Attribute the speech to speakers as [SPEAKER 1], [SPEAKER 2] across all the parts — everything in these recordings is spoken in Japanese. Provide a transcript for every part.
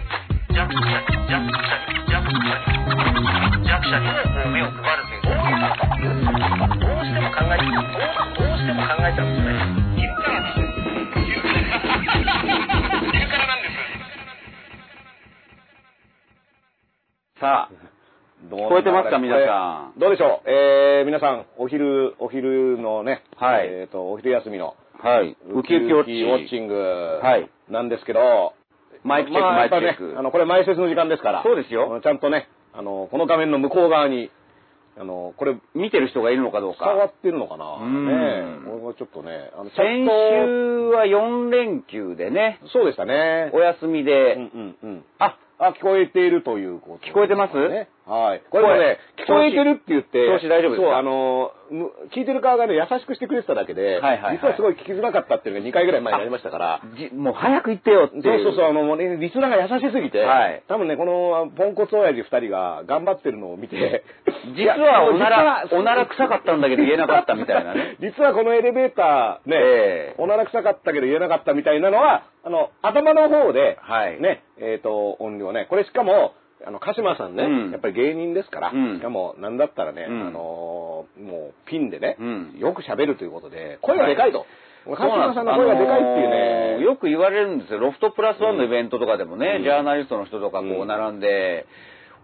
[SPEAKER 1] 弱者弱者弱者に目を配るというどうしても考えちゃうどうしても考えちゃうんですね昼からなんです昼からなんです
[SPEAKER 2] さあ、どう
[SPEAKER 3] 聞こえてますか皆さん
[SPEAKER 2] これどうでしょうえー、皆さん、お昼、お昼のね、
[SPEAKER 3] はい
[SPEAKER 2] えーと、お昼休みの、
[SPEAKER 3] はい。ウキウキウォッチ。
[SPEAKER 2] ウォッチング、
[SPEAKER 3] はい
[SPEAKER 2] なんですけど、
[SPEAKER 3] マイクチェック、
[SPEAKER 2] まあ
[SPEAKER 3] マ
[SPEAKER 2] や
[SPEAKER 3] イ
[SPEAKER 2] っ
[SPEAKER 3] ク
[SPEAKER 2] ぱ
[SPEAKER 3] チ
[SPEAKER 2] ね
[SPEAKER 3] ェック。
[SPEAKER 2] あの、これ前説の時間ですから。
[SPEAKER 3] そうですよ
[SPEAKER 2] あのちゃんとね、あの、この画面の向こう側に、あの、これ、
[SPEAKER 3] 見てる人がいるのかどう
[SPEAKER 2] 伝わ
[SPEAKER 3] か。
[SPEAKER 2] ってるのかな
[SPEAKER 3] うん
[SPEAKER 2] ねえこれはちょっとね、あの、ちゃ
[SPEAKER 3] 先
[SPEAKER 2] ん
[SPEAKER 3] 週は4連休でね、
[SPEAKER 2] と、そうでしたね。
[SPEAKER 3] お休み
[SPEAKER 2] う
[SPEAKER 3] で、
[SPEAKER 2] んうんうん。
[SPEAKER 3] あ、
[SPEAKER 2] あ、聞こえているということ、
[SPEAKER 3] 聞こえてます
[SPEAKER 2] ねはい。これもね、聞
[SPEAKER 3] 声
[SPEAKER 2] こえてるって言って、
[SPEAKER 3] 調子大丈夫ですか
[SPEAKER 2] そう、あのー、む聞いてる側がね、優しくしてくれてただけで、
[SPEAKER 3] はいはいはい
[SPEAKER 2] 実はすごい聞きづらかったっていうのが2回ぐらい前にありましたから、
[SPEAKER 3] じもう早く行ってよって
[SPEAKER 2] そ
[SPEAKER 3] いうう。
[SPEAKER 2] そうそう、あの、もうね、リスナーが優しすぎて、
[SPEAKER 3] はい
[SPEAKER 2] 多分ね、この、ポンコツ親父2人が頑張ってるのを見て、
[SPEAKER 3] 実はい
[SPEAKER 2] や
[SPEAKER 3] おなら、
[SPEAKER 2] 実は。
[SPEAKER 3] おなら臭かったんだけど言えなかったみたいなね
[SPEAKER 2] 実はこのエレベーターね、
[SPEAKER 3] ええ
[SPEAKER 2] おなら臭かったけど言えなかったみたいなのは、あの、頭の方で、
[SPEAKER 3] はい
[SPEAKER 2] ね、えっ、と、音量ね。これしかも、あの、鹿島さんね、
[SPEAKER 3] うん
[SPEAKER 2] やっぱり芸人ですから、
[SPEAKER 3] うん
[SPEAKER 2] しかも、なんだったらね、
[SPEAKER 3] うん
[SPEAKER 2] あのーもう、ピンでね、
[SPEAKER 3] うん
[SPEAKER 2] よく喋るということで、声がでかいと。
[SPEAKER 3] そう
[SPEAKER 2] 鹿
[SPEAKER 3] なです
[SPEAKER 2] 島さんの声がでかいっていうね、
[SPEAKER 3] あのーよく言われるんですよ。ロフトプラスワンのイベントとかでもね、ジャーナリストの人とかこ
[SPEAKER 2] う
[SPEAKER 3] うん並んで、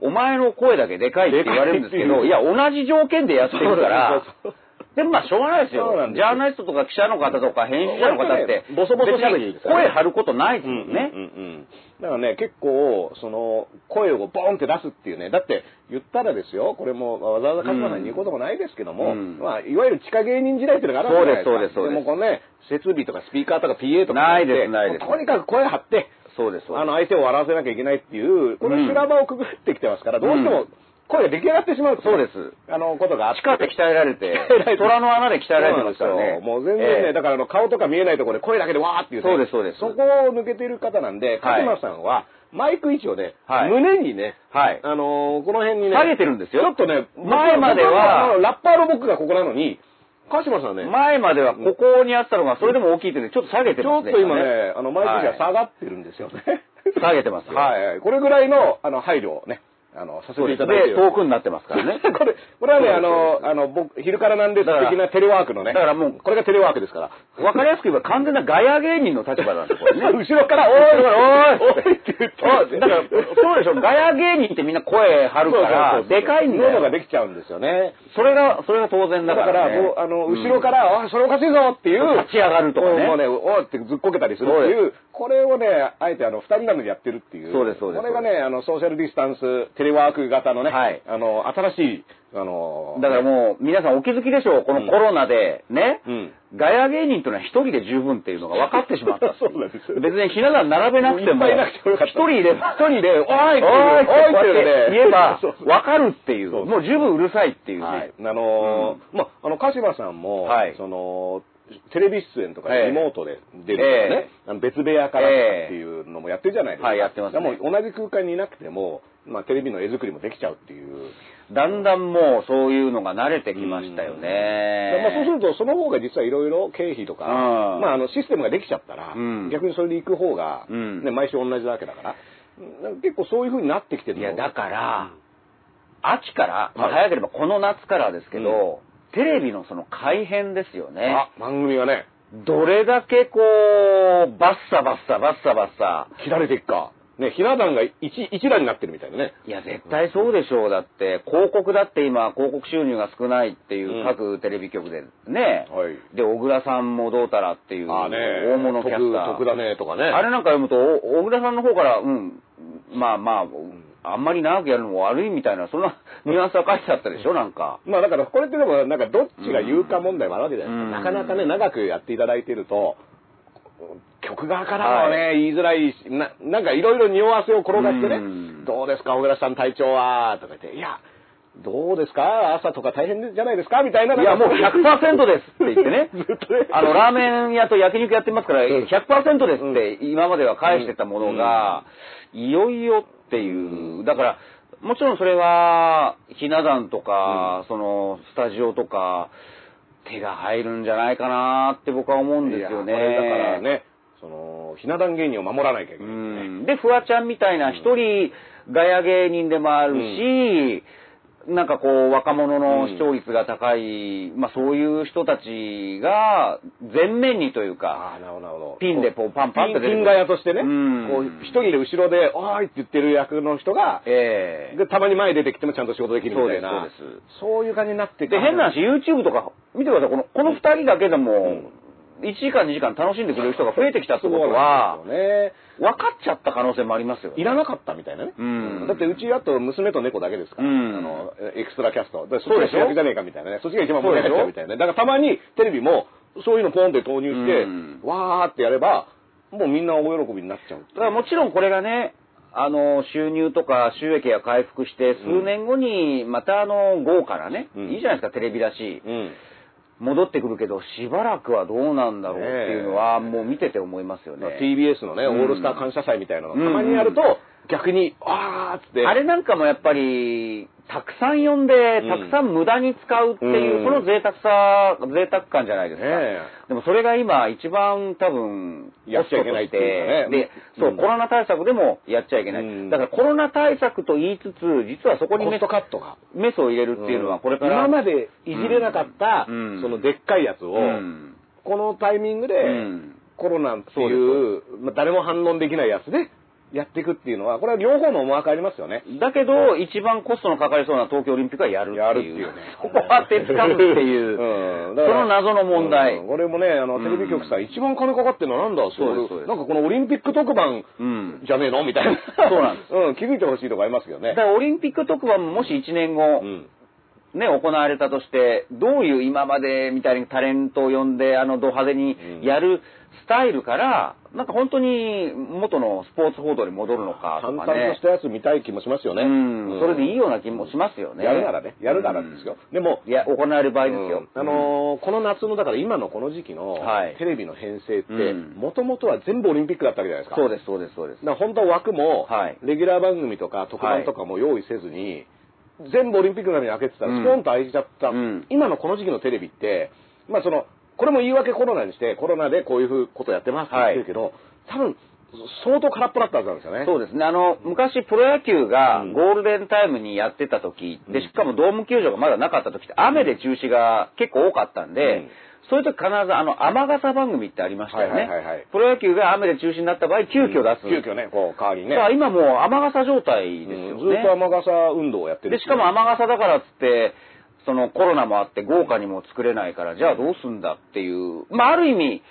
[SPEAKER 3] お前の声だけでかいって言われるんですけど、い
[SPEAKER 2] で
[SPEAKER 3] や、同じ条件でやってるから
[SPEAKER 2] そうそうそう、
[SPEAKER 3] でもまあしょうがないですよ
[SPEAKER 2] そうなん
[SPEAKER 3] ジ
[SPEAKER 2] ですよ
[SPEAKER 3] ャーナリストとか記者の方とか編集者の方って、
[SPEAKER 2] 割とねボソボソ喋りですからね
[SPEAKER 3] 声張ることないですもんね。
[SPEAKER 2] うんうんうんうんだからね、結構、その、声をボーンって出すっていうね、だって言ったらですよ、これもわざわざ勝間さんに言うこともないですけども、
[SPEAKER 3] うん
[SPEAKER 2] まあ、いわゆる地下芸人時代っていうのがあるわけじゃない
[SPEAKER 3] そうですそうですそうです
[SPEAKER 2] もこのね、設備とかスピーカーとか PA とか
[SPEAKER 3] ないですないです
[SPEAKER 2] もうとにかく声張って、
[SPEAKER 3] そうです、そうで
[SPEAKER 2] あ
[SPEAKER 3] す
[SPEAKER 2] の、相手を笑わせなきゃいけないっていう、この修羅場をくぐってきてますから、どうして
[SPEAKER 3] うん
[SPEAKER 2] も声が出来上がってしまうってい
[SPEAKER 3] そうです。
[SPEAKER 2] あの、ことがあって。
[SPEAKER 3] 地下で鍛えられて、虎の穴で鍛えられてますからね。
[SPEAKER 2] そうなんですよもう全然ね、
[SPEAKER 3] ええ
[SPEAKER 2] だからあの顔とか見えないところで声だけでわーって言うね
[SPEAKER 3] そうですそうです
[SPEAKER 2] そこを抜けてる方なんで、
[SPEAKER 3] は
[SPEAKER 2] 勝
[SPEAKER 3] い
[SPEAKER 2] 間さんは、マイク位置をね、
[SPEAKER 3] はい
[SPEAKER 2] 胸にね、
[SPEAKER 3] はい
[SPEAKER 2] あのーこの辺にね、
[SPEAKER 3] 下げてるんですよ
[SPEAKER 2] ちょっとね、
[SPEAKER 3] 前までは
[SPEAKER 2] 僕ラッパーの僕がここなのに、鹿島さんはね、
[SPEAKER 3] 前まではここにあったのが、それでも大きいというちょっと下げて
[SPEAKER 2] ち
[SPEAKER 3] ま
[SPEAKER 2] ょっ
[SPEAKER 3] すね。
[SPEAKER 2] と今ね、あの、マイク位置が
[SPEAKER 3] は
[SPEAKER 2] 下がってるんですよね。
[SPEAKER 3] い下げてますよ。
[SPEAKER 2] はいはい、これぐらいの、あの、配慮をね、あの、させ
[SPEAKER 3] そう
[SPEAKER 2] て
[SPEAKER 3] で
[SPEAKER 2] い
[SPEAKER 3] す
[SPEAKER 2] ただいて
[SPEAKER 3] で、
[SPEAKER 2] る。。
[SPEAKER 3] 遠くになってますからね
[SPEAKER 2] これ、これはね、あ
[SPEAKER 3] そ
[SPEAKER 2] の、あの、僕、昼からなんです
[SPEAKER 3] だから
[SPEAKER 2] 的なテレワークのね。
[SPEAKER 3] だからもう
[SPEAKER 2] これがテレワークですから。
[SPEAKER 3] わかりやすく言えば完全なガヤ芸人の立場なん ですよ、これね。
[SPEAKER 2] 後ろから、おいおいおいって言って
[SPEAKER 3] おだから、そうでしょ、ガヤ芸人ってみんな声張るから、でかいんだ
[SPEAKER 2] 喉が
[SPEAKER 3] よ。
[SPEAKER 2] できちゃうんですよね。
[SPEAKER 3] それが、それが当然
[SPEAKER 2] だ
[SPEAKER 3] だか
[SPEAKER 2] か
[SPEAKER 3] ら、
[SPEAKER 2] ら、
[SPEAKER 3] ね。
[SPEAKER 2] もうあの、後ろから、あ、それおかしいぞっていう。
[SPEAKER 3] 立ち上がるとかね
[SPEAKER 2] もうね、おーってずっこけたりするっていう。これをね、あえてあの、二人なのでやってるっていう。
[SPEAKER 3] そうですそうです
[SPEAKER 2] これがね、あの、ソーシャルディスタンス、テレワーク型のね、
[SPEAKER 3] はい
[SPEAKER 2] あの、新しい、あの、
[SPEAKER 3] だから
[SPEAKER 2] う、
[SPEAKER 3] もう、皆さんお気づきでしょう、このコロナで、ね、
[SPEAKER 2] うん
[SPEAKER 3] ガヤ芸人というのは一人で十分っていうのが分かってしまったってい
[SPEAKER 2] そうなんですよ
[SPEAKER 3] 別にひな壇並べなくても、
[SPEAKER 2] いっぱいいなくてもよかった
[SPEAKER 3] 一人いれば、
[SPEAKER 2] 一人で、 おーいっていう
[SPEAKER 3] おいって
[SPEAKER 2] おーいっていうので
[SPEAKER 3] 言えば
[SPEAKER 2] そうそ、う
[SPEAKER 3] 分かるっていう、
[SPEAKER 2] そう
[SPEAKER 3] もう十分うるさいっていうね。
[SPEAKER 2] はい。あのーまあ、あの、鹿島さんも、
[SPEAKER 3] はい
[SPEAKER 2] その、テレビ出演とか
[SPEAKER 3] ええ
[SPEAKER 2] リモートで出るとかね、あの別部屋からと
[SPEAKER 3] ええ
[SPEAKER 2] かっていうのもやってるじゃないですか。
[SPEAKER 3] はいやってますね
[SPEAKER 2] でも同じ空間にいなくても、まあ、テレビの絵作りもできちゃうっていう。
[SPEAKER 3] だんだんもうそういうのが慣れてきましたよ
[SPEAKER 2] だからまあ、そう
[SPEAKER 3] ね。
[SPEAKER 2] すると、その方が実はいろいろ経費とか、
[SPEAKER 3] うん
[SPEAKER 2] まあ、あの、システムができちゃったら、
[SPEAKER 3] うん
[SPEAKER 2] 逆にそれで行く方が、
[SPEAKER 3] うん
[SPEAKER 2] ね、毎週同じだわけだから、なんか結構そういう風になってきてる
[SPEAKER 3] い
[SPEAKER 2] の
[SPEAKER 3] や、だから、秋から、まあ
[SPEAKER 2] はい
[SPEAKER 3] 早ければこの夏からですけど、
[SPEAKER 2] う
[SPEAKER 3] テレビのその改編ですよね
[SPEAKER 2] あ。、番組がね、
[SPEAKER 3] どれだけこう、バッサバッサバッサバッサ。
[SPEAKER 2] 切られていくか。ね、ひな壇が一、一段になってるみたいなね。
[SPEAKER 3] いや、絶対そうでしょう。だって、広告だって今、広告収入が少ないっていううん各テレビ局でね。
[SPEAKER 2] はい
[SPEAKER 3] で、小倉さんもどうたらっていう、
[SPEAKER 2] あーね
[SPEAKER 3] 大物キャスター。
[SPEAKER 2] 徳徳田ねとかね
[SPEAKER 3] あれなんか読むと、お小倉さんの方から、うん、まあまあ、あんまり長くやるのも悪いみたいな、そんなニュアンスが書いてあったでしょ、なんか。
[SPEAKER 2] まあだからこれってでもなんかどっちが言うか問題もあるわけじゃ
[SPEAKER 3] うん
[SPEAKER 2] ないですか。なかなかね、長くやっていただいてると、曲側からはね、言いづらいし、ななんかいろいろ匂わせを転がして
[SPEAKER 3] う
[SPEAKER 2] ね
[SPEAKER 3] ん、
[SPEAKER 2] どうですか、小倉さん体調は、とか言って、いや、どうですか朝とか大変じゃないですかみたいな。。
[SPEAKER 3] いや、もう100%ですって言ってね
[SPEAKER 2] ずっとね
[SPEAKER 3] あの、ラーメン屋と焼肉やってますから、
[SPEAKER 2] うん
[SPEAKER 3] 100%ですって、今までは返してたものが、いよいよっていう。だから、もちろんそれは、ひな壇とか、その、スタジオとか、手が入るんじゃないかなって僕は思うんですよね。
[SPEAKER 2] いやこれだからね、その、ひな壇芸人を守らなきゃいけないですね。
[SPEAKER 3] で、フワちゃんみたいな一人、ガヤ芸人でもあるし、なんかこう、若者の視聴率が高い、まあそういう人たちが、全面にというか、
[SPEAKER 2] ああ、なるほどなるほど。
[SPEAKER 3] ピンでこうパンパンって出てくる
[SPEAKER 2] ピンピンガヤとしてね、
[SPEAKER 3] うん
[SPEAKER 2] こう、一人で後ろで、おーいって言ってる役の人が、
[SPEAKER 3] ええ
[SPEAKER 2] で、たまに前出てきてもちゃんと仕事できるみたいな。
[SPEAKER 3] そうですそうで
[SPEAKER 2] そういう感じになって
[SPEAKER 3] で、変な話、YouTube とか、見てください、この、この二人だけでも、1時間2時間楽しんでくれる人が増えてきたって
[SPEAKER 2] そう
[SPEAKER 3] こと
[SPEAKER 2] な
[SPEAKER 3] は
[SPEAKER 2] ん、ですよね。
[SPEAKER 3] 分かっちゃった可能性もありますよね。
[SPEAKER 2] いらなかったみたいなね。
[SPEAKER 3] うん
[SPEAKER 2] だってうちあと娘と猫だけですから、
[SPEAKER 3] うん
[SPEAKER 2] あの、エクストラキャスト。で
[SPEAKER 3] そうでしょ
[SPEAKER 2] そっちが主役じゃねえかみたいなね。そっちが一番盛り上がっちゃうみたいなね。だからたまにテレビも、そういうのポンって投入して、
[SPEAKER 3] うん
[SPEAKER 2] わーってやれば、もうみんな大喜びになっちゃう。
[SPEAKER 3] だからもちろんこれがね、あの、収入とか収益が回復して、数年後に、またあの、豪華なね、
[SPEAKER 2] うん
[SPEAKER 3] いいじゃないですか、テレビだし、
[SPEAKER 2] うん。
[SPEAKER 3] 戻ってくるけど、しばらくはどうなんだろうっていうのは、
[SPEAKER 2] ねえ
[SPEAKER 3] もう見てて思いますよ
[SPEAKER 2] まあ
[SPEAKER 3] ね。
[SPEAKER 2] TBS のね、
[SPEAKER 3] うん
[SPEAKER 2] オールスター感謝祭みたいなの、
[SPEAKER 3] うん
[SPEAKER 2] たまにやると、逆に、あーっつって。
[SPEAKER 3] あれなんかもやっぱり、たくさん呼んで、
[SPEAKER 2] う
[SPEAKER 3] たく
[SPEAKER 2] ん
[SPEAKER 3] さん無駄に使うっていう、
[SPEAKER 2] うん
[SPEAKER 3] その贅沢さ、贅沢感じゃないですか。
[SPEAKER 2] ねえ
[SPEAKER 3] でもそれが今一番多分、
[SPEAKER 2] やっちゃいけないっていうかね
[SPEAKER 3] で、そう、
[SPEAKER 2] うん
[SPEAKER 3] コロナ対策でもやっちゃいけない。
[SPEAKER 2] うん
[SPEAKER 3] だからコロナ対策と言いつつ、実はそこに
[SPEAKER 2] コ
[SPEAKER 3] メ
[SPEAKER 2] ストカットが。
[SPEAKER 3] メスを入れるっていうのはこれから、
[SPEAKER 2] 今までいじれなかった、
[SPEAKER 3] うん
[SPEAKER 2] そのでっかいやつを、
[SPEAKER 3] うん
[SPEAKER 2] このタイミングで、
[SPEAKER 3] うん
[SPEAKER 2] コロナっていう、まあ誰も反論できないやつでやっていくっていうのは、これは両方の思惑ありますよね。
[SPEAKER 3] だけど、一番コストのかかりそうな東京オリンピックはやるっていう。
[SPEAKER 2] やるっていうね。
[SPEAKER 3] ここは手つかむっていう、
[SPEAKER 2] うん
[SPEAKER 3] そ
[SPEAKER 2] だから
[SPEAKER 3] の謎の問題。
[SPEAKER 2] うんこれもね、あの、テレビ局さん、一番金かかってるのはなんだ
[SPEAKER 3] そうですそうです
[SPEAKER 2] なんかこのオリンピック特番
[SPEAKER 3] うん
[SPEAKER 2] じゃねえのみたいな。。
[SPEAKER 3] そうなんです
[SPEAKER 2] うん、気づいてほしいとこありますけどね
[SPEAKER 3] だか。らオリンピック特番ももし1年後、
[SPEAKER 2] うん。
[SPEAKER 3] ね、行われたとして、どういう今までみたいにタレントを呼んで、あの、ド派手
[SPEAKER 2] うん
[SPEAKER 3] にやるスタイルから、なんか本当に元のスポーツ報道に戻るのか
[SPEAKER 2] 淡
[SPEAKER 3] と
[SPEAKER 2] 々
[SPEAKER 3] か
[SPEAKER 2] と
[SPEAKER 3] ね
[SPEAKER 2] し。たやつ見たい気もしますよね。
[SPEAKER 3] うん
[SPEAKER 2] うん
[SPEAKER 3] それでいいような気もしますよね。
[SPEAKER 2] やるならね、やるならですよ。でも
[SPEAKER 3] うん。、いや、行われる場合ですよ。
[SPEAKER 2] うんあのーこの夏のだから今のこの時期の
[SPEAKER 3] はい
[SPEAKER 2] テレビの編成って
[SPEAKER 3] うん
[SPEAKER 2] もともとは全部オリンピックだったわけじゃないですか
[SPEAKER 3] そうです、そうです、そうです。
[SPEAKER 2] だから本当は枠も、
[SPEAKER 3] はい
[SPEAKER 2] レギュラー番組とか特番とかも用意せずに、全部オリンピックのために開けてた
[SPEAKER 3] う
[SPEAKER 2] ら
[SPEAKER 3] ん
[SPEAKER 2] スポンと開いちゃった、
[SPEAKER 3] うん
[SPEAKER 2] 今のこの時期のテレビってまあそのこれも言い訳コロナにしてコロナでこういうことやってますって言ってるけど、多分相当空っぽだったはずなんですよね
[SPEAKER 3] そうですね。あの、昔プロ野球が
[SPEAKER 2] うん
[SPEAKER 3] ゴールデンタイムにやってた時、
[SPEAKER 2] う
[SPEAKER 3] で、
[SPEAKER 2] ん
[SPEAKER 3] しかもドーム球場がまだなかった時って、雨で中止が結構多かったんで、
[SPEAKER 2] うん
[SPEAKER 3] そういう時必ずあの、雨傘番組ってありましたよ
[SPEAKER 2] は
[SPEAKER 3] ね
[SPEAKER 2] いはいはいはい。
[SPEAKER 3] プロ野球が雨で中止になった場合、急遽出す。
[SPEAKER 2] 急遽ねこう代わりに
[SPEAKER 3] だか
[SPEAKER 2] ね
[SPEAKER 3] ら今もう雨傘状態です
[SPEAKER 2] うんず
[SPEAKER 3] よね
[SPEAKER 2] っ。と雨傘運動をやってる
[SPEAKER 3] で、しかも雨傘だからっつって、そのコロナもあって豪華にも作れないから、じゃあどうすんだっていう、まあある意味、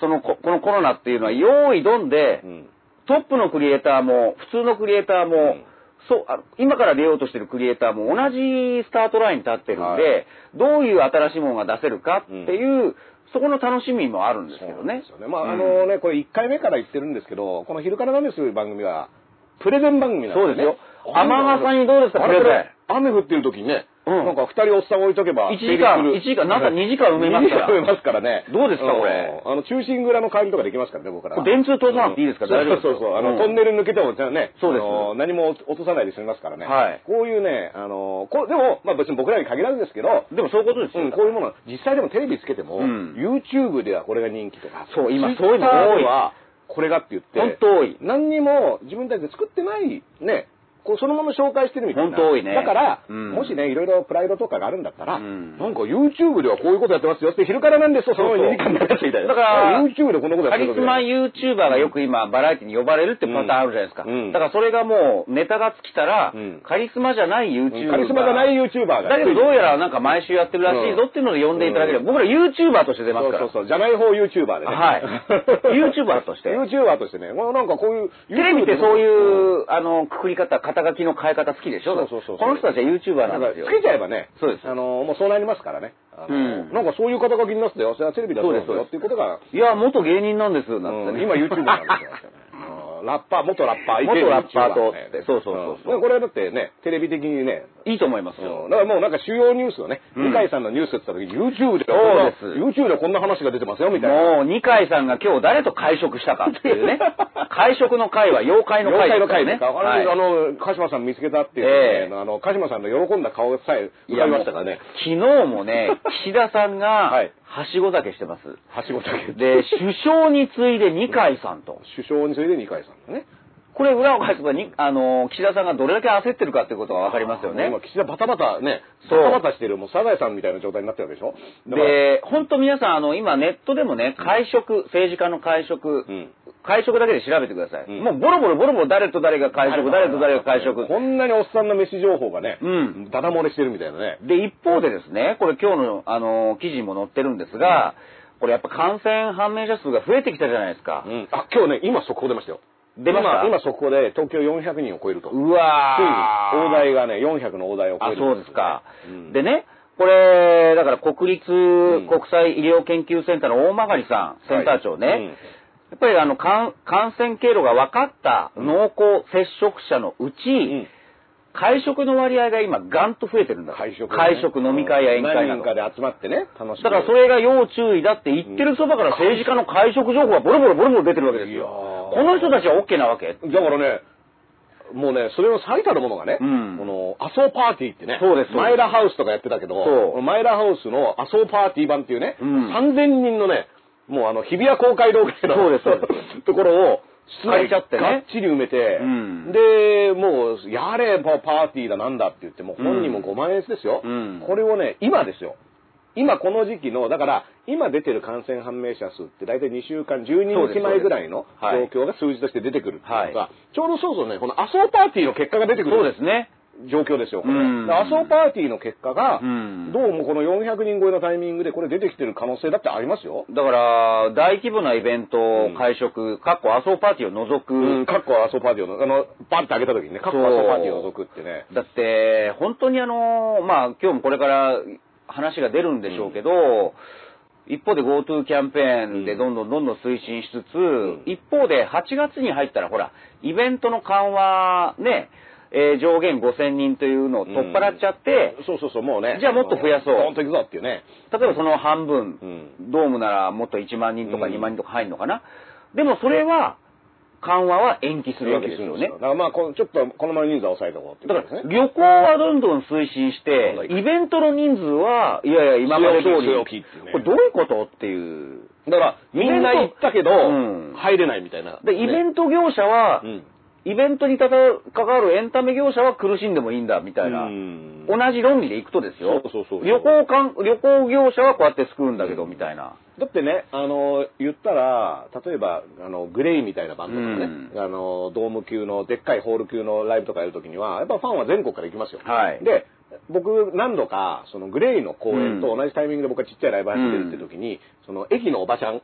[SPEAKER 3] そのここのコロナっていうのは用意どんで、
[SPEAKER 2] うん
[SPEAKER 3] トップのクリエイターも、普通のクリエイターも、
[SPEAKER 2] うん
[SPEAKER 3] そうあの今から出ようとしてるクリエイターも同じスタートラインに立ってるんで、
[SPEAKER 2] はい
[SPEAKER 3] どういう新しいものが出せるかっていう、そこの楽しみもあるんですけ
[SPEAKER 2] そ
[SPEAKER 3] ど
[SPEAKER 2] うなん
[SPEAKER 3] ね
[SPEAKER 2] ですよ。まあ、あの
[SPEAKER 3] うん
[SPEAKER 2] ね、これ1回目から言ってるんですけど、この昼からなんですよ、番組は。プレゼン番組なん
[SPEAKER 3] そうですよ雨傘にどうですか
[SPEAKER 2] あれ
[SPEAKER 3] プレゼ
[SPEAKER 2] 雨降ってる時にね、
[SPEAKER 3] うん
[SPEAKER 2] なんか2人おっさん置いとけば。
[SPEAKER 3] 一時間
[SPEAKER 2] 成
[SPEAKER 3] 一
[SPEAKER 2] 立す
[SPEAKER 3] 時間
[SPEAKER 2] る
[SPEAKER 3] なんか二時間埋めますから
[SPEAKER 2] 二時間埋めますからね。
[SPEAKER 3] どうですかこれ
[SPEAKER 2] うんあの、中心蔵の代わりとかできますからね、僕ら。
[SPEAKER 3] これ電通通さなくていいですから
[SPEAKER 2] うん
[SPEAKER 3] 大丈夫です
[SPEAKER 2] そ
[SPEAKER 3] よ
[SPEAKER 2] うそうそう。あ
[SPEAKER 3] うん
[SPEAKER 2] の、トンネル抜けても、じゃあね、
[SPEAKER 3] そうです
[SPEAKER 2] あの何も落とさないで済みますからね。
[SPEAKER 3] はい
[SPEAKER 2] こういうね、あの、こうでも、まあ別に僕らに限らずですけど、
[SPEAKER 3] でもそういうことですよ。
[SPEAKER 2] うん、こういうものは、実際でもテレビつけても、
[SPEAKER 3] うん
[SPEAKER 2] YouTube ではこれが人気とか、
[SPEAKER 3] そう今
[SPEAKER 2] Twitter
[SPEAKER 3] そういうの多い
[SPEAKER 2] ではこれがって言って、
[SPEAKER 3] 本当多い。
[SPEAKER 2] 何にも自分たちで作ってない、ね、こうそのまま紹介してるみたいな。
[SPEAKER 3] 本当多いね
[SPEAKER 2] だから、
[SPEAKER 3] うん
[SPEAKER 2] もしね、いろいろプライドとかがあるんだったら、
[SPEAKER 3] うん
[SPEAKER 2] なんか YouTube ではこういうことやってますよって、昼からなんですよ、その2時間流してみたい
[SPEAKER 3] だ
[SPEAKER 2] な。
[SPEAKER 3] から、
[SPEAKER 2] YouTube でこんなことや
[SPEAKER 3] カ
[SPEAKER 2] って
[SPEAKER 3] リ
[SPEAKER 2] る
[SPEAKER 3] スマ
[SPEAKER 2] い
[SPEAKER 3] YouTuber がよく今、バラエティに呼ばれるってパターンあるじゃないですか。
[SPEAKER 2] うん
[SPEAKER 3] だからそれがもう、ネタが尽きたら、
[SPEAKER 2] うん
[SPEAKER 3] カリスマじゃない
[SPEAKER 2] カ
[SPEAKER 3] YouTuber。
[SPEAKER 2] リスマじゃない YouTuber が。
[SPEAKER 3] だけどどうやらなんか毎週やってるらしいぞっていうので呼んでいただければ、
[SPEAKER 2] うん
[SPEAKER 3] 僕ら YouTuber として出ますから。
[SPEAKER 2] そうそうそう。じゃない方 YouTuber でね。
[SPEAKER 3] はい YouTuber として
[SPEAKER 2] YouTuber としてね。もうなんかこういう。
[SPEAKER 3] テレビってそういう
[SPEAKER 2] うん、
[SPEAKER 3] あの、くくり方、肩書きの変え方好きでしょ
[SPEAKER 2] そうそうそうそう
[SPEAKER 3] この人たちは YouTuber な
[SPEAKER 2] なんん
[SPEAKER 3] で
[SPEAKER 2] か
[SPEAKER 3] すよ。
[SPEAKER 2] つけちゃえばね、
[SPEAKER 3] そうです
[SPEAKER 2] あのもうそうなりますからね。あの
[SPEAKER 3] うん
[SPEAKER 2] なんかそういう肩書きになってたよ、それはテレビだそうです
[SPEAKER 3] そうで
[SPEAKER 2] よ
[SPEAKER 3] す
[SPEAKER 2] っていうことが、
[SPEAKER 3] いや、元芸人なんです、なんて
[SPEAKER 2] う
[SPEAKER 3] ね。
[SPEAKER 2] ん今 YouTube なんですよ。あーラッパー、元ラッパー、
[SPEAKER 3] 元ラッパーと
[SPEAKER 2] YouTuber ね
[SPEAKER 3] そうそうそうそうん
[SPEAKER 2] これはだってね、テレビ的にね、
[SPEAKER 3] いいと思います
[SPEAKER 2] う
[SPEAKER 3] よ
[SPEAKER 2] ん。だからもうなんか主要ニュースをね、
[SPEAKER 3] うん
[SPEAKER 2] 向井さんのニュースやってた時、YouTube でこ
[SPEAKER 3] そうん
[SPEAKER 2] な、YouTube でこんな話が出てますよ、みたいな。
[SPEAKER 3] もう、二階さんが今日誰と会食したかって いうね。会食の会は妖怪の
[SPEAKER 2] 妖
[SPEAKER 3] 会
[SPEAKER 2] 怪
[SPEAKER 3] です
[SPEAKER 2] の
[SPEAKER 3] から
[SPEAKER 2] 会
[SPEAKER 3] ね。
[SPEAKER 2] ですか、
[SPEAKER 3] はい
[SPEAKER 2] あの、鹿島さん見つけたっていうね、
[SPEAKER 3] ええ
[SPEAKER 2] あの、鹿島さんの喜んだ顔さえ浮
[SPEAKER 3] い
[SPEAKER 2] か
[SPEAKER 3] や
[SPEAKER 2] び
[SPEAKER 3] もう
[SPEAKER 2] ましたからね。
[SPEAKER 3] 昨日も ね、岸田さんが
[SPEAKER 2] はい、
[SPEAKER 3] はしご酒してます。
[SPEAKER 2] はしごだけ
[SPEAKER 3] で、首相に次いで二階さんと。
[SPEAKER 2] 首相について二階さんだね。
[SPEAKER 3] これ裏を返せばに、あの、岸田さんがどれだけ焦ってるかっていうことがわかりますよね
[SPEAKER 2] もう。今、岸田バタバタね、
[SPEAKER 3] そう
[SPEAKER 2] バタバタしてる、もうサザエさんみたいな状態になってるわけでしょだから
[SPEAKER 3] で、本当皆さん、あの、今ネットでもね、会食、政治家の会食、
[SPEAKER 2] うん
[SPEAKER 3] 会食だけで調べてください。
[SPEAKER 2] うん
[SPEAKER 3] もうボロボロボロボロ誰と誰が会食、誰と誰が会食。
[SPEAKER 2] こんなにおっさんの飯情報がね、
[SPEAKER 3] うん
[SPEAKER 2] ダダ漏れしてるみたいなね。
[SPEAKER 3] で、一方でですね、これ今日の、あの、記事にも載ってるんですが、これやっぱ感染判明者数が増えてきたじゃないですか
[SPEAKER 2] う。んあ、今日ね、今速報出ましたよ。
[SPEAKER 3] 出ました
[SPEAKER 2] 今、今速報で東京400人を超えると。ついに、
[SPEAKER 3] うわー。
[SPEAKER 2] 大台がね、400の大台を超え
[SPEAKER 3] あ、
[SPEAKER 2] る
[SPEAKER 3] そうですか。
[SPEAKER 2] うん
[SPEAKER 3] でね、これ、だから国立
[SPEAKER 2] ん
[SPEAKER 3] 国際医療研究センターの大曲さん、センター長ね、
[SPEAKER 2] はいうん
[SPEAKER 3] やっぱりあの、感感染経路が分かった濃厚接触者のうち、
[SPEAKER 2] ん
[SPEAKER 3] 会食の割合が今、ガンと増えてるんだ。
[SPEAKER 2] 会食ね、
[SPEAKER 3] 会食飲み会や宴会な
[SPEAKER 2] 何人
[SPEAKER 3] ど。
[SPEAKER 2] かで
[SPEAKER 3] だ
[SPEAKER 2] 集まってね、楽しく。
[SPEAKER 3] からそれが要注意だって言ってるそばから政治家の会食情報がボロボロボロボロ出てるわけです
[SPEAKER 2] いや
[SPEAKER 3] よ。
[SPEAKER 2] ー
[SPEAKER 3] この人たちは OK なわけ
[SPEAKER 2] だからね、もうね、それの最たるものがね、
[SPEAKER 3] うん
[SPEAKER 2] この、麻生パーティーってね、
[SPEAKER 3] そうですそうです
[SPEAKER 2] マイラハウスとかやってたけど、
[SPEAKER 3] そう
[SPEAKER 2] マイラハウスの麻生パーティー版っていうね、
[SPEAKER 3] うん
[SPEAKER 2] 3000人のね、もうあの、日比谷公会堂ぐらいの
[SPEAKER 3] そうですそうで
[SPEAKER 2] ところを、室
[SPEAKER 3] 借
[SPEAKER 2] 内
[SPEAKER 3] りちゃってね
[SPEAKER 2] がっちり埋めて、
[SPEAKER 3] うん
[SPEAKER 2] で、もう、やれ、もうパーティーだなんだって言って、もう本人も5万円ですよ、
[SPEAKER 3] うん
[SPEAKER 2] これをね、今ですよ。今この時期の、だから、今出てる感染判明者数って大体2週間、12日前ぐらいの
[SPEAKER 3] そうです
[SPEAKER 2] 状況が数字として出てくるっていうのが、
[SPEAKER 3] はい
[SPEAKER 2] ちょうどそうそうね、この麻生パーティーの結果が出てくる。
[SPEAKER 3] そうですね。
[SPEAKER 2] 状況ですよ、これ。
[SPEAKER 3] うん
[SPEAKER 2] で麻生パーティーの結果が、
[SPEAKER 3] うん
[SPEAKER 2] どうもこの400人超えのタイミングでこれ出てきてる可能性だってありますよ。
[SPEAKER 3] だから、大規模なイベント、
[SPEAKER 2] ん
[SPEAKER 3] 会食、かっこ麻生パーティーを除く、
[SPEAKER 2] うん、カッコ麻生パーティーをの、あの、バンって上げた時にね、カッコ麻生パーティーを除くってね。
[SPEAKER 3] だって、本当にあの、まあ、今日もこれから話が出るんでしょうけど、一方で GoTo キャンペーンでどんどんどんどん推進しつつ、
[SPEAKER 2] ん
[SPEAKER 3] 一方で8月に入ったらほら、イベントの緩和ね、えー上限5000人というのを取っ払っちゃって、
[SPEAKER 2] そうそうそう、もうね。
[SPEAKER 3] じゃあもっと増やそう
[SPEAKER 2] ポンと行くぞっていうね。
[SPEAKER 3] 例えばその半分、
[SPEAKER 2] う
[SPEAKER 3] ドームならもっと1万人とか
[SPEAKER 2] うん
[SPEAKER 3] 2万人とか入るのかな。でもそれは、緩和は延期するわけですよね。
[SPEAKER 2] だからまあ、このちょっとこのまま人数は抑えとこうっていう
[SPEAKER 3] だ
[SPEAKER 2] こ
[SPEAKER 3] から、
[SPEAKER 2] とですね。
[SPEAKER 3] 旅行はどんどん推進して
[SPEAKER 2] どん、どん行く
[SPEAKER 3] イベントの人数は、いやいや、今まで通り、
[SPEAKER 2] 強気強気ってね
[SPEAKER 3] これどういうことっていう。
[SPEAKER 2] だから、みんな行ったけど、
[SPEAKER 3] うん
[SPEAKER 2] 入れないみたいな。
[SPEAKER 3] で、イベ
[SPEAKER 2] ン
[SPEAKER 3] ント業者は、
[SPEAKER 2] うん
[SPEAKER 3] イベントに関わるエンタメ業者は苦しんでもいいんだ、みたいな。
[SPEAKER 2] うん
[SPEAKER 3] 同じ論理でいくとですよ。
[SPEAKER 2] そうそうそうそう
[SPEAKER 3] 旅行かん旅行業者はこうやって救うんだけど、みたいな。
[SPEAKER 2] だってね、あの、言ったら、例えば、あの、グレイみたいなバンドとか
[SPEAKER 3] う
[SPEAKER 2] ね、あの、ドーム級の、でっかいホール級のライブとかやるときには、やっぱファンは全国から行きますよ。
[SPEAKER 3] はい
[SPEAKER 2] で、僕、何度か、その、グレイの公演と同じタイミングで僕がちっちゃいライブ走ってるって時に、その、駅のおばちゃん、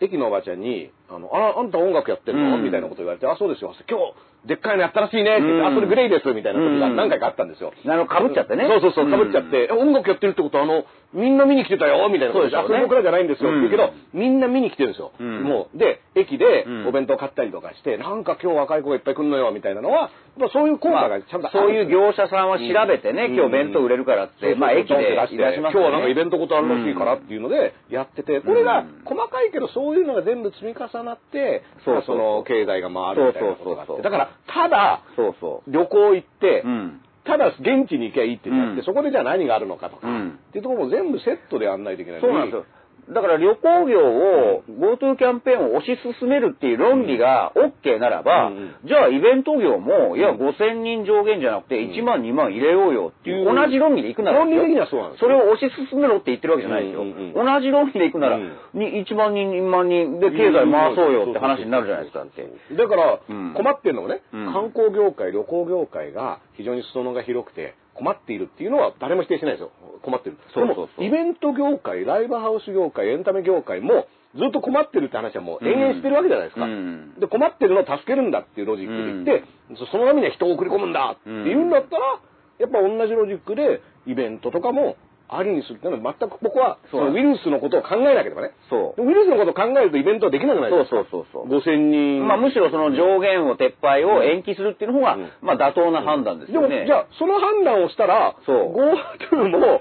[SPEAKER 2] 駅のおばちゃんに、あの、あ、あんた音楽やってるの、
[SPEAKER 3] うん
[SPEAKER 2] みたいなこと言われて、あ、そうですよ。今日、でっかいのやったらしいねって
[SPEAKER 3] う
[SPEAKER 2] 言って、
[SPEAKER 3] ん
[SPEAKER 2] あ、それグレイです、みたいな時が
[SPEAKER 3] うん
[SPEAKER 2] 何回かあったんですよ。
[SPEAKER 3] なるほど被っちゃってね
[SPEAKER 2] そうそうそう、被っちゃって、え音楽やってるってことは、あの、みんな見に来てたよ、みたいなこ
[SPEAKER 3] そ
[SPEAKER 2] と
[SPEAKER 3] うでしょうね
[SPEAKER 2] あ僕らじゃないんですよ、
[SPEAKER 3] うん
[SPEAKER 2] って言うけど、みんな見に来てるんですよ。
[SPEAKER 3] うん
[SPEAKER 2] もう、で、駅で
[SPEAKER 3] うん
[SPEAKER 2] お弁当買ったりとかして、なんか今日若い子がいっぱい来るのよ、みたいなのは、やっぱそういう効果がちゃんとある
[SPEAKER 3] そういう業者さんは調べてね、
[SPEAKER 2] うん
[SPEAKER 3] 今日弁当売れるからっ
[SPEAKER 2] そ
[SPEAKER 3] て、
[SPEAKER 2] うそう
[SPEAKER 3] まあ駅で
[SPEAKER 2] ドンって出
[SPEAKER 3] 出
[SPEAKER 2] して
[SPEAKER 3] しますよね
[SPEAKER 2] 今日はなんかイベントことあるらしいからっていうのでやってて、これが細かいけどそういうのが全部積み重なって、
[SPEAKER 3] そう
[SPEAKER 2] まあその経済が回るみたいなことがあっ
[SPEAKER 3] そうそうそうそ
[SPEAKER 2] て
[SPEAKER 3] う
[SPEAKER 2] だからただ
[SPEAKER 3] そうそ
[SPEAKER 2] 旅行行って、
[SPEAKER 3] う。うん。
[SPEAKER 2] ただ現地に行きゃいいっていうんじゃなくて、
[SPEAKER 3] うん
[SPEAKER 2] そこでじゃあ何があるのかとか、
[SPEAKER 3] うん
[SPEAKER 2] っていうところも全部セットでやんないといけないの
[SPEAKER 3] そう
[SPEAKER 2] に
[SPEAKER 3] なんですよ。だから旅行業を GoTo キャンペーンを推し進めるっていう論理が OK ならば、
[SPEAKER 2] うんうん
[SPEAKER 3] じゃあイベント業も、いや5000人上限じゃなくて1万2万入れようよっていう、
[SPEAKER 2] うん
[SPEAKER 3] 同じ論理でいくならですよ
[SPEAKER 2] 論理的にはそうなんで
[SPEAKER 3] そ
[SPEAKER 2] すよ
[SPEAKER 3] れを推し進めろって言ってるわけじゃないですよ。
[SPEAKER 2] うんうんうん
[SPEAKER 3] 同じ論理でいくなら、
[SPEAKER 2] うん
[SPEAKER 3] に1万人2万人で経済回そうよって話になるじゃないですかって。
[SPEAKER 2] だから
[SPEAKER 3] うん
[SPEAKER 2] 困ってるのもね、
[SPEAKER 3] うん
[SPEAKER 2] 観光業界旅行業界が非常に裾野が広くて困っているっていうのは誰も否定しないですよ困ってる
[SPEAKER 3] そうそうそう
[SPEAKER 2] でもイベント業界ライブハウス業界エンタメ業界もずっと困ってるって話はもう延々してるわけじゃないですか、
[SPEAKER 3] うん
[SPEAKER 2] で困ってるのを助けるんだっていうロジックで言って、そそのためには人を送り込むんだっていうんだったら、やっぱ同じロジックでイベントとかもありにするっていうのは全く僕は
[SPEAKER 3] そ
[SPEAKER 2] そうのウイルスのことを考えなければね
[SPEAKER 3] そう
[SPEAKER 2] ウイルスのことを考えるとイベントはできなくなる
[SPEAKER 3] そうそうそうそう。
[SPEAKER 2] 5000人
[SPEAKER 3] まあ、むしろその上限を撤廃を延期するっていうのが、
[SPEAKER 2] うん
[SPEAKER 3] まあ、妥当な判断です
[SPEAKER 2] で
[SPEAKER 3] よ
[SPEAKER 2] も
[SPEAKER 3] ね。
[SPEAKER 2] じゃあその判断をしたら
[SPEAKER 3] そう
[SPEAKER 2] GoTo も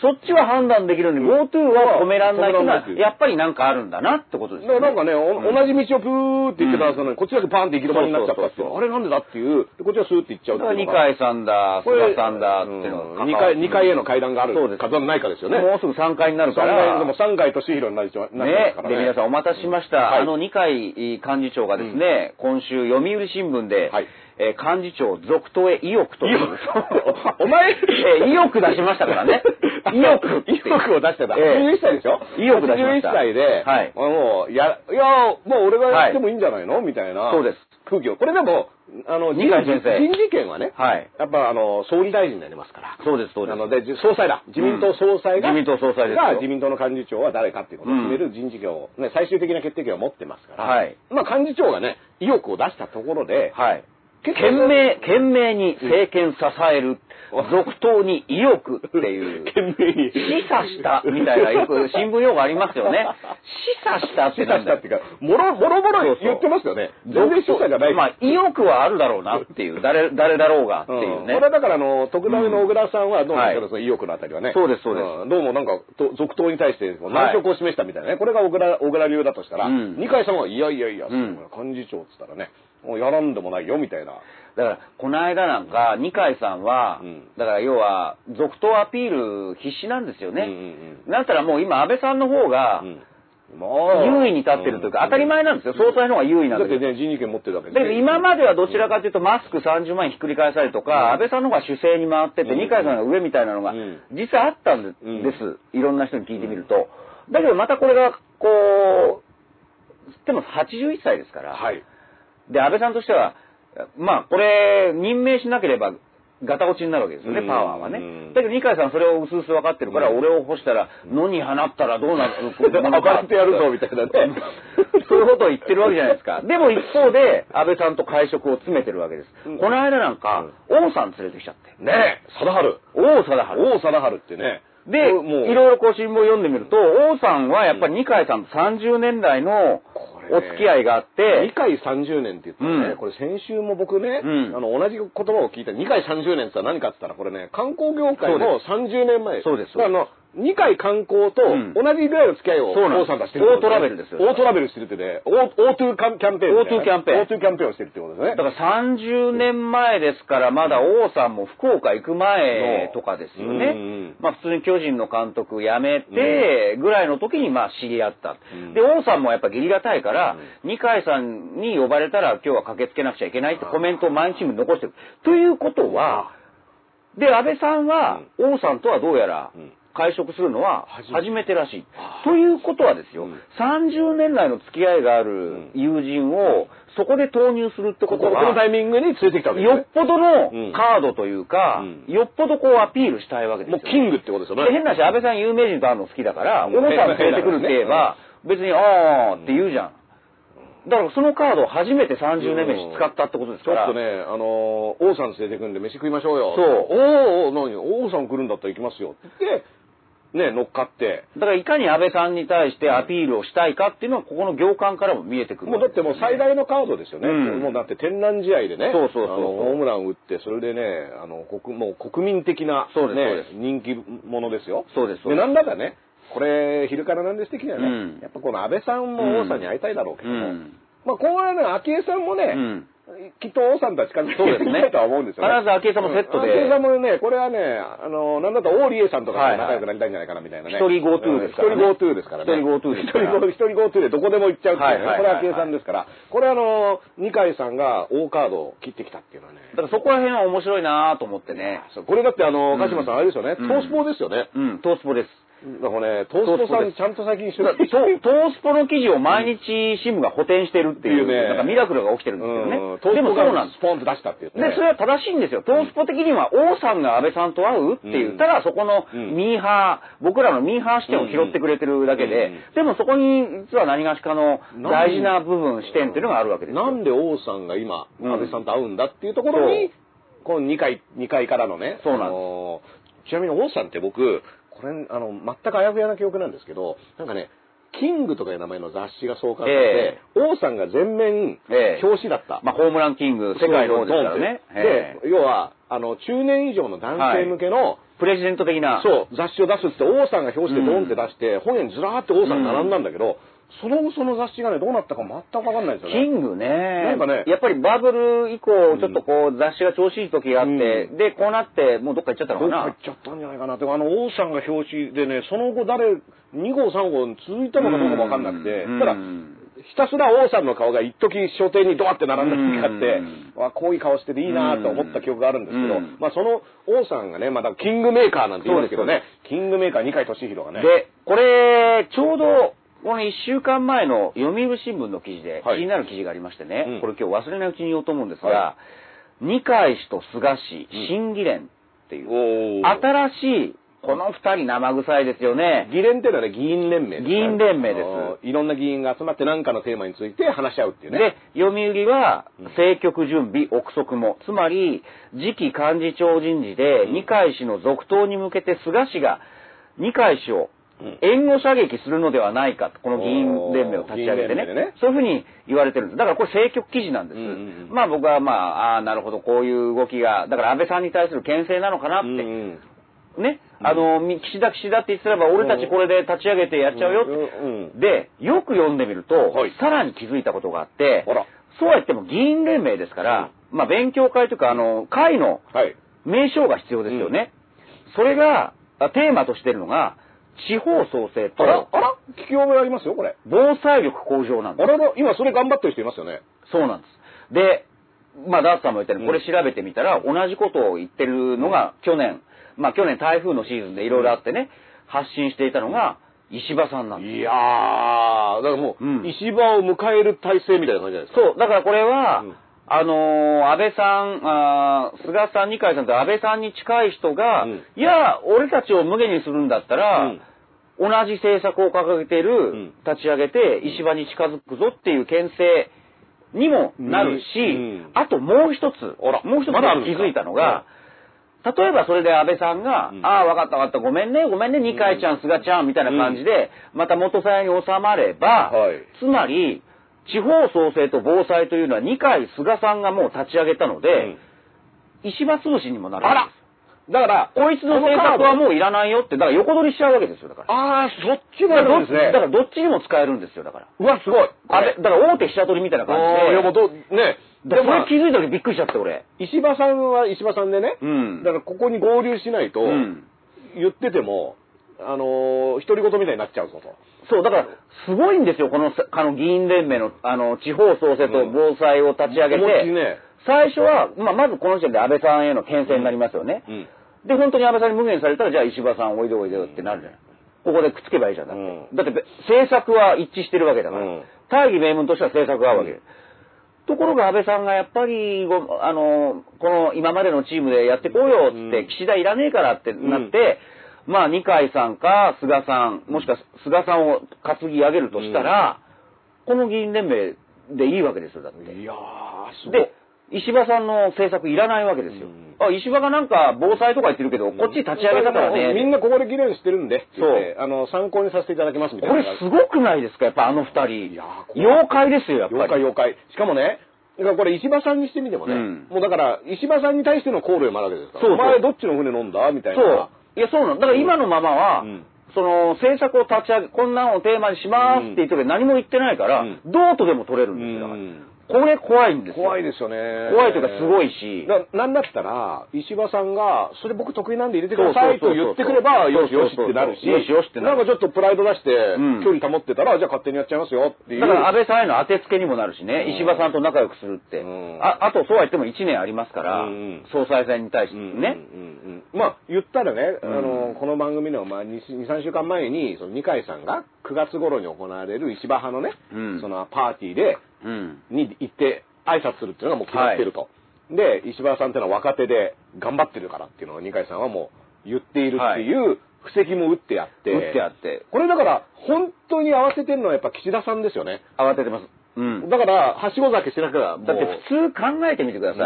[SPEAKER 3] そっちは判断できるのに、GoTo は止めらんないっていうのは
[SPEAKER 2] 止めらんないっていう
[SPEAKER 3] やっぱりなんかあるんだなってことです
[SPEAKER 2] だか
[SPEAKER 3] よね。
[SPEAKER 2] らなんかね、お
[SPEAKER 3] うん
[SPEAKER 2] 同じ道をプーって行ってたはずなのに、こっちだけパーンって行き止まりになっちゃったっていう
[SPEAKER 3] そうそうそうそう
[SPEAKER 2] あれなんでだっていう、でこっちはスーって行っちゃう
[SPEAKER 3] だか
[SPEAKER 2] っ
[SPEAKER 3] ら二
[SPEAKER 2] ていうのが。
[SPEAKER 3] 階さんだ、
[SPEAKER 2] これ
[SPEAKER 3] 菅さんだっていうのが
[SPEAKER 2] うん二階、二階への階段がある。
[SPEAKER 3] そうです
[SPEAKER 2] かないかですよね。
[SPEAKER 3] もうすぐ3回になる
[SPEAKER 2] 三
[SPEAKER 3] から。
[SPEAKER 2] 階、でも三階としひろになりちゃうなっち
[SPEAKER 3] ね
[SPEAKER 2] ゃうから
[SPEAKER 3] で、皆さんお待たせしました。
[SPEAKER 2] はい
[SPEAKER 3] あの二階幹事長がですね、今週読売新聞で、
[SPEAKER 2] はい
[SPEAKER 3] えー幹事長続投へ意欲と
[SPEAKER 2] 意
[SPEAKER 3] いう
[SPEAKER 2] 欲お 前、。
[SPEAKER 3] えー意欲出しましたからね 意欲っていう。
[SPEAKER 2] 意欲を出してた。
[SPEAKER 3] ええ
[SPEAKER 2] 81歳でしょ
[SPEAKER 3] 意欲出しました
[SPEAKER 2] 81歳で、
[SPEAKER 3] はい
[SPEAKER 2] もう、や、いや、もう俺がやってもいいんじゃないのみたいな。
[SPEAKER 3] そうです。
[SPEAKER 2] 空気を。これでも、あの、
[SPEAKER 3] 二階先生
[SPEAKER 2] 人事権はね、
[SPEAKER 3] はい。
[SPEAKER 2] やっぱあの、総理大臣になりますから。
[SPEAKER 3] そうです、そうで
[SPEAKER 2] な
[SPEAKER 3] す。
[SPEAKER 2] ので、じ総裁だ。自民党総裁が、
[SPEAKER 3] うん自民党総裁ですよ
[SPEAKER 2] が自民党の幹事長は誰かっていうことを決める人事権を、ね、最終的な決定権を持ってますから、
[SPEAKER 3] はい
[SPEAKER 2] まあ幹事長がね、意欲を出したところで、
[SPEAKER 3] はい。
[SPEAKER 2] 結
[SPEAKER 3] 懸命、懸命に政権支える、続投に意欲っていう。
[SPEAKER 2] 懸命に。
[SPEAKER 3] 示唆したみたいな、よ く新聞用語ありますよね。示唆したって
[SPEAKER 2] 示
[SPEAKER 3] な
[SPEAKER 2] 唆
[SPEAKER 3] ん
[SPEAKER 2] し
[SPEAKER 3] だ
[SPEAKER 2] た
[SPEAKER 3] よ
[SPEAKER 2] っていうか、もろ、もろもろ言ってますよね。全然示唆じゃない。
[SPEAKER 3] まあ、意欲はあるだろうなっていう、誰、誰だろうがっていうね。
[SPEAKER 2] これだからあの徳田の小倉さんはどうなんですかね、
[SPEAKER 3] うん
[SPEAKER 2] その意欲のあたりはね
[SPEAKER 3] そうですそうです
[SPEAKER 2] んどうもなんかと続投に対してこう難色を示したみたいなね、これが小倉小倉流だとしたら、
[SPEAKER 3] うん
[SPEAKER 2] 二階さんはいやいやいや、
[SPEAKER 3] うん
[SPEAKER 2] そんな幹事長っつったらねもうやらんでもないよみたいな
[SPEAKER 3] だから、この間なんか、二階さんは、
[SPEAKER 2] うん
[SPEAKER 3] だから要は、続投アピール必死なんですよね。
[SPEAKER 2] うんうん
[SPEAKER 3] なんたらもう今、安倍さんの方が、
[SPEAKER 2] うん
[SPEAKER 3] 優位に立ってるというか、当たり前なんですよ。総裁の方が優位なん
[SPEAKER 2] だ
[SPEAKER 3] で
[SPEAKER 2] っ
[SPEAKER 3] すよ
[SPEAKER 2] て。ね人事権持ってるわけ
[SPEAKER 3] だけど今まではどちらかといううとマスク30万円ひっくり返されとか、安倍さんの方が主勢に回ってて、
[SPEAKER 2] うん
[SPEAKER 3] 二階さんが上みたいなのが
[SPEAKER 2] うん、
[SPEAKER 3] 実はあったんで
[SPEAKER 2] うん
[SPEAKER 3] です。いろんな人に聞いてみると。だけどまたこれが、こう、でも81歳ですから。
[SPEAKER 2] はい
[SPEAKER 3] で、安倍さんとしては、まあこれ、任命しなければ、ガタ落ちになるわけですよね、
[SPEAKER 2] うん
[SPEAKER 3] パワーは
[SPEAKER 2] う
[SPEAKER 3] ね
[SPEAKER 2] ん。
[SPEAKER 3] だけど二階さんそれを薄々分かってるから、
[SPEAKER 2] うん
[SPEAKER 3] 俺を干したら、野に放ったらどうなる
[SPEAKER 2] 上がってやるぞみたいなね
[SPEAKER 3] そういうことを言ってるわけじゃないですか。でも一方で、安倍さんと会食を詰めてるわけです。
[SPEAKER 2] うん
[SPEAKER 3] この間なんか、王さん連れてきちゃって。
[SPEAKER 2] ねえ貞治
[SPEAKER 3] 王貞治。
[SPEAKER 2] 王貞治ってね
[SPEAKER 3] で、い
[SPEAKER 2] もうもう
[SPEAKER 3] ろいろこう新聞読んでみると、王さんはやっぱり二階さんと30年来の
[SPEAKER 2] これね
[SPEAKER 3] お付き合いがあって、
[SPEAKER 2] 2回30年って言ったらね、
[SPEAKER 3] うん
[SPEAKER 2] これ先週も僕ね、
[SPEAKER 3] うん
[SPEAKER 2] あの同じ言葉を聞いた2回30年って言ったら何かって言ったらこれね観光業界の30年前
[SPEAKER 3] そうです
[SPEAKER 2] だからあの2回観光と
[SPEAKER 3] うん
[SPEAKER 2] 同じぐらいの付き合いを
[SPEAKER 3] そうなんです
[SPEAKER 2] 王さんがしてるって
[SPEAKER 3] オート
[SPEAKER 2] こと
[SPEAKER 3] ラベルですよ
[SPEAKER 2] オートラベルしてるってねオーオートゥーキャンキャンペーンみたいな
[SPEAKER 3] O2 キャンペーン
[SPEAKER 2] O2 キャンペーンをしてるってことです
[SPEAKER 3] だ
[SPEAKER 2] ね
[SPEAKER 3] から30年前ですから、まだ王さんも福岡行く前とかですよ
[SPEAKER 2] うんうん
[SPEAKER 3] ね。まあ普通に巨人の監督辞めてぐらいの時にまあ知り合った
[SPEAKER 2] うん。
[SPEAKER 3] で、王さんもやっぱ義理がたいから
[SPEAKER 2] うん、
[SPEAKER 3] 二階さんに呼ばれたら今日は駆けつけなくちゃいけないってコメントを毎日残してる。ということは、で、安倍さんは王さんとはどうやら
[SPEAKER 2] うん
[SPEAKER 3] 会食するのは
[SPEAKER 2] 初めて
[SPEAKER 3] 初めてらしい
[SPEAKER 2] あ。
[SPEAKER 3] ということはですよ
[SPEAKER 2] うん、
[SPEAKER 3] 30年来の付き合いがある友人をそこで投入するって
[SPEAKER 2] こ
[SPEAKER 3] こ
[SPEAKER 2] ことこの
[SPEAKER 3] は、
[SPEAKER 2] タイミングに連れてきたわけです
[SPEAKER 3] よっ
[SPEAKER 2] ね
[SPEAKER 3] ぽど
[SPEAKER 2] うん
[SPEAKER 3] のカードというか、
[SPEAKER 2] うん
[SPEAKER 3] よっぽどこうアピールしたいわけです
[SPEAKER 2] も
[SPEAKER 3] よ
[SPEAKER 2] う。キングってことですよ
[SPEAKER 3] で
[SPEAKER 2] ね
[SPEAKER 3] 変な話、安倍さん有名人と会うの好きだから、
[SPEAKER 2] う
[SPEAKER 3] 小
[SPEAKER 2] ん
[SPEAKER 3] 野さん連れてくるって言えば、 別に、あーって言うじゃん。だからそのカードを初めて30年目に使ったってことです
[SPEAKER 2] ちょ
[SPEAKER 3] か
[SPEAKER 2] っ
[SPEAKER 3] ら。
[SPEAKER 2] とね、あのー王さん連れてくんで飯食いましょうよ。
[SPEAKER 3] そう
[SPEAKER 2] おーおー、何王さん来るんだったら行きますよって言って、ね、乗っかって。
[SPEAKER 3] だからいかに安倍さんに対してアピールをしたいかっていうのは、ここの行間からも見えてくる
[SPEAKER 2] も
[SPEAKER 3] わ
[SPEAKER 2] う
[SPEAKER 3] け
[SPEAKER 2] だっ
[SPEAKER 3] です
[SPEAKER 2] て
[SPEAKER 3] よ
[SPEAKER 2] もう
[SPEAKER 3] ね
[SPEAKER 2] 最大のカードですよね。
[SPEAKER 3] うん
[SPEAKER 2] もうだって天覧試合でね、
[SPEAKER 3] そうそうそう
[SPEAKER 2] あのホームラン打って、それでね、あの国もう国民的な、
[SPEAKER 3] そうです
[SPEAKER 2] ね
[SPEAKER 3] そ、
[SPEAKER 2] 人気者ですよ。
[SPEAKER 3] そうですそう
[SPEAKER 2] で
[SPEAKER 3] です
[SPEAKER 2] なんだかね、これ、昼からなんです的にはね、
[SPEAKER 3] うん
[SPEAKER 2] やっぱこの安倍さんも王さんに会いたいだろうけども、
[SPEAKER 3] うん
[SPEAKER 2] まあ、今後はね、昭恵さんもね、
[SPEAKER 3] うん
[SPEAKER 2] きっと王さんたちから
[SPEAKER 3] そうですね
[SPEAKER 2] ないとは思うんですよね。
[SPEAKER 3] 必ず昭恵さんもセットで
[SPEAKER 2] うん昭恵さんもね、これはね、あの、なんだったら王理恵さんとか
[SPEAKER 3] は
[SPEAKER 2] と
[SPEAKER 3] いはい
[SPEAKER 2] 仲良くなりたいんじゃないかなみたいな
[SPEAKER 3] 一
[SPEAKER 2] ね。
[SPEAKER 3] 人 GoTo ですからね
[SPEAKER 2] うん一人 GoTo ですからね。
[SPEAKER 3] 一人 GoTo ですから
[SPEAKER 2] 一人 GoTo でどこでも行っちゃうっていうね。
[SPEAKER 3] はいはいはい
[SPEAKER 2] これは昭恵さんですから。これあの、二階さんが王カードを切ってきたっていうのはね。
[SPEAKER 3] だからそこら辺は面白いなと思ってね。
[SPEAKER 2] そうこれだってあ
[SPEAKER 3] う
[SPEAKER 2] の、
[SPEAKER 3] ん
[SPEAKER 2] 鹿島さんあれですよね、
[SPEAKER 3] うん
[SPEAKER 2] トースポですよね。
[SPEAKER 3] うん、トースポです。
[SPEAKER 2] だからね、トースポさ
[SPEAKER 3] トースポで
[SPEAKER 2] ん
[SPEAKER 3] す
[SPEAKER 2] ちゃんと最近
[SPEAKER 3] だ
[SPEAKER 2] 取
[SPEAKER 3] から
[SPEAKER 2] 材
[SPEAKER 3] トトースポの記事を毎日新聞が補填してるっていう、
[SPEAKER 2] っていうね
[SPEAKER 3] なんかミラクルが起きてるんです
[SPEAKER 2] うん
[SPEAKER 3] けどね。でもそうなん
[SPEAKER 2] が
[SPEAKER 3] です
[SPEAKER 2] ス。ポンと出したって
[SPEAKER 3] で、
[SPEAKER 2] いう、
[SPEAKER 3] それは正しいんですよ。トースポ的には、王さんが安倍さんと会うっていうう、
[SPEAKER 2] ん
[SPEAKER 3] ただそこの
[SPEAKER 2] うん
[SPEAKER 3] ミーハー、僕らのミーハー視点を拾ってくれてるだけ
[SPEAKER 2] う
[SPEAKER 3] で
[SPEAKER 2] んうん、
[SPEAKER 3] でもそこに実は何がしかの大事な部分、視点っていうのがあるわけですよ。
[SPEAKER 2] なんで王さんが今、
[SPEAKER 3] うん
[SPEAKER 2] 安倍さんと会うんだっていうところに、この2回、二回からのね、
[SPEAKER 3] そうなんです
[SPEAKER 2] あのちなみに王さんって僕、これ、あの、全くあやふやな記憶なんですけど、なんかね、キングとかいう名前の雑誌が創刊されて、王さんが全面
[SPEAKER 3] ええ
[SPEAKER 2] 表紙だった。
[SPEAKER 3] まあ、ホームランキング、世界の方ですからね。
[SPEAKER 2] そうそう
[SPEAKER 3] ええ
[SPEAKER 2] で、要は、あの、中年以上の男性向けの、
[SPEAKER 3] プレジデント的な。
[SPEAKER 2] そう、雑誌を出すっつって、王さんが表紙でドンって出して、本屋にずらーって王さん並んだんだけど、その後その雑誌がね、どうなったか全くわかんないんですよ
[SPEAKER 3] キ
[SPEAKER 2] ね。
[SPEAKER 3] ングね。
[SPEAKER 2] んかね
[SPEAKER 3] やっぱりバブル以降、ちょっとこう、雑誌が調子いい時があって、
[SPEAKER 2] う
[SPEAKER 3] で、こうなって、もうどっか行っちゃったの
[SPEAKER 2] ど
[SPEAKER 3] か
[SPEAKER 2] っか行
[SPEAKER 3] な
[SPEAKER 2] っ。ちゃったんじゃないかなって、あの、王さんが表紙でね、その後誰、2号、3号続いたのかどうかもわかんなくて、
[SPEAKER 3] うん
[SPEAKER 2] ただ、ひたすら王さんの顔が一時書店にドアって並んだ時があって、
[SPEAKER 3] う
[SPEAKER 2] わあこういう顔してていいなと思った記憶があるんですけど、
[SPEAKER 3] うん
[SPEAKER 2] まあその王さんがね、またキングメーカーなんて言うんですけどね、キングメーカー二階俊博がね、
[SPEAKER 3] で、これ、ちょうど、この1週間前の読売新聞の記事で、
[SPEAKER 2] はい
[SPEAKER 3] 気になる記事がありましてね、
[SPEAKER 2] うん
[SPEAKER 3] これ今日忘れないうちに言おうと思うんですが、
[SPEAKER 2] は
[SPEAKER 3] 二階氏と菅氏
[SPEAKER 2] うん、
[SPEAKER 3] 新議連っていう、
[SPEAKER 2] おー
[SPEAKER 3] 新しい、この二人生臭いですよね。
[SPEAKER 2] 議連っていうのはね、議員連盟ですね
[SPEAKER 3] 議員連盟です
[SPEAKER 2] あのいろんな議員が集まって何かのテーマについて話し合うっていうね。
[SPEAKER 3] で、読売は
[SPEAKER 2] うん、
[SPEAKER 3] 政局準備、憶測も。つまり、次期幹事長人事で、
[SPEAKER 2] うん
[SPEAKER 3] 二階氏の続投に向けて菅氏が、二階氏を
[SPEAKER 2] うん
[SPEAKER 3] 援護射撃するのではないかと、この議員連盟を立ち上げて
[SPEAKER 2] おー議員連盟でね
[SPEAKER 3] ね。そういうふうに言われてるんです。だからこれ政局記事なんです。
[SPEAKER 2] うんうんうん
[SPEAKER 3] まあ僕はまあ、ああー、なるほど、こういう動きが、だから安倍さんに対する牽制なのかなっ
[SPEAKER 2] う
[SPEAKER 3] て、
[SPEAKER 2] んうん
[SPEAKER 3] ね、あの、み岸田岸田って言ってれば、俺たちこれで立ち上げてやっちゃうよって。
[SPEAKER 2] うんうん
[SPEAKER 3] で、よく読んでみると、
[SPEAKER 2] はい
[SPEAKER 3] さらに気づいたことがあって
[SPEAKER 2] あら、
[SPEAKER 3] そうは言っても議員連盟ですから、まあ勉強会というか、あの、会の
[SPEAKER 2] はい。
[SPEAKER 3] 名称が必要ですよね。それが、あテーマとしてるのが、地方創生
[SPEAKER 2] あら
[SPEAKER 3] と、
[SPEAKER 2] あら聞き覚えありますよ、これ。
[SPEAKER 3] 防災力向上なん
[SPEAKER 2] あ
[SPEAKER 3] で
[SPEAKER 2] らら、今それ頑張ってる人いますよね。
[SPEAKER 3] す。そうなんです。で、まあ、ダースさんも言ったように、
[SPEAKER 2] う
[SPEAKER 3] こ
[SPEAKER 2] ん
[SPEAKER 3] れ調べてみたら、同じことを言ってるのが、去年、まあ、去年台風のシーズンでいろいろあってね、発信していたのが、石破さんなんです。
[SPEAKER 2] いやー、だからもう、
[SPEAKER 3] うん
[SPEAKER 2] 石破を迎える体制みたいな感じじゃないですか。
[SPEAKER 3] そう、だからこれは、
[SPEAKER 2] うん
[SPEAKER 3] あのー安倍さんあー、菅さん、二階さんと安倍さんに近い人が、
[SPEAKER 2] うん
[SPEAKER 3] いや、俺たちを無下にするんだったら、
[SPEAKER 2] うん
[SPEAKER 3] 同じ政策を掲げてる、
[SPEAKER 2] うん
[SPEAKER 3] 立ち上げて、石破に近づくぞっていう牽制にもなるし、
[SPEAKER 2] うんうん
[SPEAKER 3] あともう一つ、
[SPEAKER 2] あら
[SPEAKER 3] もう一つ
[SPEAKER 2] まだあるんで
[SPEAKER 3] 気
[SPEAKER 2] すか
[SPEAKER 3] づいたのが、例えばそれで安倍さんが、
[SPEAKER 2] うん
[SPEAKER 3] ああ、わかったわかった、ごめんね、ごめんね、二階ちゃん、菅ちゃん、みたいな感じで、また元さやに収まれば、
[SPEAKER 2] はい
[SPEAKER 3] つまり、地方創生と防災というのは二階菅さんがもう立ち上げたので、
[SPEAKER 2] うん
[SPEAKER 3] 石破潰しにもなる。
[SPEAKER 2] あらだから、
[SPEAKER 3] こいつの政策はもういらないよって、だから横取りしちゃうわけですよ、だから。
[SPEAKER 2] あー、そっちもあ
[SPEAKER 3] だからどっ
[SPEAKER 2] るんです
[SPEAKER 3] ち
[SPEAKER 2] ね。
[SPEAKER 3] だからどっちにも使えるんですよ、だから。
[SPEAKER 2] うわ、すごい。
[SPEAKER 3] あれ、だから大手飛車取りみたいな
[SPEAKER 2] あ
[SPEAKER 3] 感じ
[SPEAKER 2] ーい
[SPEAKER 3] で。
[SPEAKER 2] やもうど、ね。
[SPEAKER 3] で
[SPEAKER 2] で
[SPEAKER 3] それ
[SPEAKER 2] も、
[SPEAKER 3] 気づいた時びっくりしちゃって、俺。
[SPEAKER 2] 石破さんは石破さんでね、
[SPEAKER 3] うん
[SPEAKER 2] だからここに合流しないと、
[SPEAKER 3] うん
[SPEAKER 2] 言ってても、あのー、独り言みたいになっちゃうぞと。
[SPEAKER 3] そう、だから、すごいんですよ、このさ、あの、議員連盟の、あの、地方創生と防災を立ち上げて、
[SPEAKER 2] うん気持ちいいね
[SPEAKER 3] 最初は、まあ、まずこの時点で安倍さんへの牽制になりますよね。
[SPEAKER 2] うん
[SPEAKER 3] で、本当に安倍さんに無限されたら、じゃあ石破さんおいでおいでよってなるじゃない。ここでくっつけばいいじゃん。だって、
[SPEAKER 2] うん
[SPEAKER 3] だってべ政策は一致してるわけだから、
[SPEAKER 2] うん
[SPEAKER 3] 大義名分としては政策が合うわけ、
[SPEAKER 2] うん
[SPEAKER 3] ところが安倍さんがやっぱりご、あの、この今までのチームでやってこうよっつって、
[SPEAKER 2] うん
[SPEAKER 3] 岸田いらねえからってなって、まあ、二階さんか菅さん、もしくは菅さんを担ぎ上げるとしたら、この議員連盟でいいわけですよ、だって。
[SPEAKER 2] いやー、すごい
[SPEAKER 3] で。、石破さんの政策いらないわけですよ。
[SPEAKER 2] うん
[SPEAKER 3] あ、石破がなんか防災とか言ってるけど、こっち立ち上げたからね。
[SPEAKER 2] みんなここで議論してるんで、って言って
[SPEAKER 3] そ
[SPEAKER 2] あの、参考にさせていただきますみたい
[SPEAKER 3] こ
[SPEAKER 2] な
[SPEAKER 3] れ
[SPEAKER 2] のが。
[SPEAKER 3] すごくないですかやっぱあの二人
[SPEAKER 2] いやー。これ
[SPEAKER 3] 妖怪ですよ、やっぱ
[SPEAKER 2] 妖怪
[SPEAKER 3] り。
[SPEAKER 2] 妖怪。しかもね、だからこれ石破さんにしてみてもね、
[SPEAKER 3] うん
[SPEAKER 2] もうだから石破さんに対してのコールもあるわけですから、
[SPEAKER 3] そうそう
[SPEAKER 2] お前どっちの船飲んだみたいな。
[SPEAKER 3] そう。いや、そうなの。だから今のままは、
[SPEAKER 2] うん
[SPEAKER 3] その政策を立ち上げ、こんなのをテーマにしますって言ってるけど何も言ってないから、
[SPEAKER 2] うん
[SPEAKER 3] どうとでも取れるんですよ。だからこれ怖いんですよ。
[SPEAKER 2] 怖いですよね。
[SPEAKER 3] 怖いというかすごいし
[SPEAKER 2] だからなんだったら、石破さんが、それ僕得意なんで入れてください
[SPEAKER 3] そ
[SPEAKER 2] と
[SPEAKER 3] うそう
[SPEAKER 2] 言
[SPEAKER 3] そうそう
[SPEAKER 2] ってくれば、よしよしってなるし、
[SPEAKER 3] よしよしってなる
[SPEAKER 2] んかちょっとプライド出して、
[SPEAKER 3] うん
[SPEAKER 2] 距離保ってたら、じゃあ勝手にやっちゃいますよっていう。
[SPEAKER 3] だから安倍さんへの当てつけにもなるしね、
[SPEAKER 2] うん
[SPEAKER 3] 石破さんと仲良くするって、
[SPEAKER 2] うん
[SPEAKER 3] ああとそうは言っても1年ありますから、
[SPEAKER 2] うんうん
[SPEAKER 3] 総裁選に対してね、
[SPEAKER 2] うんうんうんうんまあ言ったらね、
[SPEAKER 3] うん
[SPEAKER 2] あのこの番組の、まあ、23週間前にその二階さんが9月頃に行われる石破派のね、
[SPEAKER 3] うん
[SPEAKER 2] そのパーティーで
[SPEAKER 3] うん
[SPEAKER 2] に行って挨拶するっていうのがもう決まってると、で石破さんっていうのは若手で頑張ってるからっていうのを二階さんはもう言っているっていう布石も打ってやって、
[SPEAKER 3] 打ってやって
[SPEAKER 2] これだから本当に合わせてるのはやっぱ岸田さんですよね
[SPEAKER 3] 慌ててます、うん、だ
[SPEAKER 2] だからはしご酒してなきゃ
[SPEAKER 3] って普通考えてみてください、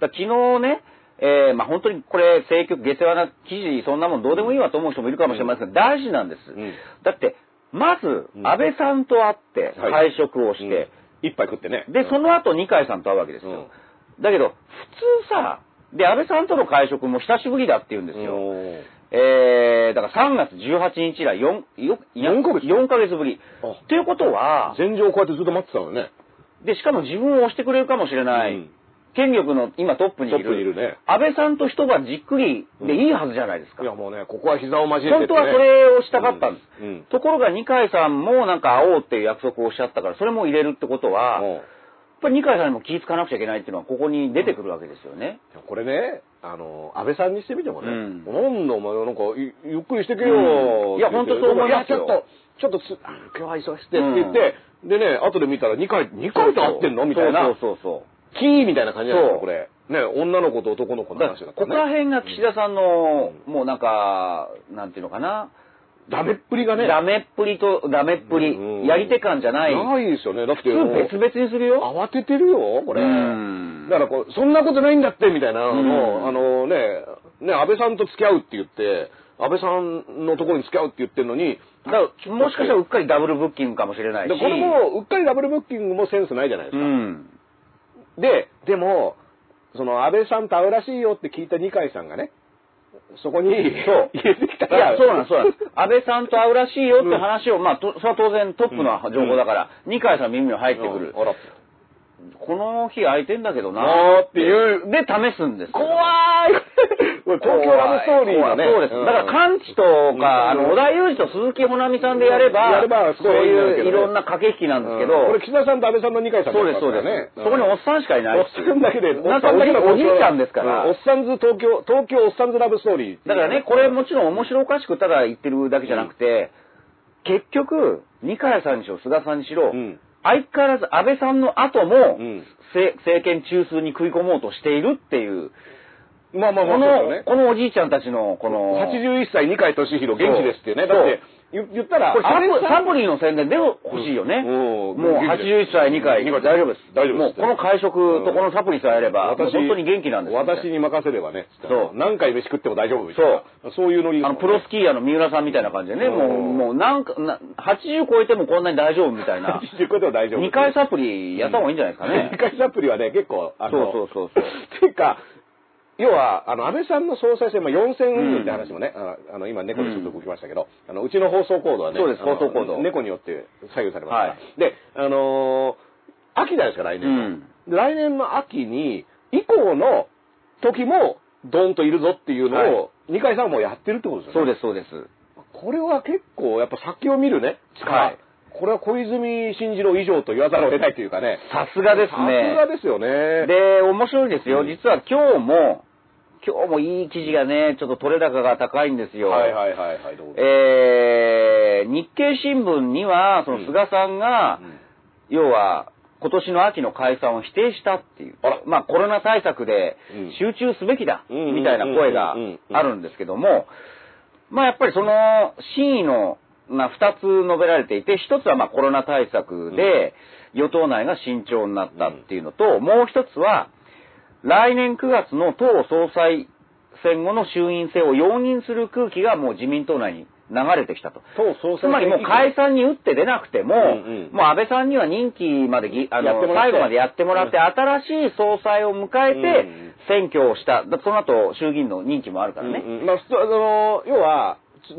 [SPEAKER 3] だから昨日ねえーまあ、本当にこれ、政局、下世話な記事、そんなもんどうでもいいわと思う人もいるかもしれませんが、大事なんです。
[SPEAKER 2] うん
[SPEAKER 3] だって、まず
[SPEAKER 2] う、ん
[SPEAKER 3] 安倍さんと会って、
[SPEAKER 2] はい
[SPEAKER 3] 会食をして、
[SPEAKER 2] うん一杯食ってね。
[SPEAKER 3] で、その後、二階さんと会うわけですよ。だけど、普通さ、で、安倍さんとの会食も久しぶりだって言うんですよ。
[SPEAKER 2] うん
[SPEAKER 3] えー、だから3月18日以来4、よ
[SPEAKER 2] 四ヶ月
[SPEAKER 3] 4ヶ月ぶり
[SPEAKER 2] あ。
[SPEAKER 3] ということは、
[SPEAKER 2] 戦場をこうやってずっと待ってたのね。
[SPEAKER 3] で、しかも自分を押してくれるかもしれない、
[SPEAKER 2] うん
[SPEAKER 3] 権力の今トップにい
[SPEAKER 2] ト
[SPEAKER 3] る
[SPEAKER 2] ップにいるね。
[SPEAKER 3] 安倍さんと一晩じっくりでいいはずじゃないですか。
[SPEAKER 2] いやもうね、ここは膝を交えて、ね。
[SPEAKER 3] 本当はそれをしたかったんです。
[SPEAKER 2] うんうん
[SPEAKER 3] ところが二階さんもなんか会おうっていう約束をおっしゃったから、それも入れるってことは、
[SPEAKER 2] うん
[SPEAKER 3] やっぱり二階さんにも気ぃつかなくちゃいけないっていうのはここに出てくるわけですよね。
[SPEAKER 2] でもこれね、あの、安倍さんにしてみてもね、
[SPEAKER 3] うん
[SPEAKER 2] なんだお前、なんか、ゆゆっくりしてけ
[SPEAKER 3] うん
[SPEAKER 2] よ、
[SPEAKER 3] いや本当そう思いますよ
[SPEAKER 2] やちょっと、ちょっとつ、あ今日は忙しくてって言って、でね、後で見たら2回、二回と会ってんのみたいな、
[SPEAKER 3] そうそうそう
[SPEAKER 2] キーみたいな感じなんです
[SPEAKER 3] そう
[SPEAKER 2] よ、これ。ね、女の子と男の子
[SPEAKER 3] そう。だから
[SPEAKER 2] の話だったね。
[SPEAKER 3] ここら辺が岸田さんの、
[SPEAKER 2] う
[SPEAKER 3] もうなんか、なんていうのかな、
[SPEAKER 2] ダメっぷりがね、
[SPEAKER 3] ダメっぷりとダメっぷり、
[SPEAKER 2] うん
[SPEAKER 3] やり手感じゃない。
[SPEAKER 2] ないですよね。だって、
[SPEAKER 3] 普通別々にするよ。
[SPEAKER 2] 慌ててるよ、これ。
[SPEAKER 3] うん
[SPEAKER 2] だからこう、そんなことないんだって、みたいなのを、
[SPEAKER 3] うん
[SPEAKER 2] あのね、ね、安倍さんと付き合うって言って、安倍さんのところに付き合うって言ってるのに、
[SPEAKER 3] だからもしかしたらうっかりダブルブッキングかもしれないし。
[SPEAKER 2] でこれも、うっかりダブルブッキングもセンスないじゃないで
[SPEAKER 3] う
[SPEAKER 2] すか。
[SPEAKER 3] ん。
[SPEAKER 2] で、でも、その安倍さんと会うらしいよって聞いた二階さんがね、そこに入れてきた
[SPEAKER 3] いや
[SPEAKER 2] ら、
[SPEAKER 3] そうなんです、そうなん です。安倍さんと会うらしいよって話を、まあ、とそれは当然トップの情報だから、二階さん耳に入ってくる
[SPEAKER 2] うん。あら
[SPEAKER 3] この日空いてんだけどな
[SPEAKER 2] あーっていう
[SPEAKER 3] で、試すんですよ。
[SPEAKER 2] 怖いこれ東京ラブストーリーのね。
[SPEAKER 3] 怖いそうです。だから、カンチとか、あ
[SPEAKER 2] う
[SPEAKER 3] の、
[SPEAKER 2] ん
[SPEAKER 3] 小田裕二と鈴木保奈美さんでやれば、
[SPEAKER 2] やれば
[SPEAKER 3] そういういろんな駆け引きなんですけど、
[SPEAKER 2] うんこれ岸田さんと安倍さんの二階さん
[SPEAKER 3] そう
[SPEAKER 2] だ
[SPEAKER 3] です、
[SPEAKER 2] った
[SPEAKER 3] そう
[SPEAKER 2] か
[SPEAKER 3] です、
[SPEAKER 2] らね
[SPEAKER 3] そこにおっさんしかいない
[SPEAKER 2] おっさんだけで、
[SPEAKER 3] なんかやっぱりおじいちゃんですから。
[SPEAKER 2] うおっさんず東京、東京おっさんずラブストーリー。
[SPEAKER 3] だからね、これもちろん面白おかしくただ言ってるだけじゃなくて、結局、二階さんにしろ、菅さんにしろ、
[SPEAKER 2] うん
[SPEAKER 3] 相変わらず安倍さんの後も、
[SPEAKER 2] うん
[SPEAKER 3] せ政権中枢に食い込もうとしているっていう、
[SPEAKER 2] まあまあま
[SPEAKER 3] こ
[SPEAKER 2] あ、
[SPEAKER 3] の
[SPEAKER 2] そうですよ
[SPEAKER 3] こ
[SPEAKER 2] ね
[SPEAKER 3] のおじいちゃんたちの、この、
[SPEAKER 2] 81歳二階俊博元気ですっていうね。だ
[SPEAKER 3] そう
[SPEAKER 2] って、言言ったら、
[SPEAKER 3] これサ
[SPEAKER 2] 安倍
[SPEAKER 3] ン
[SPEAKER 2] さ
[SPEAKER 3] サ
[SPEAKER 2] ん
[SPEAKER 3] ンプリーの宣伝でも欲しいよね。
[SPEAKER 2] うんうん
[SPEAKER 3] もう
[SPEAKER 2] 元気です
[SPEAKER 3] 81歳2回、
[SPEAKER 2] 二回
[SPEAKER 3] 大丈夫です。
[SPEAKER 2] 大丈夫です
[SPEAKER 3] もうこの会食とこのサプリさえあれば、もう
[SPEAKER 2] 私
[SPEAKER 3] 本当に元気なんですよ
[SPEAKER 2] 私に任せればね、つって
[SPEAKER 3] そう
[SPEAKER 2] 何回飯食っても大丈夫みたいな。そう。いうノリです
[SPEAKER 3] あ
[SPEAKER 2] も
[SPEAKER 3] の
[SPEAKER 2] ん
[SPEAKER 3] プロ
[SPEAKER 2] ね
[SPEAKER 3] スキーヤーの三浦さんみたいな感じでね、
[SPEAKER 2] うん
[SPEAKER 3] もう、もうなんか、な80超えてもこんなに大丈夫みたいな。
[SPEAKER 2] 80超えても 大丈夫
[SPEAKER 3] 2回サプリやった方がいいんじゃないですかね
[SPEAKER 2] 二。回サプリはね、結構、あの、
[SPEAKER 3] そうそうそうそう
[SPEAKER 2] っていうか、要は、あの、安倍さんの総裁選、まあ、4選運動って話もね、あのあの、今、猫にちょっと動きましたけど、あの、うちの放送コードはね、
[SPEAKER 3] そうです
[SPEAKER 2] あの
[SPEAKER 3] 放送コード
[SPEAKER 2] 猫によって左右されますから。
[SPEAKER 3] はい
[SPEAKER 2] で、あのー秋じゃないですか、来年の、
[SPEAKER 3] うん
[SPEAKER 2] で来年の秋に、以降の時も、ドンといるぞっていうの
[SPEAKER 3] は
[SPEAKER 2] を、二階さんはもうやってるってことですよね。
[SPEAKER 3] そうです、そうです。
[SPEAKER 2] これは結構、やっぱ先を見るね、力。
[SPEAKER 3] はい
[SPEAKER 2] これは小泉進次郎以上と言わざるを得ないというかね。
[SPEAKER 3] さすがですね
[SPEAKER 2] さすがですよね。
[SPEAKER 3] で、面白いですよ。
[SPEAKER 2] うん
[SPEAKER 3] 実は今日も、今日もいい記事がね、ちょっと取れ高が高いんですよ。
[SPEAKER 2] はいはいはいはい、どうぞ。
[SPEAKER 3] えー日経新聞には、その菅さんが、
[SPEAKER 2] うん
[SPEAKER 3] 要は、今年の秋の解散を否定したっていう
[SPEAKER 2] あら、
[SPEAKER 3] まあコロナ対策で
[SPEAKER 2] うん
[SPEAKER 3] 集中すべきだ、
[SPEAKER 2] うん
[SPEAKER 3] みたいな声があるんですけども、まあやっぱりその真意の、まあ2つ述べられていて、1つはまあコロナ対策で与党内が慎重になったっていうのと、もう1つは、来年9月の党総裁選後の衆院選を容認する空気がもう自民党内に流れてきたと。
[SPEAKER 2] 党総裁
[SPEAKER 3] つまりもう解散に打って出なくても、
[SPEAKER 2] うんうん
[SPEAKER 3] もう安倍さんには任期までぎ、あ
[SPEAKER 2] やっ
[SPEAKER 3] の
[SPEAKER 2] て、もらって
[SPEAKER 3] 最後までやってもらって、
[SPEAKER 2] うん
[SPEAKER 3] 新しい総裁を迎え
[SPEAKER 2] う
[SPEAKER 3] て
[SPEAKER 2] んうん
[SPEAKER 3] 選挙をした。だその後、衆議院の任期もあるからね。
[SPEAKER 2] うんうんまあ、普通あの要は、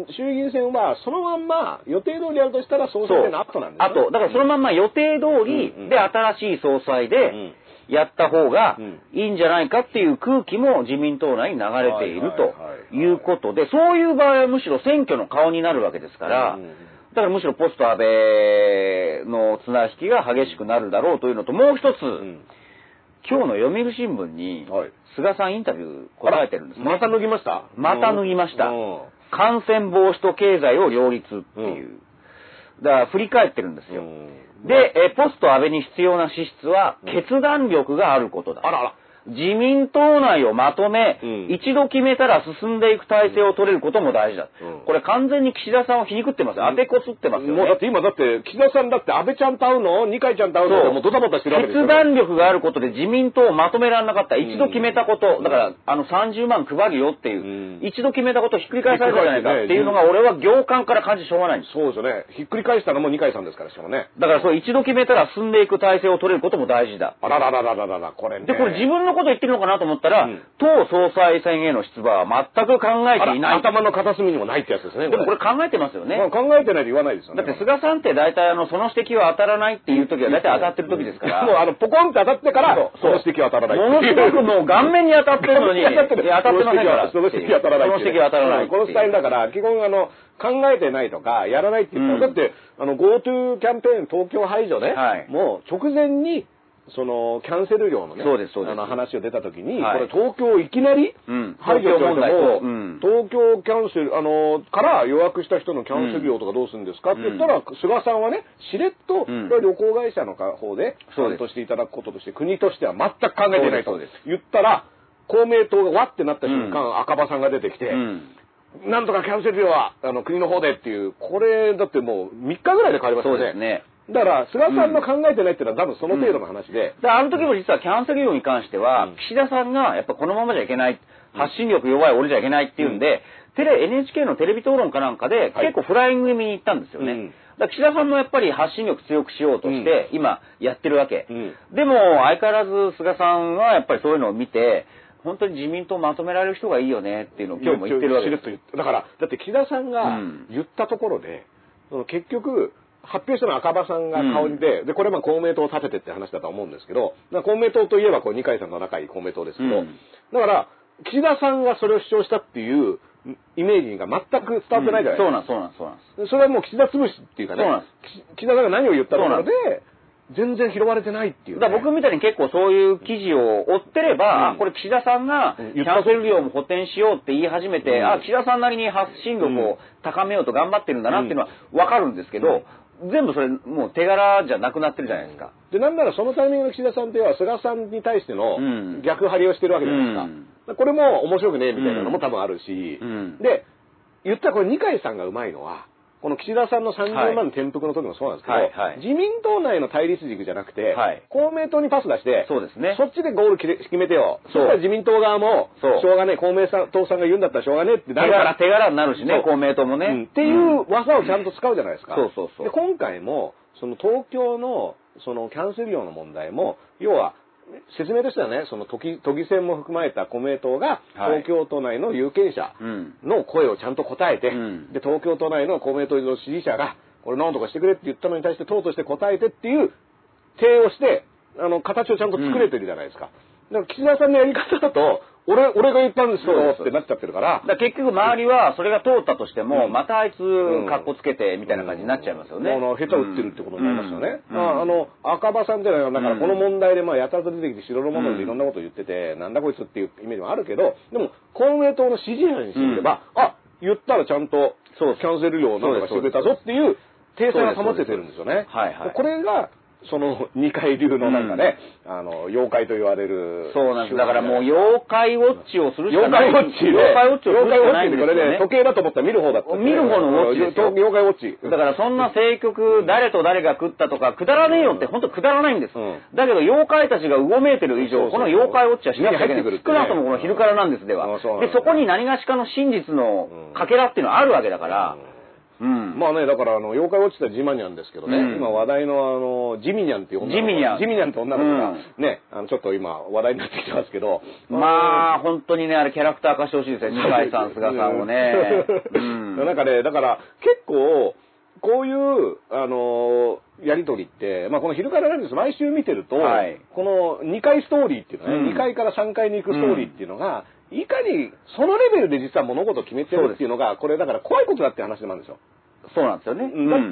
[SPEAKER 2] つ衆議院選はそのまんま予定通りやるとしたら総裁選の後なんです
[SPEAKER 3] あ
[SPEAKER 2] よね
[SPEAKER 3] と、だからそのまんま予定通り
[SPEAKER 2] うんうん
[SPEAKER 3] で新しい総裁で
[SPEAKER 2] うん
[SPEAKER 3] やった方が
[SPEAKER 2] うん
[SPEAKER 3] いいんじゃないかっていう空気も自民党内に流れているということで、そういう場合はむしろ選挙の顔になるわけですから
[SPEAKER 2] うんうん、
[SPEAKER 3] だからむしろポスト安倍の綱引きが激しくなるだろうというのと、もう一つ、
[SPEAKER 2] うん
[SPEAKER 3] 今日の読売新聞に
[SPEAKER 2] はい
[SPEAKER 3] 菅さんインタビュー答えてるんですね
[SPEAKER 2] また脱ぎました
[SPEAKER 3] また脱ぎました
[SPEAKER 2] うん
[SPEAKER 3] 感染防止と経済を両立っていう。だから振り返ってるんですよ。
[SPEAKER 2] うん
[SPEAKER 3] で、えーポスト安倍に必要な資質は決断力があることだ。
[SPEAKER 2] あらあら。
[SPEAKER 3] 自民党内をまとめ、
[SPEAKER 2] うん
[SPEAKER 3] 一度決めたら進んでいく体制を取れることも大事だ。
[SPEAKER 2] うん
[SPEAKER 3] これ完全に岸田さんを皮肉ってますよ。当てこすってますよ、ね。
[SPEAKER 2] もうだって今だって、岸田さんだって安倍ちゃんと会うの二階ちゃんと会うの
[SPEAKER 3] そう
[SPEAKER 2] ってもうドタバタしてるわけですよ
[SPEAKER 3] 決断力があることで自民党をまとめられなかった。一度決めたこと、
[SPEAKER 2] うん
[SPEAKER 3] だから、あの30万配るよっていう、
[SPEAKER 2] うん
[SPEAKER 3] 一度決めたことをひっくり返されたじゃないかっていうのが、
[SPEAKER 2] ひっ
[SPEAKER 3] 俺は行間から感じてしょうがないんです。
[SPEAKER 2] そうですよね。ひっくり返したのも二階さんですから、しかもね。
[SPEAKER 3] だから、そう一度決めたら進んでいく体制を取れることも大事だ。
[SPEAKER 2] あららららららら、これね。
[SPEAKER 3] で、これ自分のこと言ってるのかなと思ったら、
[SPEAKER 2] うん
[SPEAKER 3] 党総裁選への出馬は全く考え
[SPEAKER 2] あ
[SPEAKER 3] ていな
[SPEAKER 2] ら
[SPEAKER 3] い。
[SPEAKER 2] 頭の片隅にもないってやつですね。
[SPEAKER 3] でもこれ考えてますよね。
[SPEAKER 2] まあ考えてないと言わないですよ
[SPEAKER 3] だ
[SPEAKER 2] ね。
[SPEAKER 3] って菅さんって大体あの、その指摘は当たらないっていう時は大体当たってる時ですから。
[SPEAKER 2] もうあの、ポコンって当たってから、その指摘は当たらない。
[SPEAKER 3] ものすごくもう顔面に当たってる のに、いや当たってませんから。
[SPEAKER 2] その指摘は当たらない。
[SPEAKER 3] その指摘は当たらない。
[SPEAKER 2] このスタイルだから、基本あの、考えてないとか、やらないって言ったら、だって、あの、GoTo キャンペーン東京排除ね、もう直前に、その、キャンセル料のね、あの、話を出た時に、これ東京いきなり、排除されても、東京キャンセル、あの、から予約した人のキャンセル料とかどうするんですかって言ったら、菅さんはね、しれっと、旅行会社の方で、ちゃんとしていただくこととして、国としては全く考えてないと
[SPEAKER 3] そうですそ
[SPEAKER 2] 言ったら、公明党がわってなった瞬間、赤羽さんが出てきて、
[SPEAKER 3] うん
[SPEAKER 2] なんとかキャンセル料はあの国の方でっていう、これだってもう3日ぐらいで変わりました
[SPEAKER 3] そ
[SPEAKER 2] よ
[SPEAKER 3] うですね。
[SPEAKER 2] だから、菅さんの考えてないっていうのは多分その程度の話で、
[SPEAKER 3] で、あの時も実はキャンセル料に関しては、
[SPEAKER 2] うん
[SPEAKER 3] 岸田さんがやっぱこのままじゃいけない、発信力弱い俺じゃいけないっていうんで、テレ NHK のテレビ討論かなんかで、
[SPEAKER 2] はい
[SPEAKER 3] 結構フライング気味に行ったんですよね。
[SPEAKER 2] うん
[SPEAKER 3] だから岸田さんもやっぱり発信力強くしようとして、今やってるわけ、
[SPEAKER 2] う
[SPEAKER 3] でも相変わらず菅さんはやっぱりそういうのを見て、本当に自民党まとめられる人がいいよねっていうのを今日も言ってるわけです
[SPEAKER 2] しれっと言ってだから、だって岸田さんが
[SPEAKER 3] うん
[SPEAKER 2] 言ったところで、その結局、発表したのは赤羽さんが顔にで、で、これはまあ公明党を立ててって話だと思うんですけど、だから公明党といえばこう二階さんの仲いい公明党ですけど、
[SPEAKER 3] うん
[SPEAKER 2] だから、岸田さんがそれを主張したっていうイメージが全く伝わってないじゃないですか。
[SPEAKER 3] そうなん、そうなん、そうなんです。
[SPEAKER 2] それはもう岸田潰しっていうかね、
[SPEAKER 3] そうなんで
[SPEAKER 2] き岸田さんが何を言ったのかで、全然拾われてないっていう、
[SPEAKER 3] だから僕みたいに結構そういう記事を追ってれば、
[SPEAKER 2] う
[SPEAKER 3] あ
[SPEAKER 2] ん
[SPEAKER 3] これ岸田さんがキ
[SPEAKER 2] うん
[SPEAKER 3] ャンセル料も補填しようって言い始めて、
[SPEAKER 2] うん
[SPEAKER 3] あ岸田さんなりに発信力を高めようと頑張ってるんだなっていうのはわかるんですけど、全部それもう手柄じゃなくなってるじゃないですか。
[SPEAKER 2] で、なんならそのタイミングの岸田さんっていうのは、菅さんに対しての
[SPEAKER 3] うん
[SPEAKER 2] 逆張りをしてるわけじゃないですか。
[SPEAKER 3] うん
[SPEAKER 2] だからこれも面白くね、みたいなのも多分あるし、
[SPEAKER 3] うん
[SPEAKER 2] で、言ったらこれ二階さんがうまいのは、この岸田さんの30万の転覆の時もそうなんですけど、
[SPEAKER 3] はいはい
[SPEAKER 2] 自民党内の対立軸じゃなくて、
[SPEAKER 3] はい
[SPEAKER 2] 公明党にパス出して、
[SPEAKER 3] そうですね
[SPEAKER 2] そっちでゴール決め決めてよ。そ
[SPEAKER 3] そう
[SPEAKER 2] したら自民党側も、し
[SPEAKER 3] そう
[SPEAKER 2] ょうがねえ、公明さん党さんが言うんだったらしょうがねえって
[SPEAKER 3] 手
[SPEAKER 2] なるから
[SPEAKER 3] 柄、手柄になるし
[SPEAKER 2] そ
[SPEAKER 3] ね
[SPEAKER 2] う、
[SPEAKER 3] 公明党もね。
[SPEAKER 2] うんっていう技をちゃんと使うじゃないですか。
[SPEAKER 3] そうそうそう
[SPEAKER 2] で、今回も、その東京の、そのキャンセル料の問題も、要は、説明としてはね、その都議都議選も含まれた公明党が、
[SPEAKER 3] はい
[SPEAKER 2] 東京都内の有権者
[SPEAKER 3] うん
[SPEAKER 2] の声をちゃんと答えて、
[SPEAKER 3] うん
[SPEAKER 2] で、東京都内の公明党の支持者が、これ何とかしてくれって言ったのに対して、党として答えてっていう、提をして、あの、形をちゃんと作れてるじゃないですか。だから、岸田さんのやり方だと、俺、俺が言ったんです
[SPEAKER 3] そうで
[SPEAKER 2] よ
[SPEAKER 3] す
[SPEAKER 2] ってなっちゃってるから、
[SPEAKER 3] だから結局周りはそれが通ったとしても、
[SPEAKER 2] うん
[SPEAKER 3] またあいつ
[SPEAKER 2] ん
[SPEAKER 3] 格好つけてみたいな感じになっちゃいますよね。
[SPEAKER 2] あの下手打ってるってことになりますよね。
[SPEAKER 3] うん
[SPEAKER 2] ああの赤羽さんっていうのはだからこの問題でまあやたらと出てきて白のもの
[SPEAKER 3] うん
[SPEAKER 2] でいろんなこと言ってて、なんだこいつっていうイメージもあるけどでも公明党の支持者にしてみれば、あ言ったらちゃんとキ
[SPEAKER 3] そう
[SPEAKER 2] ャ
[SPEAKER 3] です
[SPEAKER 2] ンセル料をなんとかしてくれたぞっていう体裁が保ててるんですよね。
[SPEAKER 3] はいはい
[SPEAKER 2] これがその二階流のなんかね、あの妖怪と言われる
[SPEAKER 3] そうなんです。だからもう妖怪ウォッチをするしか
[SPEAKER 2] 妖
[SPEAKER 3] ない。
[SPEAKER 2] 怪ウォッチで
[SPEAKER 3] 妖怪ウォッチをするしかないんです
[SPEAKER 2] こ
[SPEAKER 3] よね。
[SPEAKER 2] れね時計だと思ったら見る方だった
[SPEAKER 3] 見る方のウォッチですよ
[SPEAKER 2] 妖怪ウォッチ
[SPEAKER 3] だからそんな政局、誰と誰が食ったとか、くだらねえよって本当くだらないんです。
[SPEAKER 2] うん
[SPEAKER 3] だけど妖怪たちがうごめいてる以上、
[SPEAKER 2] そうそ
[SPEAKER 3] この
[SPEAKER 2] うそう
[SPEAKER 3] 妖怪ウォッチはしなきゃいけない。
[SPEAKER 2] 入ってくるって
[SPEAKER 3] 少な
[SPEAKER 2] ね
[SPEAKER 3] くともこの昼からなんですでは。
[SPEAKER 2] あそうなん
[SPEAKER 3] で、
[SPEAKER 2] だ
[SPEAKER 3] そこに何がしかの真実
[SPEAKER 2] う
[SPEAKER 3] の
[SPEAKER 2] ん
[SPEAKER 3] かけらっていうのはあるわけだから、うん。
[SPEAKER 2] まあね、だから、あの、妖怪落ちたジマニャンですけどね、
[SPEAKER 3] うん
[SPEAKER 2] 今話題の、あの、ジミニャンっていう女の
[SPEAKER 3] ジ
[SPEAKER 2] 子
[SPEAKER 3] ミニャン
[SPEAKER 2] ジミニャンって女の子が、
[SPEAKER 3] う
[SPEAKER 2] ね、あの、ちょっと今、話題になってきてますけど、あ、
[SPEAKER 3] まあ、本当にね、あれキャラクター化してほしいですね。二階さん、菅さんをね。う
[SPEAKER 2] うんん。 なんかね、だから、結構、こういう、あのやりとりって、まあ、この昼からなんです毎週見てると、
[SPEAKER 3] はい
[SPEAKER 2] この2回ストーリーっていうのね、
[SPEAKER 3] うん
[SPEAKER 2] 2回から3回に行くストーリーっていうのが、いかにそのレベルで実は物事を決めてるっていうのが、これだから怖いことだって話でもあるんですよ。
[SPEAKER 3] そうなんですよね。
[SPEAKER 2] うんだっ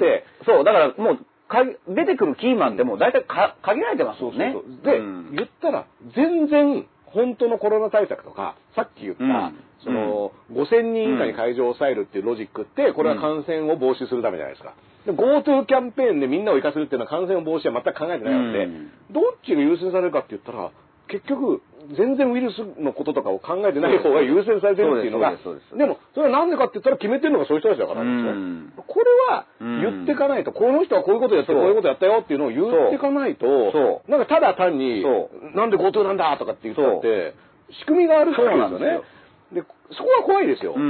[SPEAKER 3] うん
[SPEAKER 2] て
[SPEAKER 3] そう、だからもう、か出てくるキーマンでも大体か限られてます
[SPEAKER 2] そ
[SPEAKER 3] も
[SPEAKER 2] うんそう
[SPEAKER 3] ね
[SPEAKER 2] そう。で、
[SPEAKER 3] うん
[SPEAKER 2] 言ったら、全然、本当のコロナ対策とか、さっき言った、
[SPEAKER 3] うん
[SPEAKER 2] その、5000人以下に会場を抑えるっていうロジックって、これは感染を防止するためじゃないですか。で GoTo キャンペーンでみんなを生かせるっていうのは感染を防止は全く考えてないわけで、
[SPEAKER 3] うん
[SPEAKER 2] どっちが優先されるかって言ったら、結局、全然ウイルスのこととかを考えてない方が優先されてるっていうのが、
[SPEAKER 3] そうですそうですそうです
[SPEAKER 2] でも、それはなんでかって言ったら決めてるのがそういう人たちだからなんですよ。これは言ってかないと、この人はこういうことやって、
[SPEAKER 3] そう
[SPEAKER 2] こういうことやったよっていうのを言ってかないと
[SPEAKER 3] そ、
[SPEAKER 2] なんかただ単に
[SPEAKER 3] そ、
[SPEAKER 2] なんで GoTo なんだとかって言ったって、仕組みがあるわけです
[SPEAKER 3] そ
[SPEAKER 2] よ
[SPEAKER 3] うなん
[SPEAKER 2] ね
[SPEAKER 3] で。
[SPEAKER 2] で、そこが怖いですよ。
[SPEAKER 3] うん
[SPEAKER 2] う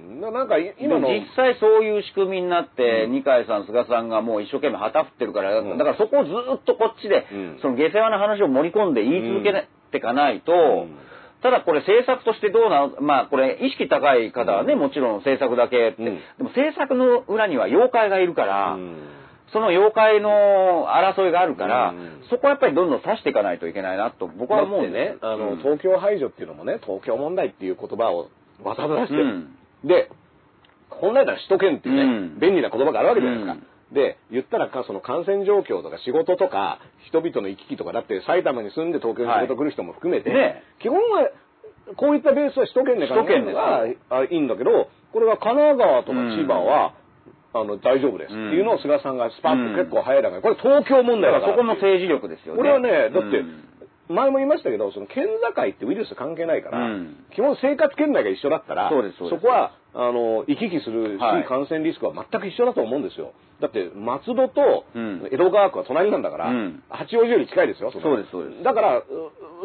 [SPEAKER 2] んななんか今の、
[SPEAKER 3] でも実際そういう仕組みになって、二階さん、菅さんがもう一生懸命旗振ってるから、
[SPEAKER 2] うん
[SPEAKER 3] だからそこをずーっとこっちで、
[SPEAKER 2] うん
[SPEAKER 3] その下世話な話を盛り込んで言い続けてかないと、
[SPEAKER 2] ん
[SPEAKER 3] ただこれ政策としてどうなのまあこれ意識高い方はね、
[SPEAKER 2] うん
[SPEAKER 3] もちろん政策だけって、
[SPEAKER 2] うん
[SPEAKER 3] でも政策の裏には妖怪がいるから、
[SPEAKER 2] うん
[SPEAKER 3] その妖怪の争いがあるから、
[SPEAKER 2] うん
[SPEAKER 3] そこはやっぱりどんどん刺していかないといけないなと僕は思う
[SPEAKER 2] だって
[SPEAKER 3] ん
[SPEAKER 2] ね
[SPEAKER 3] です
[SPEAKER 2] あの、
[SPEAKER 3] うん
[SPEAKER 2] 東京排除っていうのもね東京問題っていう言葉をわざわざ出してる、
[SPEAKER 3] うん
[SPEAKER 2] で本来なら首都圏っていうね、
[SPEAKER 3] うん
[SPEAKER 2] 便利な言葉があるわけじゃないですか、で言ったらかその感染状況とか仕事とか人々の行き来とかだって埼玉に住んで東京に仕事来る人も含めて、
[SPEAKER 3] はいね
[SPEAKER 2] 基本はこういったベースは首都圏で考えるのが
[SPEAKER 3] 首
[SPEAKER 2] あいいんだけどこれは神奈川とか千葉は、あの大丈夫です、
[SPEAKER 3] うん
[SPEAKER 2] っていうのを菅さんがスパッと結構早い段階でこれ東京問
[SPEAKER 3] だ
[SPEAKER 2] 題
[SPEAKER 3] か
[SPEAKER 2] だ
[SPEAKER 3] らそ
[SPEAKER 2] から
[SPEAKER 3] こも
[SPEAKER 2] っていう
[SPEAKER 3] 政治力ですよね。
[SPEAKER 2] これはね、だって、
[SPEAKER 3] うん
[SPEAKER 2] 前も言いましたけど、その県境ってウイルス関係ないから、
[SPEAKER 3] うん
[SPEAKER 2] 基本生活圏内が一緒だったら、
[SPEAKER 3] そうですそうです
[SPEAKER 2] こは、あの、行き来するし、
[SPEAKER 3] はい
[SPEAKER 2] 感染リスクは全く一緒だと思うんですよ。だって、松戸と
[SPEAKER 3] うん
[SPEAKER 2] 江戸川区は隣なんだから、
[SPEAKER 3] うん
[SPEAKER 2] 八王子より近いですよ、の
[SPEAKER 3] そうですそうです
[SPEAKER 2] だから、う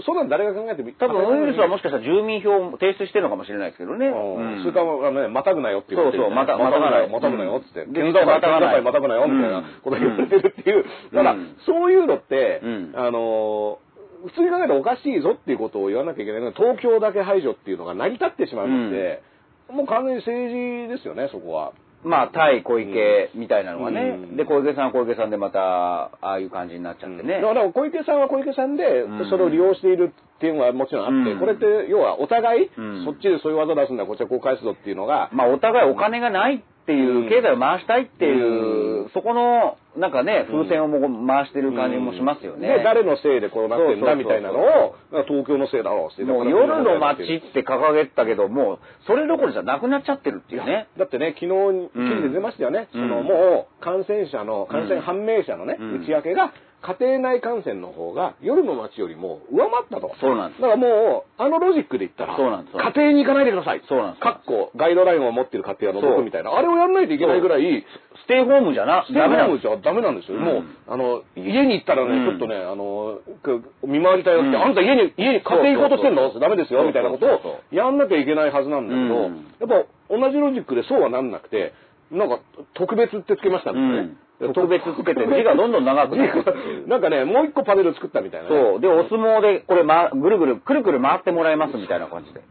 [SPEAKER 2] そんなん誰が考えても、
[SPEAKER 3] 多分ウイルスはもし
[SPEAKER 2] し
[SPEAKER 3] かしたら住民票を提出してるのかもしれないですけどね。うん
[SPEAKER 2] それからね、またぐなよって言われてる
[SPEAKER 3] そうそうまた
[SPEAKER 2] またぐなよ、
[SPEAKER 3] ま
[SPEAKER 2] ま
[SPEAKER 3] た
[SPEAKER 2] た
[SPEAKER 3] ぐ
[SPEAKER 2] ぐ
[SPEAKER 3] なよ
[SPEAKER 2] なよっつって、
[SPEAKER 3] うん
[SPEAKER 2] 県境、
[SPEAKER 3] ま
[SPEAKER 2] ま
[SPEAKER 3] た
[SPEAKER 2] た
[SPEAKER 3] が
[SPEAKER 2] ぐ
[SPEAKER 3] な
[SPEAKER 2] ないよ、またぐなよ、みたいなこと言われてるっていう。
[SPEAKER 3] うん
[SPEAKER 2] だ
[SPEAKER 3] う
[SPEAKER 2] から
[SPEAKER 3] ん、
[SPEAKER 2] そういうのって、
[SPEAKER 3] うん
[SPEAKER 2] あのー普通に考えたらおかしいぞっていうことを言わなきゃいけないのは東京だけ排除っていうのが成り立ってしまうので、もう完全に政治ですよね、そこは。
[SPEAKER 3] まあ、対小池みたいなのがね、
[SPEAKER 2] うん
[SPEAKER 3] で、小池さんは小池さんでまた、ああいう感じになっちゃってね。
[SPEAKER 2] だから小池さんは小池さんで
[SPEAKER 3] ん、
[SPEAKER 2] それを利用しているっていうのはもちろんあって、
[SPEAKER 3] うん
[SPEAKER 2] これって要はお互い、
[SPEAKER 3] うん
[SPEAKER 2] そっちでそういう技出すんだ、こっちはこう返すぞっていうのが、
[SPEAKER 3] まあ、お互いお金がないっていう、
[SPEAKER 2] うん
[SPEAKER 3] 経済を回したいっていう、
[SPEAKER 2] うん
[SPEAKER 3] そこの、なんかね、風船をもう回してる感じもしますよね。
[SPEAKER 2] で誰のせいでこうなってんだ
[SPEAKER 3] そうそうそうそう
[SPEAKER 2] みたいなのを、東京のせいだろうって。
[SPEAKER 3] もう夜の街って掲げてたけど、もう、それどころじゃなくなっちゃってるっていうね。
[SPEAKER 2] だってね、昨日、記事で出ましたよね、
[SPEAKER 3] うん
[SPEAKER 2] そ
[SPEAKER 3] うん
[SPEAKER 2] のもう感染者の、感染判明者のね、
[SPEAKER 3] うん
[SPEAKER 2] 内訳が、家庭内感染の方が夜の街よりも上回ったと。
[SPEAKER 3] そうなんです
[SPEAKER 2] だからもう、あのロジックで言ったら、
[SPEAKER 3] そうなんです
[SPEAKER 2] 家庭に行かないでください。
[SPEAKER 3] そうなんです
[SPEAKER 2] かっこ、ガイドラインを持ってる家庭の
[SPEAKER 3] そう
[SPEAKER 2] 僕みたいな。あれをやんないといけないぐらい、
[SPEAKER 3] ステイホームじゃな、
[SPEAKER 2] ステイ
[SPEAKER 3] ダ
[SPEAKER 2] ホ
[SPEAKER 3] メなんで
[SPEAKER 2] ーム
[SPEAKER 3] す
[SPEAKER 2] じゃダメなんですよ。
[SPEAKER 3] うん
[SPEAKER 2] もう、あの、家に行ったらね、
[SPEAKER 3] うん
[SPEAKER 2] ちょっとね、あの、く見回りたいよって、
[SPEAKER 3] うん
[SPEAKER 2] あんた家に、家に家庭行こうとしてん
[SPEAKER 3] そうそ
[SPEAKER 2] の
[SPEAKER 3] うそう
[SPEAKER 2] ダメですよ、みたいなこと
[SPEAKER 3] そうそう
[SPEAKER 2] をやんなきゃいけないはずなんだけど、やっぱ同じロジックでそうはなんなくて、なんか、特別ってつけましたもんね。
[SPEAKER 3] うん
[SPEAKER 2] と
[SPEAKER 3] 特別つけて字がどんどん長くなるっていう
[SPEAKER 2] なんかね、もう一個パネル作ったみたいなね、
[SPEAKER 3] そう。で、お相撲で、これ、ま、ぐるぐる、くるくる回ってもらいますみたいな感じで。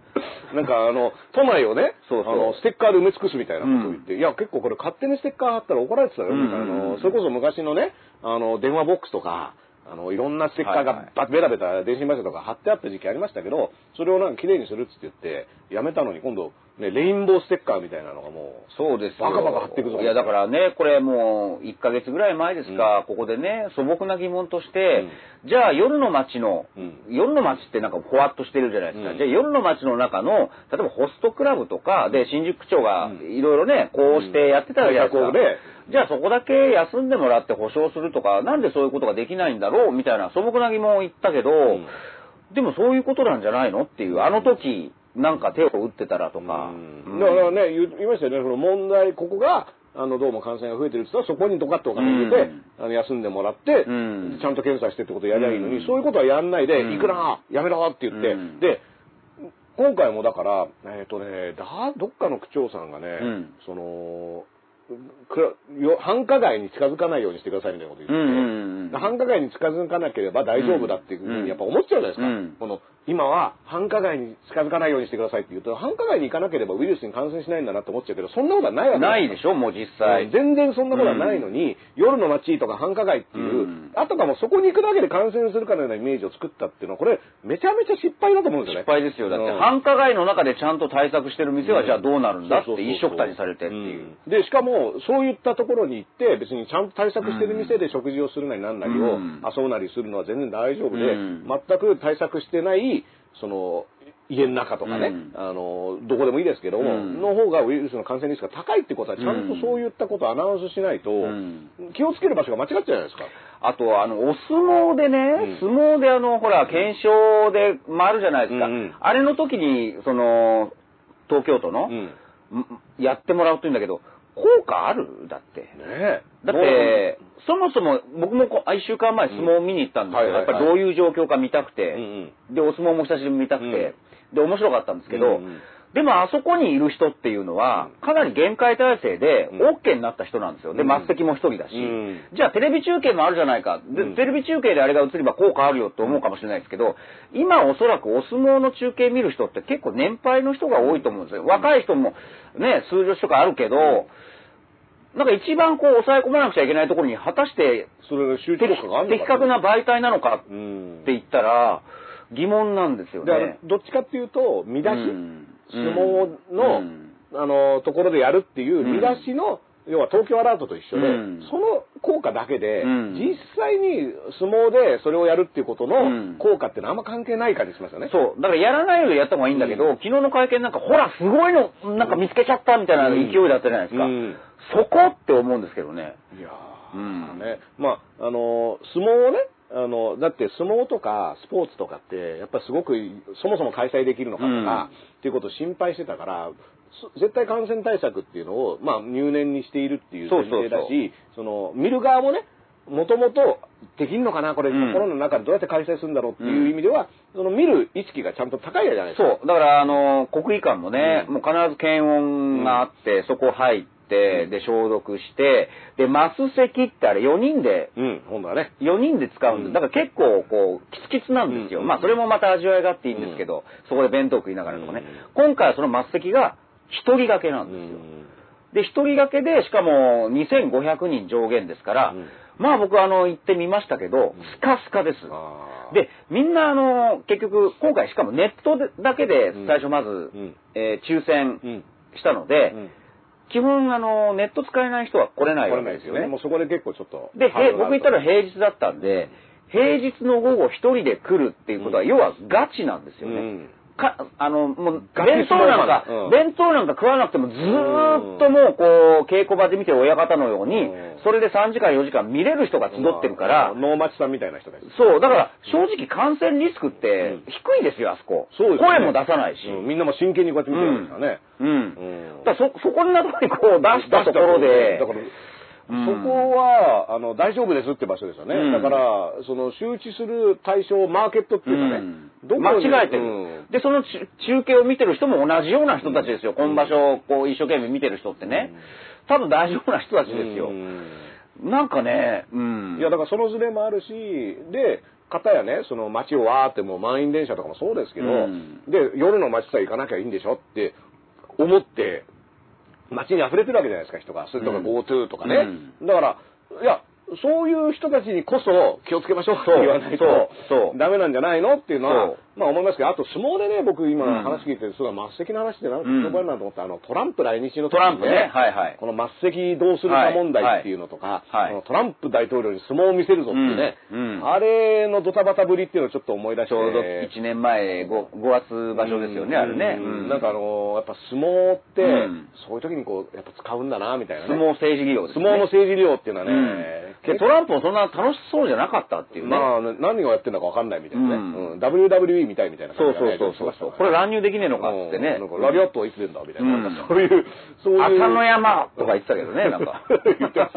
[SPEAKER 2] なんかあの、都内をね、
[SPEAKER 3] そうそう
[SPEAKER 2] あのステッカーで埋め尽くすみたいなことを言って、いや、結構これ勝手にステッカー貼ったら怒られてたよ、
[SPEAKER 3] うん
[SPEAKER 2] みたいなあのそれこそ昔のね、あの、電話ボックスとか、あの、いろんなステッカー
[SPEAKER 3] はい
[SPEAKER 2] が
[SPEAKER 3] は
[SPEAKER 2] バベラベラ電信柱とか貼ってあった時期ありましたけど、それをなんか綺麗にするっつって言って、やめたのに今度、ね、レインボーステッカーみたいなのがもう、
[SPEAKER 3] そうですよ
[SPEAKER 2] バカバカ貼っていくぞ。
[SPEAKER 3] いや、だからね、これもう、1ヶ月ぐらい前ですか、ここでね、素朴な疑問として、じゃあ夜の街の、
[SPEAKER 2] うん
[SPEAKER 3] 夜の街ってなんかほわっとしてるじゃないですか。
[SPEAKER 2] うん
[SPEAKER 3] じゃあ夜の街の中の、例えばホストクラブとかで、新宿区長がいろいろね、こうしてやってたじゃないですか。
[SPEAKER 2] うん対策をね
[SPEAKER 3] じゃあそこだけ休んでもらって保証するとか、なんでそういうことができないんだろうみたいな素朴な疑問を言ったけど、
[SPEAKER 2] ん
[SPEAKER 3] でもそういうことなんじゃないのっていう、あの時、なんか手を打ってたらとか。
[SPEAKER 2] うんだからね、言いましたよね、その問題、ここが、あの、どうも感染が増えてるって言ったら、そこにドカッとお金入れて、あの休んでもらって、
[SPEAKER 3] うん
[SPEAKER 2] ちゃんと検査してってことをやりゃいいのに、
[SPEAKER 3] うん
[SPEAKER 2] そういうことはやんないで、
[SPEAKER 3] うん
[SPEAKER 2] いくらやめろって言って、
[SPEAKER 3] うん
[SPEAKER 2] で、今回もだから、えっ、とね、だ、どっかの区長さんがね、
[SPEAKER 3] うん
[SPEAKER 2] その、くらよ繁華街に近づかないようにしてくださいみたいなこと言って、
[SPEAKER 3] うんうんうん
[SPEAKER 2] 繁華街に近づかなければ大丈夫だっていうふうにやっぱ思っちゃうじゃないですか、
[SPEAKER 3] うん
[SPEAKER 2] この今は繁華街に近づかないようにしてくださいって言うと繁華街に行かなければウイルスに感染しないんだなって思っちゃうけどそんなことはないわ け
[SPEAKER 3] ないでしょ、もう実際。
[SPEAKER 2] 全然そんなことはないのに、夜の街とか繁華街っていう、
[SPEAKER 3] うん
[SPEAKER 2] あとかもそこに行くだけで感染するかのようなイメージを作ったっていうのはこれめちゃめちゃ失敗だと思うんですよね
[SPEAKER 3] 失敗ですよ。だって
[SPEAKER 2] うん
[SPEAKER 3] 繁華街の中でちゃんと対策してる店はじゃあどうなるんだって
[SPEAKER 2] そうそうそうそう
[SPEAKER 3] 一緒くたにされてっていう。
[SPEAKER 2] うんでしかもそういったところに行って別にちゃんと対策してる店で食事をするなりなんなり
[SPEAKER 3] う
[SPEAKER 2] を
[SPEAKER 3] ん
[SPEAKER 2] 遊ぶなりするのは全然大丈夫で、
[SPEAKER 3] うん
[SPEAKER 2] 全く対策してないに、その、家の中とかね、
[SPEAKER 3] うん
[SPEAKER 2] あの、どこでもいいですけど
[SPEAKER 3] う
[SPEAKER 2] も、
[SPEAKER 3] ん
[SPEAKER 2] の方がウイルスの感染リスクが高いってことは、ちゃんと
[SPEAKER 3] うん
[SPEAKER 2] そういったことをアナウンスしないと、
[SPEAKER 3] うん
[SPEAKER 2] 気をつける場所が間違っちゃうじゃないですか。
[SPEAKER 3] あと、あの、お相撲でね、
[SPEAKER 2] う
[SPEAKER 3] 相撲であの、ほら、検証で回るじゃないですか。
[SPEAKER 2] うんうん
[SPEAKER 3] あれの時に、その、東京都の、
[SPEAKER 2] ね
[SPEAKER 3] んやってもらうというんだけど、効果あるだって。
[SPEAKER 2] え。
[SPEAKER 3] だって、そもそも僕もこうあ1週間前相撲見に行ったんですけ
[SPEAKER 2] うん
[SPEAKER 3] ど、
[SPEAKER 2] は
[SPEAKER 3] や
[SPEAKER 2] い
[SPEAKER 3] っ
[SPEAKER 2] は
[SPEAKER 3] ぱ
[SPEAKER 2] いはい
[SPEAKER 3] りどういう状況か見たくて、
[SPEAKER 2] うんうん
[SPEAKER 3] で、お相撲も久しぶりに見たくて、で、面白かったんですけど、
[SPEAKER 2] うんうん
[SPEAKER 3] でもあそこにいる人っていうのは、かなり厳戒態勢で
[SPEAKER 2] うん
[SPEAKER 3] OK になった人なんですよ。で、
[SPEAKER 2] うん
[SPEAKER 3] 末席も一人だし、
[SPEAKER 2] うん
[SPEAKER 3] じゃあテレビ中継もあるじゃないか。で、
[SPEAKER 2] うん
[SPEAKER 3] テレビ中継であれが映れば効果あるよと思うかもしれないですけど、今おそらくお相撲の中継見る人って結構年配の人が多いと思うんですよ。若い人もね、数十とかあるけど、なんか一番こう抑え込まなくちゃいけないところに果たして
[SPEAKER 2] それが集中
[SPEAKER 3] 的
[SPEAKER 2] 力があるのか
[SPEAKER 3] 的確な媒体なのかっ
[SPEAKER 2] うん
[SPEAKER 3] て言ったら疑問なんですよ
[SPEAKER 2] であの
[SPEAKER 3] ね。
[SPEAKER 2] どっちかっていうと、見出し、
[SPEAKER 3] うん
[SPEAKER 2] 相撲の、
[SPEAKER 3] うん
[SPEAKER 2] あの、ところでやるってい
[SPEAKER 3] う
[SPEAKER 2] う
[SPEAKER 3] ん
[SPEAKER 2] 見出しの、要は東京アラートと一緒で、
[SPEAKER 3] うん
[SPEAKER 2] その効果だけで、
[SPEAKER 3] うん
[SPEAKER 2] 実際に相撲でそれをやるっていうこと
[SPEAKER 3] う
[SPEAKER 2] の
[SPEAKER 3] ん
[SPEAKER 2] 効果ってのはあんま関係ない感じしますよね。
[SPEAKER 3] そう。だからやらないよりやった方がいいんだけど、
[SPEAKER 2] うん
[SPEAKER 3] 昨日の会見なんか、ほら、すごいの、なんか見つけちゃったみたいな勢いだったじゃないですか。
[SPEAKER 2] うん
[SPEAKER 3] そこって思うんですけどね。
[SPEAKER 2] いやー
[SPEAKER 3] うん
[SPEAKER 2] ね、まあ、あの、相撲をね、あの、だって相撲とかスポーツとかって、やっぱすごく、そもそも開催できるのかと
[SPEAKER 3] う
[SPEAKER 2] か、
[SPEAKER 3] ん
[SPEAKER 2] っていうことを心配してたから、そ絶対感染対策っていうのを、まあ、入念にしているっていう前提だし、
[SPEAKER 3] そうそ
[SPEAKER 2] そ
[SPEAKER 3] う
[SPEAKER 2] の、見る側もね、もともとできるのかな、これ、
[SPEAKER 3] うん
[SPEAKER 2] コロナの中でどうやって開催するんだろうっていう意味では、その見る意識がちゃんと高いじゃないですか。
[SPEAKER 3] そう。だから、あの、国技館もね、
[SPEAKER 2] うん
[SPEAKER 3] もう必ず検温があって、そこ入って、で、消毒して、で、マス席ってあれ4人で、
[SPEAKER 2] うん、今度はね。
[SPEAKER 3] 4人で使うんで
[SPEAKER 2] うん
[SPEAKER 3] だから結構、こう、キツキツなんですよ。
[SPEAKER 2] うん
[SPEAKER 3] まあ、それもまた味わいがあっていいんですけど、そこで弁当食いながらとかね。今回はその末席が1人掛けなんですよ。
[SPEAKER 2] うん
[SPEAKER 3] で、一人掛けで、しかも2500人上限ですから、
[SPEAKER 2] うん
[SPEAKER 3] まあ僕あの、行ってみましたけど、スカスカです。
[SPEAKER 2] あー
[SPEAKER 3] で、みんなあの、結局、今回しかもネットでだけで
[SPEAKER 2] うん
[SPEAKER 3] 最初まず、
[SPEAKER 2] ん
[SPEAKER 3] えー抽選
[SPEAKER 2] うん
[SPEAKER 3] したので、
[SPEAKER 2] うん
[SPEAKER 3] 基本あの、ネット使えない人は来れない
[SPEAKER 2] わ
[SPEAKER 3] わ
[SPEAKER 2] かん
[SPEAKER 3] け
[SPEAKER 2] な
[SPEAKER 3] で
[SPEAKER 2] いですすよ
[SPEAKER 3] よ
[SPEAKER 2] ね。
[SPEAKER 3] ね。
[SPEAKER 2] もうそこで結構ちょっと。
[SPEAKER 3] で、へ
[SPEAKER 2] ハードル
[SPEAKER 3] 僕
[SPEAKER 2] が
[SPEAKER 3] 行っ
[SPEAKER 2] あると
[SPEAKER 3] たら平日だったんで、平日の午後一人で来るっていうことは、
[SPEAKER 2] うん
[SPEAKER 3] 要はガチなんですよね。
[SPEAKER 2] うん
[SPEAKER 3] かあの、もう、
[SPEAKER 2] ガチ
[SPEAKER 3] 弁当なんか、
[SPEAKER 2] うん
[SPEAKER 3] 弁当なんか食わなくてもずーっともう、こう、稽古場で見てる親方のように
[SPEAKER 2] うん、
[SPEAKER 3] それで3時間4時間見れる人が集ってるから、
[SPEAKER 2] ノーマチさんみたいな人です。
[SPEAKER 3] そう、だから、正直感染リスクって低いですよ、あそこ。
[SPEAKER 2] そうですよね
[SPEAKER 3] 声も出さないし。
[SPEAKER 2] うんみんなも真剣にこうやって見てるんですからね。
[SPEAKER 3] うん
[SPEAKER 2] うん。
[SPEAKER 3] だからそ、そこんなとこにこう出したところで、
[SPEAKER 2] だから、
[SPEAKER 3] うん
[SPEAKER 2] そこは、あの、大丈夫ですって場所ですよね。
[SPEAKER 3] うん
[SPEAKER 2] だから、その、周知する対象、マーケットっていうかね、どこ
[SPEAKER 3] 間
[SPEAKER 2] に
[SPEAKER 3] 違えてる、
[SPEAKER 2] うん
[SPEAKER 3] でその中中継を見てる人も同じような人たちですよ、今場所こう一生懸命見てる人ってね、多分大丈夫な人たちですよ、
[SPEAKER 2] うん
[SPEAKER 3] なんかね、うん、
[SPEAKER 2] いやだからそのズレもあるしで片やねその街をわーってもう満員電車とかもそうですけど、
[SPEAKER 3] うん
[SPEAKER 2] で夜の街さえ行かなきゃいいんでしょって思って街に溢れてるわけじゃないですか人がそれとか
[SPEAKER 3] うん
[SPEAKER 2] GoTo とかね、だからいやそういう人たちにこそ気をつけましょうって
[SPEAKER 3] そう
[SPEAKER 2] 言わないと
[SPEAKER 3] そうそう
[SPEAKER 2] ダメなんじゃないのっていうの
[SPEAKER 3] そ
[SPEAKER 2] は
[SPEAKER 3] う
[SPEAKER 2] まあ思いますけどあと相撲でね僕今
[SPEAKER 3] うん
[SPEAKER 2] 話聞いてその末席の話でなんか
[SPEAKER 3] うん
[SPEAKER 2] 言葉になると思った、あのトランプ来日の
[SPEAKER 3] ト
[SPEAKER 2] 時に
[SPEAKER 3] ランプねはいはい
[SPEAKER 2] この末席どうするか問題っていうのとか、
[SPEAKER 3] はいはい
[SPEAKER 2] あのトランプ大統領に相撲を見せるぞっていうね、
[SPEAKER 3] うんうん
[SPEAKER 2] あれのドタバタぶりっていうのをちょっと思い出して
[SPEAKER 3] ちょうど1年前 5, 月場所ですよね、あれね、
[SPEAKER 2] うん
[SPEAKER 3] うん
[SPEAKER 2] なんかあのーやっぱ相撲って、
[SPEAKER 3] うん
[SPEAKER 2] そういう時にこうやっぱ使うんだなみたいな、ね、
[SPEAKER 3] 相撲政治技量です、
[SPEAKER 2] 相
[SPEAKER 3] ね、
[SPEAKER 2] 撲の政治利用っていうのはね、
[SPEAKER 3] うんでトランプもそんな楽しそうじゃなかったっていうね、
[SPEAKER 2] まあね、何がやってるのか分かんないみたいなね、
[SPEAKER 3] う
[SPEAKER 2] う
[SPEAKER 3] ん
[SPEAKER 2] ん WWE みたいみたいな
[SPEAKER 3] そ
[SPEAKER 2] 感
[SPEAKER 3] う
[SPEAKER 2] じ
[SPEAKER 3] そ
[SPEAKER 2] が
[SPEAKER 3] う
[SPEAKER 2] ね
[SPEAKER 3] そうそうそ
[SPEAKER 2] 出てきましたか
[SPEAKER 3] う、
[SPEAKER 2] ら
[SPEAKER 3] これ乱
[SPEAKER 2] ね
[SPEAKER 3] 入できねえのかっつってね
[SPEAKER 2] うんなんかラリアットはいつ出るんだみたいな、
[SPEAKER 3] うん
[SPEAKER 2] なんかそういう、そういう。
[SPEAKER 3] 浅野山とか言ってたけどねなんか
[SPEAKER 2] 言ってまし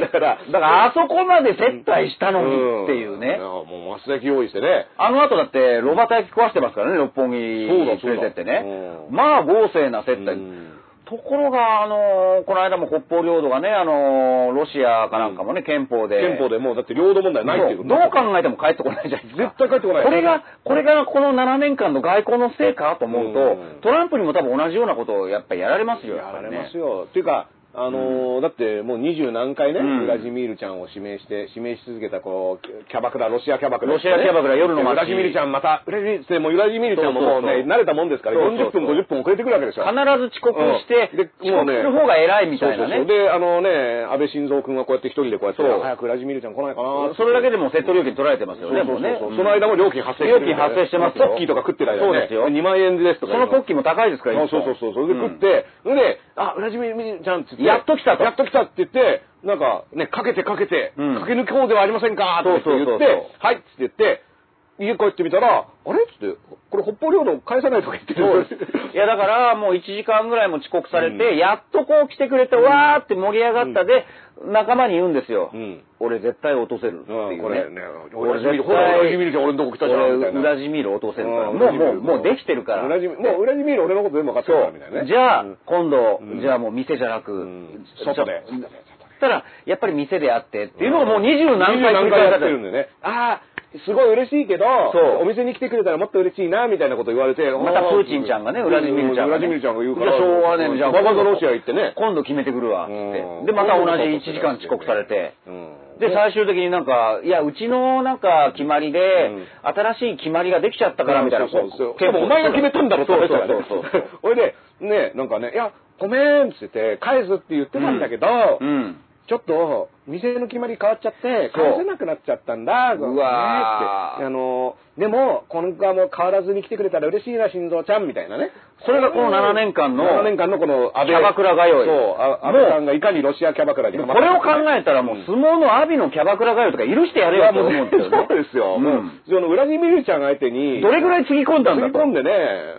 [SPEAKER 2] たね。だから、
[SPEAKER 3] だからあそこまで接待したのにっていうね、
[SPEAKER 2] んやもう松崎用意してね。
[SPEAKER 3] あの後だって、ロバタ焼き壊してますからね、六本木に
[SPEAKER 2] そう
[SPEAKER 3] 連
[SPEAKER 2] だ
[SPEAKER 3] れ
[SPEAKER 2] そうだ
[SPEAKER 3] てってね
[SPEAKER 2] う。ん
[SPEAKER 3] まあ、豪勢な接待
[SPEAKER 2] うん。
[SPEAKER 3] ところが、あのーこの間も北方領土がね、あのーロシアかなんかもね、憲法で。
[SPEAKER 2] 憲法でもうだって領土問題ないっていう
[SPEAKER 3] そう
[SPEAKER 2] こ
[SPEAKER 3] ど
[SPEAKER 2] と
[SPEAKER 3] う考えても帰ってこないじゃないですか。
[SPEAKER 2] 絶対帰ってこない
[SPEAKER 3] これが、これがこの7年間の外交の成果と思う
[SPEAKER 2] うん
[SPEAKER 3] と、トランプにも多分同じようなことをやっぱりやられますよ。
[SPEAKER 2] やられます
[SPEAKER 3] よ。
[SPEAKER 2] よ。っていうか、あのーだってもう二十何回ね、
[SPEAKER 3] うん
[SPEAKER 2] ウラジミールちゃんを指名して、指名し続けた、こう、キャキャバクラ、ロシアキャバクラ、
[SPEAKER 3] ロシアキャバクラ夜の街
[SPEAKER 2] ウラジミールちゃんまた、ウラジミールちゃんもうウラジミールちゃんももう
[SPEAKER 3] そうそう
[SPEAKER 2] ね、
[SPEAKER 3] そう
[SPEAKER 2] 慣れたもんですから、
[SPEAKER 3] そうそうそう
[SPEAKER 2] 40分、50分遅れてくるわけでしょ。
[SPEAKER 3] 必ず遅刻して、
[SPEAKER 2] うんで
[SPEAKER 3] 遅
[SPEAKER 2] もう
[SPEAKER 3] 刻
[SPEAKER 2] ね
[SPEAKER 3] する方が偉いみたいな
[SPEAKER 2] そうそうそう
[SPEAKER 3] ね。
[SPEAKER 2] で、あのね、安倍晋三君はこうやって一人でこうやって、
[SPEAKER 3] そう
[SPEAKER 2] 早くウラジミールちゃん来ないかな
[SPEAKER 3] それだけでもセット料金取られてます
[SPEAKER 2] そ
[SPEAKER 3] よ
[SPEAKER 2] うそ
[SPEAKER 3] ね、
[SPEAKER 2] うそう
[SPEAKER 3] もうね。
[SPEAKER 2] その間も料金発生してるんで
[SPEAKER 3] 料金発生してますよ
[SPEAKER 2] ポッキーとか食ってない
[SPEAKER 3] そうですよ
[SPEAKER 2] 2万円ですと
[SPEAKER 3] そ
[SPEAKER 2] か。
[SPEAKER 3] のポッキーも高いですから、
[SPEAKER 2] あそうそうそう、それで食って、ん、で、あ、裏地みみちゃんって言って、
[SPEAKER 3] やっと来たと
[SPEAKER 2] やっと来たって言って、なんか、ね、かけてかけて、
[SPEAKER 3] うん
[SPEAKER 2] 駆け抜こうではありませんかって言って、
[SPEAKER 3] そうそうそうそう
[SPEAKER 2] はいって言って、家帰ってみたら、あれっつって、これ北方領土返さないとか言って る。
[SPEAKER 3] いやだからもう1時間ぐらいも遅刻されて、やっとこう来てくれて、わーって盛り上がったで、仲間に言うんですよ、
[SPEAKER 2] うん
[SPEAKER 3] 俺絶対落とせるっていう
[SPEAKER 2] う
[SPEAKER 3] ね
[SPEAKER 2] ん、これね、
[SPEAKER 3] 俺
[SPEAKER 2] 俺
[SPEAKER 3] 絶対
[SPEAKER 2] ほら、裏地見るじゃん、俺のとこ来たじゃん、みたい
[SPEAKER 3] 俺
[SPEAKER 2] な。
[SPEAKER 3] 裏地ミール落とせるから、
[SPEAKER 2] うん
[SPEAKER 3] もうもうもうできてるから
[SPEAKER 2] 裏地もう裏地見る俺のこと全部分かってるから、みたいなね。
[SPEAKER 3] じゃあ、
[SPEAKER 2] うん
[SPEAKER 3] 今度、
[SPEAKER 2] うん
[SPEAKER 3] じゃあもう店じゃなく、
[SPEAKER 2] うん
[SPEAKER 3] ちょ
[SPEAKER 2] 外で
[SPEAKER 3] ちょしたら、やっぱり店であってっていうのをもう二十何回繰
[SPEAKER 2] 何
[SPEAKER 3] り返
[SPEAKER 2] 回
[SPEAKER 3] さ
[SPEAKER 2] や
[SPEAKER 3] れ
[SPEAKER 2] ってるんだよね。ああ、すごい嬉しいけど、
[SPEAKER 3] そう
[SPEAKER 2] お店に来てくれたらもっと嬉しいな、みたいなこと言われて、
[SPEAKER 3] またプーチンちゃんがね、ウラジミルちゃんが、
[SPEAKER 2] ウラジ
[SPEAKER 3] ね。
[SPEAKER 2] ミルちゃんが言うから。
[SPEAKER 3] じゃあ、昭和ね、じゃあ、
[SPEAKER 2] わざわざロシア行ってね。
[SPEAKER 3] 今度決めてくるわ、つっ
[SPEAKER 2] うん
[SPEAKER 3] て。で、また同じ1時間遅刻されて。
[SPEAKER 2] うん
[SPEAKER 3] で、最終的になんか、いや、うちのなんか決まりで
[SPEAKER 2] うん、
[SPEAKER 3] 新しい決まりができちゃったからみたいな。
[SPEAKER 2] そうそうそう
[SPEAKER 3] こ
[SPEAKER 2] でもお前が決めたんだろ、
[SPEAKER 3] そうそう
[SPEAKER 2] と
[SPEAKER 3] そ
[SPEAKER 2] か言っ
[SPEAKER 3] う
[SPEAKER 2] てた
[SPEAKER 3] そ
[SPEAKER 2] か
[SPEAKER 3] う
[SPEAKER 2] ら ねほいで、ね、なんかね、いや、ごめんって言って、返すって言ってたんだけど、
[SPEAKER 3] うん。
[SPEAKER 2] ちょっと、店の決まり変わっちゃって、
[SPEAKER 3] そう
[SPEAKER 2] 返せなくなっちゃったんだ、
[SPEAKER 3] うわー
[SPEAKER 2] ごめんねって。あの、でも、この子はもう変わらずに来てくれたら嬉しいな、心臓ちゃん、みたいなね。
[SPEAKER 3] それがこの7年間の
[SPEAKER 2] 7年間のこの安倍。
[SPEAKER 3] キャバクラ通い
[SPEAKER 2] そう、あ安倍さんがいかにロシアキャバクラにハマ
[SPEAKER 3] これを考えたらもう相撲の阿炎のキャバクラ通いとか許してやれよと思うんですよね。
[SPEAKER 2] そうですよ。もう
[SPEAKER 3] うん
[SPEAKER 2] その、裏にミルちゃん相手 に、
[SPEAKER 3] どれぐらいつぎ込んだんだ
[SPEAKER 2] つぎ込
[SPEAKER 3] と
[SPEAKER 2] ん。でね、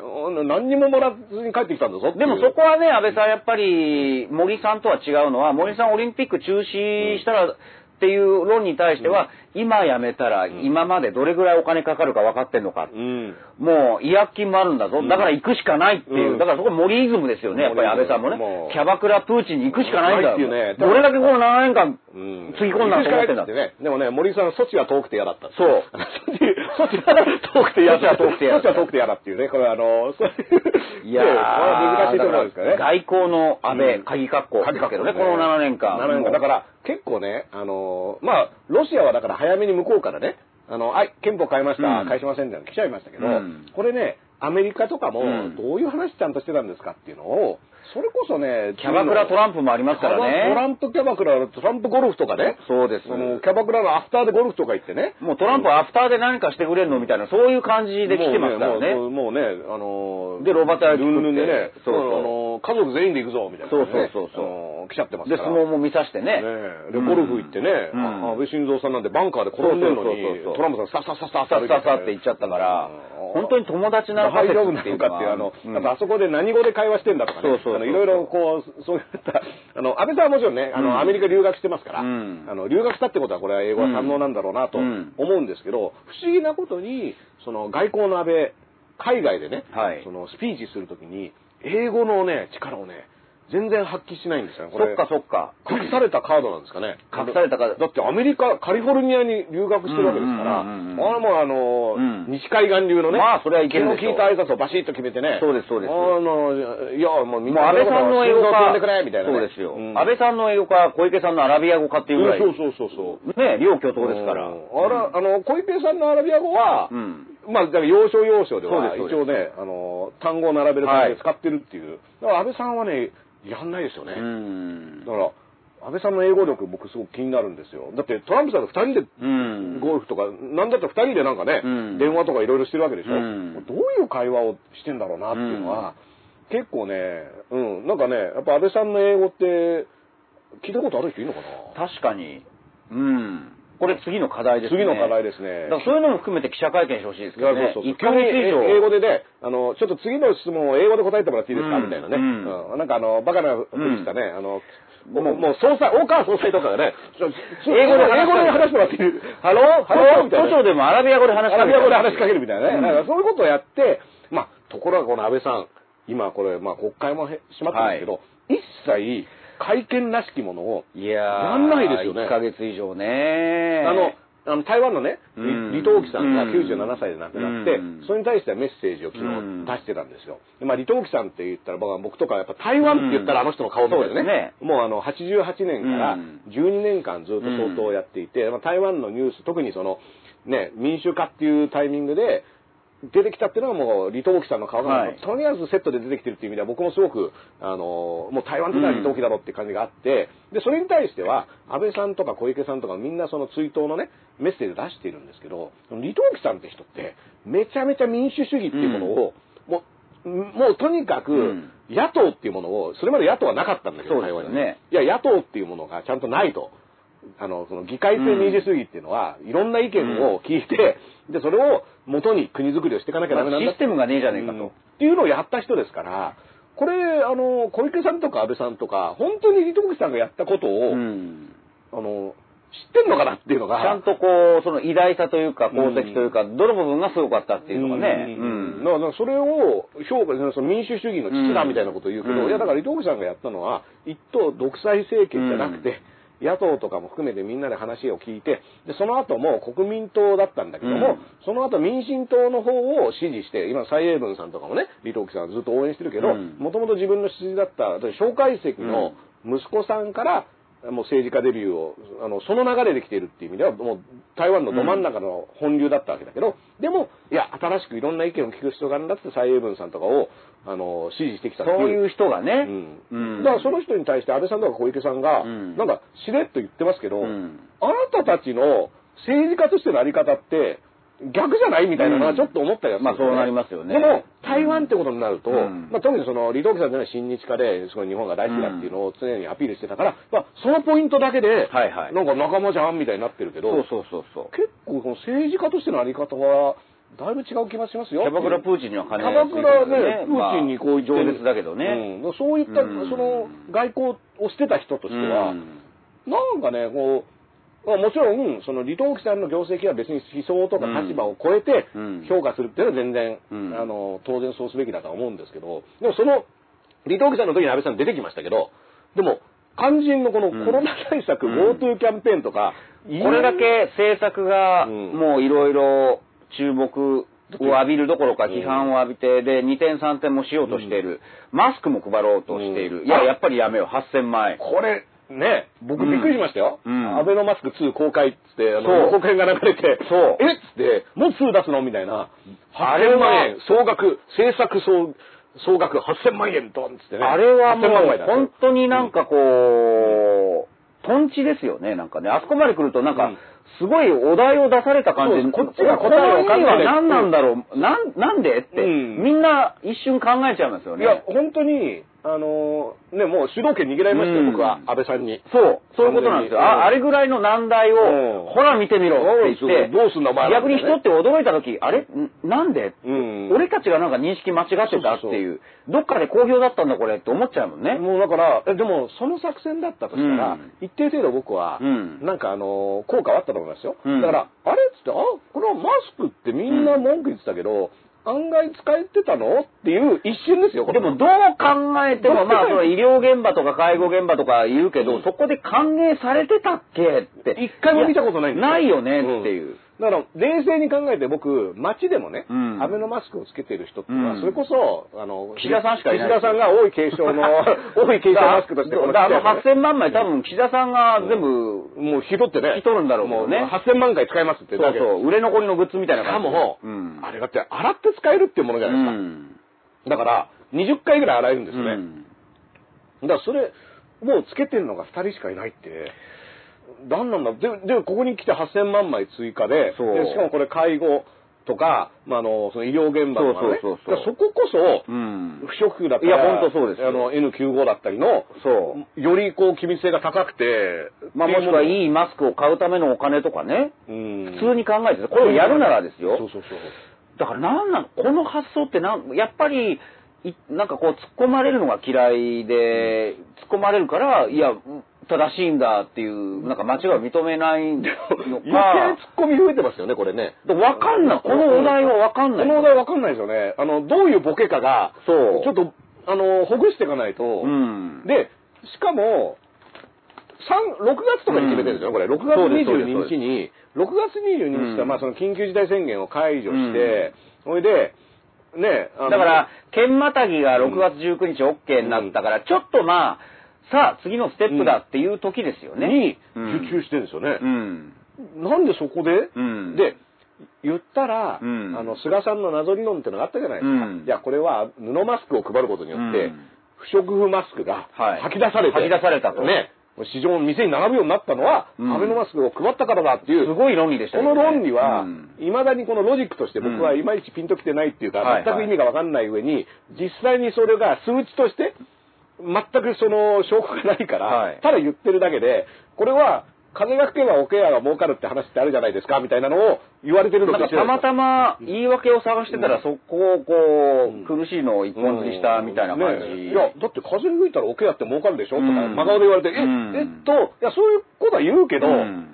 [SPEAKER 2] 何にももらずに帰ってきたんだぞっていう
[SPEAKER 3] でもそこはね、安倍さん、やっぱり森さんとは違うのは、森さん、オリンピック中止したらっていう論に対しては、今やめたら、今までどれぐらいお金かかるか分かってんのか、
[SPEAKER 2] うん。
[SPEAKER 3] もう違約金もあるんだぞ、だから行くしかないっていう、
[SPEAKER 2] うん
[SPEAKER 3] だからそこ、森イズムですよね、やっぱり安倍さんもね
[SPEAKER 2] もう、
[SPEAKER 3] キャバクラ、プーチンに行くしかないんだ
[SPEAKER 2] ないっていうね
[SPEAKER 3] どれだけこの7年間
[SPEAKER 2] うん、
[SPEAKER 3] つぎ込んだと思ってんだ
[SPEAKER 2] 行くしかないね。でもね、森さん、措置は遠くて嫌だった。
[SPEAKER 3] そう
[SPEAKER 2] 措 置、措置は遠くて嫌だった。
[SPEAKER 3] 措置は遠くて嫌だった
[SPEAKER 2] 措置は遠くて嫌だっていうね、これあの、そう
[SPEAKER 3] いやー
[SPEAKER 2] ねこれは難しいところですからね。
[SPEAKER 3] だから外交の安
[SPEAKER 2] う
[SPEAKER 3] 倍、
[SPEAKER 2] ん
[SPEAKER 3] 鍵括弧ですけどね、この7年間。
[SPEAKER 2] 7年間。だから、結構ね、あのー、まあ、ロシアはだから早めに向こうからね、あの、あ、憲法変えました、
[SPEAKER 3] うん
[SPEAKER 2] 返しませんみたいなの来ちゃいましたけど、
[SPEAKER 3] うん
[SPEAKER 2] これね、アメリカとかも
[SPEAKER 3] うん、
[SPEAKER 2] どういう話ちゃんとしてたんですかっていうのを、それこそね、
[SPEAKER 3] キャバクラトランプもありますからね。
[SPEAKER 2] トランプキャバクラ、トランプゴルフとかね。
[SPEAKER 3] そうです
[SPEAKER 2] あのキャバクラのアフターでゴルフとか行ってね。
[SPEAKER 3] もうトランプはアフターで何かしてくれんのみたいな、そういう感じで来てますからね。
[SPEAKER 2] もうもうもうね、あのー
[SPEAKER 3] でロバタヤ作って
[SPEAKER 2] ルンルンでね、
[SPEAKER 3] そうそう
[SPEAKER 2] あのー家族全員で行くぞ、みたいな、ね。
[SPEAKER 3] そうそうそうそう
[SPEAKER 2] あのー来ちゃってます
[SPEAKER 3] で、
[SPEAKER 2] か
[SPEAKER 3] 相
[SPEAKER 2] ら。
[SPEAKER 3] 撲も見さしてね。
[SPEAKER 2] ねえで、ゴルフ行ってね、
[SPEAKER 3] うん
[SPEAKER 2] あ安倍晋三さんなんてバンカーで転んでるのに
[SPEAKER 3] そうそうそうそう、
[SPEAKER 2] トランプさんさっさっさ
[SPEAKER 3] さ
[SPEAKER 2] っさ
[SPEAKER 3] っさっさって言っちゃったから、本当に友達な
[SPEAKER 2] な
[SPEAKER 3] のか
[SPEAKER 2] 大
[SPEAKER 3] 説
[SPEAKER 2] 丈夫な
[SPEAKER 3] ってい
[SPEAKER 2] の
[SPEAKER 3] う
[SPEAKER 2] か
[SPEAKER 3] か
[SPEAKER 2] っていう、あの、
[SPEAKER 3] うん
[SPEAKER 2] なんかあそこで何語で会話してんだとかね、
[SPEAKER 3] そうそうそう
[SPEAKER 2] あのいろいろこう、そういった、あの、安倍さんはもちろんね、あの、
[SPEAKER 3] うん
[SPEAKER 2] アメリカ留学してますから、
[SPEAKER 3] うん
[SPEAKER 2] あの、留学したってことはこれは英語は堪能なんだろうなと
[SPEAKER 3] うん
[SPEAKER 2] 思うんですけど、不思議なことに、その外交の安倍、海外でね、
[SPEAKER 3] はい
[SPEAKER 2] そのスピーチするときに、英語のね、力をね、全然発揮しないんですよね、こ
[SPEAKER 3] そ
[SPEAKER 2] れ。
[SPEAKER 3] っかそっか。
[SPEAKER 2] 隠されたカードなんですかね。
[SPEAKER 3] 隠されたカード
[SPEAKER 2] だってアメリカ、カリフォルニアに留学してるわけですから、あ
[SPEAKER 3] うんうんうんうん
[SPEAKER 2] れもあのー、
[SPEAKER 3] うん
[SPEAKER 2] 西海岸流のね、
[SPEAKER 3] まあそれはいけるでし
[SPEAKER 2] 気
[SPEAKER 3] ょう
[SPEAKER 2] の利いた挨拶をバシッと決めてね。
[SPEAKER 3] そうですそうです
[SPEAKER 2] あのー、いや、もうみん
[SPEAKER 3] もう
[SPEAKER 2] な、
[SPEAKER 3] 安倍さんの英語
[SPEAKER 2] 心臓飛
[SPEAKER 3] か、
[SPEAKER 2] んでくれみたいなね、
[SPEAKER 3] そうですよ、
[SPEAKER 2] ん
[SPEAKER 3] 安倍さんの英語か、小池さんのアラビア語かっていうぐらい、
[SPEAKER 2] うんそうそうそうそう。
[SPEAKER 3] ね、両巨頭ですから。
[SPEAKER 2] うんあら、あの、小池さんのアラビア語は、
[SPEAKER 3] うん
[SPEAKER 2] まあ、だから要所要所では、
[SPEAKER 3] そうです
[SPEAKER 2] 一
[SPEAKER 3] そ
[SPEAKER 2] 応
[SPEAKER 3] うで
[SPEAKER 2] ね、あの、単語を並べる感じで使ってるっていう。だから安倍さんはね、やんないですよね。
[SPEAKER 3] うん
[SPEAKER 2] だから、安倍さんの英語力、僕すごく気になるんですよ。だって、トランプさんと二人で
[SPEAKER 3] うん
[SPEAKER 2] ゴルフとか、なんだったら二人でなんかね、
[SPEAKER 3] うん
[SPEAKER 2] 電話とかいろいろしてるわけでしょ、
[SPEAKER 3] うん
[SPEAKER 2] どういう会話をしてんだろうなっていうのは、結構ね、うん、なんかね、やっぱ安倍さんの英語って、聞いたことある人いるのかな
[SPEAKER 3] 確かに、うん、これ次の課題ですね。
[SPEAKER 2] 次の課題ですね
[SPEAKER 3] だからそういうのも含めて記者会見してほしいですけどね。
[SPEAKER 2] そうそう
[SPEAKER 3] 1ヶ月以上。
[SPEAKER 2] 英語でね、あの、ちょっと次の質問を英語で答えてもらっていいですか、
[SPEAKER 3] うん
[SPEAKER 2] みたいなね、
[SPEAKER 3] うん
[SPEAKER 2] うんなんかあの、バカなふりしたね、あの、もう、もう総裁、大川総裁とかがね、ちょちょ
[SPEAKER 3] 英語で話
[SPEAKER 2] 英語で話してもらっていい ハローハローみたいな。
[SPEAKER 3] 都庁でもアラビア語で話し
[SPEAKER 2] ア
[SPEAKER 3] か
[SPEAKER 2] ラ
[SPEAKER 3] けて
[SPEAKER 2] ビア語で話しかけるみたいなね。
[SPEAKER 3] うん
[SPEAKER 2] だからそういうことをやって、まあ、ところがこの安倍さん、今これ、まあ国会もへ閉まってるんですけど、一切会見らしきものを、
[SPEAKER 3] いやー
[SPEAKER 2] やんないですよね
[SPEAKER 3] 1ヶ月以上ね。
[SPEAKER 2] あの、あの台湾のね、り
[SPEAKER 3] うん
[SPEAKER 2] 李登輝さんが97歳で亡くなって、
[SPEAKER 3] うん
[SPEAKER 2] それに対してはメッセージを昨
[SPEAKER 3] うん
[SPEAKER 2] 日出してたんですよ。でまあ、李登輝さんって言ったら、僕は僕とかやっぱ台湾って言ったらあの人の顔ですよ
[SPEAKER 3] そうですね
[SPEAKER 2] ね。もうあの、88年から
[SPEAKER 3] うん
[SPEAKER 2] 12年間ずっと相当やっていて、まあ、台湾のニュース、特にその、ね、民主化っていうタイミングで、出てきたっていうのはもう李登輝さんの顔が、
[SPEAKER 3] はい
[SPEAKER 2] とりあえずセットで出てきてるっていう意味では僕もすごくあのもう台湾ってのは李登輝だろって感じがあって、でそれに対しては安倍さんとか小池さんとかみんなその追悼のねメッセージを出しているんですけど李登輝さんって人ってめちゃめちゃ民主主義っていうものを、もうんもうとにかく
[SPEAKER 3] うん
[SPEAKER 2] 野党っていうものをそれまで野党はなかったんだけど
[SPEAKER 3] そうですよね
[SPEAKER 2] 台湾にいや野党っていうものがちゃんとないと。あの、その議会制民主主義っていうのは、いろんな意見を聞いて、で、それを元に国づくりをしていかなきゃダメなんだ
[SPEAKER 3] システムがねえじゃねえか
[SPEAKER 2] うんっ
[SPEAKER 3] と。
[SPEAKER 2] ていうのをやった人ですから、これ、あの、小池さんとか安倍さんとか、本当に李登輝さんがやったことを、
[SPEAKER 3] うん
[SPEAKER 2] あの、知ってんのかなっていうの
[SPEAKER 3] ち
[SPEAKER 2] が。
[SPEAKER 3] ゃんとこう、その偉大さというか、功績というか、どの部分がすごかったっていうのがね。
[SPEAKER 2] うんだからそれを評価その民主主義の父だみたいなことを言うけど、
[SPEAKER 3] うん
[SPEAKER 2] いやだから伊藤さんがやったのは一党独裁政権じゃなくて、野党とかも含めてみんなで話を聞いてでその後も国民党だったんだけど
[SPEAKER 3] う
[SPEAKER 2] も、
[SPEAKER 3] ん
[SPEAKER 2] その後民進党の方を支持して今蔡英文さんとかもね李登輝さんはずっと応援してるけど
[SPEAKER 3] うん
[SPEAKER 2] もともと自分の支持だった私介石の息子さんから、もう政治家デビューをあのその流れで来ているっていう意味ではもう台湾のど真ん中の本流だったわけだけど、でもいや新しくいろんな意見を聞く必要があるんだって蔡英文さんとかをあの支持してきたって
[SPEAKER 3] そういう人がね。
[SPEAKER 2] う
[SPEAKER 3] う
[SPEAKER 2] ん
[SPEAKER 3] ん
[SPEAKER 2] だからその人に対して安倍さんとか小池さんが、
[SPEAKER 3] うん
[SPEAKER 2] なんかしれっと言ってますけど、
[SPEAKER 3] うん
[SPEAKER 2] あなたたちの政治家としてのあり方って逆じゃないみたいなの
[SPEAKER 3] う
[SPEAKER 2] は
[SPEAKER 3] ん
[SPEAKER 2] ちょっと思ったりはするんですよ
[SPEAKER 3] まあそ
[SPEAKER 2] ね
[SPEAKER 3] うなりますよね
[SPEAKER 2] でも台湾ってことになると、
[SPEAKER 3] うん
[SPEAKER 2] まあ、特にその李登輝さんじゃない親日家ですごい日本が大好きだっていうのを常にアピールしてたから、まあ、そのポイントだけで、
[SPEAKER 3] はいはい
[SPEAKER 2] なんか仲間じゃんみたいになってるけど
[SPEAKER 3] そうそうそうそう。
[SPEAKER 2] 結構この政治家としてのあり方はだいぶ違う気がしますよ
[SPEAKER 3] キャバクラプーチンには金
[SPEAKER 2] キャバクラね、プ
[SPEAKER 3] まあ
[SPEAKER 2] ーチンにこう、情
[SPEAKER 3] 情熱だけどね。
[SPEAKER 2] うんそういった、
[SPEAKER 3] うん
[SPEAKER 2] その、外交をしてた人としては、
[SPEAKER 3] うん
[SPEAKER 2] なんかね、こう、まあもちろん、その、李登輝さんの業績は別に思想とか立場を超えて
[SPEAKER 3] うん
[SPEAKER 2] 評価するっていうのは全然、
[SPEAKER 3] うん
[SPEAKER 2] あの、当然そうすべきだとは思うんですけど、でもその、李登輝さんの時に安倍さん出てきましたけど、でも、肝心のこのコロナ対策、
[SPEAKER 3] うん
[SPEAKER 2] GoTo キャンペーンとか、
[SPEAKER 3] これだけ政策が
[SPEAKER 2] うん
[SPEAKER 3] もういろいろ注目を浴びるどころか
[SPEAKER 2] うん
[SPEAKER 3] 批判を浴びて、で、2点3点もしようとしている。マスクも配ろうとしている。
[SPEAKER 2] うん
[SPEAKER 3] いや、やっぱりやめよう。8000万円。
[SPEAKER 2] これ、ね、僕
[SPEAKER 3] うん
[SPEAKER 2] びっくりしましたよ。
[SPEAKER 3] うん
[SPEAKER 2] アベノマスク2公開っつって、あ
[SPEAKER 3] そう
[SPEAKER 2] の、公開が流れて、
[SPEAKER 3] そう
[SPEAKER 2] えっつって、もう2出すのみたいな。
[SPEAKER 3] あれは
[SPEAKER 2] 8000万円、総額、政策総、総額8000万円、ドンっつってね。
[SPEAKER 3] あれはもう
[SPEAKER 2] 8000万枚だ
[SPEAKER 3] 本当になんかこう、トンチですよね、なんかね。あそこまで来るとなん
[SPEAKER 2] う
[SPEAKER 3] か
[SPEAKER 2] ん、
[SPEAKER 3] すごいお題を出された感じ
[SPEAKER 2] そ
[SPEAKER 3] で、
[SPEAKER 2] うこっちが答えを考え
[SPEAKER 3] こ
[SPEAKER 2] な
[SPEAKER 3] の意
[SPEAKER 2] い
[SPEAKER 3] 味は何なんだろう、なんなんでって、
[SPEAKER 2] うん
[SPEAKER 3] みんな一瞬考えちゃいますよ
[SPEAKER 2] い
[SPEAKER 3] ね。
[SPEAKER 2] や、本当に、あのーね、もう主導権握られました
[SPEAKER 3] うん
[SPEAKER 2] よ、僕は、安倍さんに。
[SPEAKER 3] そう、そういうことなんですよ。
[SPEAKER 2] うん
[SPEAKER 3] ああれぐらいの難題を、
[SPEAKER 2] うん
[SPEAKER 3] ほら見てみろって言って、
[SPEAKER 2] そうどうすんだお前ら
[SPEAKER 3] 逆に人って驚いた時、あれんなんで、
[SPEAKER 2] うん
[SPEAKER 3] 俺たちがなんか認識間違ってたっていう、どっかで好評だったんだこれって思っちゃうもんね。
[SPEAKER 2] もうだから、えでも、その作戦だったとしたら、
[SPEAKER 3] うん
[SPEAKER 2] 一定程度僕は、
[SPEAKER 3] うん
[SPEAKER 2] なんかあのー、効果はあったと思いますよ。
[SPEAKER 3] うん
[SPEAKER 2] だから、あれっつって、あ、これはマスクってみんな文句言ってたけど、案外使えてたのっていう一瞬ですよ、こ
[SPEAKER 3] で
[SPEAKER 2] れ
[SPEAKER 3] もどう考えても、 まあ、その医療現場とか介護現場とか言うけど、そこで歓迎されてたっけって。
[SPEAKER 2] 一回も見たことないんですよ
[SPEAKER 3] ないよねっていう。
[SPEAKER 2] だから、冷静に考えて僕、街でもね、
[SPEAKER 3] うん
[SPEAKER 2] アベノマスクをつけている人っていうのは、
[SPEAKER 3] うん
[SPEAKER 2] それこそ、あの、
[SPEAKER 3] 岸田さんしかいない
[SPEAKER 2] 岸田さんが多い継 承の、多い継承マスクとして、
[SPEAKER 3] だ
[SPEAKER 2] こ
[SPEAKER 3] か
[SPEAKER 2] の
[SPEAKER 3] らあの
[SPEAKER 2] ね
[SPEAKER 3] 8000万枚多分岸田さんが全部、
[SPEAKER 2] もう拾ってね。
[SPEAKER 3] 引き取るんだろうけどね
[SPEAKER 2] も8000万回使いますって
[SPEAKER 3] そう
[SPEAKER 2] だけ
[SPEAKER 3] そう、売れ残りのグッズみたいな
[SPEAKER 2] しか
[SPEAKER 3] 感じ。
[SPEAKER 2] も、
[SPEAKER 3] うん。
[SPEAKER 2] あれだって洗って使えるっていうものじゃないですか。
[SPEAKER 3] うん
[SPEAKER 2] だから、20回ぐらい洗えるんですよね。
[SPEAKER 3] うん
[SPEAKER 2] だからそれ、もうつけてるのが2人しかいないって、なんなんだで、で、ここに来て8000万枚追加で、
[SPEAKER 3] そう
[SPEAKER 2] でしかもこれ介護とか、まあ、あの、その医療現場とかね、
[SPEAKER 3] そうそうそうそう
[SPEAKER 2] だからそここそ、
[SPEAKER 3] うん
[SPEAKER 2] 不織布だったり、
[SPEAKER 3] いや本当そうですよ
[SPEAKER 2] あの、N95 だったりの、
[SPEAKER 3] そ
[SPEAKER 2] よりこう、機密性が高くて、
[SPEAKER 3] まあ、もしくはい
[SPEAKER 2] い、
[SPEAKER 3] いマスクを買うためのお金とかね、
[SPEAKER 2] うん
[SPEAKER 3] 普通に考えてて、これをやるならですよ。
[SPEAKER 2] そうそうそう。
[SPEAKER 3] だからなんなのこの発想ってなんやっぱりいなんかこう突っ込まれるのが嫌いで、突っ込まれるからいや正しいんだっていうなんか間違いを認めないの
[SPEAKER 2] 余計
[SPEAKER 3] か
[SPEAKER 2] ツッコミ増えてますよね、これね。
[SPEAKER 3] わかんないこのお題はわかんな
[SPEAKER 2] このお
[SPEAKER 3] い
[SPEAKER 2] 題わかんないですよね。あの、どういうボケかが、
[SPEAKER 3] そう
[SPEAKER 2] ちょっと、あの、ほぐしていかないと、
[SPEAKER 3] うん
[SPEAKER 2] で、しかも、三6月とかに決めてるんですよね、これ。6月
[SPEAKER 3] そうですそうです
[SPEAKER 2] 22日に、6月22日か、
[SPEAKER 3] うん
[SPEAKER 2] まあその緊急事態宣言を解除して、それで、ね、あの
[SPEAKER 3] だから、、県またぎが6月19日 OK になったから、ちょっとまあ、さあ、次のステップだっていう時ですよね。
[SPEAKER 2] に
[SPEAKER 3] うん
[SPEAKER 2] 受注してるんですよね
[SPEAKER 3] う。ん。
[SPEAKER 2] なんでそこで、
[SPEAKER 3] うん
[SPEAKER 2] で、言ったら、
[SPEAKER 3] うん
[SPEAKER 2] あの、菅さんの謎理論っていうのがあったじゃないですか。
[SPEAKER 3] うん
[SPEAKER 2] いや、これは布マスクを配ることによって、
[SPEAKER 3] うん
[SPEAKER 2] 不織布マスクが
[SPEAKER 3] はい
[SPEAKER 2] 吐き出されて、
[SPEAKER 3] 吐き出されたと
[SPEAKER 2] ね、市場の店に並ぶようになったのは、
[SPEAKER 3] うん
[SPEAKER 2] アベノマスクを配ったからだっていう、
[SPEAKER 3] すごい論理でした
[SPEAKER 2] こ
[SPEAKER 3] よね
[SPEAKER 2] の論理は
[SPEAKER 3] うん、
[SPEAKER 2] いまだにこのロジックとして僕はいまいちピンときてないっていうか、
[SPEAKER 3] はいはい
[SPEAKER 2] 全く意味がわかんない上に、実際にそれが数値として、全くその証拠がないから、
[SPEAKER 3] はい
[SPEAKER 2] ただ言ってるだけで、これは、風が吹けばおケアが儲かるって話ってあるじゃないですか、みたいなのを言われてるの
[SPEAKER 3] なん
[SPEAKER 2] と
[SPEAKER 3] か
[SPEAKER 2] 一緒
[SPEAKER 3] たまたま
[SPEAKER 2] ま
[SPEAKER 3] 言い訳を探してたら、そこをこう、苦しいのを一本釣りしたみたいな感じ。
[SPEAKER 2] いや、だって風吹いたらおケアって儲かるでしょ、
[SPEAKER 3] うん
[SPEAKER 2] とか、真顔で言われて、え、
[SPEAKER 3] うん
[SPEAKER 2] えっと、いや、そういうことは言うけど、
[SPEAKER 3] うん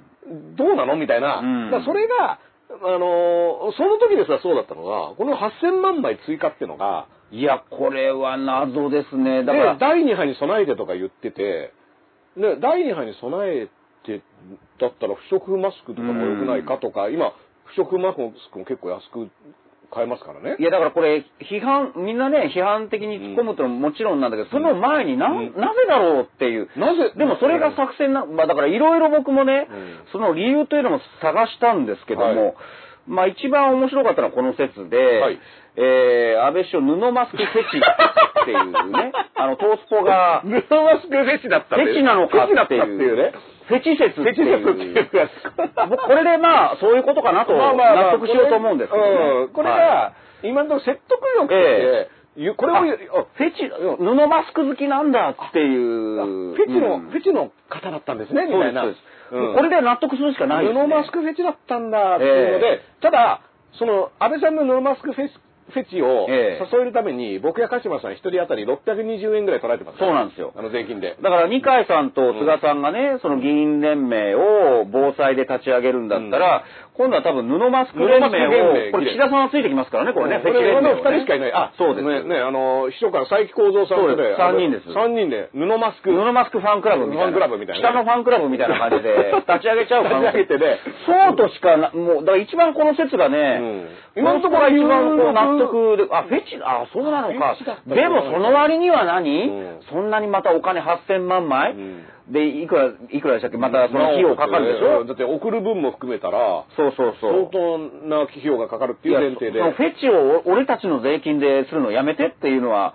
[SPEAKER 2] どうなのみたいな。
[SPEAKER 3] うん
[SPEAKER 2] だからそれが、あのーその時ですらそうだったのが、この8000万枚追加ってのが、
[SPEAKER 3] いや、これは謎ですね。
[SPEAKER 2] で
[SPEAKER 3] だから、
[SPEAKER 2] 第2波に備えてとか言ってて、ね、第2波に備えてだったら不織布マスクとかも良くないかとか、今、不織布マスクも結構安く買えますからね
[SPEAKER 3] い。や、だからこれ、批判、みんなね、批判的に突っ込むってのももちろんなんだけど、その前にな、
[SPEAKER 2] うん
[SPEAKER 3] なぜだろうっていう。
[SPEAKER 2] なぜ
[SPEAKER 3] でもそれが作戦な、まあだからいろいろ僕もね、
[SPEAKER 2] うん
[SPEAKER 3] その理由というのも探したんですけども、
[SPEAKER 2] はい
[SPEAKER 3] まあ一番面白かったのはこの説で、
[SPEAKER 2] はい
[SPEAKER 3] えー、安倍首相布マスクフェチっていう ね、あの、トースポが
[SPEAKER 2] 布、マスクフェチだったっていう
[SPEAKER 3] フェチなのかっていう
[SPEAKER 2] フェチだったっていうね。
[SPEAKER 3] フェチ説
[SPEAKER 2] フ
[SPEAKER 3] って
[SPEAKER 2] ェチだったって
[SPEAKER 3] い。
[SPEAKER 2] いううやつ。
[SPEAKER 3] 僕これでまあ、そういうことかなと、
[SPEAKER 2] まあまあまあ
[SPEAKER 3] 納得しようと思うんですけどね、
[SPEAKER 2] うんこれ
[SPEAKER 3] はい
[SPEAKER 2] が、今のところ説得力として、ゆこれを、
[SPEAKER 3] あ
[SPEAKER 2] あ
[SPEAKER 3] フェチ、布マスク好きなんだっていう。
[SPEAKER 2] フェチの、
[SPEAKER 3] うん
[SPEAKER 2] フェチの方だったんですね、み
[SPEAKER 3] そう
[SPEAKER 2] た
[SPEAKER 3] で
[SPEAKER 2] い
[SPEAKER 3] す
[SPEAKER 2] な。
[SPEAKER 3] そうです
[SPEAKER 2] うん
[SPEAKER 3] これで納得するしかないです、ね。
[SPEAKER 2] 布マスクフェチだったんだっていうので、
[SPEAKER 3] え
[SPEAKER 2] ただ、その、安倍さんの布マスクフェチフェチを
[SPEAKER 3] ええ
[SPEAKER 2] 誘えるために、僕や鹿島さん一人当たり620円ぐらい取られてますね、
[SPEAKER 3] そうなんですよ
[SPEAKER 2] あの税金で。
[SPEAKER 3] だから二階さんと菅さんがね、その議員連盟を防災で立ち上げるんだったら、今度は多分布マスク連
[SPEAKER 2] 布マスク連
[SPEAKER 3] 盟
[SPEAKER 2] 盟
[SPEAKER 3] を、これ岸田さんはついてきますからね、これね、
[SPEAKER 2] こ
[SPEAKER 3] フェチ連盟
[SPEAKER 2] れ、
[SPEAKER 3] を
[SPEAKER 2] の
[SPEAKER 3] ね
[SPEAKER 2] 二人しかいない。あ、
[SPEAKER 3] そうです。
[SPEAKER 2] ね、ね、あの、秘書官、佐伯幸三さ
[SPEAKER 3] そう
[SPEAKER 2] んと
[SPEAKER 3] です三人です
[SPEAKER 2] 3人で、布マスク。
[SPEAKER 3] 布マスクファンクラブみたいな。
[SPEAKER 2] ファンクラブみたいなね
[SPEAKER 3] 北のファンクラブみたいな感じで、立ち上げちゃう可能性
[SPEAKER 2] 立ち上げて
[SPEAKER 3] そう
[SPEAKER 2] ね
[SPEAKER 3] としかな、もう、だから一番この説がね、
[SPEAKER 2] うん
[SPEAKER 3] 今のところは一番こう納得で、あ、フェチ、あ、そうなのか
[SPEAKER 2] フェチだっ。たのか
[SPEAKER 3] でもその割には何、
[SPEAKER 2] うん
[SPEAKER 3] そんなにまたお金8000万枚、
[SPEAKER 2] うん
[SPEAKER 3] で、いくら、いくらでしたっけまたその費用かかるでしょ、
[SPEAKER 2] だって送る分も含めたら、
[SPEAKER 3] そうそうそう。
[SPEAKER 2] 相当な費用がかかるっていう前提
[SPEAKER 3] い
[SPEAKER 2] で。
[SPEAKER 3] やそそのフェチを俺たちの税金でするのやめてっていうのは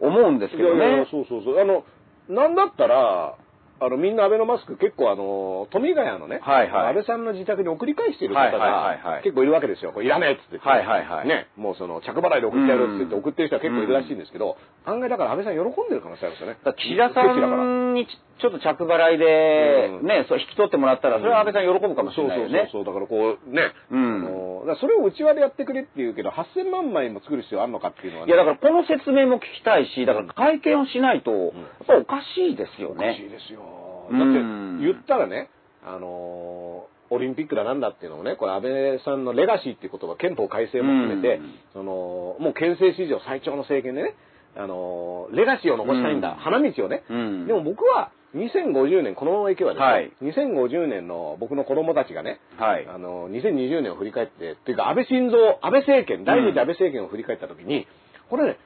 [SPEAKER 3] 思うんですけどね。
[SPEAKER 2] いやいやそうそうそう。あの、なんだったら、あの、みんな安倍のマスク結構あの、富ヶ谷のね、
[SPEAKER 3] はいはい
[SPEAKER 2] 安倍さんの自宅に送り返している方
[SPEAKER 3] はいはいはいは
[SPEAKER 2] が
[SPEAKER 3] い
[SPEAKER 2] 結構いるわけですよ。これいらねえっつって言って
[SPEAKER 3] はいはいはい
[SPEAKER 2] ね、もうその、着払いで送ってやるって言って送ってる人は結構いるらしいんですけど、案外だから安倍さん喜んでる可能性あるんですよね。
[SPEAKER 3] だから岸田さ
[SPEAKER 2] フェチだから
[SPEAKER 3] んにちちょっと着払いで、
[SPEAKER 2] うん
[SPEAKER 3] ね、そう引き取ってもらったら、それは安倍さん喜ぶかもしれないよね。
[SPEAKER 2] そうそうそうそうだからこうね、
[SPEAKER 3] うん
[SPEAKER 2] あのだからそれを内輪でやってくれっていうけど8000万枚も作る必要あるのかっていうのは、
[SPEAKER 3] いや、だからこの説明も聞きたいし、だから会見をしないと、やっぱおかしいですよ
[SPEAKER 2] おかしい
[SPEAKER 3] ね。
[SPEAKER 2] ですよ
[SPEAKER 3] う
[SPEAKER 2] だって
[SPEAKER 3] ん
[SPEAKER 2] 言ったらねあのーオリンピックだなんだっていうのもね、これ安倍さんのレガシーっていう言葉、憲法改正も含めて
[SPEAKER 3] うん、
[SPEAKER 2] その、もう憲政史上最長の政権でね、あのーレガシーを残したいんだ、
[SPEAKER 3] うん
[SPEAKER 2] 花道をね、
[SPEAKER 3] うん
[SPEAKER 2] でも僕は2050年、このままいけばですね、
[SPEAKER 3] はい
[SPEAKER 2] 2050年の僕の子供たちがね、
[SPEAKER 3] はい
[SPEAKER 2] あの、2020年を振り返って、っていうか安倍晋三、安倍政権、第二次安倍政権を振り返った時に、これね、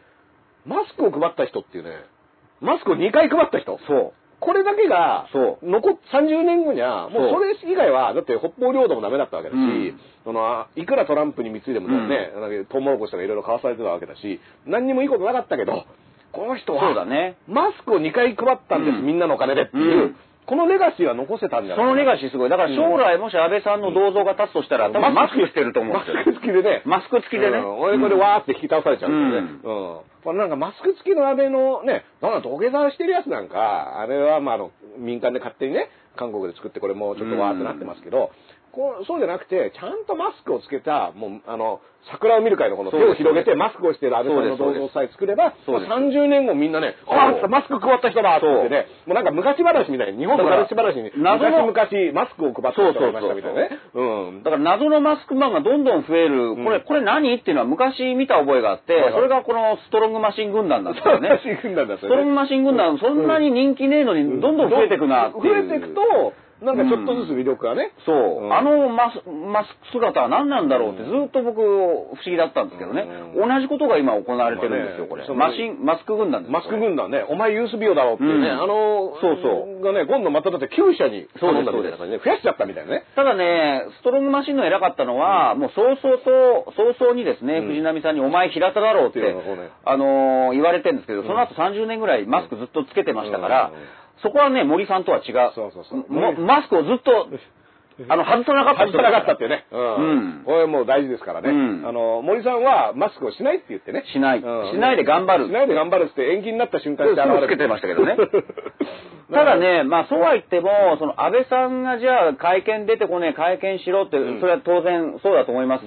[SPEAKER 2] マスクを配った人っていうね、マスクを2回配った人。
[SPEAKER 3] そう。
[SPEAKER 2] これだけが、
[SPEAKER 3] そ
[SPEAKER 2] 残っ30年後には、も
[SPEAKER 3] そ
[SPEAKER 2] うそうれ以外は、だって北方領土もダメだったわけだし、
[SPEAKER 3] うん
[SPEAKER 2] そのあいくらトランプに貢いでもね、なんかトウモロコシとかいろいろ買わされてたわけだし、何にもいいことなかったけど、この人は、
[SPEAKER 3] そうだね
[SPEAKER 2] マスクを2回配ったんです、
[SPEAKER 3] うん
[SPEAKER 2] みんなのお金でっていう、
[SPEAKER 3] うん
[SPEAKER 2] このレガシーは残せたんじゃな
[SPEAKER 3] そ
[SPEAKER 2] い
[SPEAKER 3] のレガシーすごい。だから将来もし安倍さんの銅像が立つとしたら、多分マスクしてると思うん
[SPEAKER 2] マ
[SPEAKER 3] です
[SPEAKER 2] ス
[SPEAKER 3] よ。
[SPEAKER 2] ク付きでね。
[SPEAKER 3] マスク付きでね
[SPEAKER 2] うん俺これわーって引き倒されちゃうんだよね。
[SPEAKER 3] う
[SPEAKER 2] うん。これなんかマスク付きの安倍のね、なんだ土下座してるやつなんか、あれはまああの、民間で勝手にね、韓国で作ってこれもうちょっとわーってなってますけど、こうそうじゃなくて、ちゃんとマスクをつけた、もう、あの、桜を見る会のこの手を広げて、マスクをしている安倍さんの
[SPEAKER 3] そう
[SPEAKER 2] 銅
[SPEAKER 3] です
[SPEAKER 2] 像さえ作れば、
[SPEAKER 3] そう
[SPEAKER 2] ま
[SPEAKER 3] です
[SPEAKER 2] あ30年後みんなね、
[SPEAKER 3] そう
[SPEAKER 2] ああ、マスク配った人だって言ってね、もうなんか昔話みたいに、日本
[SPEAKER 3] だから
[SPEAKER 2] 昔話に、
[SPEAKER 3] 謎の
[SPEAKER 2] 昔々マスクを配った人がいましたみたいなね。うん。
[SPEAKER 3] だから謎のマスクマンがどんどん増える、
[SPEAKER 2] うん
[SPEAKER 3] これ、これ何っていうのは昔見た覚えがあって、
[SPEAKER 2] はいはい
[SPEAKER 3] それがこのストロングマシン軍団なん ですよね。
[SPEAKER 2] 新軍団だった
[SPEAKER 3] ストロ
[SPEAKER 2] よ
[SPEAKER 3] ン
[SPEAKER 2] ね
[SPEAKER 3] グマシン軍団、そんなに人気ねえのに、どんどん増えてくなっていう。
[SPEAKER 2] 増えていくと、なんかちょっとずつ魅力がね、
[SPEAKER 3] そう、
[SPEAKER 2] うん
[SPEAKER 3] あのマスマスク姿は何なんだろうってずっと僕不思議だったんですけどね、同
[SPEAKER 2] う
[SPEAKER 3] じことが今行われてるんですよこれ、
[SPEAKER 2] まあ
[SPEAKER 3] マ
[SPEAKER 2] ね
[SPEAKER 3] シンマスク軍団です
[SPEAKER 2] マスク
[SPEAKER 3] これ
[SPEAKER 2] 軍団ね、お前ユースビオだろっていうね、
[SPEAKER 3] うん
[SPEAKER 2] あの、
[SPEAKER 3] そうそう
[SPEAKER 2] がね、今度まただって9社に
[SPEAKER 3] そうです
[SPEAKER 2] 頼んだみたいな感じで、増やしちゃったみたいなね。
[SPEAKER 3] ただねストロングマシンの偉かったのは、もう早々と早々にですね、
[SPEAKER 2] うん
[SPEAKER 3] 藤波さんに「お前平田だろ」うって
[SPEAKER 2] っていうのがね
[SPEAKER 3] あのー言われてるんですけどその後30年ぐらいマスクずっとつけてましたから、
[SPEAKER 2] うん
[SPEAKER 3] そこはね森さんとは違う
[SPEAKER 2] そうそうそう
[SPEAKER 3] もマスクをずっとあの外さなかった
[SPEAKER 2] 外
[SPEAKER 3] 人
[SPEAKER 2] さなかったっていうね。
[SPEAKER 3] うん
[SPEAKER 2] これはもう大事ですからね。
[SPEAKER 3] うん
[SPEAKER 2] あの、森さんはマスクをしないって言ってね。
[SPEAKER 3] しないしないで頑張る
[SPEAKER 2] しないで頑張るって延期になった瞬間に現れる。
[SPEAKER 3] つけてましたけどね ただね、まあそうは言っても、その安倍さんがじゃあ会見出てこねえ、会見しろって、
[SPEAKER 2] うん
[SPEAKER 3] それは当然そうだと思います。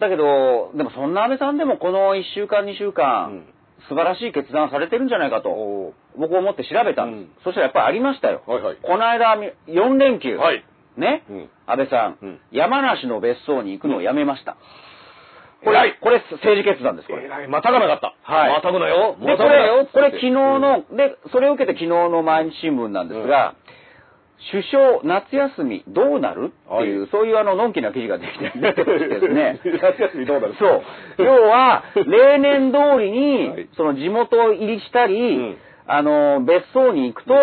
[SPEAKER 3] だけど、でもそんな安倍さんでもこの1週間、2週間、
[SPEAKER 2] うん
[SPEAKER 3] 素晴らしい決断をされてるんじゃないかと、
[SPEAKER 2] お
[SPEAKER 3] 僕思って調べたんです。
[SPEAKER 2] うん
[SPEAKER 3] そしたらやっぱりありましたよ。
[SPEAKER 2] はいはい
[SPEAKER 3] この間、4連休、
[SPEAKER 2] ーはい。
[SPEAKER 3] ね、
[SPEAKER 2] うん
[SPEAKER 3] 安倍さん,、
[SPEAKER 2] うん
[SPEAKER 3] 山梨の別荘に行くのをやめました。こ
[SPEAKER 2] 偉
[SPEAKER 3] れ
[SPEAKER 2] い、
[SPEAKER 3] これ政治決断です、これ。
[SPEAKER 2] えらい、またがなかった。
[SPEAKER 3] はい。
[SPEAKER 2] またぐなよ。
[SPEAKER 3] で、
[SPEAKER 2] ま
[SPEAKER 3] こ
[SPEAKER 2] たぐなよ
[SPEAKER 3] れ、。これ昨日
[SPEAKER 2] うん、
[SPEAKER 3] の、で、それを受けて昨日の毎日新聞なんですが、首相夏休みどうなるっていう、
[SPEAKER 2] は。
[SPEAKER 3] そういうあの、のんきな記事ができて出てましてですね
[SPEAKER 2] 夏休みどうなる
[SPEAKER 3] そう。要は、例年通りに、
[SPEAKER 2] はい
[SPEAKER 3] その地元入りしたり、
[SPEAKER 2] うん
[SPEAKER 3] あの、別荘に行くと、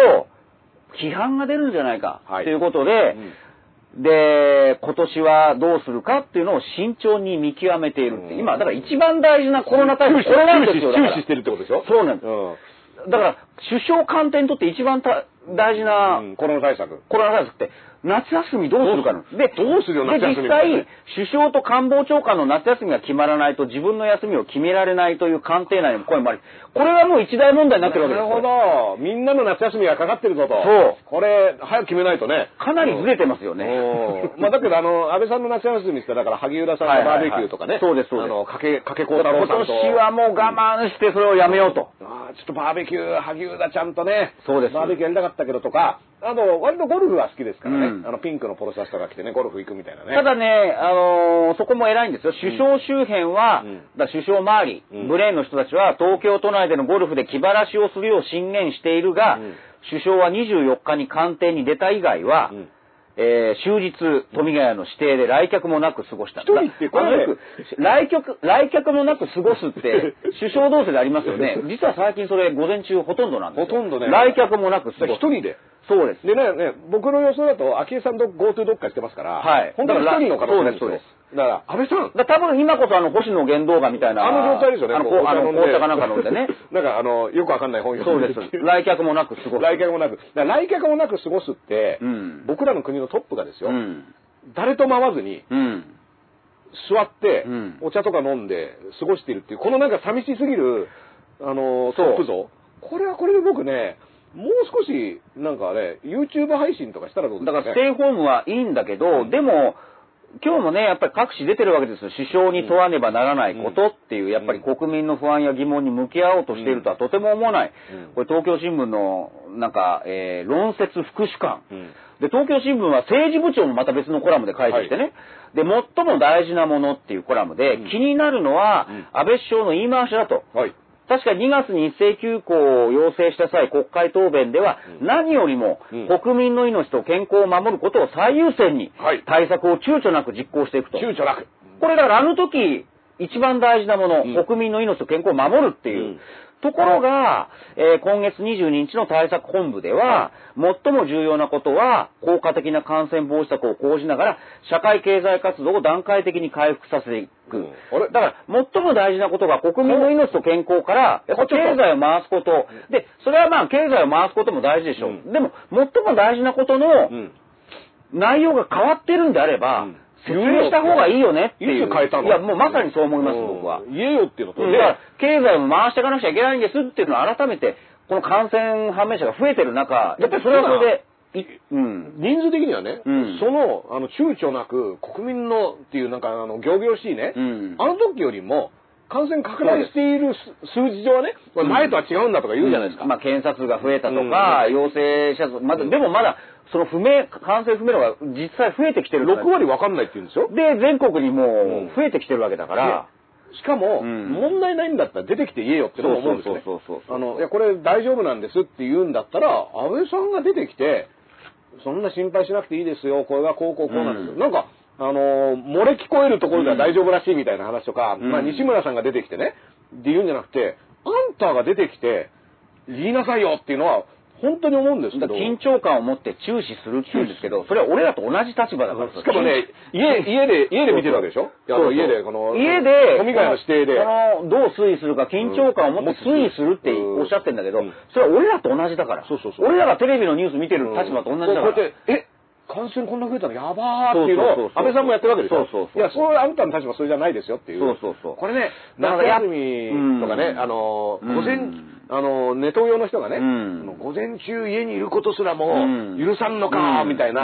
[SPEAKER 3] 批判が出るんじゃないか、
[SPEAKER 2] はい
[SPEAKER 3] ということで、
[SPEAKER 2] うん
[SPEAKER 3] で、今年はどうするかっていうのを慎重に見極めているって、
[SPEAKER 2] うん
[SPEAKER 3] 今、だから一番大事なコロナ対策、これなんですよ、だから
[SPEAKER 2] 注視してるってことでしょ
[SPEAKER 3] そうなんです。
[SPEAKER 2] うん
[SPEAKER 3] だから、首相官邸にとって一番た大事な
[SPEAKER 2] うん。コロナ対策。
[SPEAKER 3] コロナ対策って、夏休みどうするかなんです。で、
[SPEAKER 2] どうするよ夏休み
[SPEAKER 3] で、実
[SPEAKER 2] みたいな
[SPEAKER 3] 際、首相と官房長官の夏休みが決まらないと、自分の休みを決められないという官邸内の声もあり、これはもう一大問題になってるわけですよ。
[SPEAKER 2] なるほど。みんなの夏休みがかかってるぞと。
[SPEAKER 3] そう
[SPEAKER 2] これ、早く決めないとね。
[SPEAKER 3] かなりずれてますよね。
[SPEAKER 2] うんまあだけど、あの、安倍さんの夏休みって、だから、萩生田さん
[SPEAKER 3] はい
[SPEAKER 2] の
[SPEAKER 3] は
[SPEAKER 2] バ
[SPEAKER 3] い
[SPEAKER 2] ー
[SPEAKER 3] は
[SPEAKER 2] ベ
[SPEAKER 3] い
[SPEAKER 2] キューとかね。
[SPEAKER 3] そうですそうです
[SPEAKER 2] あの、かけ、かけ孝
[SPEAKER 3] 今
[SPEAKER 2] 太郎さんと。
[SPEAKER 3] 年はもう我慢してそれをやめようと。
[SPEAKER 2] ああ、ちょっとバーベキュー、萩生田ちゃんとね。
[SPEAKER 3] そうです
[SPEAKER 2] バーベキューやりたかったけどとか、あと、割とゴルフは好きですからね。
[SPEAKER 3] うん
[SPEAKER 2] あの、ピンクのポロシャツとか着てね、ゴルフ行くみたいなね。
[SPEAKER 3] ただね、あのーそこも偉いんですよ。首相周辺は、
[SPEAKER 2] うん
[SPEAKER 3] だから首相周り、
[SPEAKER 2] うん
[SPEAKER 3] ブレーンの人たちは東京都内でのゴルフで気晴らしをするよう進言しているが、
[SPEAKER 2] うん
[SPEAKER 3] 首相は24日に官邸に出た以外は、
[SPEAKER 2] うん
[SPEAKER 3] えー終日、富ヶ谷の指定で来客もなく過ごした。
[SPEAKER 2] 一人ってこれ
[SPEAKER 3] あのよく来客、来客もなく過ごす って、首相同士でありますよね。実は最近それ午前中ほとんどなんですよ。
[SPEAKER 2] ほとんどね
[SPEAKER 3] 来客もなく過ごす。
[SPEAKER 2] 一人で。
[SPEAKER 3] そうです。
[SPEAKER 2] でね、ね僕の予想だと、昭恵さんと GoTo どっかしてますから、
[SPEAKER 3] はい
[SPEAKER 2] 本当に一人の可能性です
[SPEAKER 3] そうで
[SPEAKER 2] よ
[SPEAKER 3] すそうで。
[SPEAKER 2] だから、安倍さん、
[SPEAKER 3] だから多分今こそあの星野源動画みたいな。
[SPEAKER 2] あの状態ですよね。
[SPEAKER 3] あの、
[SPEAKER 2] こ
[SPEAKER 3] こ
[SPEAKER 2] う
[SPEAKER 3] うあの
[SPEAKER 2] お飲ん
[SPEAKER 3] 紅
[SPEAKER 2] で
[SPEAKER 3] 茶かなんか飲んでね。
[SPEAKER 2] なんかあの、よくわかんない本
[SPEAKER 3] そう
[SPEAKER 2] 読ん
[SPEAKER 3] で
[SPEAKER 2] でるって
[SPEAKER 3] す。
[SPEAKER 2] いう
[SPEAKER 3] 来客もなくすごい。
[SPEAKER 2] 来客もなく。だから来客もなく過ごすって、
[SPEAKER 3] うん
[SPEAKER 2] 僕らの国のトップがですよ、
[SPEAKER 3] うん。
[SPEAKER 2] 誰とも会わずに
[SPEAKER 3] うん。
[SPEAKER 2] 座って、
[SPEAKER 3] うん
[SPEAKER 2] お茶とか飲んで過ごしているっていう、このなんか寂しすぎる、あの、ト
[SPEAKER 3] そう
[SPEAKER 2] ップ像。これはこれで僕ね、もう少し、なんかね、YouTube 配信とかしたらどうです
[SPEAKER 3] だ
[SPEAKER 2] か、
[SPEAKER 3] か
[SPEAKER 2] ね、
[SPEAKER 3] らステイホームはいいんだけど、でも、今日もね、やっぱり各紙出てるわけですよ。首相に問わねばならないことっていう、やっぱり国民の不安や疑問に向き合おうとしているとはとても思わない。
[SPEAKER 2] うん
[SPEAKER 3] これ東京新聞の、なんか、えー論説副主幹。
[SPEAKER 2] うん
[SPEAKER 3] で、東京新聞は政治部長もまた別のコラムで書いていてね、で、最も大事なものっていうコラムで、
[SPEAKER 2] うん
[SPEAKER 3] 気になるのは、
[SPEAKER 2] うん
[SPEAKER 3] 安倍首相の言い回しだと。
[SPEAKER 2] はい。
[SPEAKER 3] 確か2月に一斉休校を要請した際、国会答弁では、
[SPEAKER 2] うん
[SPEAKER 3] 何よりも
[SPEAKER 2] うん
[SPEAKER 3] 国民の命と健康を守ることを最優先に
[SPEAKER 2] はい、
[SPEAKER 3] 対策を躊躇なく実行していくと。
[SPEAKER 2] 躊躇なく。
[SPEAKER 3] これだからあの時、一番大事なもの、
[SPEAKER 2] うん
[SPEAKER 3] 国民の命と健康を守るっていう。
[SPEAKER 2] うん
[SPEAKER 3] ところが、えー今月22日の対策本部では、最も重要なことは、効果的な感染防止策を講じながら、社会経済活動を段階的に回復させていく。
[SPEAKER 2] うんあれ
[SPEAKER 3] だから、最も大事なことが国民の命と健康から、やっぱ経済を回すこと。で、それはまあ、経済を回すことも大事でしょう。
[SPEAKER 2] うん
[SPEAKER 3] でも、最も大事なことの
[SPEAKER 2] うん。
[SPEAKER 3] 内容が変わってるんであれば、
[SPEAKER 2] うん
[SPEAKER 3] 説明した方がいいよねっていう。
[SPEAKER 2] いつ変えた
[SPEAKER 3] い
[SPEAKER 2] の
[SPEAKER 3] や、もうまさにそう思います、
[SPEAKER 2] うん
[SPEAKER 3] 僕は。
[SPEAKER 2] 言えよっていうのと、
[SPEAKER 3] うんだから、経済も回していかなくちゃいけないんですっていうのを改めて、この感染判明者が増えてる中、やっぱりそれはそれで、いうん。
[SPEAKER 2] 人数的にはね、
[SPEAKER 3] うん
[SPEAKER 2] その、あの、躊躇なく、国民のっていう、なんか、あの、行々しいね、
[SPEAKER 3] うん
[SPEAKER 2] あの時よりも、感染拡大している数数字上はね、これ前とは違うんだとか言うじゃないですか。
[SPEAKER 3] まあ、検査数が増えたとか、
[SPEAKER 2] うん
[SPEAKER 3] 陽性者数、まだ、でもまだ、その不明、感染不明のが実際増えてきてるから
[SPEAKER 2] 6割わかんないって言うんですよ。
[SPEAKER 3] で、全国にも
[SPEAKER 2] うん
[SPEAKER 3] う増えてきてるわけだから、
[SPEAKER 2] しかも、
[SPEAKER 3] うん
[SPEAKER 2] 問題ないんだったら出てきて言えよってのも思うんですよね。
[SPEAKER 3] そうそうそうそうそう
[SPEAKER 2] あの、いや、これ大丈夫なんですって言うんだったら、安倍さんが出てきて、そんな心配しなくていいですよ、これがこうこうこうなんですよ。
[SPEAKER 3] うん
[SPEAKER 2] なんか、あの、漏れ聞こえるところでは大丈夫らしいみたいな話とか、
[SPEAKER 3] うん
[SPEAKER 2] まあ西村さんが出てきてね、って言うんじゃなくて、あんたが出てきて、言いなさいよっていうのは、本当に思うんですけ
[SPEAKER 3] だ
[SPEAKER 2] ど。
[SPEAKER 3] から緊張感を持って注視するって言うんですけど、それは俺らと同じ立場だから。
[SPEAKER 2] しかもね、家、家で、家で見てるわけでしょ
[SPEAKER 3] そうそう
[SPEAKER 2] いやあの家で、この、
[SPEAKER 3] 家で、
[SPEAKER 2] 都民会の指定で。
[SPEAKER 3] この、どう推移するか、緊張感を持って推移するって
[SPEAKER 2] うん
[SPEAKER 3] おっしゃってんだけど
[SPEAKER 2] うん、
[SPEAKER 3] それは俺らと同じだから。
[SPEAKER 2] そうそうそう
[SPEAKER 3] 俺らがテレビのニュース見てる立場と同じだから。
[SPEAKER 2] こうやって、え感染こんな増えたのやばーっていうの
[SPEAKER 3] そうそうそう
[SPEAKER 2] を
[SPEAKER 3] そう
[SPEAKER 2] 安倍さんもやってるわけでしょ
[SPEAKER 3] そうそうそう
[SPEAKER 2] や、そうあんたの立場それじゃないですよっていう。
[SPEAKER 3] そうそうそう
[SPEAKER 2] これね、
[SPEAKER 3] だから
[SPEAKER 2] 夏
[SPEAKER 3] や
[SPEAKER 2] 休みとかね
[SPEAKER 3] う、ん
[SPEAKER 2] あの、
[SPEAKER 3] うん
[SPEAKER 2] 午前、あの、ネトウ用の人がね、
[SPEAKER 3] うん
[SPEAKER 2] あの午前中家にいることすらも
[SPEAKER 3] うん
[SPEAKER 2] 許さんのか
[SPEAKER 3] う
[SPEAKER 2] ー
[SPEAKER 3] ん
[SPEAKER 2] みたいな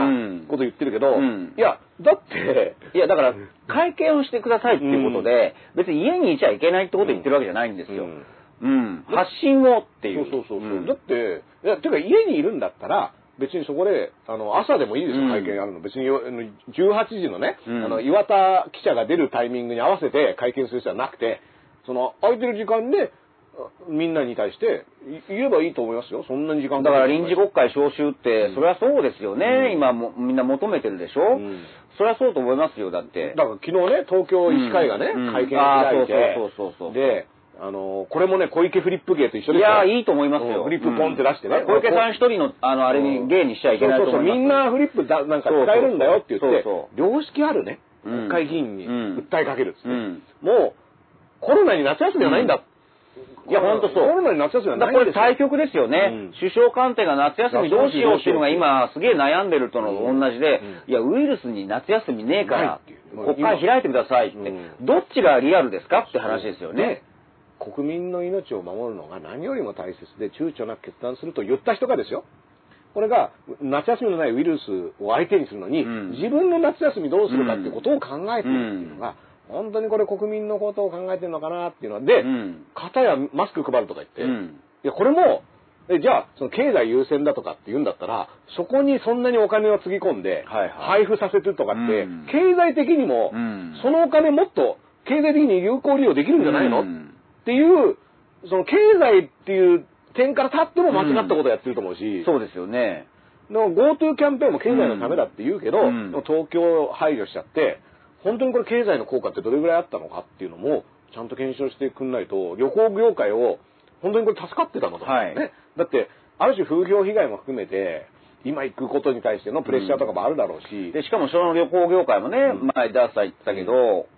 [SPEAKER 2] こと言ってるけど、
[SPEAKER 3] うん
[SPEAKER 2] いや、だって、
[SPEAKER 3] いや、だから、会見をしてくださいっていうことで、別に家にいちゃいけないってことを言ってるわけじゃないんですよ。
[SPEAKER 2] う
[SPEAKER 3] うんん。発信をっていう。
[SPEAKER 2] そうそうそうそう、
[SPEAKER 3] ん
[SPEAKER 2] だっていやてか家にいるんだったら別にそこであの朝でもいいです
[SPEAKER 3] う
[SPEAKER 2] よ
[SPEAKER 3] ん
[SPEAKER 2] 会見あるの、別によあの18時のね、
[SPEAKER 3] うん
[SPEAKER 2] あの岩田記者が出るタイミングに合わせて会見する必要はなくてその空いてる時間であみんなに対してい言えばいいと思いますよそんなに時間
[SPEAKER 3] だから
[SPEAKER 2] かけて
[SPEAKER 3] 臨
[SPEAKER 2] も
[SPEAKER 3] 時国会召集って、それはそうですよね。
[SPEAKER 2] うん
[SPEAKER 3] 今も、みんな求めてるでしょ。
[SPEAKER 2] うん
[SPEAKER 3] それはそうと思いますよ、だって。
[SPEAKER 2] だから昨日ね東京医師会がね、
[SPEAKER 3] うんうん
[SPEAKER 2] 会見を開いて、
[SPEAKER 3] あーそうそうそうそうそう
[SPEAKER 2] であのこれもね小池フリップ芸と一緒
[SPEAKER 3] い
[SPEAKER 2] です
[SPEAKER 3] や
[SPEAKER 2] よ
[SPEAKER 3] いいと思いますよ。
[SPEAKER 2] うんフリップポンって出してね
[SPEAKER 3] うん小池さん一人の、あの、あれに、芸にしちゃいけないと思います。
[SPEAKER 2] そうそうそうみんなフリップだなんか使えるんだよって言って
[SPEAKER 3] そうそう
[SPEAKER 2] 良識あるね
[SPEAKER 3] うん
[SPEAKER 2] 国会議員に
[SPEAKER 3] うん
[SPEAKER 2] 訴えかけるっつって、
[SPEAKER 3] うん
[SPEAKER 2] もうコロナに夏休みはないんだ、
[SPEAKER 3] いや、ほんとそう。
[SPEAKER 2] コロナに夏休みは
[SPEAKER 3] だか
[SPEAKER 2] ない
[SPEAKER 3] らこれ
[SPEAKER 2] んですよ
[SPEAKER 3] 対局ですよね、
[SPEAKER 2] うん
[SPEAKER 3] 首相官邸が夏休みどうしようっていうのが今すげえ悩んでるとのと同じで、
[SPEAKER 2] う
[SPEAKER 3] いや、ウイルスに夏休みねえか
[SPEAKER 2] ない
[SPEAKER 3] ら
[SPEAKER 2] っていう、
[SPEAKER 3] 国会開いてくださいって、
[SPEAKER 2] うん
[SPEAKER 3] どっちがリアルですかって話ですよね。
[SPEAKER 2] 国民の命を守るのが何よりも大切で躊躇なく決断すると言った人がですよこれが夏休みのないウイルスを相手にするのに、
[SPEAKER 3] うん
[SPEAKER 2] 自分の夏休みどうするかってことを考えているっていうのが、本当にこれ国民のことを考えてるのかなっていうので、
[SPEAKER 3] うん
[SPEAKER 2] 片やマスク配るとか言って、
[SPEAKER 3] うん
[SPEAKER 2] いやこれもえじゃあその経済優先だとかって言うんだったらそこにそんなにお金をつぎ込んで
[SPEAKER 3] はいは
[SPEAKER 2] 配布させてとかって、
[SPEAKER 3] うん
[SPEAKER 2] 経済的にも、
[SPEAKER 3] うん
[SPEAKER 2] そのお金もっと経済的に有効利用できるんじゃないの、
[SPEAKER 3] うん
[SPEAKER 2] っていうその経済っていう点から立っても間違ったことをやってると思うし、
[SPEAKER 3] そうですよね。
[SPEAKER 2] でも GoTo キャンペーンも経済のためだって言うけど、
[SPEAKER 3] うん
[SPEAKER 2] でも東京を排除しちゃって本当にこれ経済の効果ってどれぐらいあったのかっていうのもちゃんと検証してくんないと旅行業界を本当にこれ助かってたのと、
[SPEAKER 3] はい
[SPEAKER 2] ね、だってある種風評被害も含めて今行くことに対してのプレッシャーとかもあるだろうし、
[SPEAKER 3] で、しかも、その旅行業界もね、
[SPEAKER 2] うん
[SPEAKER 3] 前、ダースさん言ってたけど、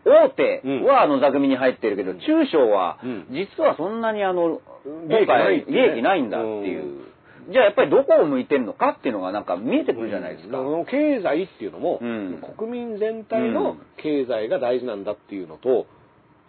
[SPEAKER 3] 大手は、あの、座組に入ってるけど、中小は
[SPEAKER 2] うん、
[SPEAKER 3] 実はそんなに、あの、
[SPEAKER 2] 利益
[SPEAKER 3] 今
[SPEAKER 2] な
[SPEAKER 3] 回
[SPEAKER 2] いってね
[SPEAKER 3] 利益ないんだっていう。じゃあ、やっぱりどこを向いてるのかっていうのが、なんか見えてくるじゃないですか。
[SPEAKER 2] だからその経済っていうのも、
[SPEAKER 3] うん
[SPEAKER 2] 国民全体
[SPEAKER 3] う
[SPEAKER 2] の
[SPEAKER 3] ん
[SPEAKER 2] 経済が大事なんだっていうのと、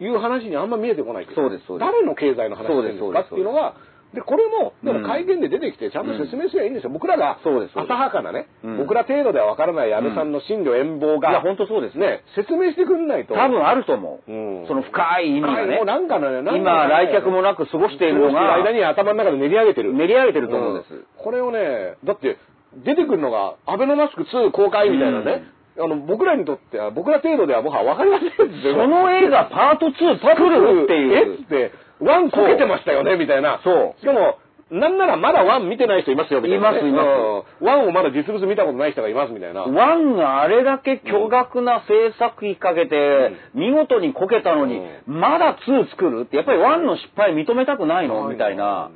[SPEAKER 2] いう話にあんま見えてこないけど
[SPEAKER 3] そうですそうです
[SPEAKER 2] 誰の経済の話してるんで
[SPEAKER 3] そ
[SPEAKER 2] す
[SPEAKER 3] う
[SPEAKER 2] か
[SPEAKER 3] で
[SPEAKER 2] っ
[SPEAKER 3] す
[SPEAKER 2] ていうのが、で、これも、で
[SPEAKER 3] うん
[SPEAKER 2] も会見で出てきて、ちゃんと説明すればいいんですよ。僕らが、
[SPEAKER 3] そうですそうです
[SPEAKER 2] 浅はかなね、
[SPEAKER 3] うん
[SPEAKER 2] 僕ら程度ではわからない安倍さんの進路遠望が、
[SPEAKER 3] いや本当そうです
[SPEAKER 2] ね、説明してくんないと。
[SPEAKER 3] 多分あると思う。
[SPEAKER 2] うん
[SPEAKER 3] その深い意味がね
[SPEAKER 2] もう。なんかのね、なんか
[SPEAKER 3] 今、
[SPEAKER 2] のね
[SPEAKER 3] 来客もなく過ごしている
[SPEAKER 2] 過
[SPEAKER 3] の
[SPEAKER 2] ごしてる
[SPEAKER 3] が、
[SPEAKER 2] 間に頭の中で練り上げてる。
[SPEAKER 3] 練り上げてると思うんです。
[SPEAKER 2] んこれをね、だって、出てくるのが、アベノマスク2公開みたいなね、あの、僕らにとっては、僕ら程度では僕は分かりませんですよ
[SPEAKER 3] その映画パート2パクるっていう
[SPEAKER 2] えっ。て、ワンこけてましたよね、みたいな。
[SPEAKER 3] そう
[SPEAKER 2] しかも、なんならまだワン見てない人いますよ、みたいなね、
[SPEAKER 3] いますいます
[SPEAKER 2] うん。ワンをまだ実物見たことない人がいます、みたいな。
[SPEAKER 3] ワンがあれだけ巨額な制作費かけて、見事にこけたのに、
[SPEAKER 2] う
[SPEAKER 3] まだ2作るって、やっぱりワンの失敗認めたくないの
[SPEAKER 2] うん
[SPEAKER 3] みたいな。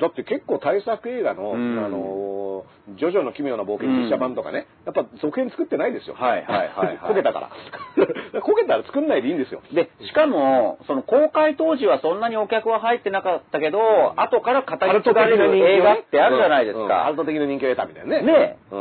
[SPEAKER 2] だって結構大作映画の、
[SPEAKER 3] うん
[SPEAKER 2] あの、ジョジョの奇妙な冒険実写版とかね、やっぱ続編作ってないですよ。
[SPEAKER 3] はいはいはいはい
[SPEAKER 2] こけたから。 こけたら作んないでいいんですよ。
[SPEAKER 3] で、しかも、その公開当時はそんなにお客は入ってなかったけど、後から語り継がれる映画ってあるじゃないです
[SPEAKER 2] うんうん
[SPEAKER 3] か
[SPEAKER 2] カル。ト的な人気を得たみたいなね。
[SPEAKER 3] ねえ
[SPEAKER 2] う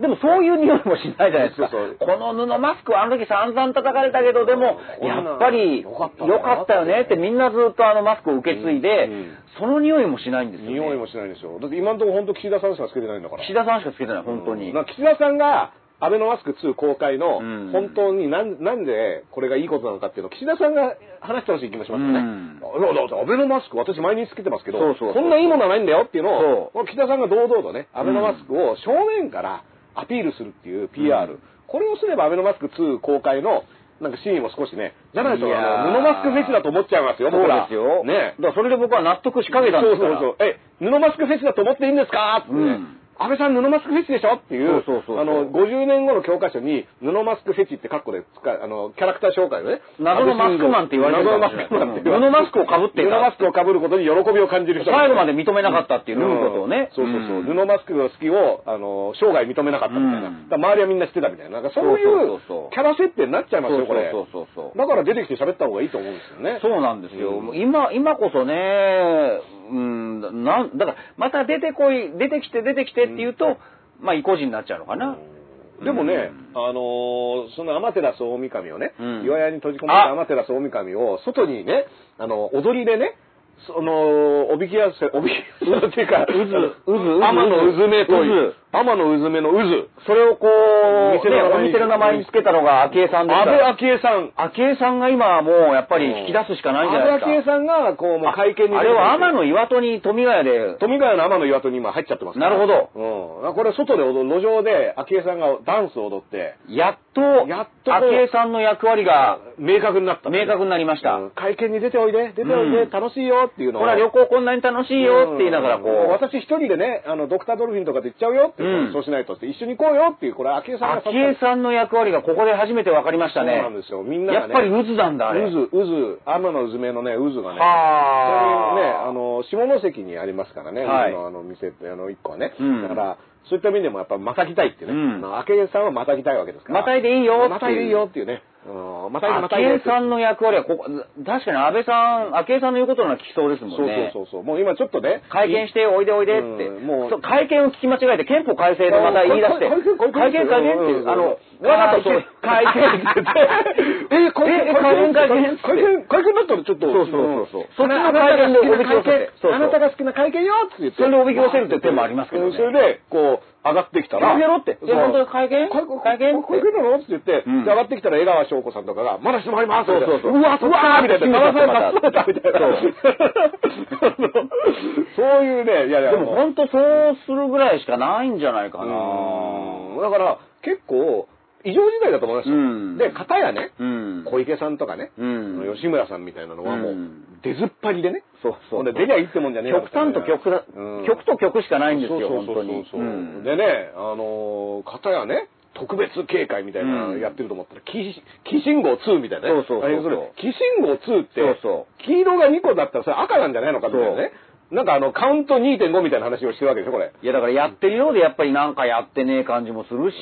[SPEAKER 2] ん。
[SPEAKER 3] でもそういう匂いもしないじゃないですか。
[SPEAKER 2] そうそ
[SPEAKER 3] こ
[SPEAKER 2] う
[SPEAKER 3] の布マスクはあの時散々叩かれたけど、でも
[SPEAKER 2] うん
[SPEAKER 3] やっぱり
[SPEAKER 2] 良
[SPEAKER 3] 良
[SPEAKER 2] か
[SPEAKER 3] か
[SPEAKER 2] ったんだな
[SPEAKER 3] ったよねってみんなずっとあのマスクを受け継いで
[SPEAKER 2] うんうん、
[SPEAKER 3] その匂いもしないんですよ、ね。
[SPEAKER 2] 匂いもしないでしょ。だって今のところ本当岸田さんしかつけてないんだから。
[SPEAKER 3] 岸田さんしかつけてない、本当に。
[SPEAKER 2] なんか岸田さんが、アベノマスク2公開の
[SPEAKER 3] うん
[SPEAKER 2] 本当になんなんでこれがいいことなのかっていうのを岸田さんが話してほしい気もしますよね。
[SPEAKER 3] うん
[SPEAKER 2] あだだってアベノマスク私毎日つけてますけど、
[SPEAKER 3] そうそうそう
[SPEAKER 2] こんないいものはないんだよっていうのを
[SPEAKER 3] そ
[SPEAKER 2] 岸田さんが堂々とね、アベノマスクを正面からアピールするっていう PR、
[SPEAKER 3] うん
[SPEAKER 2] これをすればアベノマスク2公開のなんかシーンも少しね、じゃないと
[SPEAKER 3] いやー
[SPEAKER 2] あの布マスクフェチだと思っちゃいますよ、
[SPEAKER 3] そう
[SPEAKER 2] 僕ら
[SPEAKER 3] ですよ。
[SPEAKER 2] ね。
[SPEAKER 3] だからそれで僕は納得しかけたんですから。
[SPEAKER 2] そうそうそう。え、布マスクフェチだと思っていいんですかってね、
[SPEAKER 3] うん
[SPEAKER 2] 安倍さん布マスクフェチでしょっていう、
[SPEAKER 3] そうそうそうそう
[SPEAKER 2] あの、50年後の教科書に、布マスクフェチってカッコで使う、あの、キャラクター紹介をね。
[SPEAKER 3] 謎のマスクマンって言われてる
[SPEAKER 2] 謎の
[SPEAKER 3] か
[SPEAKER 2] マ
[SPEAKER 3] も
[SPEAKER 2] ス
[SPEAKER 3] しれない
[SPEAKER 2] クマンって言われてる
[SPEAKER 3] 布マスクを被ってい
[SPEAKER 2] 布
[SPEAKER 3] た
[SPEAKER 2] マスクを被ることに喜びを感じる人。
[SPEAKER 3] 最後まで認めなかったっていう、脱ぐことをね。
[SPEAKER 2] そうそうそう。
[SPEAKER 3] ん
[SPEAKER 2] 布マスクが好きを、あの、生涯認めなかったみたいな。
[SPEAKER 3] うん
[SPEAKER 2] だから周りはみんな知ってたみたいな。なんかそうい
[SPEAKER 3] そうそう
[SPEAKER 2] う
[SPEAKER 3] そうそう
[SPEAKER 2] キャラ設定になっちゃいます
[SPEAKER 3] そう
[SPEAKER 2] よ、これ。
[SPEAKER 3] そうそうそうそう。
[SPEAKER 2] だから出てきて喋った方がいいと思うんですよね。
[SPEAKER 3] そうなんですよ。
[SPEAKER 2] うん
[SPEAKER 3] 今、今こそね、うん、なん、だから、また出てこい、出てきて出てきてって言うと、まあ、意固地になっちゃうのかな。
[SPEAKER 2] でもね、あのーその天照大神をね、
[SPEAKER 3] うん
[SPEAKER 2] 岩屋に閉じ込めた天照大神を、外にね、あの、踊りでね、その、おびき寄せ、おびき寄せっていうか、渦、
[SPEAKER 3] 渦渦
[SPEAKER 2] 天の渦めという、天の渦めの渦。それをこう、
[SPEAKER 3] ね、お店の名前につけたのが昭恵さん
[SPEAKER 2] 安
[SPEAKER 3] ですか
[SPEAKER 2] 倍
[SPEAKER 3] ら。
[SPEAKER 2] 昭恵さん。
[SPEAKER 3] 昭恵さんが今もうやっぱり引き出すしかないんじゃないですか。
[SPEAKER 2] 安倍昭恵さんが、こう、もう会見に出て
[SPEAKER 3] あれは天の岩戸に富ヶ谷で、
[SPEAKER 2] 富ヶ谷の天の岩戸に今入っちゃってますから
[SPEAKER 3] なる
[SPEAKER 2] うん。これ外で踊る、路上で昭恵さんがダンスを踊って、
[SPEAKER 3] やっと、
[SPEAKER 2] やっとこう
[SPEAKER 3] 昭恵さんの役割が
[SPEAKER 2] 明確になった。
[SPEAKER 3] 明確になりました。
[SPEAKER 2] うん会見に出ておいで、出ておいで、
[SPEAKER 3] うん
[SPEAKER 2] 楽しいよっていうの
[SPEAKER 3] ほら、旅行こんなに楽しいよって言いながらこう、
[SPEAKER 2] ん私一人でね、あの、ドクタードルフィンとかで行っちゃうよって、
[SPEAKER 3] うん
[SPEAKER 2] そうしないとって、一緒に行こうよっていう、これ、昭恵さんが
[SPEAKER 3] 昭恵さんの役割がここで初めて分かりましたね。
[SPEAKER 2] そうなんですよみんながね
[SPEAKER 3] やっぱり渦なんだ、あれ。
[SPEAKER 2] 渦、渦、天の渦めのね、渦がね、そういうね、あ
[SPEAKER 3] はあ。
[SPEAKER 2] の、下関にありますからね、
[SPEAKER 3] はい
[SPEAKER 2] 渦のあの店って、あの、一個はね。
[SPEAKER 3] うん
[SPEAKER 2] だから、そういった意味でもやっぱ、またぎたいってね、
[SPEAKER 3] うん
[SPEAKER 2] あの昭恵さんはまたぎたいわけですから。
[SPEAKER 3] またいでいいよっていう
[SPEAKER 2] またいでいいよっていうね。うんまたいでまた
[SPEAKER 3] 昭
[SPEAKER 2] いでっ
[SPEAKER 3] 恵
[SPEAKER 2] て。
[SPEAKER 3] さんの役割はここ、確かに安倍さん、昭恵さんの言うことなら聞きそうですも
[SPEAKER 2] そ
[SPEAKER 3] ん
[SPEAKER 2] う
[SPEAKER 3] ね。
[SPEAKER 2] そうそうそう。もう今ちょっとね、
[SPEAKER 3] 会見して、おいでおいでって。
[SPEAKER 2] うんもう
[SPEAKER 3] そう会見を聞き間違えて、憲法改正でまた言い出して。
[SPEAKER 2] 会見
[SPEAKER 3] 会
[SPEAKER 2] 会
[SPEAKER 3] 見
[SPEAKER 2] 見
[SPEAKER 3] 会見っていう。あの、
[SPEAKER 2] わざとそう
[SPEAKER 3] 会見って言って。
[SPEAKER 2] え、会見、
[SPEAKER 3] え会見会
[SPEAKER 2] 会見
[SPEAKER 3] 見
[SPEAKER 2] 会見、会見だったらちょっと。
[SPEAKER 3] そうそうそうそう
[SPEAKER 2] うん
[SPEAKER 3] そっちの
[SPEAKER 2] あなたが好きな
[SPEAKER 3] 会見でおびき寄せてそうそう
[SPEAKER 2] あなたが好きな会見よって言って。
[SPEAKER 3] それでおびき寄せるって手もありますけどね
[SPEAKER 2] うんそれで、こう、上がってきたら。
[SPEAKER 3] やめろって
[SPEAKER 2] そう
[SPEAKER 3] いや本当に会見
[SPEAKER 2] 会見
[SPEAKER 3] 会見って
[SPEAKER 2] 会見なのって言って、で
[SPEAKER 3] うん
[SPEAKER 2] 上がってきたら江川翔子さんとかが、まだしてもらいます
[SPEAKER 3] そうそうそう
[SPEAKER 2] みたいなうわ、うわーみたいな。騙された、騙された、みたいな。そういうね、いやいや。
[SPEAKER 3] でも本当そうするぐらいしかないんじゃないかな。
[SPEAKER 2] うんだから結構異常事態だと思いますよ、
[SPEAKER 3] うん
[SPEAKER 2] で片やね
[SPEAKER 3] うん。
[SPEAKER 2] 小池さんとかね、
[SPEAKER 3] うん
[SPEAKER 2] 吉村さんみたいなのはもう
[SPEAKER 3] うん
[SPEAKER 2] 出ずっぱりでね、
[SPEAKER 3] そうそう
[SPEAKER 2] ほんで出りゃいいってもんじゃねえ
[SPEAKER 3] 極端と極だ、
[SPEAKER 2] うん
[SPEAKER 3] 極と極しかないんですよ、
[SPEAKER 2] そう
[SPEAKER 3] 本
[SPEAKER 2] そう
[SPEAKER 3] 当
[SPEAKER 2] そう
[SPEAKER 3] に。
[SPEAKER 2] そう
[SPEAKER 3] うん
[SPEAKER 2] でねあのー片やね特別警戒みたいなのやってると思ったら、キシキシン号2みたいなね
[SPEAKER 3] そうそうそうそう
[SPEAKER 2] あれそれキシン号2って
[SPEAKER 3] そうそ
[SPEAKER 2] 黄色が2個だったらそれ赤なんじゃないのかみたいなねなんかあのカウント2.5みたいな話をしてるわけでしょこれ
[SPEAKER 3] いや、だからやってるようでやっぱりなんかやってねえ感じもするし。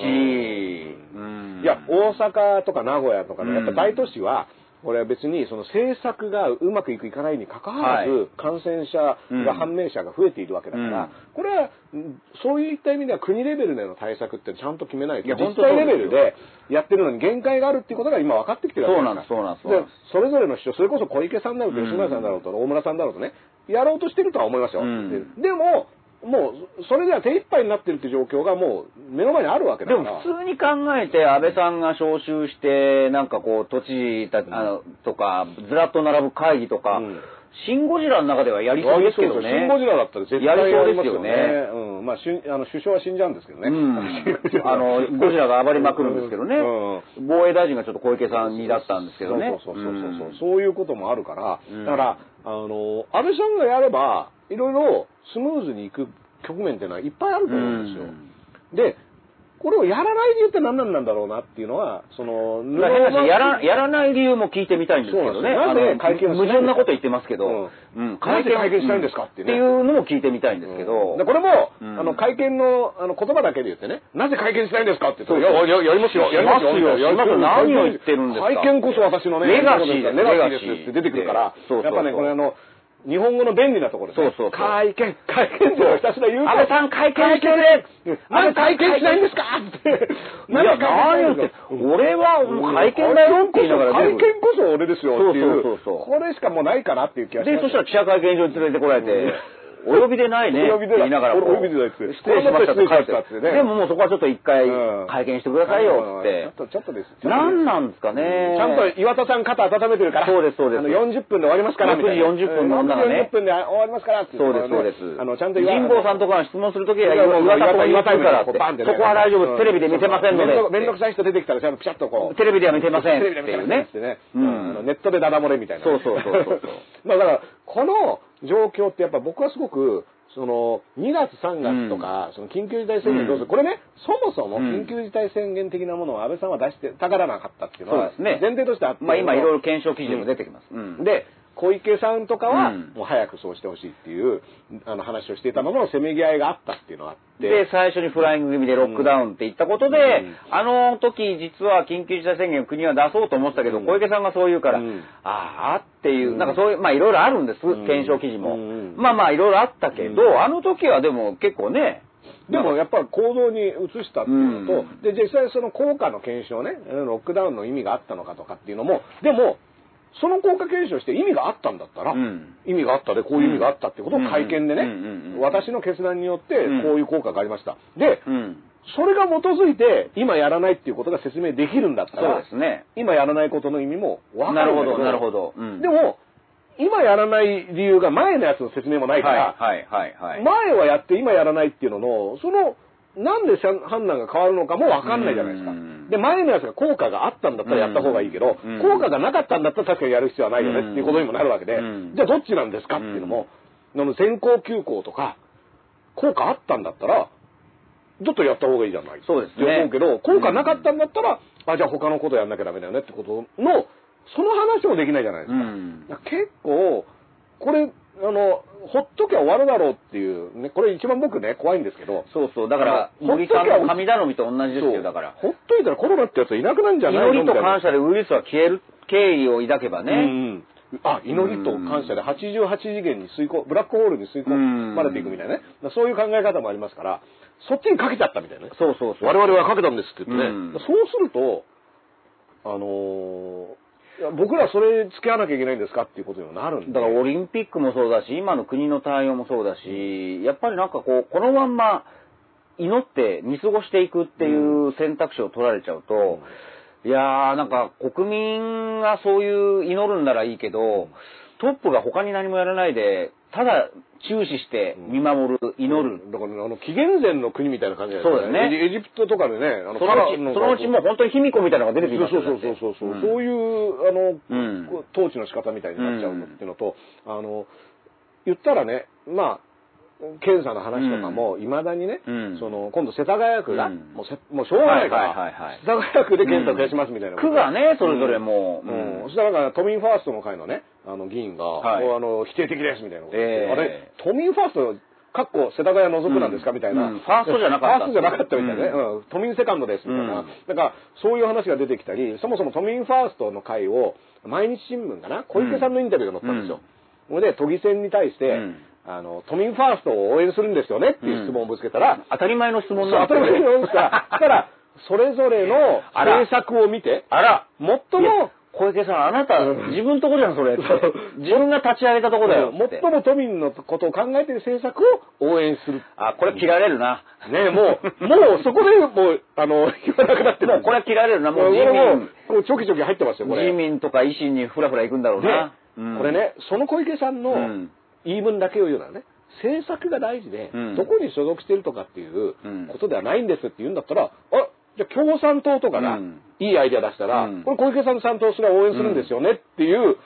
[SPEAKER 3] うん
[SPEAKER 2] いや、大阪とか名古屋とか
[SPEAKER 3] う
[SPEAKER 2] ね、
[SPEAKER 3] ん
[SPEAKER 2] やっぱ大都市は、これは別にその政策がうまくいくいかないにかかわらず、
[SPEAKER 3] はい
[SPEAKER 2] 感染者
[SPEAKER 3] う
[SPEAKER 2] が
[SPEAKER 3] ん
[SPEAKER 2] 判明者が増えているわけだから、
[SPEAKER 3] うん
[SPEAKER 2] これはうんそういった意味では国レベルでの対策ってちゃんと決めないと
[SPEAKER 3] いや
[SPEAKER 2] 実
[SPEAKER 3] 本当そう
[SPEAKER 2] 際
[SPEAKER 3] です
[SPEAKER 2] レ
[SPEAKER 3] よ
[SPEAKER 2] ベルでやってるのに限界があるっていうことが今分かってきてるわけです
[SPEAKER 3] そうなんですそうなんです
[SPEAKER 2] それぞれの人それこそ小池さんだろうと
[SPEAKER 3] うん
[SPEAKER 2] 吉村さんだろうと大村さんだろうとねやろうとしてるとは思いますよ、
[SPEAKER 3] うん
[SPEAKER 2] ででももうそれでは手一杯になってるって状況がもう目の前にあるわけだ
[SPEAKER 3] で
[SPEAKER 2] から
[SPEAKER 3] も普通に考えて安倍さんが招集してなんかこう都知事たあのとかずらっと並ぶ会議とか、
[SPEAKER 2] うん
[SPEAKER 3] シン・ゴジラの中ではやりそうですけどね。
[SPEAKER 2] シンゴジラだったら絶対やりますよね。
[SPEAKER 3] やり
[SPEAKER 2] うん。まあ、しゅあの首相は死んじゃうんですけどね。
[SPEAKER 3] うん、あのゴジラが暴れまくるんですけどね、
[SPEAKER 2] うん
[SPEAKER 3] 防衛大臣がちょっと小池さんにだったんですけどね。
[SPEAKER 2] そうそうそうそうそう、
[SPEAKER 3] ん
[SPEAKER 2] そういうこともあるから、
[SPEAKER 3] うん
[SPEAKER 2] だから、あの、安倍さんがやれば、いろいろスムーズにいく局面っていうのはいっぱいあると思うんですよ。で、これをやらない理由って何なんだろうなっていうのは、その、
[SPEAKER 3] だから変な話やらやらない理由も聞いてみたいんですけどね。
[SPEAKER 2] そうなんですよ
[SPEAKER 3] あ
[SPEAKER 2] なぜ
[SPEAKER 3] の
[SPEAKER 2] 会見をしない
[SPEAKER 3] 矛盾なこと言ってますけど、
[SPEAKER 2] うん
[SPEAKER 3] うん
[SPEAKER 2] なぜ会見したいんですかってね
[SPEAKER 3] っていうのも聞いてみたいんですけど、
[SPEAKER 2] でこれも、
[SPEAKER 3] うん
[SPEAKER 2] あの会見のあの言葉だけで言ってね、なぜ会見しないんですかって言ったら
[SPEAKER 3] そう
[SPEAKER 2] いや、いややりますよ、
[SPEAKER 3] しますよ
[SPEAKER 2] やり
[SPEAKER 3] しま
[SPEAKER 2] ますよ、
[SPEAKER 3] すよ何を言ってるんですか
[SPEAKER 2] 会見こそ私のね、
[SPEAKER 3] レガシーです
[SPEAKER 2] レガシーですって出てくるから、
[SPEAKER 3] そうそうそう
[SPEAKER 2] やっぱね、これあの、日本語の便利なところですね。
[SPEAKER 3] そうそうそう
[SPEAKER 2] 会見、会見ってひたすら言う
[SPEAKER 3] 安倍さん会見してくれ
[SPEAKER 2] なんで会見しないんですかって。
[SPEAKER 3] いや、何言って、俺はもう会見だよって言いながら
[SPEAKER 2] 会
[SPEAKER 3] 出
[SPEAKER 2] 見
[SPEAKER 3] てくる
[SPEAKER 2] こそ俺ですよっていう。
[SPEAKER 3] そうそうそうそう
[SPEAKER 2] これしかもうないかなっていう気がし
[SPEAKER 3] で、
[SPEAKER 2] ま
[SPEAKER 3] そし
[SPEAKER 2] す。
[SPEAKER 3] たら記者会見場に連れてこられて、 お呼びでないね。
[SPEAKER 2] お呼びでな
[SPEAKER 3] って言い
[SPEAKER 2] い
[SPEAKER 3] ながらこう
[SPEAKER 2] お呼びでないっつって
[SPEAKER 3] 失礼しましたって書いて
[SPEAKER 2] 失礼しましたってね
[SPEAKER 3] でももうそこはちょっと一回
[SPEAKER 2] うん
[SPEAKER 3] 会見してくださいよっ
[SPEAKER 2] うん
[SPEAKER 3] て
[SPEAKER 2] ちょっ。と、ちょっとです。ちょっとです
[SPEAKER 3] 何なんですかね。
[SPEAKER 2] ちゃんと岩田さん肩温めてるから。
[SPEAKER 3] そうですそうです
[SPEAKER 2] あの、40分で終わりますから、みたいな。
[SPEAKER 3] 6時40分の女がね
[SPEAKER 2] 6時40分で終わりますからってい
[SPEAKER 3] そうです、そうです。
[SPEAKER 2] あの、ちゃんと
[SPEAKER 3] 神保さん
[SPEAKER 2] と、
[SPEAKER 3] とかが質問するとき
[SPEAKER 2] い
[SPEAKER 3] は、もう岩田さん言わないからって、
[SPEAKER 2] バンってね
[SPEAKER 3] そこは大丈夫、
[SPEAKER 2] うん
[SPEAKER 3] テレビで見てませんので
[SPEAKER 2] 面倒面倒くさい人出てきたら、ちゃんとピシャッとこう。
[SPEAKER 3] テレビでは見てませんっ
[SPEAKER 2] テ
[SPEAKER 3] て
[SPEAKER 2] レビで見て
[SPEAKER 3] い
[SPEAKER 2] ま
[SPEAKER 3] う
[SPEAKER 2] せんっ
[SPEAKER 3] ね
[SPEAKER 2] つってね。
[SPEAKER 3] う
[SPEAKER 2] あの
[SPEAKER 3] ん。
[SPEAKER 2] ネットでダダ漏れみたいな。
[SPEAKER 3] そうそうそうそうそう
[SPEAKER 2] まあだから、この状況ってやっぱ僕はすごく、その、2月3月とか、その緊急事態宣言どうす
[SPEAKER 3] う
[SPEAKER 2] る、
[SPEAKER 3] ん
[SPEAKER 2] これね、そもそも
[SPEAKER 3] うん
[SPEAKER 2] 緊急事態宣言的なものを安倍さんは出してたからなかったっていうの
[SPEAKER 3] そう
[SPEAKER 2] は
[SPEAKER 3] で、すね。
[SPEAKER 2] 前提としてあって、
[SPEAKER 3] まあ今いろいろ検証記事も出てきます。うん
[SPEAKER 2] で、小池さんとかは、
[SPEAKER 3] うん
[SPEAKER 2] もう早くそうしてほしいっていう、あの話をしていたののせめぎ合いがあったっていうのがあって。
[SPEAKER 3] で、最初にフライング組でロックダウンって言ったことで、
[SPEAKER 2] うん
[SPEAKER 3] あの時実は緊急事態宣言を国は出そうと思ってたけど、
[SPEAKER 2] うん
[SPEAKER 3] 小池さんがそう言うから、
[SPEAKER 2] うん
[SPEAKER 3] ああっていう、
[SPEAKER 2] うん
[SPEAKER 3] なんかそういう、まあいろいろあるんです、
[SPEAKER 2] うん
[SPEAKER 3] 検証記事も。
[SPEAKER 2] うん
[SPEAKER 3] まあまあいろいろあったけど、
[SPEAKER 2] うん
[SPEAKER 3] あの時はでも結構ね、
[SPEAKER 2] でもやっぱり行動に移したっていうのと、
[SPEAKER 3] うん
[SPEAKER 2] で実際その効果の検証ねロックダウンの意味があったのかとかっていうのもでもその効果検証して意味があったんだったら、
[SPEAKER 3] うん
[SPEAKER 2] 意味があったでこういう意味があったってことを会見
[SPEAKER 3] う
[SPEAKER 2] でね、
[SPEAKER 3] んうんうん
[SPEAKER 2] 私の決断によって
[SPEAKER 3] うん
[SPEAKER 2] こういう効果がありました、で
[SPEAKER 3] うん。
[SPEAKER 2] それが基づいて今やらないっていうことが説明できるんだった
[SPEAKER 3] そう
[SPEAKER 2] ら
[SPEAKER 3] ですね。
[SPEAKER 2] 今やらないことの意味も分か
[SPEAKER 3] な
[SPEAKER 2] る
[SPEAKER 3] る
[SPEAKER 2] んだ
[SPEAKER 3] ほど、
[SPEAKER 2] け
[SPEAKER 3] なるほど。うん
[SPEAKER 2] でも今やらない理由が前のやつの説明もないから、
[SPEAKER 3] はいはいはいはい。
[SPEAKER 2] 前はやって今やらないっていうのの、その、なんで判断が変わるのかもわかんないじゃないですか
[SPEAKER 3] うん。
[SPEAKER 2] で、前のやつが効果があったんだったらやった方がいいけど
[SPEAKER 3] うん、
[SPEAKER 2] 効果がなかったんだったら確かにやる必要はないよ
[SPEAKER 3] うん
[SPEAKER 2] ねっていうことにもなるわけで
[SPEAKER 3] うん、
[SPEAKER 2] じゃあどっちなんですかっていうのも、あの先行休校とか、効果あったんだったら、ちょっとやった方がいいじゃない
[SPEAKER 3] そうですね
[SPEAKER 2] って思うけど、効果なかったんだったら、あ、じゃあ他のことやんなきゃダメだよねってことの、その話もできないじゃないです
[SPEAKER 3] う
[SPEAKER 2] か。
[SPEAKER 3] ん。
[SPEAKER 2] 結構これあのほっときゃ終わるだろうっていう、ね、これ一番僕ね怖いんですけど
[SPEAKER 3] そうそう、だから、
[SPEAKER 2] あの
[SPEAKER 3] 森さん
[SPEAKER 2] ほっとき
[SPEAKER 3] の
[SPEAKER 2] ゃ
[SPEAKER 3] 神頼みと同じです
[SPEAKER 2] そ
[SPEAKER 3] よ、
[SPEAKER 2] う
[SPEAKER 3] だから。
[SPEAKER 2] ほっといたらコロナってやついなくなるんじゃないの
[SPEAKER 3] 祈りと感
[SPEAKER 2] 謝
[SPEAKER 3] 謝でウイルスは消える敬意を抱けば
[SPEAKER 2] ね、うん
[SPEAKER 3] ね、
[SPEAKER 2] うんあ祈りと感謝で88次元に吸い込ブラックホールに吸い込まれていくみたいなね、そういう考え方もありますからそっちにかけちゃったみたいなね
[SPEAKER 3] そうそうそう。
[SPEAKER 2] 我々はかけたんですって言ってね、
[SPEAKER 3] うん
[SPEAKER 2] そうするとあのーいや僕らそれ付き合わなきゃいけないんですかっていうことにもなるんで
[SPEAKER 3] だからオリンピックもそうだし、今の国の対応もそうだし、やっぱりなんかこう、このまんま祈って見過ごしていくっていう選択肢を取られちゃうと、いやーなんか国民がそういう祈るんならいいけど、トップが他に何もやらないで、ただ注視して見守る、祈る。
[SPEAKER 2] だからね、あの、紀元前の国みたいな感じじゃない
[SPEAKER 3] そうだよね
[SPEAKER 2] エジエジプトとかでね、あ
[SPEAKER 3] そのうち、そのうちもう本当に卑弥呼みたいなのが出てき
[SPEAKER 2] そ
[SPEAKER 3] ま
[SPEAKER 2] う
[SPEAKER 3] す
[SPEAKER 2] そ
[SPEAKER 3] よ
[SPEAKER 2] うそうそうそう、
[SPEAKER 3] だってん
[SPEAKER 2] そういう、あの、
[SPEAKER 3] うん
[SPEAKER 2] こう統治の仕方みたいになっちゃうのっていうのと、あの、言ったらね、まあ、検査の話とかも、いまだにね、
[SPEAKER 3] うん
[SPEAKER 2] その、今度世田谷区が、
[SPEAKER 3] うん
[SPEAKER 2] もうせ、もうしょうがないから、
[SPEAKER 3] はいはいはいはい
[SPEAKER 2] 世田谷区で検査増やしますみたいなこと、
[SPEAKER 3] 区がね、それぞれもう、
[SPEAKER 2] うん、そしたらなんか都民ファーストの会のね、あの議員が、
[SPEAKER 3] はい
[SPEAKER 2] もうあの否定的ですみたいなこと言って、
[SPEAKER 3] ええ
[SPEAKER 2] あれ、都民ファースト、かっこ世田谷除くなんですか、
[SPEAKER 3] うん
[SPEAKER 2] みたいな、
[SPEAKER 3] うんファーストじゃなかった
[SPEAKER 2] ファーストじゃなかったみたいなね、
[SPEAKER 3] う
[SPEAKER 2] うん都民セカンドですみたい
[SPEAKER 3] うん
[SPEAKER 2] な、なんかそういう話が出てきたり、そもそも都民ファーストの会を、毎日新聞かな、小池さんのインタビューが載ったんですよ。それで都議選に対して、
[SPEAKER 3] うん
[SPEAKER 2] あの都民ファーストを応援するんですよねっていう質問をぶつけたら、
[SPEAKER 3] 当たり前の質問
[SPEAKER 2] そう
[SPEAKER 3] なん
[SPEAKER 2] 当たり前の質問 だからそれぞれの
[SPEAKER 3] あら
[SPEAKER 2] 政策を見て、
[SPEAKER 3] あら
[SPEAKER 2] もっと
[SPEAKER 3] い
[SPEAKER 2] も
[SPEAKER 3] や小池さん、あなた、
[SPEAKER 2] うん
[SPEAKER 3] 自分とこじゃん、それって。自分が立ち上げたとこだよ。
[SPEAKER 2] もっ
[SPEAKER 3] って
[SPEAKER 2] とも都民のことを考えている政策を応援する。
[SPEAKER 3] あ、これ切られるな。
[SPEAKER 2] ねも う、もうそこでもう、あの、言わなくなってる
[SPEAKER 3] もうこれは切られるな、もう
[SPEAKER 2] こ
[SPEAKER 3] 自
[SPEAKER 2] れも
[SPEAKER 3] 民
[SPEAKER 2] う、、こうちょきちょき入ってますよ、これ。
[SPEAKER 3] 自民とか維新にフラフラ行くんだろう
[SPEAKER 2] で
[SPEAKER 3] な。うん
[SPEAKER 2] これ、ね、その小池さんの
[SPEAKER 3] うん
[SPEAKER 2] 言い分だけを言うならね、政策が大事で、
[SPEAKER 3] うん
[SPEAKER 2] どこに所属してるとかっていう
[SPEAKER 3] うん
[SPEAKER 2] ことではないんですって言うんだったら、あじゃあ共産党とかが
[SPEAKER 3] うん
[SPEAKER 2] いいアイデア出したら、
[SPEAKER 3] うん
[SPEAKER 2] これ小池さんの担当すれば応援するんですよねっていう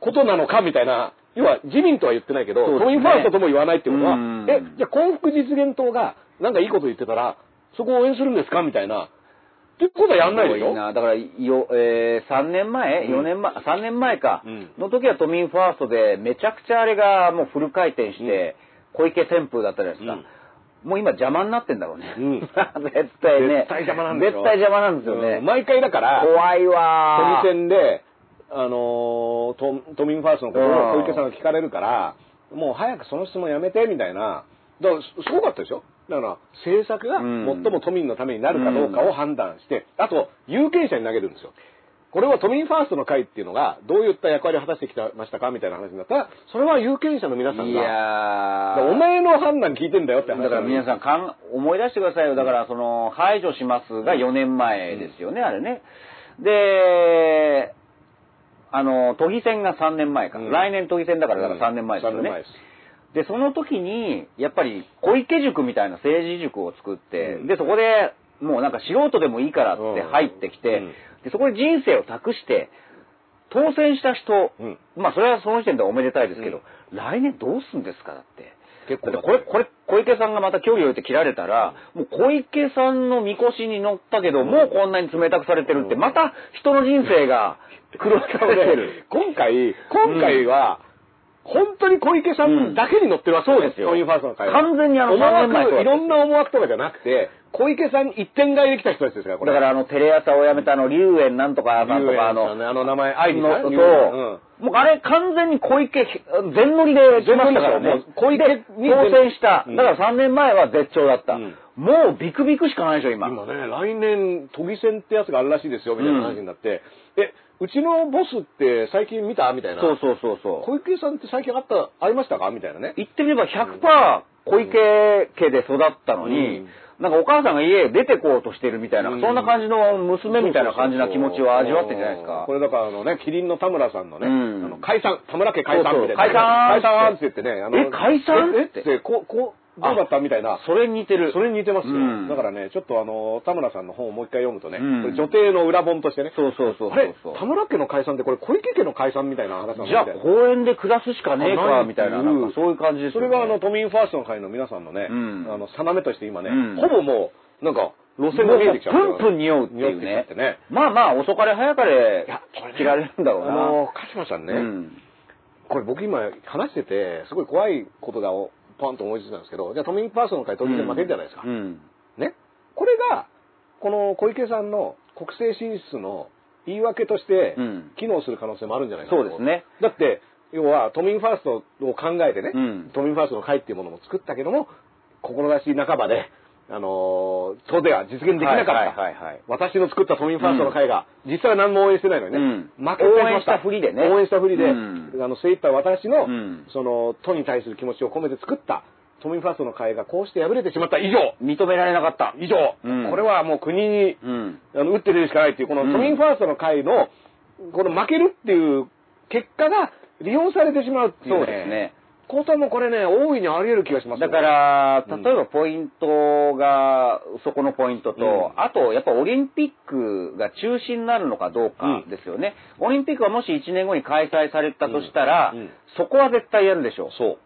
[SPEAKER 2] ことなのかみたいな、要は自民とは言ってないけど、
[SPEAKER 3] そうですね
[SPEAKER 2] 都民ファーストとも言わないってことは、
[SPEAKER 3] うん
[SPEAKER 2] え、じゃあ幸福実現党がなんかいいこと言ってたら、そこを応援するんですかみたいな。ってことはやんないでし
[SPEAKER 3] すご
[SPEAKER 2] ょ
[SPEAKER 3] なだから、よ、えー、3年前
[SPEAKER 2] うん
[SPEAKER 3] ?4 年前、3年前か
[SPEAKER 2] うん。
[SPEAKER 3] の時は都民ファーストで、めちゃくちゃあれがもうフル回転して、小池旋風だったじゃないですか。もう今邪魔になってんだろうね。
[SPEAKER 2] う ん
[SPEAKER 3] 絶対ね。
[SPEAKER 2] 絶対邪魔なんですよ。
[SPEAKER 3] 絶対邪魔なんですよね。
[SPEAKER 2] うん毎回だから、
[SPEAKER 3] 怖いわー
[SPEAKER 2] 都議選で、あのー都都民ファーストのことを小池さんが聞かれるから、もう早くその質問やめて、みたいな。だから、すすごかったでしょだから、政策が
[SPEAKER 3] うん
[SPEAKER 2] 最も都民のためになるかどうかを判断して、あと、有権者に投げるんですよ。これは都民ファーストの会っていうのが、どういった役割を果たしてきてましたかみたいな話になったら、それは有権者の皆さん
[SPEAKER 3] い
[SPEAKER 2] が、だ
[SPEAKER 3] や
[SPEAKER 2] から
[SPEAKER 3] ー
[SPEAKER 2] お前の判断聞いてんだよって話
[SPEAKER 3] だから皆
[SPEAKER 2] ん。
[SPEAKER 3] さんかん思い出してくださいよ。だからその、排除しますが4年前ですよね、あれね。で、あの、都議選が3年前か。
[SPEAKER 2] うん
[SPEAKER 3] 来年都議選だから、だから3年前です
[SPEAKER 2] 3
[SPEAKER 3] よ
[SPEAKER 2] 年
[SPEAKER 3] ね。
[SPEAKER 2] 前です。
[SPEAKER 3] で、その時に、やっぱり小池塾みたいな政治塾を作って、
[SPEAKER 2] うん
[SPEAKER 3] で、そこでもうなんか素人でもいいからっ
[SPEAKER 2] うん
[SPEAKER 3] て入ってきて、
[SPEAKER 2] うん
[SPEAKER 3] で、そこで人生を託して、当選した人、
[SPEAKER 2] うん
[SPEAKER 3] まあそれはその時点でおめでたいですけど、来年どうすんですかだって。
[SPEAKER 2] 結構
[SPEAKER 3] だってこれ、これ、小池さんがまた距離を置いて切られたら、もう小池さんのみこしに乗ったけど、もうこんなに冷たくされてるって、
[SPEAKER 2] うん
[SPEAKER 3] また人の人生が狂わされて る。
[SPEAKER 2] 今回、今回は、本当に小池さんだけに乗ってるわけ
[SPEAKER 3] そうですよ
[SPEAKER 2] 都民ファーストの会は
[SPEAKER 3] 完全にあの
[SPEAKER 2] 思惑
[SPEAKER 3] 3年前とは違う
[SPEAKER 2] いろんな思惑とかじゃなくて、小池さんに一点買いできた人たちですから、こ
[SPEAKER 3] だ
[SPEAKER 2] れ。
[SPEAKER 3] からあの、テレ朝を辞めたあの、龍炎なんとかさんとかあ
[SPEAKER 2] 龍炎さんね
[SPEAKER 3] の、
[SPEAKER 2] あの名前、愛理さ
[SPEAKER 3] の
[SPEAKER 2] ん
[SPEAKER 3] と、
[SPEAKER 2] 龍炎
[SPEAKER 3] もうあれ完全に小池、全乗りで来ましたからね。
[SPEAKER 2] 全乗りですよもう小池に
[SPEAKER 3] 当選した。
[SPEAKER 2] うん
[SPEAKER 3] だから3年前は絶頂だった。
[SPEAKER 2] うん
[SPEAKER 3] もうビクビクしかないでしょ、今。
[SPEAKER 2] うん今ね、来年、都議選ってやつがあるらしいですよ、みたいな話になって、え、うちのボスって最近見たみたいな。
[SPEAKER 3] そうそうそうそう。
[SPEAKER 2] 小池さんって最近あった、ありましたかみたいなね。
[SPEAKER 3] 言ってみれば100%小池家で育ったのに、
[SPEAKER 2] うん
[SPEAKER 3] なんかお母さんが家へ出てこうとしてるみたいな、
[SPEAKER 2] うん
[SPEAKER 3] そんな感じの娘みたいな感じな気持ちを味わってんじゃないです
[SPEAKER 2] うん
[SPEAKER 3] か。
[SPEAKER 2] これだからあのね、キリンの田村さんのね、
[SPEAKER 3] うん
[SPEAKER 2] あの解散、田村家解散みたいな。
[SPEAKER 3] そうそう解散
[SPEAKER 2] 解散って言ってね、あの
[SPEAKER 3] え解散
[SPEAKER 2] ええって、こう、こう、どうだったみたいな。
[SPEAKER 3] それに似てる。
[SPEAKER 2] それに似てますよ、
[SPEAKER 3] うん
[SPEAKER 2] だからね、ちょっとあの、田村さんの本をもう一回読むとね、
[SPEAKER 3] うん
[SPEAKER 2] これ女帝の裏本としてね。
[SPEAKER 3] そうそうそうそうそう
[SPEAKER 2] あれ田村家の解散ってこれ小池家の解散みたいな話なんだ
[SPEAKER 3] じゃあ
[SPEAKER 2] みたいな
[SPEAKER 3] 公園で暮らすしかねえか、みたいな、なんかそういう感じです
[SPEAKER 2] そ
[SPEAKER 3] よね。
[SPEAKER 2] れがあの、都民ファーストの会の皆さんのね、
[SPEAKER 3] うん
[SPEAKER 2] あの、定めとして今ね、
[SPEAKER 3] うん
[SPEAKER 2] ほぼもう、なんか、路線
[SPEAKER 3] も
[SPEAKER 2] が
[SPEAKER 3] う
[SPEAKER 2] 見えてきちゃってる
[SPEAKER 3] プンプン匂うっていう
[SPEAKER 2] 匂ってきちゃって
[SPEAKER 3] ね。
[SPEAKER 2] ね
[SPEAKER 3] まあまあ、遅かれ早かれ
[SPEAKER 2] いやこれ、ね
[SPEAKER 3] 切られるんだ
[SPEAKER 2] あ
[SPEAKER 3] ろうな。
[SPEAKER 2] の、鹿島さんね、
[SPEAKER 3] うん
[SPEAKER 2] これ僕今話してて、すごい怖いことがおパンと思いついたんですけど、じゃあ都民パーソンの会当然負けるじゃないですか。
[SPEAKER 3] うん。
[SPEAKER 2] ね。これが、この小池さんの国政進出の言い訳として
[SPEAKER 3] うん
[SPEAKER 2] 機能する可能性もあるんじゃないかなと
[SPEAKER 3] そうですね。
[SPEAKER 2] だって、要は都民ファーストを考えてね、
[SPEAKER 3] うん
[SPEAKER 2] 都民ファーストの会っていうものも作ったけども、志半ばで、あのーそうでは実現できなかった。
[SPEAKER 3] はいはいはいはい
[SPEAKER 2] 私の作った都民ファーストの会が、実際は何も応援してないのにね、
[SPEAKER 3] うん
[SPEAKER 2] 負けてしまっ
[SPEAKER 3] 応援したふりでね
[SPEAKER 2] 応援したふりで、
[SPEAKER 3] うん
[SPEAKER 2] あの精一杯私の、
[SPEAKER 3] うん
[SPEAKER 2] その都に対する気持ちを込めて作った都民ファーストの会がこうして敗れてしまった以上
[SPEAKER 3] 認められなかった。
[SPEAKER 2] 以上、
[SPEAKER 3] うん
[SPEAKER 2] これはもう国に、
[SPEAKER 3] うん。
[SPEAKER 2] あの打って出るしかないっていうこの
[SPEAKER 3] うん
[SPEAKER 2] 都民ファーストの会のこの負けるっていう結果が利用されてしまうっていう、ね、
[SPEAKER 3] そうですね
[SPEAKER 2] ことはもうこれね大いにあり得る気がします
[SPEAKER 3] だ
[SPEAKER 2] よ
[SPEAKER 3] から、例えばポイントが、そこのポイントと、
[SPEAKER 2] うん
[SPEAKER 3] あと、やっぱオリンピックが中止になるのかどうかですよね。オリンピックがもし1年後に開催されたとしたら、
[SPEAKER 2] うんうん
[SPEAKER 3] そこは絶対やるでしょう。
[SPEAKER 2] そう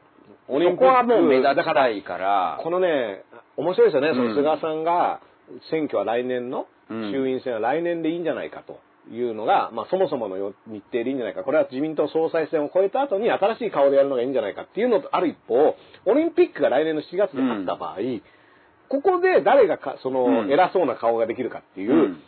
[SPEAKER 3] そこはもう目立ちたいから、
[SPEAKER 2] このね、面白いですよね、そ
[SPEAKER 3] うん
[SPEAKER 2] の菅さんが、選挙は来年の、
[SPEAKER 3] うん
[SPEAKER 2] 衆院選は来年でいいんじゃないかというのが、まあそもそものよ日程でいいんじゃないか、これは自民党総裁選を超えた後に新しい顔でやるのがいいんじゃないかっていうのとある一方、オリンピックが来年の7月であった場合、ここで誰がか、その、
[SPEAKER 3] うん
[SPEAKER 2] 偉そうな顔ができるかっていう、
[SPEAKER 3] うん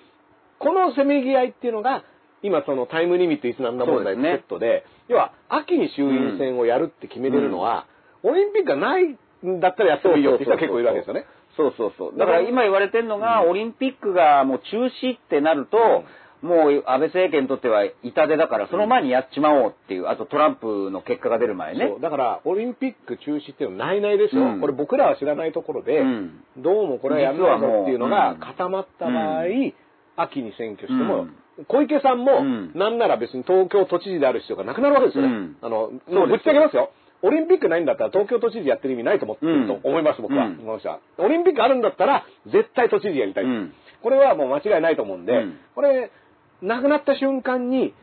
[SPEAKER 2] このせめぎ合いっていうのが、今そのタイムリミットいつなんだ問題
[SPEAKER 3] そうです
[SPEAKER 2] とセ
[SPEAKER 3] ね
[SPEAKER 2] ットで、要は秋に衆院選をやるって決めれるのは、オリンピックがないんだったらやってもいいよって人は結構いるわけですよね。
[SPEAKER 3] そうそうそう。だから今言われてるのが、オリンピックがもう中止ってなると、もう安倍政権にとっては痛手だから、その前にやっちまおうっていう、あとトランプの結果が出る前ね。
[SPEAKER 2] そうだから、オリンピック中止っていうのはないないですよ、
[SPEAKER 3] うん
[SPEAKER 2] これ僕らは知らないところで、
[SPEAKER 3] うん
[SPEAKER 2] どうもこれはやめないぞっていうの
[SPEAKER 3] 実はもう
[SPEAKER 2] が
[SPEAKER 3] うん
[SPEAKER 2] 固まった場合、
[SPEAKER 3] う
[SPEAKER 2] 秋に選挙しても、小池さんも、
[SPEAKER 3] うん
[SPEAKER 2] なんなら別に東京都知事である必要がなくなるわけですよね。
[SPEAKER 3] うん
[SPEAKER 2] あの、
[SPEAKER 3] すよ
[SPEAKER 2] ぶっちゃけますよ。オリンピックないんだったら東京都知事やってる意味ないと思ってると思います、
[SPEAKER 3] うん
[SPEAKER 2] 僕は、
[SPEAKER 3] うん
[SPEAKER 2] この人はオリンピックあるんだったら、絶対都知事やりたい、
[SPEAKER 3] うん
[SPEAKER 2] これはもう間違いないと思うんで、
[SPEAKER 3] うん
[SPEAKER 2] これ、なくなった瞬間に、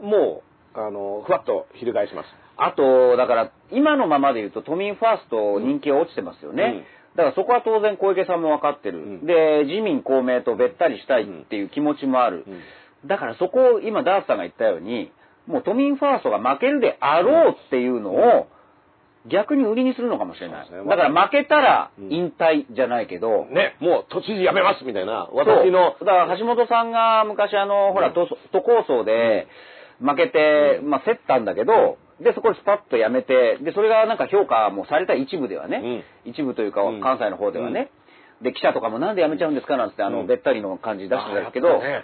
[SPEAKER 2] もう、あの、ふわっと翻します。
[SPEAKER 3] あと、だから、今のままで言うと、都民ファースト人気が落ちてますよね。
[SPEAKER 2] うん
[SPEAKER 3] だからそこは当然小池さんも分かってる、
[SPEAKER 2] うん
[SPEAKER 3] で、自民公明とべったりしたいっていう気持ちもある。
[SPEAKER 2] うん
[SPEAKER 3] だからそこを今、ダースさんが言ったように、もう都民ファーストが負けるであろうっていうのを、逆に売りにするのかもしれない。
[SPEAKER 2] そうですね
[SPEAKER 3] だから負けたら
[SPEAKER 2] うん
[SPEAKER 3] 引退じゃないけど、
[SPEAKER 2] ね、もう都知事辞めますみたいな、私の
[SPEAKER 3] そう、だから橋本さんが昔あの、ほら、都都構想で、負けて、まあ、競ったんだけど、で、そこでスパッとやめて、で、それがなんか評価もされた一部ではね、一部というか
[SPEAKER 2] うん
[SPEAKER 3] 関西の方ではね、で、記者とかもなんでやめちゃうんですかなんつって、あ
[SPEAKER 2] う
[SPEAKER 3] の、
[SPEAKER 2] ん
[SPEAKER 3] べったりの感じ出してたんですけど、
[SPEAKER 2] あやっ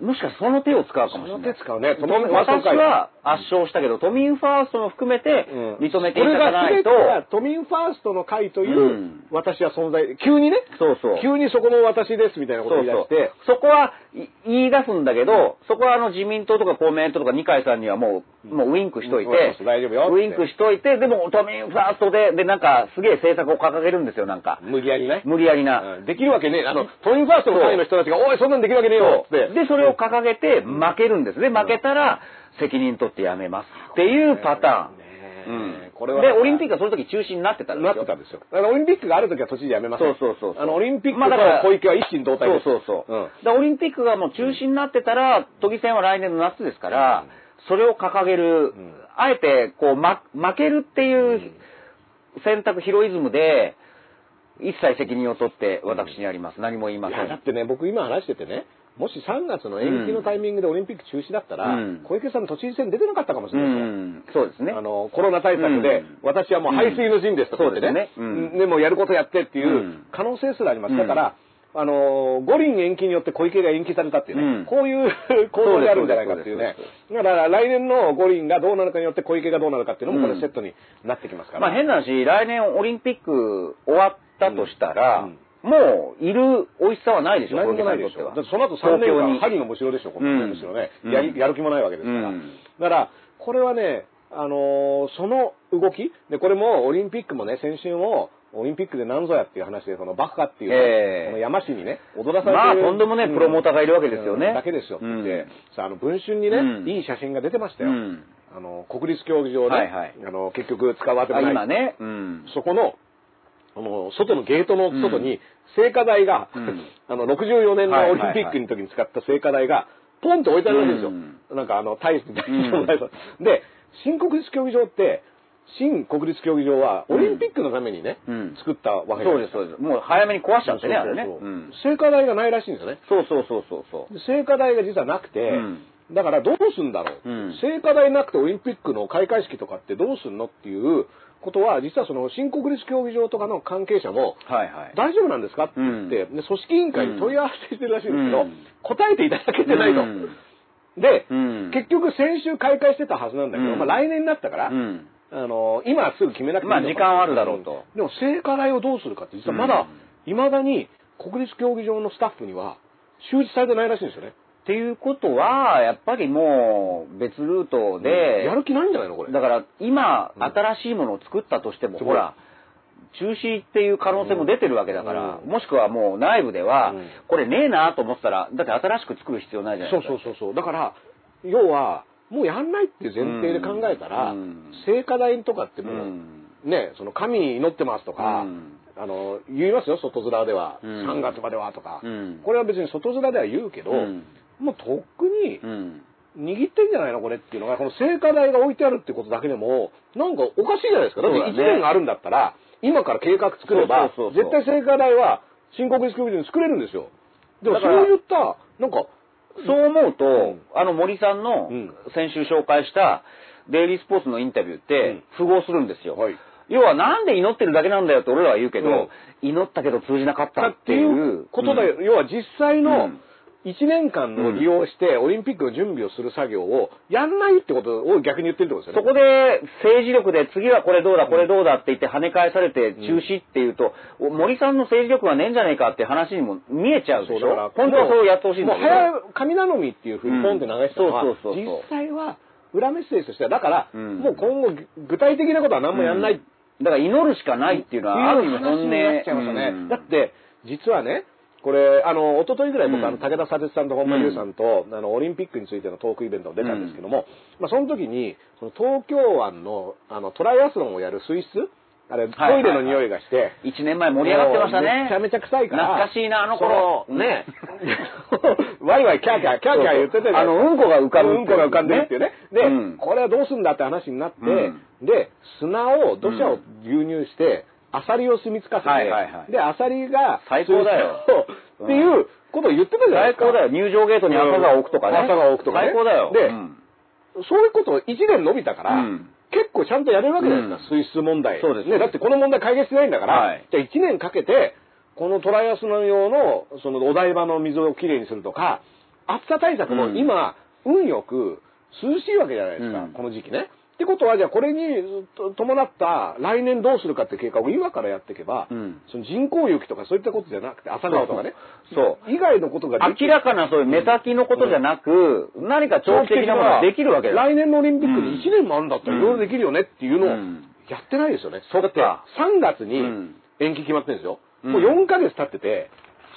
[SPEAKER 3] もしかしたらその手を使うかもしれない。
[SPEAKER 2] その手使うね
[SPEAKER 3] トミ
[SPEAKER 2] トミーファースト
[SPEAKER 3] 私
[SPEAKER 2] 会
[SPEAKER 3] は圧勝したけど、トミーファーストも含めて
[SPEAKER 2] たねうん
[SPEAKER 3] 認めていただかないと、
[SPEAKER 2] これが全てが都民ファーストの会といううん私は存在、急にね、
[SPEAKER 3] そうそう。
[SPEAKER 2] 急にそこの私ですみたいなこ
[SPEAKER 3] そ
[SPEAKER 2] とを
[SPEAKER 3] う
[SPEAKER 2] 言い
[SPEAKER 3] そう
[SPEAKER 2] 出して、
[SPEAKER 3] そこはい言い出すんだけど、そこはあの自民党とか公明党とか二階さんにはもう、もうウィンクしといて、
[SPEAKER 2] うんそうそう大丈夫よっ
[SPEAKER 3] ウ
[SPEAKER 2] て
[SPEAKER 3] ィンクしといて、でも都民ファーストで、でなんかすげえ政策を掲げるんですよ、なんか。
[SPEAKER 2] 無理やりね。
[SPEAKER 3] 無理やりな。
[SPEAKER 2] うんできるわけねえ。あの、都民ファーストの会の人たちが、おい、そんなんできるわけねえよっ
[SPEAKER 3] そう
[SPEAKER 2] て。
[SPEAKER 3] で、それを掲げて負けるんです。で、負けたら責任取ってやめますっていうパターン。
[SPEAKER 2] ね
[SPEAKER 3] うん、
[SPEAKER 2] これは
[SPEAKER 3] で、オリンピックはその時中止になってたんです
[SPEAKER 2] な
[SPEAKER 3] よ
[SPEAKER 2] ってたんですよ。だからオリンピックがあるときは都知事辞めます
[SPEAKER 3] そうそうそうそう
[SPEAKER 2] あの、オリンピック
[SPEAKER 3] まあ
[SPEAKER 2] と
[SPEAKER 3] だから
[SPEAKER 2] 小池は一心同体
[SPEAKER 3] そ
[SPEAKER 2] で
[SPEAKER 3] う
[SPEAKER 2] す。
[SPEAKER 3] そうそう。
[SPEAKER 2] ん
[SPEAKER 3] だからオリンピックがもう中止になってたら、都議選は来年の夏ですから、それを掲げる、
[SPEAKER 2] ん
[SPEAKER 3] あえてこう、ま、負けるっていう選択ヒロイズムで、一切責任を取って私にあります。何も言いま
[SPEAKER 2] い
[SPEAKER 3] せ
[SPEAKER 2] や、だ
[SPEAKER 3] ん
[SPEAKER 2] っ。てね、僕今話しててね、もし3月の延期のタイミングでオリンピック中止だったら、
[SPEAKER 3] うん
[SPEAKER 2] 小池さん都知事選出てなかったかもし
[SPEAKER 3] う
[SPEAKER 2] れないですよ。
[SPEAKER 3] ん、そうですね。
[SPEAKER 2] あの、コロナ対策で、
[SPEAKER 3] うん
[SPEAKER 2] 私はもう排水の陣ですとか言ってね、
[SPEAKER 3] うんそうですねうん
[SPEAKER 2] でもうやることやってっていううん可能性すらあります。
[SPEAKER 3] うん
[SPEAKER 2] だから、あの、五輪延期によって小池が延期されたっていうね、
[SPEAKER 3] うん
[SPEAKER 2] こういう行動であるんじゃないかっていうね
[SPEAKER 3] そうで。
[SPEAKER 2] だから来年の五輪がどうなるかによって小池がどうなるかっていうのもこ
[SPEAKER 3] う
[SPEAKER 2] れ
[SPEAKER 3] ん
[SPEAKER 2] セットになってきますから。
[SPEAKER 3] まあ変な話、来年オリンピック終わったとしたら、
[SPEAKER 2] うん
[SPEAKER 3] もういる美味しさはないでしょ、
[SPEAKER 2] 何もないでしょ。だってその後3年間、針のむしろでしょ、この
[SPEAKER 3] うん
[SPEAKER 2] むしろね、
[SPEAKER 3] うん
[SPEAKER 2] やり。やる気もないわけですから。
[SPEAKER 3] うん
[SPEAKER 2] だから、これはね、あのーその動きで、これもオリンピックもね、先週も、オリンピックで何ぞやっていう話で、そのバカっていう、
[SPEAKER 3] ええ
[SPEAKER 2] この山市にね、踊らされてる
[SPEAKER 3] まあとんでもねえプロモーターがいるわけですよね
[SPEAKER 2] うんだけですよって言って、
[SPEAKER 3] うん
[SPEAKER 2] さあ、あの、文春にね、
[SPEAKER 3] うん
[SPEAKER 2] いい写真が出てましたよ。
[SPEAKER 3] うん
[SPEAKER 2] あの、国立競技場で、
[SPEAKER 3] はいはい
[SPEAKER 2] あの、結局使われても
[SPEAKER 3] あ
[SPEAKER 2] ない。
[SPEAKER 3] 今ね、うん。
[SPEAKER 2] そこの、あの、外のゲートの外に、聖火台が、
[SPEAKER 3] うん
[SPEAKER 2] あの、64年
[SPEAKER 3] はいは
[SPEAKER 2] のオ
[SPEAKER 3] い
[SPEAKER 2] リ
[SPEAKER 3] はい
[SPEAKER 2] ンピックの時に使った聖火台が、ポンと置いてあるわけですよ。
[SPEAKER 3] うん
[SPEAKER 2] なんかあの、大して大して
[SPEAKER 3] うん
[SPEAKER 2] もないぞで、新国立競技場って、新国立競技場は、オリンピックのためにね、
[SPEAKER 3] うん
[SPEAKER 2] 作ったわけじゃ
[SPEAKER 3] そ
[SPEAKER 2] な
[SPEAKER 3] う
[SPEAKER 2] い
[SPEAKER 3] です、
[SPEAKER 2] か。
[SPEAKER 3] そうです。もう早めに壊しちゃってね、あ
[SPEAKER 2] そう
[SPEAKER 3] れ
[SPEAKER 2] そう
[SPEAKER 3] ね。
[SPEAKER 2] そう
[SPEAKER 3] うん
[SPEAKER 2] 聖火台がないらしいんですよね。
[SPEAKER 3] そうそうそうそうそう。
[SPEAKER 2] で聖火台が実はなくて、
[SPEAKER 3] うん
[SPEAKER 2] だからどうすんだろう、
[SPEAKER 3] うん
[SPEAKER 2] 聖火台なくてオリンピックの開会式とかってどうすんのっていうことは実はその新国立競技場とかの関係者も
[SPEAKER 3] はいはい。
[SPEAKER 2] 大丈夫なんですかって言って、で組織委員会に問い合わせしてるらしいんですけど、
[SPEAKER 3] うん
[SPEAKER 2] 答えていただけてないと。
[SPEAKER 3] うん
[SPEAKER 2] で、
[SPEAKER 3] うん
[SPEAKER 2] 結局先週開会してたはずなんだけど、
[SPEAKER 3] うん
[SPEAKER 2] まあ、来年になったから、
[SPEAKER 3] うん
[SPEAKER 2] あの今すぐ決めなくていい
[SPEAKER 3] まあ時間はあるだろうと
[SPEAKER 2] んでも聖火台をどうするかって実はまだいまだに国立競技場のスタッフには周知されてないらしいんですよね。
[SPEAKER 3] っていうことは、やっぱりもう別ルートで、
[SPEAKER 2] やる気ないんじゃないのこれ。
[SPEAKER 3] だから今、
[SPEAKER 2] うん
[SPEAKER 3] 新しいものを作ったとしても、
[SPEAKER 2] すごい
[SPEAKER 3] ほら、中止っていう可能性も出てるわけだから、
[SPEAKER 2] うん
[SPEAKER 3] もしくはもう内部では、
[SPEAKER 2] うん
[SPEAKER 3] これねえなと思ってたら、だって新しく作る必要ないじゃない
[SPEAKER 2] そ
[SPEAKER 3] で
[SPEAKER 2] う
[SPEAKER 3] すか。
[SPEAKER 2] そうそうそう。だから、要は、もうやんないっていう前提で考えたら、
[SPEAKER 3] うん
[SPEAKER 2] 聖火台とかってもう、
[SPEAKER 3] うん
[SPEAKER 2] ね、その神に祈ってますとか、
[SPEAKER 3] うん
[SPEAKER 2] あの、言いますよ、外面では。
[SPEAKER 3] うん
[SPEAKER 2] 3月まではとか、
[SPEAKER 3] うん
[SPEAKER 2] これは別に外面では言うけど、
[SPEAKER 3] うん
[SPEAKER 2] もうとっくに
[SPEAKER 3] うん
[SPEAKER 2] 握ってんじゃないのこれっていうのが、この聖火台が置いてあるってことだけでも、なんかおかしいじゃないですか。だって
[SPEAKER 3] そうだね
[SPEAKER 2] 1年あるんだったら、今から計画作れば、
[SPEAKER 3] そうそうそうそう
[SPEAKER 2] 絶対聖火台は新国立競技場に作れるんですよ。でも
[SPEAKER 3] だ
[SPEAKER 2] そ
[SPEAKER 3] から
[SPEAKER 2] ういった、なんか、
[SPEAKER 3] そう思うと、
[SPEAKER 2] うん
[SPEAKER 3] あの森さんの
[SPEAKER 2] うん
[SPEAKER 3] 先週紹介したデイリースポーツのインタビューって符合するんですよ。
[SPEAKER 2] はい
[SPEAKER 3] 要はなんで祈ってるだけなんだよって俺らは言うけど、
[SPEAKER 2] うん
[SPEAKER 3] 祈ったけど通じなかっ
[SPEAKER 2] だ
[SPEAKER 3] た
[SPEAKER 2] っ
[SPEAKER 3] ってて
[SPEAKER 2] い
[SPEAKER 3] いうう
[SPEAKER 2] ことで、
[SPEAKER 3] うん
[SPEAKER 2] 要は実際
[SPEAKER 3] う
[SPEAKER 2] の
[SPEAKER 3] ん
[SPEAKER 2] 1年間を利用して、オリンピックの準備をする作業をやんないってことを逆に言ってるってことです
[SPEAKER 3] そ
[SPEAKER 2] よね。
[SPEAKER 3] こで政治力で次はこれどうだこれどうだって言って跳ね返されて中止っていうと、森さんの政治力がねえんじゃねえかって話にも見えちゃうでし
[SPEAKER 2] だから
[SPEAKER 3] ょ本当はそうやってほしいんだ
[SPEAKER 2] も
[SPEAKER 3] け
[SPEAKER 2] う
[SPEAKER 3] ど。
[SPEAKER 2] 早い神頼みっていうふうにポンって流してたのは、
[SPEAKER 3] うんそうそうそうそう
[SPEAKER 2] 実際は裏メッセージとしては、だから、
[SPEAKER 3] うん
[SPEAKER 2] もう今後具体的なことは何もやんない、
[SPEAKER 3] うんだから祈るしかないっていうのはある意味本
[SPEAKER 2] 話
[SPEAKER 3] 音
[SPEAKER 2] になっちゃいましたね。
[SPEAKER 3] うん
[SPEAKER 2] だって、実はね、これ、あの、一昨日ぐらい僕、
[SPEAKER 3] うん
[SPEAKER 2] あの、武田砂鉄さんと本間優さんと、あの、オリンピックについてのトークイベントを出たんですけども、まあ、その時に、その東京湾の、あの、トライアスロンをやる水質、あれ、ト
[SPEAKER 3] はいはいはい
[SPEAKER 2] イレの匂いがして、
[SPEAKER 3] 一年前盛り上がってましたね。
[SPEAKER 2] めちゃめちゃ臭いから。
[SPEAKER 3] 懐かしいな、あの頃
[SPEAKER 2] そ。のね。 ワイワイキャーキャー、キャーキャー言ってたじゃな
[SPEAKER 3] あ
[SPEAKER 2] いですか
[SPEAKER 3] の、うんこが浮かぶ。
[SPEAKER 2] うんこが浮かんでるっていうね。で、
[SPEAKER 3] うん
[SPEAKER 2] これはどうすんだって話になって、
[SPEAKER 3] うん
[SPEAKER 2] で、砂を、土砂を流入して、アサリを住み着かせて、
[SPEAKER 3] はいはいはい
[SPEAKER 2] で、アサリが、
[SPEAKER 3] 最高だよ
[SPEAKER 2] 水槽をっていうことを言ってたじゃないで
[SPEAKER 3] 最高
[SPEAKER 2] すか。
[SPEAKER 3] だよ。入場ゲートに朝が置くとかね。
[SPEAKER 2] 朝が置くとかね。
[SPEAKER 3] 最高だよ。
[SPEAKER 2] で、
[SPEAKER 3] うん
[SPEAKER 2] そういうこと1年伸びたから、
[SPEAKER 3] うん
[SPEAKER 2] 結構ちゃんとやれるわけじゃないですか、水質問題。
[SPEAKER 3] そうです
[SPEAKER 2] ね。だってこの問題解決してないんだから、
[SPEAKER 3] はい
[SPEAKER 2] じゃあ1年かけて、このトライアスノン用の、そのお台場の水をきれいにするとか、暑さ対策
[SPEAKER 3] う
[SPEAKER 2] も
[SPEAKER 3] ん
[SPEAKER 2] 今、運よく涼しいわけじゃないですか、
[SPEAKER 3] うん
[SPEAKER 2] この時期ね。ってことは、じゃあこれにと伴った来年どうするかって計画を今からやっていけば、
[SPEAKER 3] うん
[SPEAKER 2] その人工雪とかそういったことじゃなくて、朝顔とかね、
[SPEAKER 3] そう
[SPEAKER 2] 以外のことができ
[SPEAKER 3] 明らかなそういう目先のことじゃなく、何か長期的なものができるわけだ。
[SPEAKER 2] 来年のオリンピックに1年もあるんだった
[SPEAKER 3] う
[SPEAKER 2] ら
[SPEAKER 3] ん
[SPEAKER 2] いろいろできるよねっていうのを
[SPEAKER 3] うん
[SPEAKER 2] やってないですよね。
[SPEAKER 3] そっか
[SPEAKER 2] だって3月に
[SPEAKER 3] うん
[SPEAKER 2] 延期決まってるんですよ。
[SPEAKER 3] うん
[SPEAKER 2] もう4ヶ月経ってて、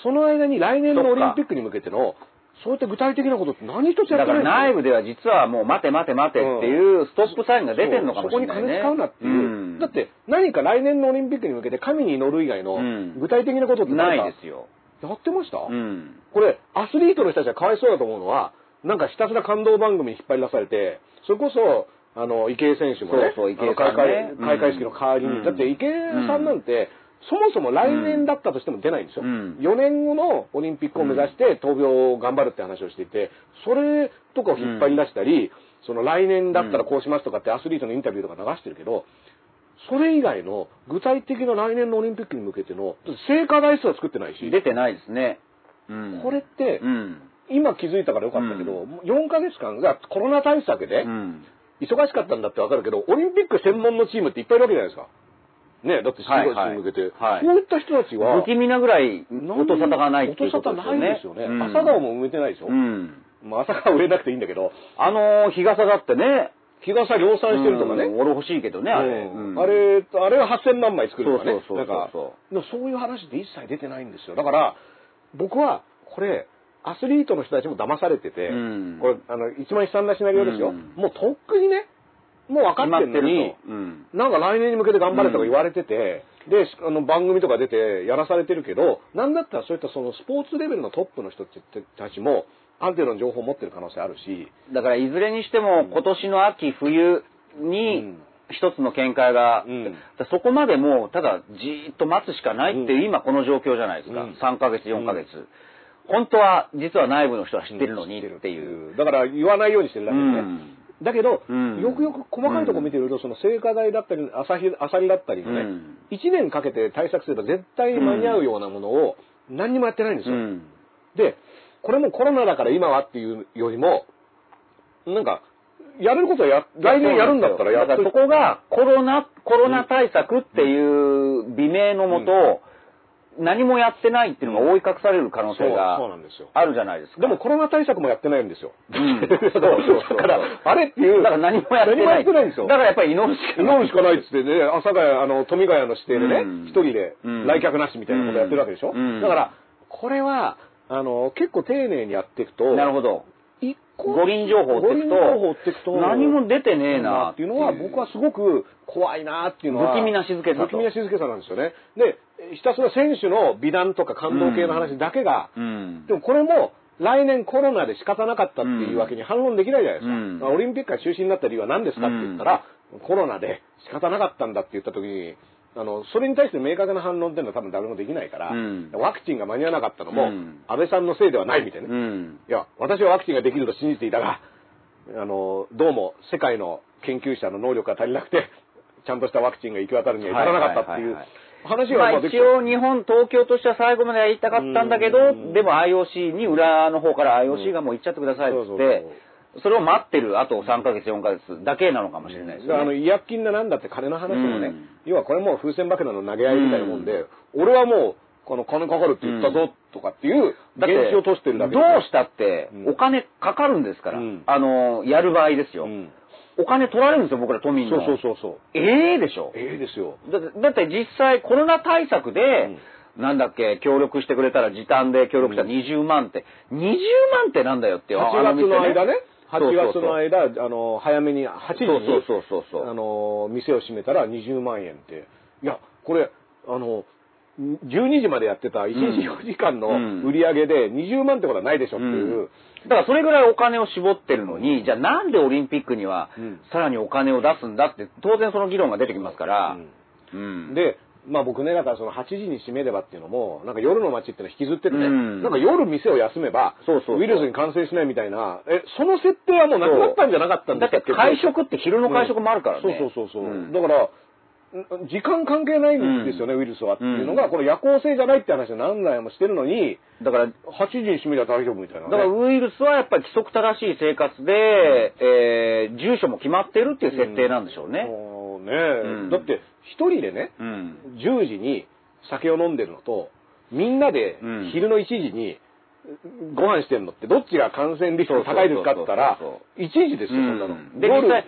[SPEAKER 2] その間に来年の
[SPEAKER 3] そっ
[SPEAKER 2] オ
[SPEAKER 3] か
[SPEAKER 2] リンピックに向けての、そういった具体的なことって何一つや
[SPEAKER 3] だ
[SPEAKER 2] って
[SPEAKER 3] か
[SPEAKER 2] な
[SPEAKER 3] ら
[SPEAKER 2] い
[SPEAKER 3] 内部
[SPEAKER 2] んですよ
[SPEAKER 3] では実はもう待て待て待てっていうストップサインが出てんのかもしれないね。
[SPEAKER 2] そうそこに金使うなっていう、
[SPEAKER 3] ん
[SPEAKER 2] だって何か来年のオリンピックに向けて神に祈る以外の
[SPEAKER 3] うん
[SPEAKER 2] 具体的なことって
[SPEAKER 3] な
[SPEAKER 2] 何か
[SPEAKER 3] いですよ。
[SPEAKER 2] やってました、
[SPEAKER 3] うん。
[SPEAKER 2] これ、アスリートの人たちがかわいそうだと思うのは、なんかひたすら感動番組に引っ張り出されて、それこそ、あの、池江選手もね、
[SPEAKER 3] そうそう池江
[SPEAKER 2] あの
[SPEAKER 3] さんね
[SPEAKER 2] 開会開会式の代わりに、
[SPEAKER 3] うん
[SPEAKER 2] だって池江さんなんて、そもそも来年だったとしても出ないんですよ。
[SPEAKER 3] うん
[SPEAKER 2] 4年後のオリンピックを目指して闘病を頑張るって話をしていて、それとかを引っ張り出したり、その来年だったらこうしますとかってアスリートのインタビューとか流してるけど、それ以外の具体的な来年のオリンピックに向けての成果台数は作ってないし、
[SPEAKER 3] 出てないですね。うん。
[SPEAKER 2] これって、
[SPEAKER 3] うん。
[SPEAKER 2] 今気づいたからよかったけど、
[SPEAKER 3] う
[SPEAKER 2] 4ヶ月間がコロナ対策で
[SPEAKER 3] うん。
[SPEAKER 2] 忙しかったんだってわかるけど、オリンピック専門のチームっていっぱいいるわけじゃないですか。ねだって新
[SPEAKER 3] はい
[SPEAKER 2] 聞
[SPEAKER 3] はい
[SPEAKER 2] に向けて、
[SPEAKER 3] はい
[SPEAKER 2] こういった人たちは、
[SPEAKER 3] 不気味なぐらい
[SPEAKER 2] 何
[SPEAKER 3] 音沙汰がないっていうことですよね。
[SPEAKER 2] 音沙汰ないですよね。
[SPEAKER 3] うん
[SPEAKER 2] 朝顔も埋めてないでしょ。
[SPEAKER 3] うん。
[SPEAKER 2] まあ、朝顔売れなくていいんだけど、
[SPEAKER 3] あのー日傘だってね、
[SPEAKER 2] 日傘量産してるとかね。
[SPEAKER 3] うん俺欲しいけどね、あ
[SPEAKER 2] あ
[SPEAKER 3] れ。
[SPEAKER 2] れ
[SPEAKER 3] うん
[SPEAKER 2] あれ、あれは8000万枚作るとかね。
[SPEAKER 3] そうそうそうそう
[SPEAKER 2] なんか
[SPEAKER 3] そ
[SPEAKER 2] でもそういう話って一切出てないんですよ。だから、僕は、これ、アスリートの人たちも騙されてて、
[SPEAKER 3] うん
[SPEAKER 2] これ、あの、一番悲惨なシナリオですよ。
[SPEAKER 3] うん
[SPEAKER 2] もうとっくにね、もう分かってんのに、
[SPEAKER 3] 決まってるとうん
[SPEAKER 2] なんか来年に向けて頑張れとか言われてて、で、しあの、番組とか出てやらされてるけど、なんだったらそういったそのスポーツレベルのトップの人たちも、ある程度の情報を持ってる可能性あるし、
[SPEAKER 3] だからいずれにしても今年の秋冬
[SPEAKER 2] う
[SPEAKER 3] に
[SPEAKER 2] ん
[SPEAKER 3] 一つの見解が、
[SPEAKER 2] うん
[SPEAKER 3] だからそこまでもうただじーっと待つしかないっていうう今この状況じゃないですか、
[SPEAKER 2] うん
[SPEAKER 3] 3ヶ月4ヶ月、本当は実は内部の人は知ってるのにっていう、
[SPEAKER 2] だから言わないようにしてるだけでね。
[SPEAKER 3] うん
[SPEAKER 2] だけど、
[SPEAKER 3] うん
[SPEAKER 2] よくよく細かいとこ見てると、その聖火台だったり、朝日、朝日だったりのね、
[SPEAKER 3] うん
[SPEAKER 2] 1年かけて対策すれば絶対間に合うようなものを何にもやってないんです
[SPEAKER 3] う
[SPEAKER 2] よ。
[SPEAKER 3] ん
[SPEAKER 2] で、これもコロナだから今はっていうよりも、なんか、やれることはや、来年やるんだったらや
[SPEAKER 3] だか
[SPEAKER 2] っ
[SPEAKER 3] ら
[SPEAKER 2] と
[SPEAKER 3] そこがコロナコロナ対策っていう美名のもと、何もやってないっていうのが覆い隠される可能性が
[SPEAKER 2] そうそうなんですよ
[SPEAKER 3] あるじゃないですか。
[SPEAKER 2] でもコロナ対策もやってないんですよ。
[SPEAKER 3] ん
[SPEAKER 2] そうだから、あれっていう。
[SPEAKER 3] だから何もやってない。
[SPEAKER 2] 何もやってないんですよ。
[SPEAKER 3] だからやっぱり祈るしかない。
[SPEAKER 2] 飲むしかないっつってね、阿佐ヶ谷、あの、富ヶ谷の指定で
[SPEAKER 3] うん
[SPEAKER 2] ね、一人で
[SPEAKER 3] うん
[SPEAKER 2] 来客なしみたいなことやってるわけでしょ、
[SPEAKER 3] うん
[SPEAKER 2] だから、これは、あの、結構丁寧にやっていくと、
[SPEAKER 3] なるほど。
[SPEAKER 2] 一個
[SPEAKER 3] 五輪情報を追っていくと、
[SPEAKER 2] 五輪情報を追っていくと
[SPEAKER 3] 何も出てねえな
[SPEAKER 2] っていうのは、僕はすごく怖いなっていうのは。
[SPEAKER 3] 不気味な静けさと
[SPEAKER 2] 不気味な静けさなんですよね。で、ひたすら選手の美談とか感動系の話だけが、
[SPEAKER 3] うん
[SPEAKER 2] で。もこれも、来年コロナで仕方なかったっていうわけに反論できないじゃないですか。
[SPEAKER 3] うん
[SPEAKER 2] まあオリンピックが中止になった理由は何ですかって言ったら、コロナで仕方なかったんだって言った時に、あの、それに対して明確な反論っていうのは多分誰もできないから、
[SPEAKER 3] うん
[SPEAKER 2] ワクチンが間に合わなかったのも、
[SPEAKER 3] うん
[SPEAKER 2] 安倍さんのせいではないみたいな
[SPEAKER 3] う
[SPEAKER 2] ね、
[SPEAKER 3] ん。
[SPEAKER 2] いや、私はワクチンができると信じていたが、あの、どうも世界の研究者の能力が足りなくて、ちゃんとしたワクチンが行き渡るには至らなかったっていう
[SPEAKER 3] はい
[SPEAKER 2] 話
[SPEAKER 3] ま
[SPEAKER 2] が
[SPEAKER 3] あ
[SPEAKER 2] でき
[SPEAKER 3] 一応日本、東京としては最後まで言いたかったんだけど
[SPEAKER 2] うん、
[SPEAKER 3] でも IOC に裏の方から IOC がもう行っちゃってくださいっ
[SPEAKER 2] そう
[SPEAKER 3] つっ
[SPEAKER 2] そう
[SPEAKER 3] て、それを待ってるあと3ヶ月、4ヶ月だけなのかもしれないです
[SPEAKER 2] だからあの
[SPEAKER 3] ね。
[SPEAKER 2] 違約金だなんだって金の話もね、
[SPEAKER 3] うん
[SPEAKER 2] 要はこれもう風船爆弾の投げ合いみたいなもんで、俺はもうこの金かかるって言ったぞとかっていう
[SPEAKER 3] だって
[SPEAKER 2] 現象を通してるだけ
[SPEAKER 3] ど
[SPEAKER 2] で
[SPEAKER 3] うしたって
[SPEAKER 2] うん
[SPEAKER 3] お金かかるんですから、
[SPEAKER 2] うん
[SPEAKER 3] あの、やる場合ですよ。
[SPEAKER 2] うん
[SPEAKER 3] お金取られるんですよ、僕ら都民
[SPEAKER 2] そ
[SPEAKER 3] の。
[SPEAKER 2] うそうそうそう
[SPEAKER 3] ええでしょ。
[SPEAKER 2] ええですよ
[SPEAKER 3] だってだって実際コロナ対策で、なんだっけ、協力してくれたら時短で協力したら20万って、20万ってなんだよって。
[SPEAKER 2] 8
[SPEAKER 3] あ
[SPEAKER 2] 月の間ね8
[SPEAKER 3] そうそう
[SPEAKER 2] 月
[SPEAKER 3] そう
[SPEAKER 2] の間あの早めに8時に
[SPEAKER 3] そうそうそうそうそう
[SPEAKER 2] あの店を閉めたら20万円っていやこれあの12時までやってた1日4時間の売り上げで20万ってことはないでしょっていう、
[SPEAKER 3] だからそれぐらいお金を絞ってるのに、じゃあなんでオリンピックには
[SPEAKER 2] うん
[SPEAKER 3] さらにお金を出すんだって、当然その議論が出てきますから。
[SPEAKER 2] うん
[SPEAKER 3] うん
[SPEAKER 2] でまあ僕ね、だからその8時に閉めればっていうのも、なんか夜の街っていうの引きずってるね。
[SPEAKER 3] うん
[SPEAKER 2] なんか夜店を休めば
[SPEAKER 3] そうそうそう
[SPEAKER 2] ウイルスに感染しないみたいな、え、その設定はもうなくなったんじゃなかったん
[SPEAKER 3] だ
[SPEAKER 2] です
[SPEAKER 3] って会食って昼の会食もあるからね。
[SPEAKER 2] そうそうそうそう。
[SPEAKER 3] ん
[SPEAKER 2] だから、ん時間関係ないんですよね、
[SPEAKER 3] うん
[SPEAKER 2] ウイルスはっていうのが、
[SPEAKER 3] うん
[SPEAKER 2] これ夜行性じゃないって話を何台もしてるのに、
[SPEAKER 3] だから、
[SPEAKER 2] 8時に閉めりゃ大丈夫みたいな、
[SPEAKER 3] だか
[SPEAKER 2] ね。
[SPEAKER 3] らウイルスはやっぱり規則正しい生活で、えー住所も決まってるっていう設定なんでしょうね。
[SPEAKER 2] そうね、
[SPEAKER 3] うん
[SPEAKER 2] だって、一人でね、
[SPEAKER 3] うん。
[SPEAKER 2] 10時に酒を飲んでるのと、みんなで
[SPEAKER 3] うん
[SPEAKER 2] 昼の1時にご飯してんのって、どっちが感染リスク高いですかって言ったら
[SPEAKER 3] そうそうそう、
[SPEAKER 2] 1時ですよ、そんなの。
[SPEAKER 3] で、
[SPEAKER 2] 夜
[SPEAKER 3] 実際、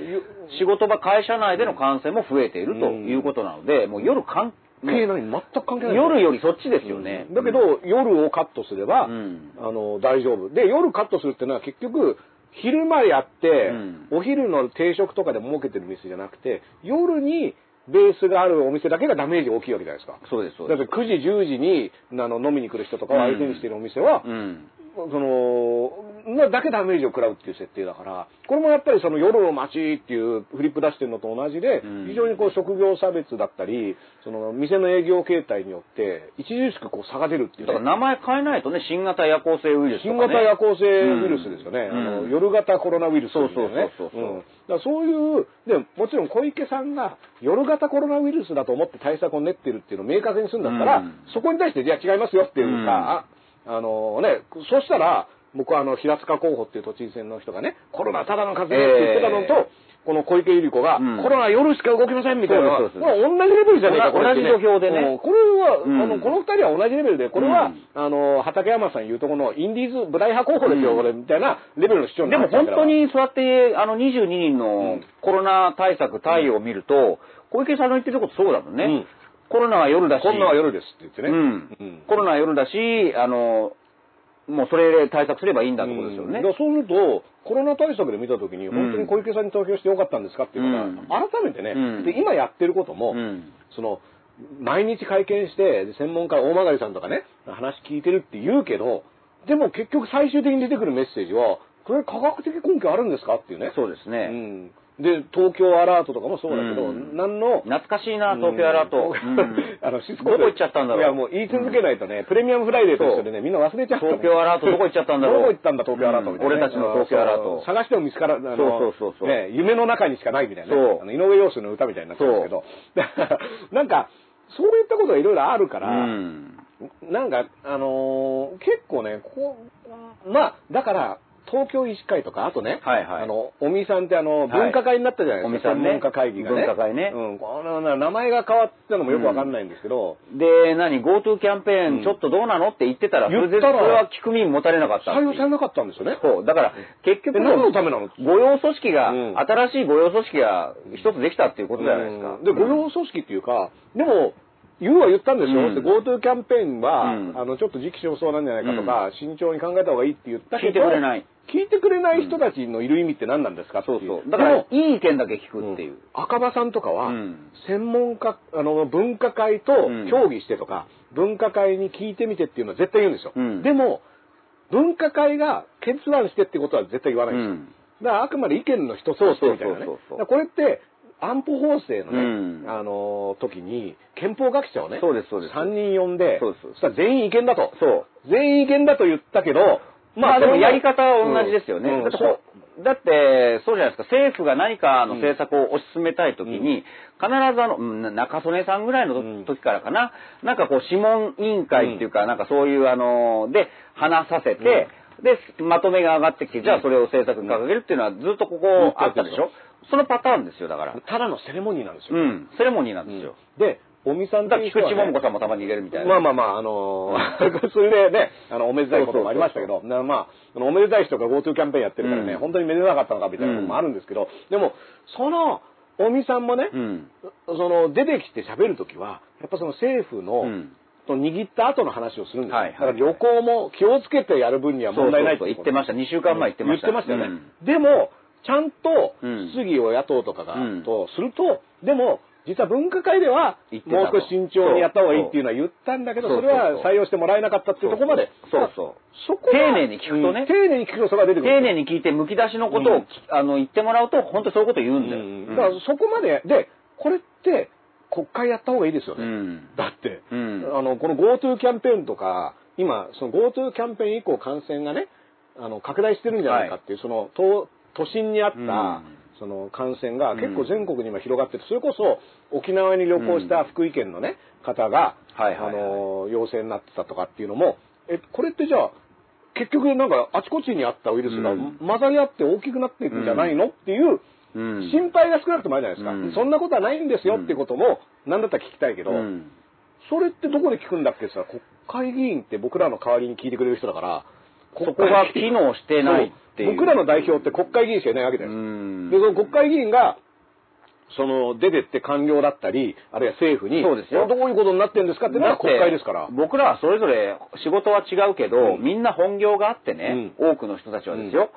[SPEAKER 3] 仕事場、会社内での感染も増えているということなので、もう夜関
[SPEAKER 2] 関係ない、全く関係ない。
[SPEAKER 3] 夜よりそっちですよね。
[SPEAKER 2] だけど、夜をカットすれば、
[SPEAKER 3] うん
[SPEAKER 2] あの大丈夫で夜カットするっていうのは結局昼間やって、
[SPEAKER 3] ん
[SPEAKER 2] お昼の定食とかで儲けてる店じゃなくて夜にベースがあるお店だけがダメージ大きいわけじゃないですか
[SPEAKER 3] そうです、そう
[SPEAKER 2] だ
[SPEAKER 3] で
[SPEAKER 2] っ
[SPEAKER 3] す。
[SPEAKER 2] て9時10時にあの飲みに来る人とかを相手にしてるお店は、
[SPEAKER 3] うん。
[SPEAKER 2] そのなだけダメージを食らうっていう設定だからこれもやっぱりその夜の街っていうフリップ出してるのと同じで、
[SPEAKER 3] うん
[SPEAKER 2] 非常にこう職業差別だったりその店の営業形態によって著しくこう差が出るってい
[SPEAKER 3] だ
[SPEAKER 2] う
[SPEAKER 3] か
[SPEAKER 2] ね、
[SPEAKER 3] ら名前変えないとね、新型夜行性ウイルスとか、
[SPEAKER 2] 新
[SPEAKER 3] ね。
[SPEAKER 2] 型夜行性ウイルスですよね、
[SPEAKER 3] うん
[SPEAKER 2] あ
[SPEAKER 3] う
[SPEAKER 2] の
[SPEAKER 3] ん
[SPEAKER 2] 夜型コロナウイルスみたいなね
[SPEAKER 3] そうそうそうそう
[SPEAKER 2] うんだからそういうでももちろん小池さんが夜型コロナウイルスだと思って対策を練ってるっていうのを明確にするんだったら、
[SPEAKER 3] うん
[SPEAKER 2] そこに対していや違いますよっていうか、ああのねそうしたら僕はあの平塚候補っていう都知事選の人がねコロナただの風邪だって言ってたのと、この小池百合子が、
[SPEAKER 3] うん
[SPEAKER 2] コロナは夜しか動きませんみたいなのは
[SPEAKER 3] そうですそう
[SPEAKER 2] まあ
[SPEAKER 3] で
[SPEAKER 2] 同じレベルじゃねえか
[SPEAKER 3] 同
[SPEAKER 2] これって
[SPEAKER 3] 同じ土俵でね
[SPEAKER 2] うんこれは、
[SPEAKER 3] うん
[SPEAKER 2] あのこの二人は同じレベルでこれは、
[SPEAKER 3] うん
[SPEAKER 2] あの、畠山さん言うとこのインディーズブライ派候補ですよ、
[SPEAKER 3] うん
[SPEAKER 2] これ、みたいなレベルの主張に
[SPEAKER 3] で
[SPEAKER 2] な
[SPEAKER 3] も
[SPEAKER 2] っちゃ
[SPEAKER 3] 本
[SPEAKER 2] うから
[SPEAKER 3] 当、にそうやって、あの22人の
[SPEAKER 2] うん
[SPEAKER 3] コロナ対策、対応を見ると、小池さんの言ってることそうだもんね。
[SPEAKER 2] うん
[SPEAKER 3] コロナは夜だし。
[SPEAKER 2] 今度は夜ですって言ってね。
[SPEAKER 3] うん、コロナは夜だし、あの、もうそれで対策すればいいんだってことですよね。
[SPEAKER 2] うんだからそうすると、コロナ対策で見たときに、
[SPEAKER 3] うん
[SPEAKER 2] 本当に小池さんに投票してよかったんですかっていう
[SPEAKER 3] うん
[SPEAKER 2] のが、改めてね、
[SPEAKER 3] うん
[SPEAKER 2] で、今やってることも、
[SPEAKER 3] うん
[SPEAKER 2] その、毎日会見して、で専門家、大曲さんとかね、話聞いてるって言うけど、でも結局最終的に出てくるメッセージは、これ科学的根拠あるんですかっていうね。
[SPEAKER 3] そうですね。
[SPEAKER 2] うん、で、東京アラートとかもそうだけど、
[SPEAKER 3] うん
[SPEAKER 2] 何の、
[SPEAKER 3] 懐かしいな、東京アラート。
[SPEAKER 2] うんあの、シスコ
[SPEAKER 3] どこ行っちゃったんだろう。
[SPEAKER 2] いや、もう言い続けないとね、プレミアムフライデーと一緒でね、みんな忘れちゃうからね。
[SPEAKER 3] 東京アラートどこ行っちゃったんだろう
[SPEAKER 2] どこ行ったんだ、東京アラートみたいな
[SPEAKER 3] う
[SPEAKER 2] ね、
[SPEAKER 3] ん俺たちの東京アラート
[SPEAKER 2] そう探しても見つからない。あの
[SPEAKER 3] そうそうそうそう
[SPEAKER 2] ね、夢の中にしかないみたいなね
[SPEAKER 3] そ。う
[SPEAKER 2] あの井上陽水の歌みたいになっちゃうんですけど。だから なんか、そういったことがいろいろあるか
[SPEAKER 3] う
[SPEAKER 2] ら、
[SPEAKER 3] ん。
[SPEAKER 2] なんか、あのー結構ね、こう、まあ、だから、東京医師会とか、あとね、
[SPEAKER 3] はいはい
[SPEAKER 2] あの、尾身さんってあの、
[SPEAKER 3] い
[SPEAKER 2] 分科会になったじゃないですか、
[SPEAKER 3] 尾身さんね
[SPEAKER 2] 専門家会議がね。
[SPEAKER 3] 分科会ね
[SPEAKER 2] うん、このな名前が変わったのもよくわかんないんですけど、
[SPEAKER 3] で、何 ?GoTo キャンペーン、
[SPEAKER 2] うん
[SPEAKER 3] ちょっとどうなのって言ってたら、
[SPEAKER 2] 言ったら
[SPEAKER 3] それでそれは聞く耳持たれなかったって
[SPEAKER 2] 採
[SPEAKER 3] いう
[SPEAKER 2] 用されなかったんですよね。
[SPEAKER 3] そう。だから、結
[SPEAKER 2] え
[SPEAKER 3] 局、
[SPEAKER 2] 何のためなの
[SPEAKER 3] 御用組織が、
[SPEAKER 2] うん
[SPEAKER 3] 新しい御用組織が一つできたっていうことじゃないですか。
[SPEAKER 2] うんで、御用組織っていうか、でも、言うは言ったんでしょ、
[SPEAKER 3] うん
[SPEAKER 2] で GoTo キャンペーンは、
[SPEAKER 3] うん
[SPEAKER 2] あの、ちょっと時期尚早なんじゃないかとか、慎重に考えた方がいいって言った
[SPEAKER 3] 聞
[SPEAKER 2] けど、
[SPEAKER 3] いてくれない。
[SPEAKER 2] 聞いてくれない人たちのいる意味って何なんですかってい
[SPEAKER 3] そう。だから、いい意見だけ聞くっていう。
[SPEAKER 2] 赤羽さんとかは、
[SPEAKER 3] うん
[SPEAKER 2] 専門家あの分科会と
[SPEAKER 3] うん
[SPEAKER 2] 協議してとか、分科会に聞いてみてっていうのは絶対言うんですよ、
[SPEAKER 3] うん
[SPEAKER 2] でも分科会が決断してってことは絶対言わないんですよ、
[SPEAKER 3] うん
[SPEAKER 2] だからあくまで意見の一つとしてみたいなね
[SPEAKER 3] そうそうそうそう
[SPEAKER 2] だからこれって安保法制のね、
[SPEAKER 3] うん
[SPEAKER 2] あの時に憲法学者をね
[SPEAKER 3] そうですそうです
[SPEAKER 2] 3人呼んで
[SPEAKER 3] そうですそうです
[SPEAKER 2] したら全員違見だと
[SPEAKER 3] そう
[SPEAKER 2] 全員違見だと言ったけど
[SPEAKER 3] まあでもやり方は同じですよね。
[SPEAKER 2] う
[SPEAKER 3] だっ
[SPEAKER 2] ん
[SPEAKER 3] てこうだってそうじゃないですか、政府が何かの政策を推し進めたいときに、必ずあの、うんな中曽根さんぐらいのと
[SPEAKER 2] うん
[SPEAKER 3] 時からかな、なんかこう、諮問委員会っていうか、なんかそういう、あの、で、話させて、で、まとめが上がってきて、じゃあそれを政策に掲げるっていうのはずっとここあったでし
[SPEAKER 2] ずっとや
[SPEAKER 3] ょそのパターンですよ、だから。
[SPEAKER 2] ただのセレモニーなんですよ、
[SPEAKER 3] うん、セレモニーなんですよ。
[SPEAKER 2] で、尾身さん
[SPEAKER 3] だから
[SPEAKER 2] いう
[SPEAKER 3] 菊
[SPEAKER 2] 人は
[SPEAKER 3] 池
[SPEAKER 2] ね
[SPEAKER 3] 桃子さんもたまに入れるみたいな。
[SPEAKER 2] まあまあまあ、あのー それでね、あの、おめでたいこともありましたけど、なまあ、そのおめでたい人が GoTo キャンペーンやってるからね、
[SPEAKER 3] うん
[SPEAKER 2] 本当にめでたかったのかみたいなこともあるんですけど、でも、その、尾身さんもね、
[SPEAKER 3] うん。
[SPEAKER 2] その、出てきて喋るときは、やっぱその政府の、
[SPEAKER 3] うん
[SPEAKER 2] と握った後の話をするんですよ、
[SPEAKER 3] はいはい
[SPEAKER 2] だから旅行も気をつけてやる分には問題ない
[SPEAKER 3] そうそうそう
[SPEAKER 2] こ
[SPEAKER 3] 言
[SPEAKER 2] と
[SPEAKER 3] ってました二週間前言ってました
[SPEAKER 2] 言ってましたよね、でもちゃんと
[SPEAKER 3] うん
[SPEAKER 2] 質疑を野党とかが、
[SPEAKER 3] うん
[SPEAKER 2] とするとでも実は分科会では
[SPEAKER 3] 言ってた
[SPEAKER 2] もう
[SPEAKER 3] と
[SPEAKER 2] 少し慎重にやった方がいいっていうのは言ったんだけど
[SPEAKER 3] そ
[SPEAKER 2] そう
[SPEAKER 3] そう
[SPEAKER 2] れは採用してもらえなかったっていうところまで
[SPEAKER 3] そうそう
[SPEAKER 2] そこは
[SPEAKER 3] 丁寧に聞くとね
[SPEAKER 2] うん丁寧に聞くとそれが出てくる
[SPEAKER 3] 丁寧に聞いて、むき出しのことを
[SPEAKER 2] うん
[SPEAKER 3] き、あの、言ってもらうと、本当そういうこと言うんだよ。
[SPEAKER 2] だからそこまででこれって国会やった方がいいですよ
[SPEAKER 3] う
[SPEAKER 2] ね。
[SPEAKER 3] ん
[SPEAKER 2] だって、
[SPEAKER 3] うん
[SPEAKER 2] あのこの GoTo キャンペーンとか今その GoTo キャンペーン以降感染がねあの拡大してるんじゃないかっていう、その都都心にあった、
[SPEAKER 3] うん
[SPEAKER 2] その感染が結構全国に今広がってて、それこそ沖縄に旅行した福井県のね方が、
[SPEAKER 3] はいはいはい
[SPEAKER 2] あの陽性になってたとかっていうのもえこれってじゃあ結局なんかあちこちにあったウイルスが
[SPEAKER 3] うん
[SPEAKER 2] 混ざり合って大きくなっていくんじゃないの、っていう
[SPEAKER 3] うん
[SPEAKER 2] 心配が少なくともあるじゃないですか、
[SPEAKER 3] うん
[SPEAKER 2] そんなことはないんですよっていうことも何だったら聞きたいけど、
[SPEAKER 3] うん
[SPEAKER 2] それってどこで聞くんだっけってさ、国会議員って僕らの代わりに聞いてくれる人だから、
[SPEAKER 3] そこが機能してないっていう
[SPEAKER 2] そう僕らの代表って国会議員しかいないわけじゃないですか。
[SPEAKER 3] ん
[SPEAKER 2] で、その国会議員が、その、出てって官僚だったり、あるいは政府に、
[SPEAKER 3] そうですよ
[SPEAKER 2] どういうことになってるんですかっての
[SPEAKER 3] だ
[SPEAKER 2] が
[SPEAKER 3] って
[SPEAKER 2] 国会ですから。
[SPEAKER 3] 僕らはそれぞれ仕事は違うけど、
[SPEAKER 2] うん
[SPEAKER 3] みんな本業があってね、多くの人たちはですよ、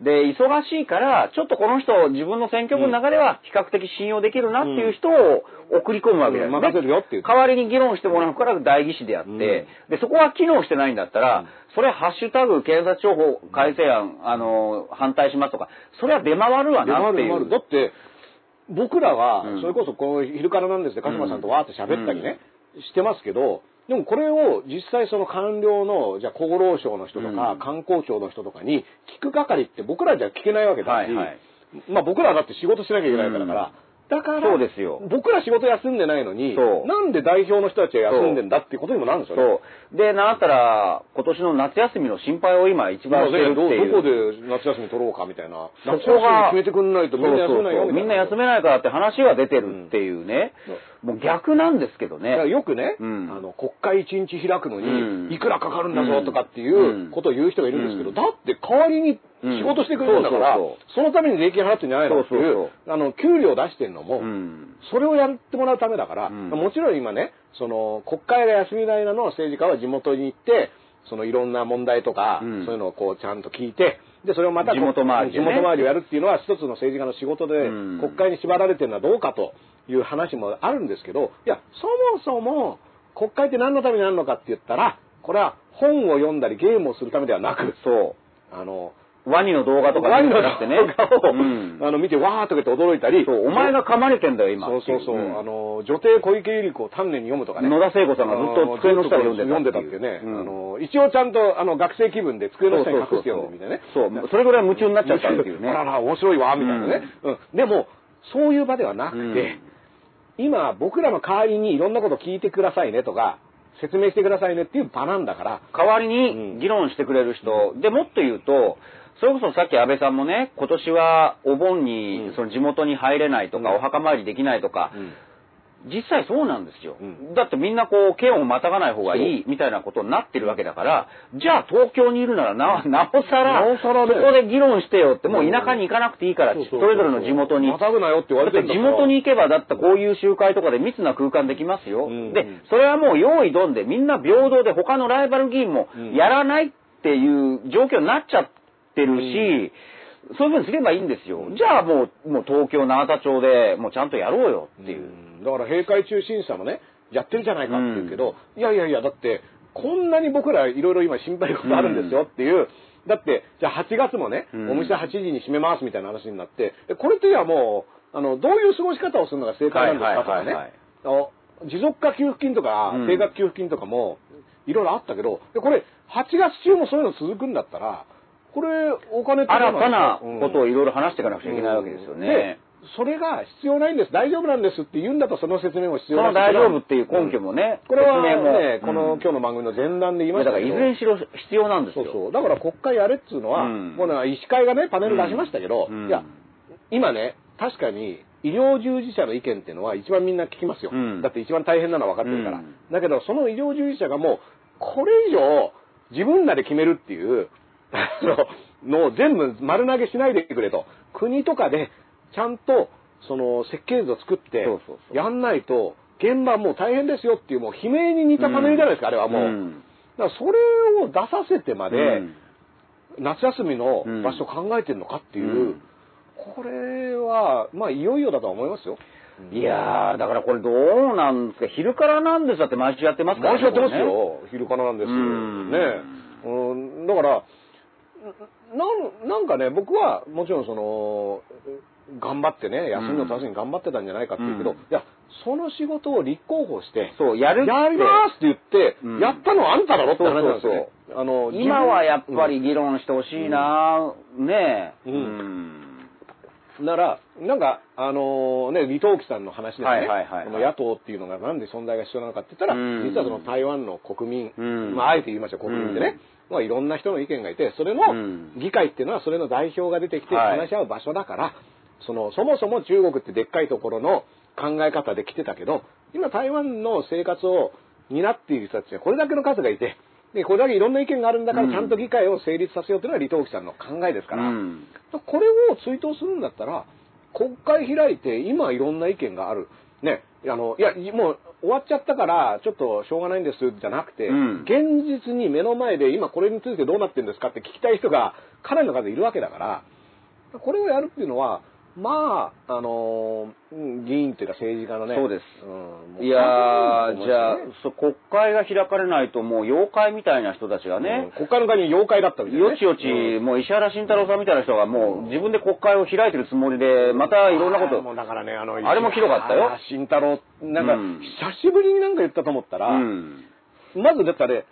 [SPEAKER 3] で忙しいからちょっとこの人自分の選挙区の中では比較的信用できるなっていう人を送り込むわけだよね、
[SPEAKER 2] うん任せるよっていう
[SPEAKER 3] 代わりに議論してもらうから代議士であって、
[SPEAKER 2] うん
[SPEAKER 3] でそこは機能してないんだったら、それハッシュタグ検察庁法改正案あの反対しますとかそれは出回るわ
[SPEAKER 2] 出
[SPEAKER 3] な
[SPEAKER 2] 回
[SPEAKER 3] って
[SPEAKER 2] る
[SPEAKER 3] い
[SPEAKER 2] 出回る
[SPEAKER 3] う
[SPEAKER 2] だって、僕らは
[SPEAKER 3] うん、
[SPEAKER 2] それこそこの昼からなんですで、鹿島さんとわーって喋ったりね、してますけど、でもこれを実際その官僚の、じゃあ厚労省の人と
[SPEAKER 3] う
[SPEAKER 2] か
[SPEAKER 3] ん、
[SPEAKER 2] 観光庁の人とかに聞く係って僕らじゃ聞けないわけだし
[SPEAKER 3] はいはい、
[SPEAKER 2] まあ僕らだって仕事しなきゃいけないからだから、だから、
[SPEAKER 3] そうですよ
[SPEAKER 2] 僕ら仕事休んでないのに
[SPEAKER 3] そう、
[SPEAKER 2] なんで代表の人たちが休んでんだっていうことにもなるんですよね。
[SPEAKER 3] そうでなんだったら今年の夏休みの心配を今一
[SPEAKER 2] な
[SPEAKER 3] 番し
[SPEAKER 2] の
[SPEAKER 3] て
[SPEAKER 2] で
[SPEAKER 3] るって
[SPEAKER 2] どう
[SPEAKER 3] いう
[SPEAKER 2] どこで夏休み取ろうかみたいな。
[SPEAKER 3] そ
[SPEAKER 2] 夏
[SPEAKER 3] こ
[SPEAKER 2] 休み
[SPEAKER 3] が
[SPEAKER 2] 決めてくんないとみんな休めない
[SPEAKER 3] そう
[SPEAKER 2] よ
[SPEAKER 3] そうそうみ
[SPEAKER 2] みたい
[SPEAKER 3] ん
[SPEAKER 2] な
[SPEAKER 3] な休めないからって話は出てるっていうね、もう逆なんですけど
[SPEAKER 2] だから
[SPEAKER 3] ね
[SPEAKER 2] よくね、
[SPEAKER 3] うん
[SPEAKER 2] あの国会一日開くの
[SPEAKER 3] うん
[SPEAKER 2] にいくらかかるんだ
[SPEAKER 3] うん
[SPEAKER 2] ぞとかっていうことを言う人がいるんですけど、
[SPEAKER 3] うん
[SPEAKER 2] だって代わりに仕事してくれるんだから、
[SPEAKER 3] うんそうそう
[SPEAKER 2] そのために税金払ってんじゃないのっていう
[SPEAKER 3] そうそう
[SPEAKER 2] あの給料出してるの
[SPEAKER 3] う
[SPEAKER 2] も、
[SPEAKER 3] ん
[SPEAKER 2] それをやってもらうためだから、
[SPEAKER 3] うん
[SPEAKER 2] もちろん今ねその国会が休みの間の政治家は地元に行ってそのいろんな問題とか、
[SPEAKER 3] うん
[SPEAKER 2] そういうのをこうちゃんと聞いてでそれをまた
[SPEAKER 3] 地元回りで
[SPEAKER 2] 地
[SPEAKER 3] ね
[SPEAKER 2] 元回りをやるっていうのは一つの政治家の仕事で
[SPEAKER 3] うん
[SPEAKER 2] 国会に縛られてるのはどうかという話もあるんですけどいやそもそも国会って何のためにあるのかって言ったらこれは本を読んだりゲームをするためではなく
[SPEAKER 3] そ
[SPEAKER 2] あの
[SPEAKER 3] うワニの動画とか
[SPEAKER 2] ワニの
[SPEAKER 3] だってね
[SPEAKER 2] 動画を、
[SPEAKER 3] うん
[SPEAKER 2] あの見てわーっとか言って驚いたり
[SPEAKER 3] そうお前が噛まれてんだよ今
[SPEAKER 2] そうそうそう、
[SPEAKER 3] ん
[SPEAKER 2] あの女帝小池百合子を丹念に読むとかね
[SPEAKER 3] 野田聖子さんがずっと机の下で読んでたっていう
[SPEAKER 2] 読んでたっていうね、
[SPEAKER 3] うん
[SPEAKER 2] あの一応ちゃんとあの学生気分で机の下に
[SPEAKER 3] そうそうそう
[SPEAKER 2] 隠して読んでみたいなね
[SPEAKER 3] そうそれぐらい夢中になっちゃったっていうね
[SPEAKER 2] あらら面白いわみたいなね、うんでもそういう場ではなく
[SPEAKER 3] う
[SPEAKER 2] て、
[SPEAKER 3] ん
[SPEAKER 2] 今僕らの代わりにいろんなこと聞いてくださいねとか説明してくださいねっていう場なんだから
[SPEAKER 3] 代わり
[SPEAKER 2] う
[SPEAKER 3] に
[SPEAKER 2] ん
[SPEAKER 3] 議論してくれる人、でもっと言うとそれこそさっき安倍さんもね今年はお盆に
[SPEAKER 2] うん
[SPEAKER 3] その地元に入れないとか、
[SPEAKER 2] うん
[SPEAKER 3] お墓参りできないとか、実際そうなんですよ、
[SPEAKER 2] うん
[SPEAKER 3] だってみんなこう県をまたがない方がいいみたいなことになってるわけだからじゃあ東京にいるならななおさら
[SPEAKER 2] なおさらね
[SPEAKER 3] そこで議論してよってもう田舎に行かなくていいから、
[SPEAKER 2] そう
[SPEAKER 3] そ
[SPEAKER 2] そうそう
[SPEAKER 3] れぞれの地元に
[SPEAKER 2] またぐなよって言われて
[SPEAKER 3] だっ
[SPEAKER 2] ん
[SPEAKER 3] て
[SPEAKER 2] だ
[SPEAKER 3] 地
[SPEAKER 2] から
[SPEAKER 3] 元に行けばだってこういう集会とかで密な空間できますよ、
[SPEAKER 2] うんうん
[SPEAKER 3] でそれはもう用意どんでみんな平等で他のライバル議員も
[SPEAKER 2] うん
[SPEAKER 3] やらないっていう状況になっちゃってるし、そういうふうにすればいいんですよじゃあもうもう東京永田町でもうちゃんとやろうよっていう。
[SPEAKER 2] うんだから閉会中審査もねやってるじゃないかって言うけど、いやいやいやだってこんなに僕らいろいろ今心配事あるんですよっていう、だってじゃあ8月もね、
[SPEAKER 3] うん
[SPEAKER 2] お店8時に閉めますみたいな話になってえこれっていやもうあのどういう過ごし方をするのが正解なんですかと
[SPEAKER 3] はいは
[SPEAKER 2] か
[SPEAKER 3] いはいはい
[SPEAKER 2] ねあの持続化給付金とか
[SPEAKER 3] うん
[SPEAKER 2] 定額給付金とかもいろいろあったけどでこれ8月中もそういうの続くんだったらこれお金ってどう
[SPEAKER 3] 新
[SPEAKER 2] んです
[SPEAKER 3] たな
[SPEAKER 2] か
[SPEAKER 3] ことをいろいろ話していかなくちゃいけないわけですよね。
[SPEAKER 2] でそれが必要ないんです大丈夫なんですって言うんだとその説明も必
[SPEAKER 3] そ
[SPEAKER 2] 要な
[SPEAKER 3] の
[SPEAKER 2] ん
[SPEAKER 3] 大丈夫っていう根拠もね、
[SPEAKER 2] これは
[SPEAKER 3] 説明も
[SPEAKER 2] ね、この、
[SPEAKER 3] うん
[SPEAKER 2] 今日の番組の前段で言いま
[SPEAKER 3] だ
[SPEAKER 2] した
[SPEAKER 3] から
[SPEAKER 2] け
[SPEAKER 3] い
[SPEAKER 2] ど
[SPEAKER 3] ずれにしろ必要なんです
[SPEAKER 2] そう
[SPEAKER 3] よ。
[SPEAKER 2] そうだから国会やれっつうのは、
[SPEAKER 3] うん
[SPEAKER 2] もうな医師会がねパネル出しましたけど、
[SPEAKER 3] うん
[SPEAKER 2] いや今ね確かに医療従事者の意見っていうのは一番みんな聞きますよ、
[SPEAKER 3] うん
[SPEAKER 2] だって一番大変なのは分かってるから、
[SPEAKER 3] うん
[SPEAKER 2] だけどその医療従事者がもうこれ以上自分らで決めるっていうあののを全部丸投げしないでくれと国とかでちゃんとその設計図を作って
[SPEAKER 3] そうそうそう
[SPEAKER 2] やんないと現場もう大変ですよっていうもう悲鳴に似たパネルじゃないですか、あれはもう、
[SPEAKER 3] うん
[SPEAKER 2] だからそれを出させてまで、
[SPEAKER 3] うん
[SPEAKER 2] 夏休みの場所考えてるのかっていう、
[SPEAKER 3] うん
[SPEAKER 2] これはまあいよいよだとは思いますよ。
[SPEAKER 3] いやー、だからこれどうなんですか、昼からなんですだって毎週やってますから
[SPEAKER 2] 毎週やってます
[SPEAKER 3] こ
[SPEAKER 2] よ、昼からなんですよ、
[SPEAKER 3] うん
[SPEAKER 2] ねえうんだからなんなんかね僕はもちろんその頑張ってね、休みのために頑張ってたんじゃないかって言うけど、
[SPEAKER 3] うん
[SPEAKER 2] いや、その仕事を立候補して、
[SPEAKER 3] そう、やるって。
[SPEAKER 2] やりますって言って、
[SPEAKER 3] うん
[SPEAKER 2] やったのはあんただろって話なんですよ、ね。あの
[SPEAKER 3] 今はやっぱ、
[SPEAKER 2] 自
[SPEAKER 3] り議論してほしいな、ねえ。
[SPEAKER 2] うん
[SPEAKER 3] ん。
[SPEAKER 2] 分うんなら、なんか、あのね、李登輝さんの話ですね、
[SPEAKER 3] はいはいはいはい
[SPEAKER 2] この野党っていうのがなんで存在が必要なのかって言ったら、
[SPEAKER 3] うん
[SPEAKER 2] 実はその台湾の国民、
[SPEAKER 3] うん
[SPEAKER 2] まあ、あえて言いましょう、国民でね、まあ、いろんな人の意見がいて、それの
[SPEAKER 3] うん
[SPEAKER 2] 議会っていうのは、それの代表が出てきて
[SPEAKER 3] はい
[SPEAKER 2] 話し合う場所だから、その、そもそも中国ってでっかいところの考え方で来てたけど、今台湾の生活を担っている人たちはこれだけの数がいて、で、これだけいろんな意見があるんだか
[SPEAKER 3] うん
[SPEAKER 2] ら、ちゃんと議会を成立させようというのは李登輝さんの考えですから、
[SPEAKER 3] うん
[SPEAKER 2] これを追悼するんだったら、国会開いて、今いろんな意見がある。ね、あの、いや、もう終わっちゃったから、ちょっとしょうがないんです、じゃなくて、
[SPEAKER 3] うん
[SPEAKER 2] 現実に目の前で今これについてどうなってるんですかって聞きたい人がかなりの数いるわけだから、これをやるっていうのは、まあ、あの、うん議員というか政治家のね。
[SPEAKER 3] そうです
[SPEAKER 2] んもう
[SPEAKER 3] いや
[SPEAKER 2] 簡単に
[SPEAKER 3] ー、
[SPEAKER 2] 思
[SPEAKER 3] じゃあ
[SPEAKER 2] ますね、
[SPEAKER 3] そう国会が開かれないともう妖怪みたいな人たちが
[SPEAKER 2] うん
[SPEAKER 3] ね、
[SPEAKER 2] 国会の会に妖怪だったみたいなね、
[SPEAKER 3] よちよち、もう石原慎太郎さんみたいな人がもう自分で国会を開いてるつもりで、またいろんなこ
[SPEAKER 2] あーもう
[SPEAKER 3] と、
[SPEAKER 2] だからね、あの、
[SPEAKER 3] あれもひどかったよ
[SPEAKER 2] あー慎太郎、なんか、
[SPEAKER 3] うん
[SPEAKER 2] 久しぶりになんか言ったと思ったら、
[SPEAKER 3] うん
[SPEAKER 2] まずだってあれ、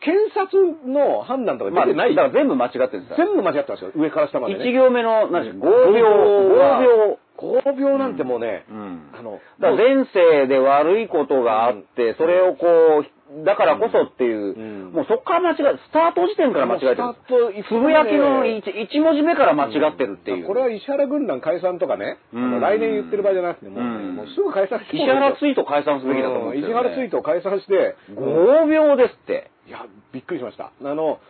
[SPEAKER 2] 検察の判断とか
[SPEAKER 3] まあ、
[SPEAKER 2] 出て
[SPEAKER 3] だ
[SPEAKER 2] な
[SPEAKER 3] から
[SPEAKER 2] い、
[SPEAKER 3] 全部間違ってるんですよ。
[SPEAKER 2] 全部間違ってますよ、上から下まで、
[SPEAKER 3] 1
[SPEAKER 2] ね。
[SPEAKER 3] 行目の、何でしょう、5秒、
[SPEAKER 2] 5秒。5秒なんてもうね、
[SPEAKER 3] うん
[SPEAKER 2] あの、
[SPEAKER 3] だから
[SPEAKER 2] もう
[SPEAKER 3] 前世で悪いことがあって、それをこう、だからこそっていう、
[SPEAKER 2] うん
[SPEAKER 3] もうそこから間違え、スタート時点から間違えて
[SPEAKER 2] もう
[SPEAKER 3] る
[SPEAKER 2] スタート一。
[SPEAKER 3] つ
[SPEAKER 2] 歩目
[SPEAKER 3] ぶ
[SPEAKER 2] で
[SPEAKER 3] やきの一一文字目から間違ってるっていう。
[SPEAKER 2] これは石原軍団解散とかね、あの
[SPEAKER 3] うん
[SPEAKER 2] 来年言ってる場合じゃなくて、もう,、
[SPEAKER 3] うん
[SPEAKER 2] もうすぐ解散して
[SPEAKER 3] 石原ツイート解散すべきだと思
[SPEAKER 2] う
[SPEAKER 3] うんで
[SPEAKER 2] ん
[SPEAKER 3] す
[SPEAKER 2] 石
[SPEAKER 3] よ、ね。
[SPEAKER 2] 原ツイートを解散して、
[SPEAKER 3] 5秒ですって。
[SPEAKER 2] いや、びっくりしました。あの、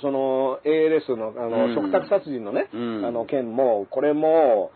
[SPEAKER 2] その、ALS の、あの、
[SPEAKER 3] うん
[SPEAKER 2] 嘱託殺人のね、
[SPEAKER 3] うん
[SPEAKER 2] あの、件も、これも、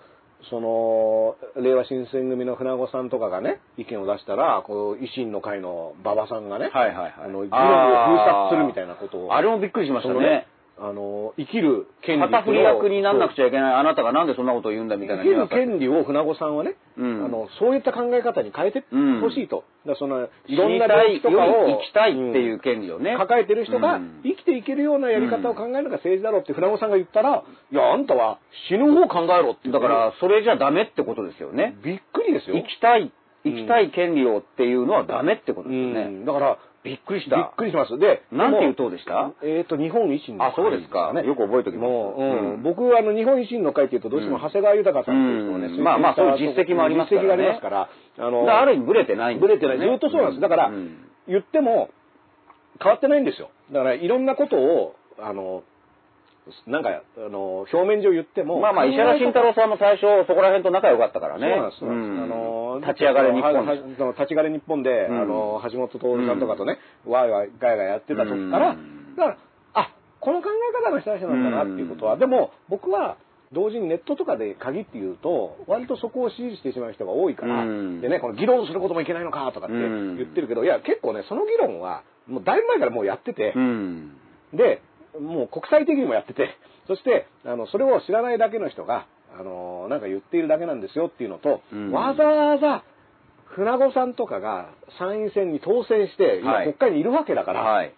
[SPEAKER 2] その、令和新選組の船子さんとかがね、意見を出したら、こう、維新の会の馬場さんがね、
[SPEAKER 3] はいはいはい
[SPEAKER 2] あの、議論を封殺するみたいなことを、
[SPEAKER 3] あれもびっくりしました
[SPEAKER 2] その
[SPEAKER 3] ね。
[SPEAKER 2] あの、生きる権利
[SPEAKER 3] 旗振り役になんなく
[SPEAKER 2] ちゃ
[SPEAKER 3] ちゃいけない。あなたがなんでそんなことを言うんだみたいな
[SPEAKER 2] 生きる権利を船子さんはね、
[SPEAKER 3] うん
[SPEAKER 2] あの、そういった考え方に変えてほしいと。だからその、いろんな
[SPEAKER 3] 死
[SPEAKER 2] 病
[SPEAKER 3] に
[SPEAKER 2] 気
[SPEAKER 3] た
[SPEAKER 2] と
[SPEAKER 3] いよ
[SPEAKER 2] かを
[SPEAKER 3] り生きたいっていう権利をね。
[SPEAKER 2] 抱えてる人が
[SPEAKER 3] うん
[SPEAKER 2] 生きていけるようなやり方を考えるのが政治だろうって船子さんが言ったら、いや、あんたは死ぬ方を考えろって言
[SPEAKER 3] だ
[SPEAKER 2] って
[SPEAKER 3] から、それじゃダメってことですよね。
[SPEAKER 2] びっくりですよ。
[SPEAKER 3] 生きたい、生きたい権利をっていうのはダメってこと
[SPEAKER 2] う
[SPEAKER 3] ですよね。
[SPEAKER 2] ん。だから、
[SPEAKER 3] びっくりし。
[SPEAKER 2] びったくりします。で、
[SPEAKER 3] なんていう
[SPEAKER 2] も
[SPEAKER 3] 党でした
[SPEAKER 2] えっ、と、日本維新の会
[SPEAKER 3] あそうですかよく覚えておきます
[SPEAKER 2] もう、うん
[SPEAKER 3] うん
[SPEAKER 2] 僕はあの、日本維新の会っていうと、どうしても長谷川豊さんっていう人をね、
[SPEAKER 3] うん
[SPEAKER 2] 推薦した
[SPEAKER 3] まあまあそういう実績もありますからね
[SPEAKER 2] 実績がありますから、あ
[SPEAKER 3] だか
[SPEAKER 2] の、
[SPEAKER 3] らある意味ブレてないんで
[SPEAKER 2] ブ
[SPEAKER 3] すよ
[SPEAKER 2] レ
[SPEAKER 3] ね
[SPEAKER 2] てない。ずっとそうなんです。だから、
[SPEAKER 3] うん
[SPEAKER 2] 言っても、変わってないんですよ。だから、いろんなことを、あの、なんか、あの、表面上言っても。
[SPEAKER 3] まあまあ、石原慎太郎さんも最初、そこら辺と仲良かったから
[SPEAKER 2] そう
[SPEAKER 3] ね。
[SPEAKER 2] なんです。そうなんです
[SPEAKER 3] うん
[SPEAKER 2] あの
[SPEAKER 3] 立ち上がれ日
[SPEAKER 2] は
[SPEAKER 3] 本
[SPEAKER 2] はその立ち上がれ日本で、
[SPEAKER 3] うん
[SPEAKER 2] あの、橋本徹さんとかとね、わいわいガヤガヤやってたとこから、
[SPEAKER 3] うん
[SPEAKER 2] だから、あ、この考え方の人たちなんだなっていうことは、
[SPEAKER 3] うん
[SPEAKER 2] でも、僕は、同時にネットとかで限って言うと、割とそこを支持してしまう人が多いから、
[SPEAKER 3] うん
[SPEAKER 2] でね、この議論することもいけないのかとかって
[SPEAKER 3] うん
[SPEAKER 2] 言ってるけど、いや、結構ね、その議論は、もうだいぶ前からもうやってて、
[SPEAKER 3] うん。
[SPEAKER 2] で、もう国際的にもやって て、そして、あの、それを知らないだけの人が、あの、なんか言っているだけなんですよっていうのと、
[SPEAKER 3] うん
[SPEAKER 2] わざわざ、船子さんとかが参院選に当選して、今
[SPEAKER 3] はい
[SPEAKER 2] 国会にいるわけだから、
[SPEAKER 3] はい。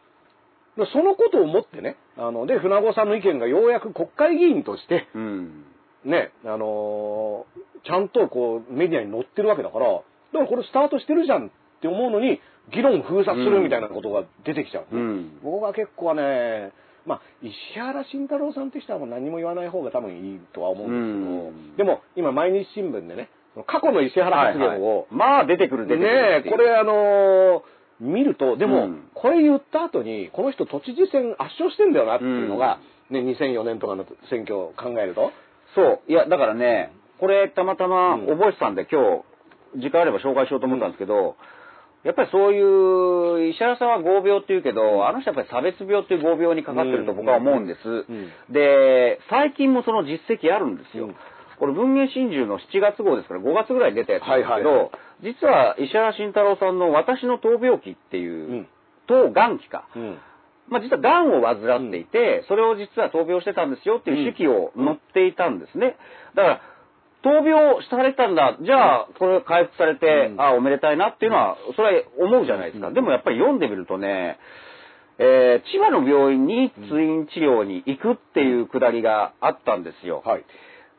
[SPEAKER 2] でそのことをもってね、あの、で、船子さんの意見がようやく国会議員として、
[SPEAKER 3] うん。
[SPEAKER 2] ね、あのーちゃんとこう、メディアに載ってるわけだから、だからこれスタートしてるじゃんって思うのに、議論封殺するみたいなことが出てきちゃ
[SPEAKER 3] う
[SPEAKER 2] う。
[SPEAKER 3] ん
[SPEAKER 2] 僕は結構はね、まあ、石原慎太郎さんって人はもう何も言わない方が多分いいとは思うんですけど、
[SPEAKER 3] うん
[SPEAKER 2] でも今毎日新聞でね、過去の石原発言を、
[SPEAKER 3] はいはいまあ、出てくる、出てくる
[SPEAKER 2] ね
[SPEAKER 3] って
[SPEAKER 2] え、
[SPEAKER 3] いう
[SPEAKER 2] これあのー見ると、でも、
[SPEAKER 3] うん
[SPEAKER 2] これ言った後に、この人都知事選圧勝してんだよなっていうのが、ね、2004年とかの選挙を考えると、
[SPEAKER 3] そう。いや、だからね、これ、たまたま
[SPEAKER 2] うん
[SPEAKER 3] 覚えてたんで、今日、時間あれば紹介しようと思ったんですけど、やっぱりそういう、石原さんは合病って言うけど、あの人はやっぱり差別病っていう合病にかかってると僕は思うんです。
[SPEAKER 2] うん
[SPEAKER 3] で、最近もその実績あるんですよ。
[SPEAKER 2] うん
[SPEAKER 3] これ、文藝春秋の7月号ですから、5月ぐらいに出たやつなんですけど、
[SPEAKER 2] はいはいはい
[SPEAKER 3] 実は石原慎太郎さんの私の闘病期っていう、
[SPEAKER 2] うん
[SPEAKER 3] 闘癌期か。
[SPEAKER 2] うん
[SPEAKER 3] まあ、実は癌を患っていて、それを実は闘病してたんですよっていう手記を載っていたんですね。だから、闘病されてたんだ、じゃあ、これ回復されて、
[SPEAKER 2] うん
[SPEAKER 3] ああ、おめでたいなっていうのは、それは思うじゃないですか。
[SPEAKER 2] うん
[SPEAKER 3] でもやっぱり読んでみるとね、えー千葉の病院に通院治療に行くっていうくだりがあったんですよ。
[SPEAKER 2] はい。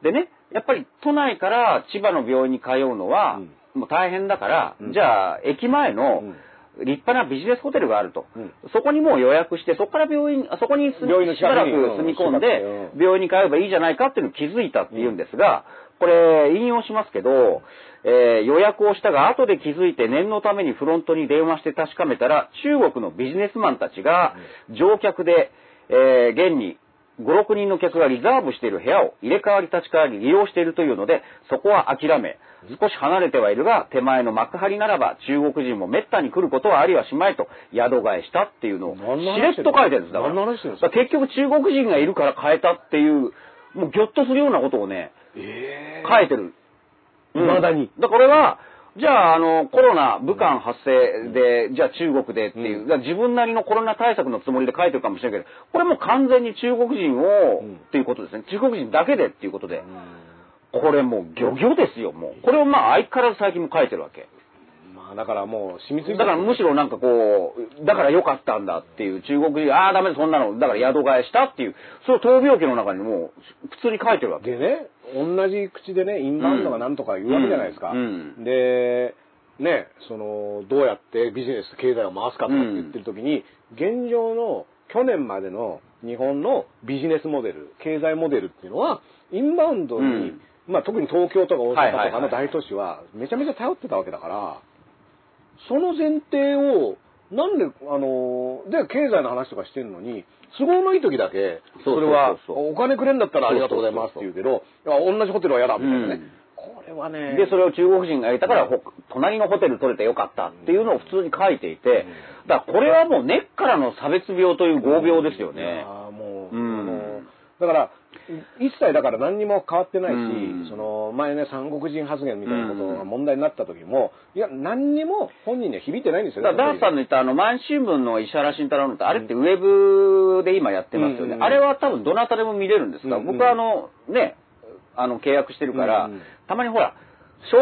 [SPEAKER 3] でね、やっぱり都内から千葉の病院に通うのは、もう大変だから、
[SPEAKER 2] うん
[SPEAKER 3] じゃあ駅前の
[SPEAKER 2] うん
[SPEAKER 3] 立派なビジネスホテルがあると、
[SPEAKER 2] うん
[SPEAKER 3] そこにもう予約して、そこから病院、あそこに住み
[SPEAKER 2] 病院の
[SPEAKER 3] しばら
[SPEAKER 2] 近
[SPEAKER 3] く
[SPEAKER 2] くに
[SPEAKER 3] 住み込ん
[SPEAKER 2] うん
[SPEAKER 3] で、病院に通えばいいじゃないかっていうのを気づいたっていうんですが、これ、引用しますけど、えー予約をしたが、後で気づいて念のためにフロントに電話して確かめたら、中国のビジネスマンたちが乗客で、えー現に5、6人の客がリザーブしている部屋を入れ替わり立ち替わり利用しているというので、そこは諦め、少し離れてはいるが、手前の幕張ならば中国人も滅多に来ることはありはしまいと、宿替えしたっていうのを、し
[SPEAKER 2] 何の
[SPEAKER 3] れ
[SPEAKER 2] 話
[SPEAKER 3] っと書いてるんですだから。
[SPEAKER 2] 何の話してるんです
[SPEAKER 3] だ
[SPEAKER 2] か
[SPEAKER 3] から結局中国人がいるから変えたっていう、もうギョッとするようなことをね、
[SPEAKER 2] え
[SPEAKER 3] 書いてる。うん
[SPEAKER 2] 未だに。
[SPEAKER 3] だからこれは、じゃあ、あの、コロナ、武漢発生で、じゃあ中国でっていう、
[SPEAKER 2] うん
[SPEAKER 3] だから自分なりのコロナ対策のつもりで書いてるかもしれないけど、これもう完全に中国人を、
[SPEAKER 2] うん
[SPEAKER 3] っていうことですね。中国人だけでっていうことで
[SPEAKER 2] う。ん
[SPEAKER 3] これもうギョギョですよ、もう。これをまあ相変わらず最近も書いてるわけ。
[SPEAKER 2] まあだからもう染みつい
[SPEAKER 3] だ
[SPEAKER 2] て
[SPEAKER 3] からむしろなんかこう、だから良かったんだっていう、中国人、ああ、ダメだ、そんなの、だから宿替えしたっていう、その闘病記の中にもう、普通に書いてるわけ。
[SPEAKER 2] でね同じ口でねインバウンドがなんとか言うわけじゃないですか、
[SPEAKER 3] うんうん
[SPEAKER 2] でねそのどうやってビジネス経済を回すかとかって言ってる時に、現状の去年までの日本のビジネスモデル経済モデルっていうのはインバウンドに、
[SPEAKER 3] うん
[SPEAKER 2] まあ、特に東京とか大
[SPEAKER 3] はいは
[SPEAKER 2] 阪とか
[SPEAKER 3] いは
[SPEAKER 2] の
[SPEAKER 3] い
[SPEAKER 2] 大都市はめちゃめちゃ頼ってたわけだからその前提をなんであので経済の話とかしてるのに都合のいい時だけ
[SPEAKER 3] そうそうそうそう
[SPEAKER 2] それはお金くれんだったらありがとうございますっていうけど、いや同じホテルは嫌だみたいなね、
[SPEAKER 3] うん
[SPEAKER 2] これはね、
[SPEAKER 3] で、それを中国人がやったから、ほ隣のホテル取れてよかったっていうのを普通に書いていて、だからこれはもう根っからの差別病という合病ですよ
[SPEAKER 2] い
[SPEAKER 3] ね。
[SPEAKER 2] やーもう、
[SPEAKER 3] うん
[SPEAKER 2] あのだから、一切だから何にも変わってないし、
[SPEAKER 3] うん
[SPEAKER 2] その前ね、三国人発言みたいなこと
[SPEAKER 3] う
[SPEAKER 2] が
[SPEAKER 3] ん
[SPEAKER 2] 問題になった時も、いや、何にも本人には響いてないんですよね。
[SPEAKER 3] だからダースさんの言ったあの、毎日新聞の石原慎太郎のって、あれってウェブで今やってますよね。
[SPEAKER 2] うんうん
[SPEAKER 3] あれは多分どなたでも見れるんですが、
[SPEAKER 2] うんうん
[SPEAKER 3] 僕はあの、ね、あの、契約してるから、
[SPEAKER 2] うんうん
[SPEAKER 3] たまにほら、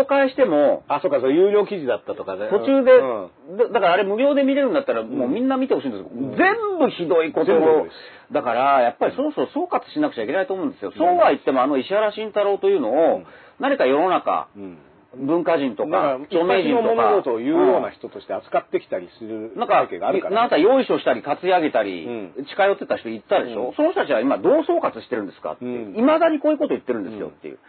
[SPEAKER 3] 紹介しても、
[SPEAKER 2] あ、そうか、そう、有料記事だったとかね。
[SPEAKER 3] 途中で、
[SPEAKER 2] うん
[SPEAKER 3] だだからあれ無料で見れるんだったら、もうみんな見てほしいんですけど、全部ひどいことを
[SPEAKER 2] 全部ひどいで、
[SPEAKER 3] だからやっぱりそろそろ総括しなくちゃいけないと思うんですよ。そうは言ってもあの石原慎太郎というのを、
[SPEAKER 2] うん
[SPEAKER 3] 何か世の中、
[SPEAKER 2] うん
[SPEAKER 3] 文化人と
[SPEAKER 2] だか、、
[SPEAKER 3] から
[SPEAKER 2] 一
[SPEAKER 3] 著名
[SPEAKER 2] 般
[SPEAKER 3] 人と
[SPEAKER 2] の
[SPEAKER 3] か、
[SPEAKER 2] 物事を言うような人として扱ってきたりする
[SPEAKER 3] なんか
[SPEAKER 2] 背景があるか、ら
[SPEAKER 3] なん
[SPEAKER 2] ね、
[SPEAKER 3] か、用意書したり、担い上げたり、
[SPEAKER 2] うん
[SPEAKER 3] 近寄ってた人いったでしょ、
[SPEAKER 2] うん
[SPEAKER 3] その人たちは今、どう総括してるんですかって、
[SPEAKER 2] うん
[SPEAKER 3] いまだにこういうこと言ってるんですよっていう。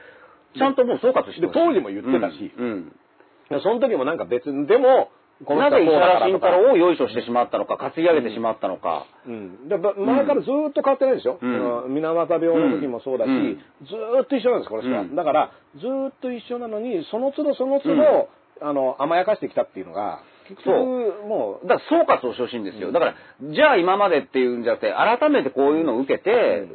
[SPEAKER 3] ちゃんともう総括してほしい
[SPEAKER 2] で当時も言ってたし
[SPEAKER 3] うんうん
[SPEAKER 2] その時もなんか別に、でも、この
[SPEAKER 3] な
[SPEAKER 2] 人は
[SPEAKER 3] ぜ石
[SPEAKER 2] こうだ
[SPEAKER 3] 原
[SPEAKER 2] から
[SPEAKER 3] 慎
[SPEAKER 2] と
[SPEAKER 3] 太
[SPEAKER 2] か
[SPEAKER 3] 郎を用意書してしまったのか、担い上げてしまったのか。
[SPEAKER 2] うん、だから前からずーっと変わってないでしょ、
[SPEAKER 3] うん
[SPEAKER 2] その水俣病の時もそうだし、
[SPEAKER 3] うん
[SPEAKER 2] ずーっと一緒なんですこの人は、
[SPEAKER 3] うん
[SPEAKER 2] だからずーっと一緒なのにその都度その都度、
[SPEAKER 3] うん
[SPEAKER 2] あの甘やかしてきたっていうのが結
[SPEAKER 3] そう
[SPEAKER 2] 局もう
[SPEAKER 3] だから総括をしてほしいんですよ。だから、じゃあ今までっていうんじゃなくて、改めてこういうのを受けて、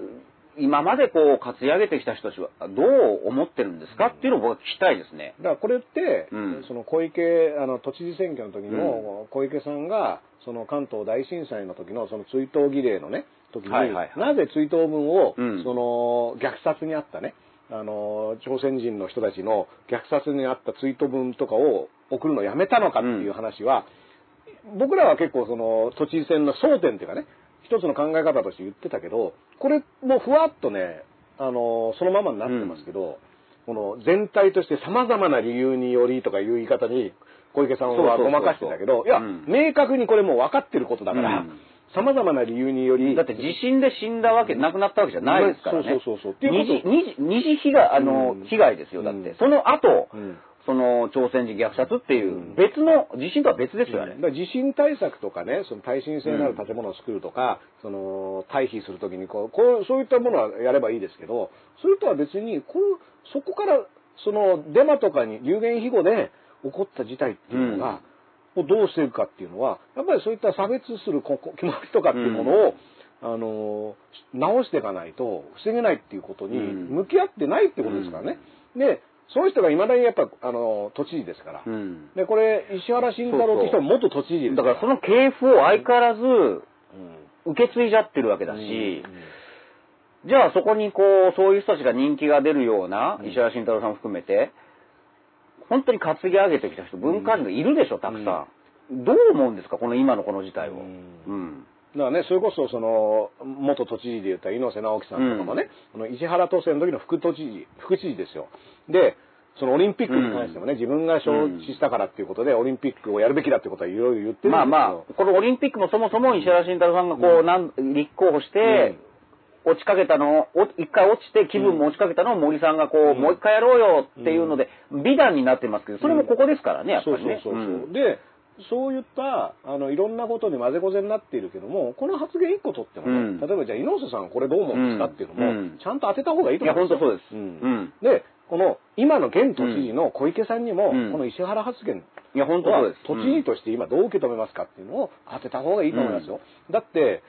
[SPEAKER 3] 今までこう、担い上げてきた人たちは、どう思ってるんですかっていうのを僕は聞きたいですね。
[SPEAKER 2] だからこれって、
[SPEAKER 3] うん
[SPEAKER 2] その小池あの都知事選挙の時も、小池さんがその関東大震災の時のその追悼儀礼のね時に、
[SPEAKER 3] はいはいはい
[SPEAKER 2] なぜ追悼文を、
[SPEAKER 3] うん
[SPEAKER 2] その虐殺にあったねあの朝鮮人の人たちの虐殺にあった追悼文とかを送るのをやめたのかっていう話は、僕らは結構その都知事選の争点っていうかね一つの考え方として言ってたけどこれもうふわっとねあのそのままになってますけど、この全体としてさまざまな理由によりとかいう言い方に小池さんは
[SPEAKER 3] そうそうそうそう
[SPEAKER 2] ごまかしてたけどいや、
[SPEAKER 3] うん
[SPEAKER 2] 明確にこれもう分かってることだか
[SPEAKER 3] う
[SPEAKER 2] ら
[SPEAKER 3] ん
[SPEAKER 2] さまざまな理由により
[SPEAKER 3] だって地震で死んだわけ、亡くなったわけじゃないですからね。
[SPEAKER 2] そうそうそうそうっていうこと
[SPEAKER 3] 二次、二次二次被害、あの、
[SPEAKER 2] うん
[SPEAKER 3] 被害ですよ、だって。
[SPEAKER 2] うん
[SPEAKER 3] その後、
[SPEAKER 2] うん
[SPEAKER 3] その、朝鮮人虐殺っていうう、
[SPEAKER 2] ん
[SPEAKER 3] 別の、地震とは別ですよ、あれ
[SPEAKER 2] だ。から地震対策とかねその耐震性のある建物を作るとか、その退避するときにこうこうそういったものはやればいいですけどそれとは別にこうそこからそのデマとかに流言飛語で起こった事態っていうのが、をどうしていくかっていうのはやっぱりそういった差別するここ決まりとかっていうものを、あの直していかないと防げないっていうことに
[SPEAKER 3] うん
[SPEAKER 2] 向き合ってないってことですからね。でその人がいまだにやっぱあの都知事ですから、
[SPEAKER 3] うん
[SPEAKER 2] でこれ石原慎太郎って人は元都知事です
[SPEAKER 3] だからその系譜を相変わらず、受け継いじゃってるわけだし、じゃあそこにこう、そういう人たちが人気が出るような、石原慎太郎さんを含めて、本当に担ぎ上げてきた人、文化人がいるでしょ、たくさん。どう思うんですか、この今のこの事態を。
[SPEAKER 2] う
[SPEAKER 3] うんん。
[SPEAKER 2] だからね、それこそ、その、元都知事で言った猪瀬直樹さんとかもね、あの石原都政の時の副都知事、副知事ですよ。で、そのオリンピックに関してもね、自分が承知したからっていうことで、オリンピックをやるべきだってことはいろいろ言ってるんですけど、
[SPEAKER 3] まあまあ、このオリンピックもそもそも石原慎太郎さんがこう、なん立候補して、落ちかけたのを、お一回落ちて気分も落ちかけたのを森さんがこう、もう一回やろうよっていうので、美談になってますけど、それもここですからね、やっぱ
[SPEAKER 2] そうそ
[SPEAKER 3] り
[SPEAKER 2] う
[SPEAKER 3] ね。
[SPEAKER 2] そうそう、
[SPEAKER 3] うん
[SPEAKER 2] でそういったあのいろんなことに混ぜこぜになっているけどもこの発言一個取ってもね、
[SPEAKER 3] うん
[SPEAKER 2] 例えばじゃあ猪瀬さんこれどう思うんですかっていうのも、
[SPEAKER 3] うん
[SPEAKER 2] ちゃんと当てた方がいいと思うんで
[SPEAKER 3] い
[SPEAKER 2] すよ
[SPEAKER 3] や本当そうです
[SPEAKER 2] んでこの今の現都知事の小池さんにも、
[SPEAKER 3] うん
[SPEAKER 2] この石原発言
[SPEAKER 3] いや、本当そう
[SPEAKER 2] は
[SPEAKER 3] です。
[SPEAKER 2] 都知事として今どう受け止めますかっていうのを当てた方がいいと思いますよ、だって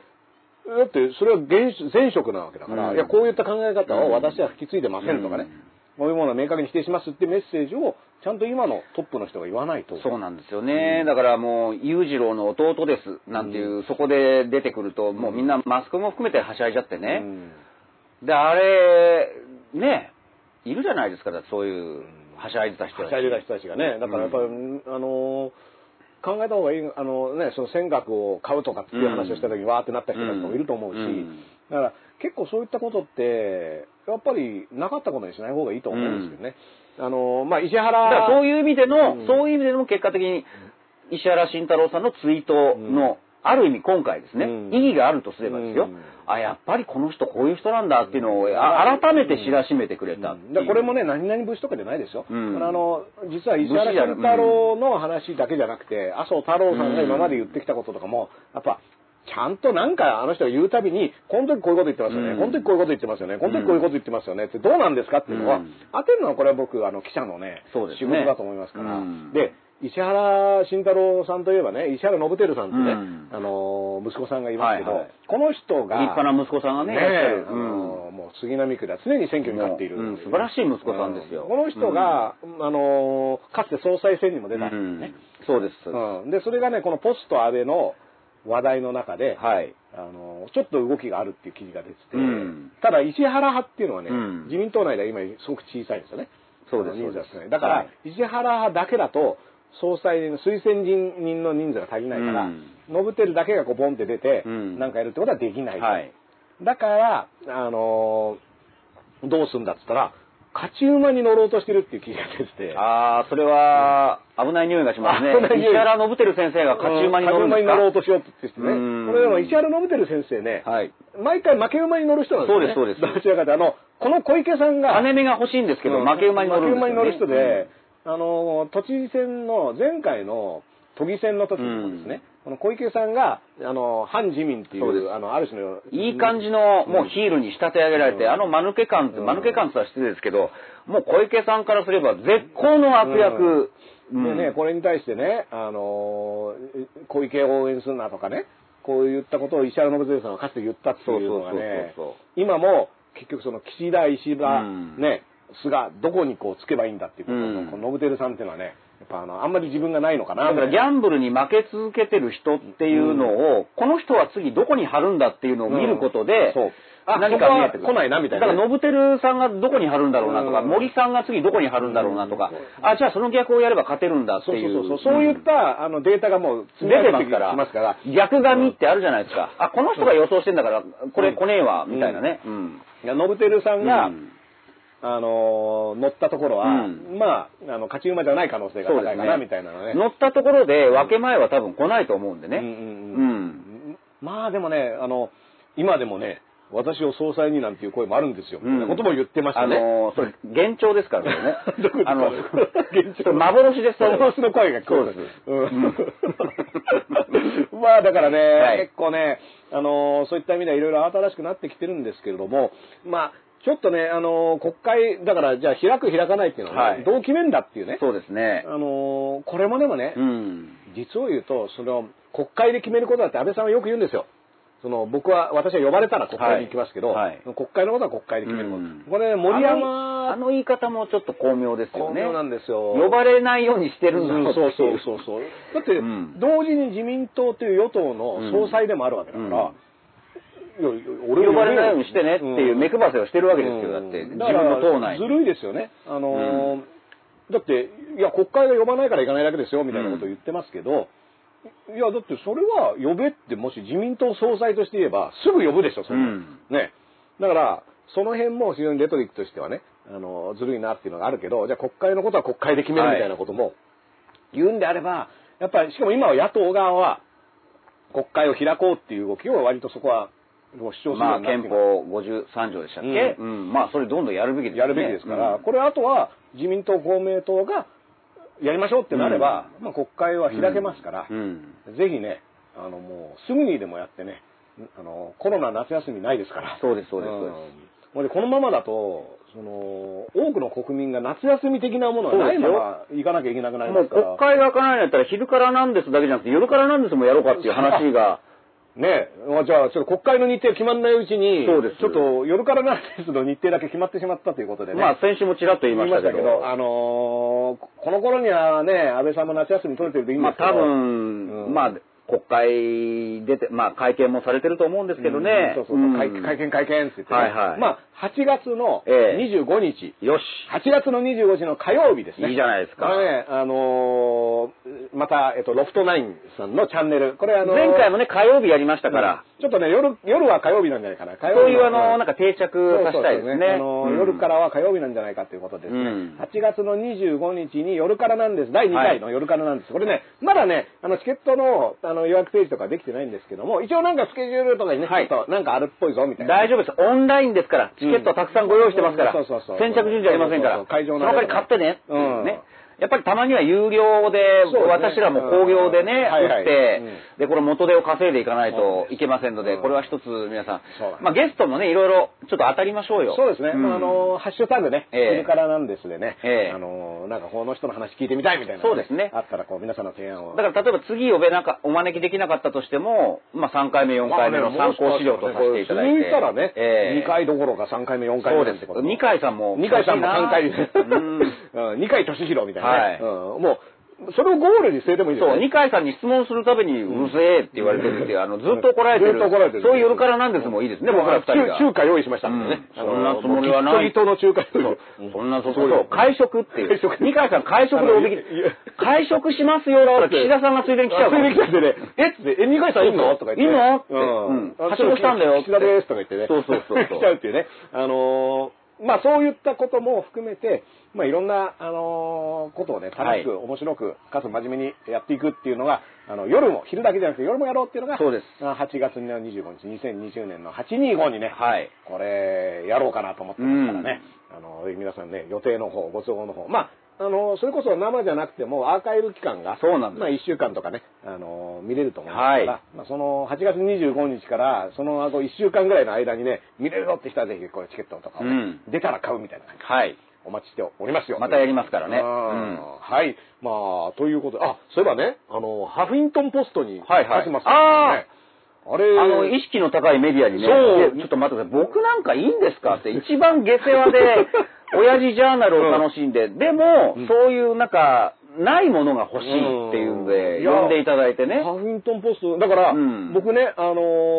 [SPEAKER 2] だってそれは現前職なわけだから、
[SPEAKER 3] うん
[SPEAKER 2] いやこういった考え方を私は引き継いでませんとかね、
[SPEAKER 3] うん
[SPEAKER 2] こういうものは明確に否定しますってメッセージをちゃんと今のトップの人が言わないと
[SPEAKER 3] そうなんですよね。だからもう、裕次郎の弟です、なんていう、そこで出てくると、もうみんなマスコミも含めてはしゃいじゃって
[SPEAKER 2] う
[SPEAKER 3] ね。
[SPEAKER 2] ん
[SPEAKER 3] で、あれ、ね、いるじゃないですか、だってそういう、はしゃいでた人
[SPEAKER 2] はしゃいでた人たちがねだからやっぱり、あのー考えた方がいいあのねその尖閣を買うとかっていう話をした時にわーってなった人たちもいると思うし、
[SPEAKER 3] うん
[SPEAKER 2] だから結構そういったことってやっぱりなかったことにしない方がいいと思うんですけどね、あのーまあ石
[SPEAKER 3] だから
[SPEAKER 2] 原
[SPEAKER 3] そういう意味での、
[SPEAKER 2] うん
[SPEAKER 3] そういう意味での結果的に、石原慎太郎さんのツイートの、ある意味今回ですね、
[SPEAKER 2] うん
[SPEAKER 3] 意義があるとすればですよ、
[SPEAKER 2] うん
[SPEAKER 3] あ、やっぱりこの人こういう人なんだっていうのを、あ改めて知らしめてくれたっていう
[SPEAKER 2] だからこれもね何々節とかじゃないですよ、
[SPEAKER 3] うん
[SPEAKER 2] これあの実は石原慎太郎の話だけじゃなくて、麻生太郎さんが今まで言ってきたこととかもやっぱちゃんとなんかあの人が言うたびに、この時こういうこと言ってますよね、
[SPEAKER 3] うん
[SPEAKER 2] この時こういうこと言ってますよね、この時こういうこと言ってますよねって、どうなんですかっていうのは、
[SPEAKER 3] うん
[SPEAKER 2] 当てるのはこれは僕、あの記者のね
[SPEAKER 3] そうです
[SPEAKER 2] 仕
[SPEAKER 3] ね
[SPEAKER 2] 事だと思いますから、
[SPEAKER 3] うん
[SPEAKER 2] で、石原慎太郎さんといえばね、石原信輝さんってね、
[SPEAKER 3] うん
[SPEAKER 2] あの息子さんがいますけど、
[SPEAKER 3] はいはい
[SPEAKER 2] この人が、
[SPEAKER 3] 立派な息子さんがね、いらっしゃるう
[SPEAKER 2] え。あ
[SPEAKER 3] ん
[SPEAKER 2] のもう杉並区では常に選挙に勝っている、
[SPEAKER 3] うん素晴らしい息子さんですよ
[SPEAKER 2] うこの人が、あのかつて総裁選にも出たんですね、
[SPEAKER 3] そうです。そううで
[SPEAKER 2] んでそれがねこのポスト安倍の話題の中で、
[SPEAKER 3] すはい。
[SPEAKER 2] あのちょっと動きがあるっていう記事が出てて、
[SPEAKER 3] うん
[SPEAKER 2] ただ石原派っていうのはね、
[SPEAKER 3] うん
[SPEAKER 2] 自民党内では今すごく小さいんですよね
[SPEAKER 3] そうです
[SPEAKER 2] あの人数が少
[SPEAKER 3] そう
[SPEAKER 2] な
[SPEAKER 3] です
[SPEAKER 2] いだから、
[SPEAKER 3] はい
[SPEAKER 2] 石原派だけだと総裁の推薦人人の人数が足りないから、
[SPEAKER 3] うん
[SPEAKER 2] ノブテルだけがこうボンって出て、
[SPEAKER 3] うん
[SPEAKER 2] なんかやるってことはできないと、
[SPEAKER 3] はい。
[SPEAKER 2] だから、あのーどうするんだっつったら、勝ち馬に乗ろうとしてるっていう気が出てて、
[SPEAKER 3] ああ、それは、危ない匂いがしますね
[SPEAKER 2] 危ない。匂い
[SPEAKER 3] 石原信輝先生が勝ち馬に乗るん
[SPEAKER 2] 勝ち馬
[SPEAKER 3] ですか
[SPEAKER 2] に乗ろうとしようって言ってね。
[SPEAKER 3] うん
[SPEAKER 2] これでも石原伸晃先生ね、
[SPEAKER 3] はい。
[SPEAKER 2] 毎回負け馬に乗る人なんですよね。
[SPEAKER 3] そうですそうです
[SPEAKER 2] どちらかというとあの、この小池さんが、
[SPEAKER 3] 金目が欲しいんですけど、負け馬に乗るんですよね。
[SPEAKER 2] 負け馬に乗る人で、あのー、都知事選の前回の都議選の時もですね、この小池さんが、あのー、反自民ってい
[SPEAKER 3] そうで
[SPEAKER 2] う、
[SPEAKER 3] す
[SPEAKER 2] あの、ある種の、
[SPEAKER 3] いい感じの、
[SPEAKER 2] うん
[SPEAKER 3] もうヒールに仕立て上げられて、
[SPEAKER 2] うん
[SPEAKER 3] あの間抜け感って、
[SPEAKER 2] うん
[SPEAKER 3] 間抜け感って言ったら失礼ですけど、もう小池さんからすれば絶好の悪役。う
[SPEAKER 2] で
[SPEAKER 3] ん
[SPEAKER 2] ね、これに対してね、あのー小池を応援するなとかね、こういったことを石原信輝さんはかつて言ったっていうのがね
[SPEAKER 3] そうそうそうそ、
[SPEAKER 2] 今も結局その岸田、石破、
[SPEAKER 3] うん
[SPEAKER 2] ね、菅、どこにこうつけばいいんだっていうことを、
[SPEAKER 3] うん
[SPEAKER 2] この信輝さんっていうのはね、やっぱあの、あんまり自分がないのかな
[SPEAKER 3] だからギャンブルに負け続けてる人っていうのを、この人は次どこに貼るんだっていうのを見ること
[SPEAKER 2] うん
[SPEAKER 3] で、
[SPEAKER 2] そうあ
[SPEAKER 3] 何か見えてく
[SPEAKER 2] ここは来ないなみたいなね
[SPEAKER 3] だから、ノブテルさんがどこに貼るんだろうなとか、
[SPEAKER 2] うん
[SPEAKER 3] 森さんが次どこに貼るんだろうなとか
[SPEAKER 2] うん、
[SPEAKER 3] あ、じゃあその逆をやれば勝てるんだって
[SPEAKER 2] そう
[SPEAKER 3] いう。
[SPEAKER 2] そうそうそう、そういったあのデータがもう
[SPEAKER 3] 出てますか
[SPEAKER 2] きますから
[SPEAKER 3] ら、、逆髪ってあるじゃないですか。あ、この人が予想してんだから、これ来ねえわ、みたいなね。うん。
[SPEAKER 2] いや信輝さんが、
[SPEAKER 3] うん
[SPEAKER 2] あのー乗ったところは、
[SPEAKER 3] うん
[SPEAKER 2] まあ、あの、勝ち馬じゃない可能性が
[SPEAKER 3] そう
[SPEAKER 2] 高
[SPEAKER 3] で
[SPEAKER 2] い
[SPEAKER 3] す
[SPEAKER 2] か
[SPEAKER 3] ね
[SPEAKER 2] な、みたいなのね。
[SPEAKER 3] 乗ったところで分け前は多分来ないと思うんでね。
[SPEAKER 2] うんうんまあでもね、あの、今でもね、私を総裁になんていう声もあるんですよ。みたいなことも言ってましたね。。
[SPEAKER 3] あのーそれ、幻聴ですからね
[SPEAKER 2] どこですか
[SPEAKER 3] あの、
[SPEAKER 2] 幻聴
[SPEAKER 3] それ幻です。
[SPEAKER 2] 幻の声が聞こえる
[SPEAKER 3] そうです
[SPEAKER 2] うん まあだからね、
[SPEAKER 3] はい
[SPEAKER 2] 結構ね、あのーそういった意味ではいろいろ慌ただしくなってきてるんですけれども、まあ、ちょっとね、あのー国会、だからじゃあ開く開かないっていうのはね、
[SPEAKER 3] はい
[SPEAKER 2] どう決めんだっていうね。
[SPEAKER 3] そうですね
[SPEAKER 2] あ。のーこれもでもね、
[SPEAKER 3] うん。
[SPEAKER 2] 実を言うと、その、国会で決めることだって安倍さんはよく言うんですよ。その、僕は、私は呼ばれたら国会に行きますけど、
[SPEAKER 3] はいはい
[SPEAKER 2] 国会のことは国会で決めること。
[SPEAKER 3] うん
[SPEAKER 2] これね、森
[SPEAKER 3] あのあ
[SPEAKER 2] 山、
[SPEAKER 3] の言い方もちょっと巧妙ですよ
[SPEAKER 2] 巧
[SPEAKER 3] ね。
[SPEAKER 2] 妙なんですよ。
[SPEAKER 3] 呼ばれないようにしてるんだ。
[SPEAKER 2] うんそうそうそううそう。だって、
[SPEAKER 3] うん
[SPEAKER 2] 同時に自民党という与党の総裁でもあるわけだから、いや
[SPEAKER 3] 呼ばれないようにしてねっていう目
[SPEAKER 2] ば
[SPEAKER 3] 配せをしてるわけですけど、だ
[SPEAKER 2] う
[SPEAKER 3] っ
[SPEAKER 2] ん
[SPEAKER 3] て、自
[SPEAKER 2] だから
[SPEAKER 3] 分の党内
[SPEAKER 2] ず
[SPEAKER 3] に。
[SPEAKER 2] るいですよね。あのーだって、いや、国会が呼ばないから行かないだけですよ、みたいなことを言ってますけど、いや、だってそれは呼べって、もし自民党総裁として言えば、すぐ呼ぶでしょ、それ。
[SPEAKER 3] うん
[SPEAKER 2] ね。だから、その辺も非常にレトリックとしてはね、あの、ずるいなっていうのがあるけど、じゃあ国会のことは国会で決めるみたいなことも言うんであれば、やっぱり、しかも今は野党側は、国会を開こうっていう動きを割とそこは、もう主張するように
[SPEAKER 3] ま
[SPEAKER 2] な
[SPEAKER 3] あ、
[SPEAKER 2] ってい
[SPEAKER 3] 憲
[SPEAKER 2] ます
[SPEAKER 3] 法53条でしたっけ、
[SPEAKER 2] う
[SPEAKER 3] うんまあ、それどんどんやるべきですね
[SPEAKER 2] やるべきですから、
[SPEAKER 3] うん
[SPEAKER 2] これあとは自民党、公明党がやりましょうってなれば、まあ、国会は開けますから、
[SPEAKER 3] うん
[SPEAKER 2] ぜひね、あのもうすぐにでもやってね、あのコロナ夏休みないですから。
[SPEAKER 3] そうですそうですそうです
[SPEAKER 2] す。もうでこのままだと、その、多くの国民が夏休み的なものはないまま行かなきゃいけなくなり
[SPEAKER 3] も
[SPEAKER 2] ま
[SPEAKER 3] う
[SPEAKER 2] すから。
[SPEAKER 3] 国会が開かないんだったら昼からなんですだけじゃなくて夜からなんですもやろうかっていう話が
[SPEAKER 2] ねまあじゃあ、ちょっと国会の日程決まんないうちに、
[SPEAKER 3] そうです
[SPEAKER 2] ちょっと夜からなんですの日程だけ決まってしまったということでね。
[SPEAKER 3] まあ先週もちらっと言いましたけど
[SPEAKER 2] あのーこの頃にはね、安倍さんも夏休み取れてるといいん
[SPEAKER 3] ま
[SPEAKER 2] で
[SPEAKER 3] あ
[SPEAKER 2] す
[SPEAKER 3] 多
[SPEAKER 2] けど、
[SPEAKER 3] 分、
[SPEAKER 2] うん
[SPEAKER 3] まあ国会出て、まあ会見もされてると思うんですけどね。
[SPEAKER 2] うんそうそうそう、会会見会見って言って、ね
[SPEAKER 3] はいはい
[SPEAKER 2] まあ、8月の
[SPEAKER 3] ええ
[SPEAKER 2] 25日、
[SPEAKER 3] 見。よし。
[SPEAKER 2] 8月の25日の火曜日ですね。
[SPEAKER 3] いいじゃないですか
[SPEAKER 2] これね、あのーまた、えっと、ロフトナインさんのチャンネル。これあのー
[SPEAKER 3] 前回もね、火曜日やりましたから、
[SPEAKER 2] うんちょっとね、夜、夜は火曜日なんじゃないかな。火曜
[SPEAKER 3] そう
[SPEAKER 2] 日
[SPEAKER 3] いうあの、
[SPEAKER 2] うん
[SPEAKER 3] なんか定着させたいですね。
[SPEAKER 2] あの
[SPEAKER 3] うん
[SPEAKER 2] 夜からは火曜日なんじゃないかということですね、
[SPEAKER 3] うん
[SPEAKER 2] 8月の25日に夜からなんです第2回の
[SPEAKER 3] は
[SPEAKER 2] 夜からなんです、これねまだねあのチケットのあの予約ページとかできてないんですけども一応なんかスケジュールとかにね、
[SPEAKER 3] はい
[SPEAKER 2] ちょっとなんかあるっぽいぞみたいな
[SPEAKER 3] 大丈夫です。オンラインですから、チケットはたくさんご用意してますから、
[SPEAKER 2] うんそうそうそう
[SPEAKER 3] 先着順じゃありませんから、
[SPEAKER 2] そうそうそう会場
[SPEAKER 3] そ
[SPEAKER 2] の
[SPEAKER 3] の
[SPEAKER 2] あ
[SPEAKER 3] 代わ
[SPEAKER 2] れ
[SPEAKER 3] り
[SPEAKER 2] と
[SPEAKER 3] 買
[SPEAKER 2] か
[SPEAKER 3] ってね,、
[SPEAKER 2] うん
[SPEAKER 3] ね。やっぱりたまには有料で、
[SPEAKER 2] そうで
[SPEAKER 3] 私
[SPEAKER 2] すね
[SPEAKER 3] らも工業でね、
[SPEAKER 2] うんはいは
[SPEAKER 3] 打っ
[SPEAKER 2] い
[SPEAKER 3] て、
[SPEAKER 2] う
[SPEAKER 3] で、これ元手を稼いでいかない
[SPEAKER 2] そ
[SPEAKER 3] と
[SPEAKER 2] うです
[SPEAKER 3] いけませんので、
[SPEAKER 2] うん
[SPEAKER 3] これは一つ皆さん
[SPEAKER 2] そうなん
[SPEAKER 3] まあゲ
[SPEAKER 2] です、
[SPEAKER 3] ストもね、いろいろちょっと当たりましょうよ。
[SPEAKER 2] そうですね、
[SPEAKER 3] ん
[SPEAKER 2] あのハッシュタグね「
[SPEAKER 3] ええ
[SPEAKER 2] 昼からなんです」でね、
[SPEAKER 3] ええ
[SPEAKER 2] あのなんかこの人の話聞いてみたいみたいなの
[SPEAKER 3] そうですね
[SPEAKER 2] あったらこう皆さんの提案を
[SPEAKER 3] だから例えば次呼べなか、お招きできなかったとしても、まあ3回目、4回目の参考資料とさせていただいて。
[SPEAKER 2] 続いたらね、
[SPEAKER 3] ええ
[SPEAKER 2] 2回どころか3回目4回
[SPEAKER 3] そうで
[SPEAKER 2] 目な
[SPEAKER 3] す
[SPEAKER 2] んて
[SPEAKER 3] よ
[SPEAKER 2] こと。
[SPEAKER 3] 二階さんも。
[SPEAKER 2] 二階さんも3回、
[SPEAKER 3] うん
[SPEAKER 2] うん、2回俊弘みたいな、ね
[SPEAKER 3] は
[SPEAKER 2] うんもう、それをゴールに据えてもいいです
[SPEAKER 3] そう、
[SPEAKER 2] よね。
[SPEAKER 3] 二階さんに質問するたびに、うるせえって言われてるっていう、あの、ずっと怒られてる。
[SPEAKER 2] ずっと怒られてる
[SPEAKER 3] そういう夜からなんですもいいですね、僕ら二人が。
[SPEAKER 2] 中中華用意しましたんでね。
[SPEAKER 3] うんそんなつもりはない
[SPEAKER 2] ギットギトの中華用意
[SPEAKER 3] そうそんな、そうそう、会食っていう
[SPEAKER 2] 会食。
[SPEAKER 3] 二階さん会食でおびき
[SPEAKER 2] あのいやいや、
[SPEAKER 3] 会食しますよ、だから岸田さんがついでに来ちゃうから。
[SPEAKER 2] あついでに来ちゃってね えっつって、え、二階さんいんのとか言って。
[SPEAKER 3] いんのって
[SPEAKER 2] うん。
[SPEAKER 3] うんはしごしたんだよって
[SPEAKER 2] 岸田ですとか言ってね。
[SPEAKER 3] そうそうそうそう
[SPEAKER 2] 来ちゃうっていうね。あのーまあそういったことも含めて、まあいろんな、あのーことをね、楽しく、
[SPEAKER 3] はい
[SPEAKER 2] 面白く、かつ真面目にやっていくっていうのが、あの、夜も、昼だけじゃなくて夜もやろうっていうのが、
[SPEAKER 3] そうです
[SPEAKER 2] あ8月の25日、2020年の825にね、
[SPEAKER 3] はい
[SPEAKER 2] これ、やろうかなと思ってますからね。あの、ぜひ皆さんね、予定の方、ご都合の方。まあ、あの、それこそ生じゃなくても、アーカイブ期間が、
[SPEAKER 3] そうなんです
[SPEAKER 2] まあ、1週間とかね、あの、見れると思いますから、
[SPEAKER 3] はい
[SPEAKER 2] まあ、その、8月25日から、その後1週間ぐらいの間にね、見れるぞって人はぜひ、これチケットとかをね、
[SPEAKER 3] うん
[SPEAKER 2] 出たら買うみたいな感じ。
[SPEAKER 3] はい。
[SPEAKER 2] お待ちしておりますよ。
[SPEAKER 3] またやりますからね
[SPEAKER 2] うんはい。まあ、ということで、あ、そういえばね、あの、ハフィントンポストに出し
[SPEAKER 3] はいはい
[SPEAKER 2] ますからね。あれ、
[SPEAKER 3] あの、意識の高いメディアにね、
[SPEAKER 2] そう
[SPEAKER 3] いやちょっと待ってください、僕なんかいいんですか って、一番下世 話で、親父ジャーナルを楽しんで、でも、そういうなんか、ないものが欲しいっていうん
[SPEAKER 2] う
[SPEAKER 3] で、
[SPEAKER 2] んいや
[SPEAKER 3] 呼んでいただいてね。
[SPEAKER 2] ハフィントンポスト、だから、
[SPEAKER 3] うん
[SPEAKER 2] 僕ね、あの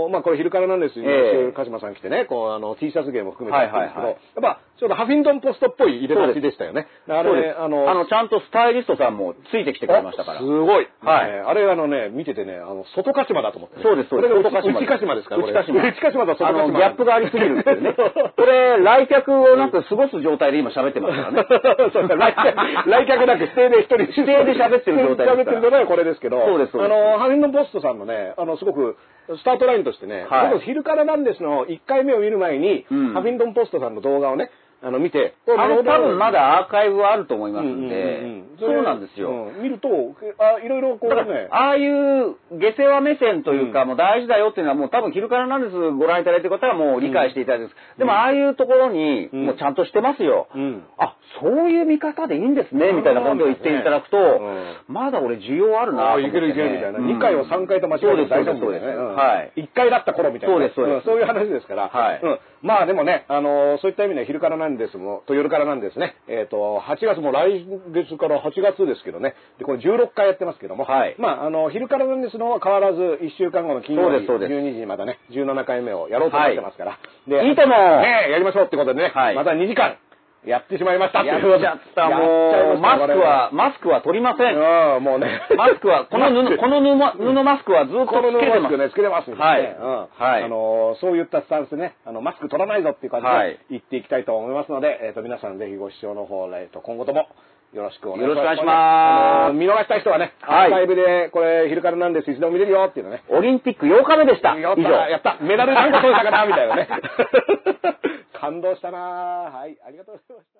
[SPEAKER 2] ーまあ、これ昼からなんですよ、
[SPEAKER 3] ええ
[SPEAKER 2] 鹿島さん来てね、こう、あの、T シャツ芸も含めてやってるんですけど、
[SPEAKER 3] はいはい
[SPEAKER 2] やっぱ、ちょっとハフィントンポストっぽい入れ出しでしたよね。あ
[SPEAKER 3] そう
[SPEAKER 2] れ
[SPEAKER 3] で
[SPEAKER 2] ね、
[SPEAKER 3] す
[SPEAKER 2] あの、
[SPEAKER 3] あの、ちゃんとスタイリストさんもついてきてくれましたから
[SPEAKER 2] す。ごい。
[SPEAKER 3] はい
[SPEAKER 2] ねあれあのね、見ててね、あの、外鹿島だと思って。
[SPEAKER 3] そうです、そうです。
[SPEAKER 2] これが内鹿島ですから、こ
[SPEAKER 3] 内
[SPEAKER 2] れ
[SPEAKER 3] 鹿島。
[SPEAKER 2] 内鹿島と外鹿
[SPEAKER 3] あ
[SPEAKER 2] 島。。
[SPEAKER 3] の、ギャップがありすぎるっていうね
[SPEAKER 2] そう
[SPEAKER 3] これ、来客をなく過ごす状態で今喋ってますからね。
[SPEAKER 2] そう来 客、来客なく指定で一人
[SPEAKER 3] 指定で喋ってる状態ですから
[SPEAKER 2] 喋ってる状態はこれですけど、
[SPEAKER 3] そうですそうです
[SPEAKER 2] あの、ハリンドンポストさんのね、あの、すごく、スタートラインとしてね、
[SPEAKER 3] はい
[SPEAKER 2] 僕昼からなんですの1回目を見る前に、
[SPEAKER 3] うん
[SPEAKER 2] ハフィントンポストさんの動画をね、あの、見て、
[SPEAKER 3] あの、多分ま
[SPEAKER 2] だ、
[SPEAKER 3] だアーカイブはあると思いま
[SPEAKER 2] う
[SPEAKER 3] す
[SPEAKER 2] んうん
[SPEAKER 3] んで
[SPEAKER 2] うん、
[SPEAKER 3] そうなんですよ。。
[SPEAKER 2] うん見ると、あ、いろいろこう
[SPEAKER 3] だか
[SPEAKER 2] ね
[SPEAKER 3] ら、、ああいう下世話目線というか、もう大事だよっていうのは、もう多分、昼からなんですご覧いただいてる方はもう理解していただいてるんです。でも、ああいうところに、
[SPEAKER 2] うん
[SPEAKER 3] もうちゃんとしてますよ。
[SPEAKER 2] うん
[SPEAKER 3] あ、そういう見方でいいんですね、みたいなことを言っていただくと、
[SPEAKER 2] う
[SPEAKER 3] まだ俺需要あるなと
[SPEAKER 2] ああ、
[SPEAKER 3] 思
[SPEAKER 2] い
[SPEAKER 3] って
[SPEAKER 2] け
[SPEAKER 3] ね、
[SPEAKER 2] るいけるみたいな。2回
[SPEAKER 3] 回
[SPEAKER 2] を3回と間違えて大丈夫
[SPEAKER 3] そうで
[SPEAKER 2] みた
[SPEAKER 3] す、
[SPEAKER 2] いなね。
[SPEAKER 3] そうです。はい。
[SPEAKER 2] 1回だった頃みたいな。
[SPEAKER 3] そうですそうです
[SPEAKER 2] んそういう話ですから。
[SPEAKER 3] はい
[SPEAKER 2] うんまあでもね、あのー、そういった意味では昼からなんですも、と夜からなんですね。えっと、8月も来月から8月ですけどね。で、これ16回やってますけども。
[SPEAKER 3] はい
[SPEAKER 2] まあ、あの、昼からなんですの方は変わらず、1週間後の金曜日、
[SPEAKER 3] そうですそうです
[SPEAKER 2] 12時にまたね、17回目をやろうと思ってますから。
[SPEAKER 3] いいとも
[SPEAKER 2] ねえやりましょうってことでね。
[SPEAKER 3] はい
[SPEAKER 2] また2時間。やってしまいましたってい
[SPEAKER 3] やっ
[SPEAKER 2] うこと
[SPEAKER 3] ちゃった、もう、マスクは、、マスクは取りませ
[SPEAKER 2] やっちゃい
[SPEAKER 3] ん。
[SPEAKER 2] ました我々うん、もうね。
[SPEAKER 3] マスクは、この布、この布、布マスクはずっと
[SPEAKER 2] この
[SPEAKER 3] つけてま
[SPEAKER 2] マ
[SPEAKER 3] す
[SPEAKER 2] スク。ね、つけてますんでね。
[SPEAKER 3] はい
[SPEAKER 2] うん
[SPEAKER 3] はい
[SPEAKER 2] あのー、そういったスタンスでね、あの、マスク取らないぞっていう感じ
[SPEAKER 3] は
[SPEAKER 2] で
[SPEAKER 3] い、
[SPEAKER 2] 言っていきたいと思いますので、えっ、と、皆さんぜひご視聴の方、えっ、と、今後とも、よろしくお願いします。
[SPEAKER 3] よろしくお願いします
[SPEAKER 2] あのー見逃した人はね、
[SPEAKER 3] はい
[SPEAKER 2] アーカイブで、これ、昼からなんです、いつでも見れるよっていうのね。
[SPEAKER 3] オリンピック8日目でした。以
[SPEAKER 2] やった、
[SPEAKER 3] 上。
[SPEAKER 2] や った、メダルなんか取れたかな、みたいなね。感動したなはい、ありがとうございました。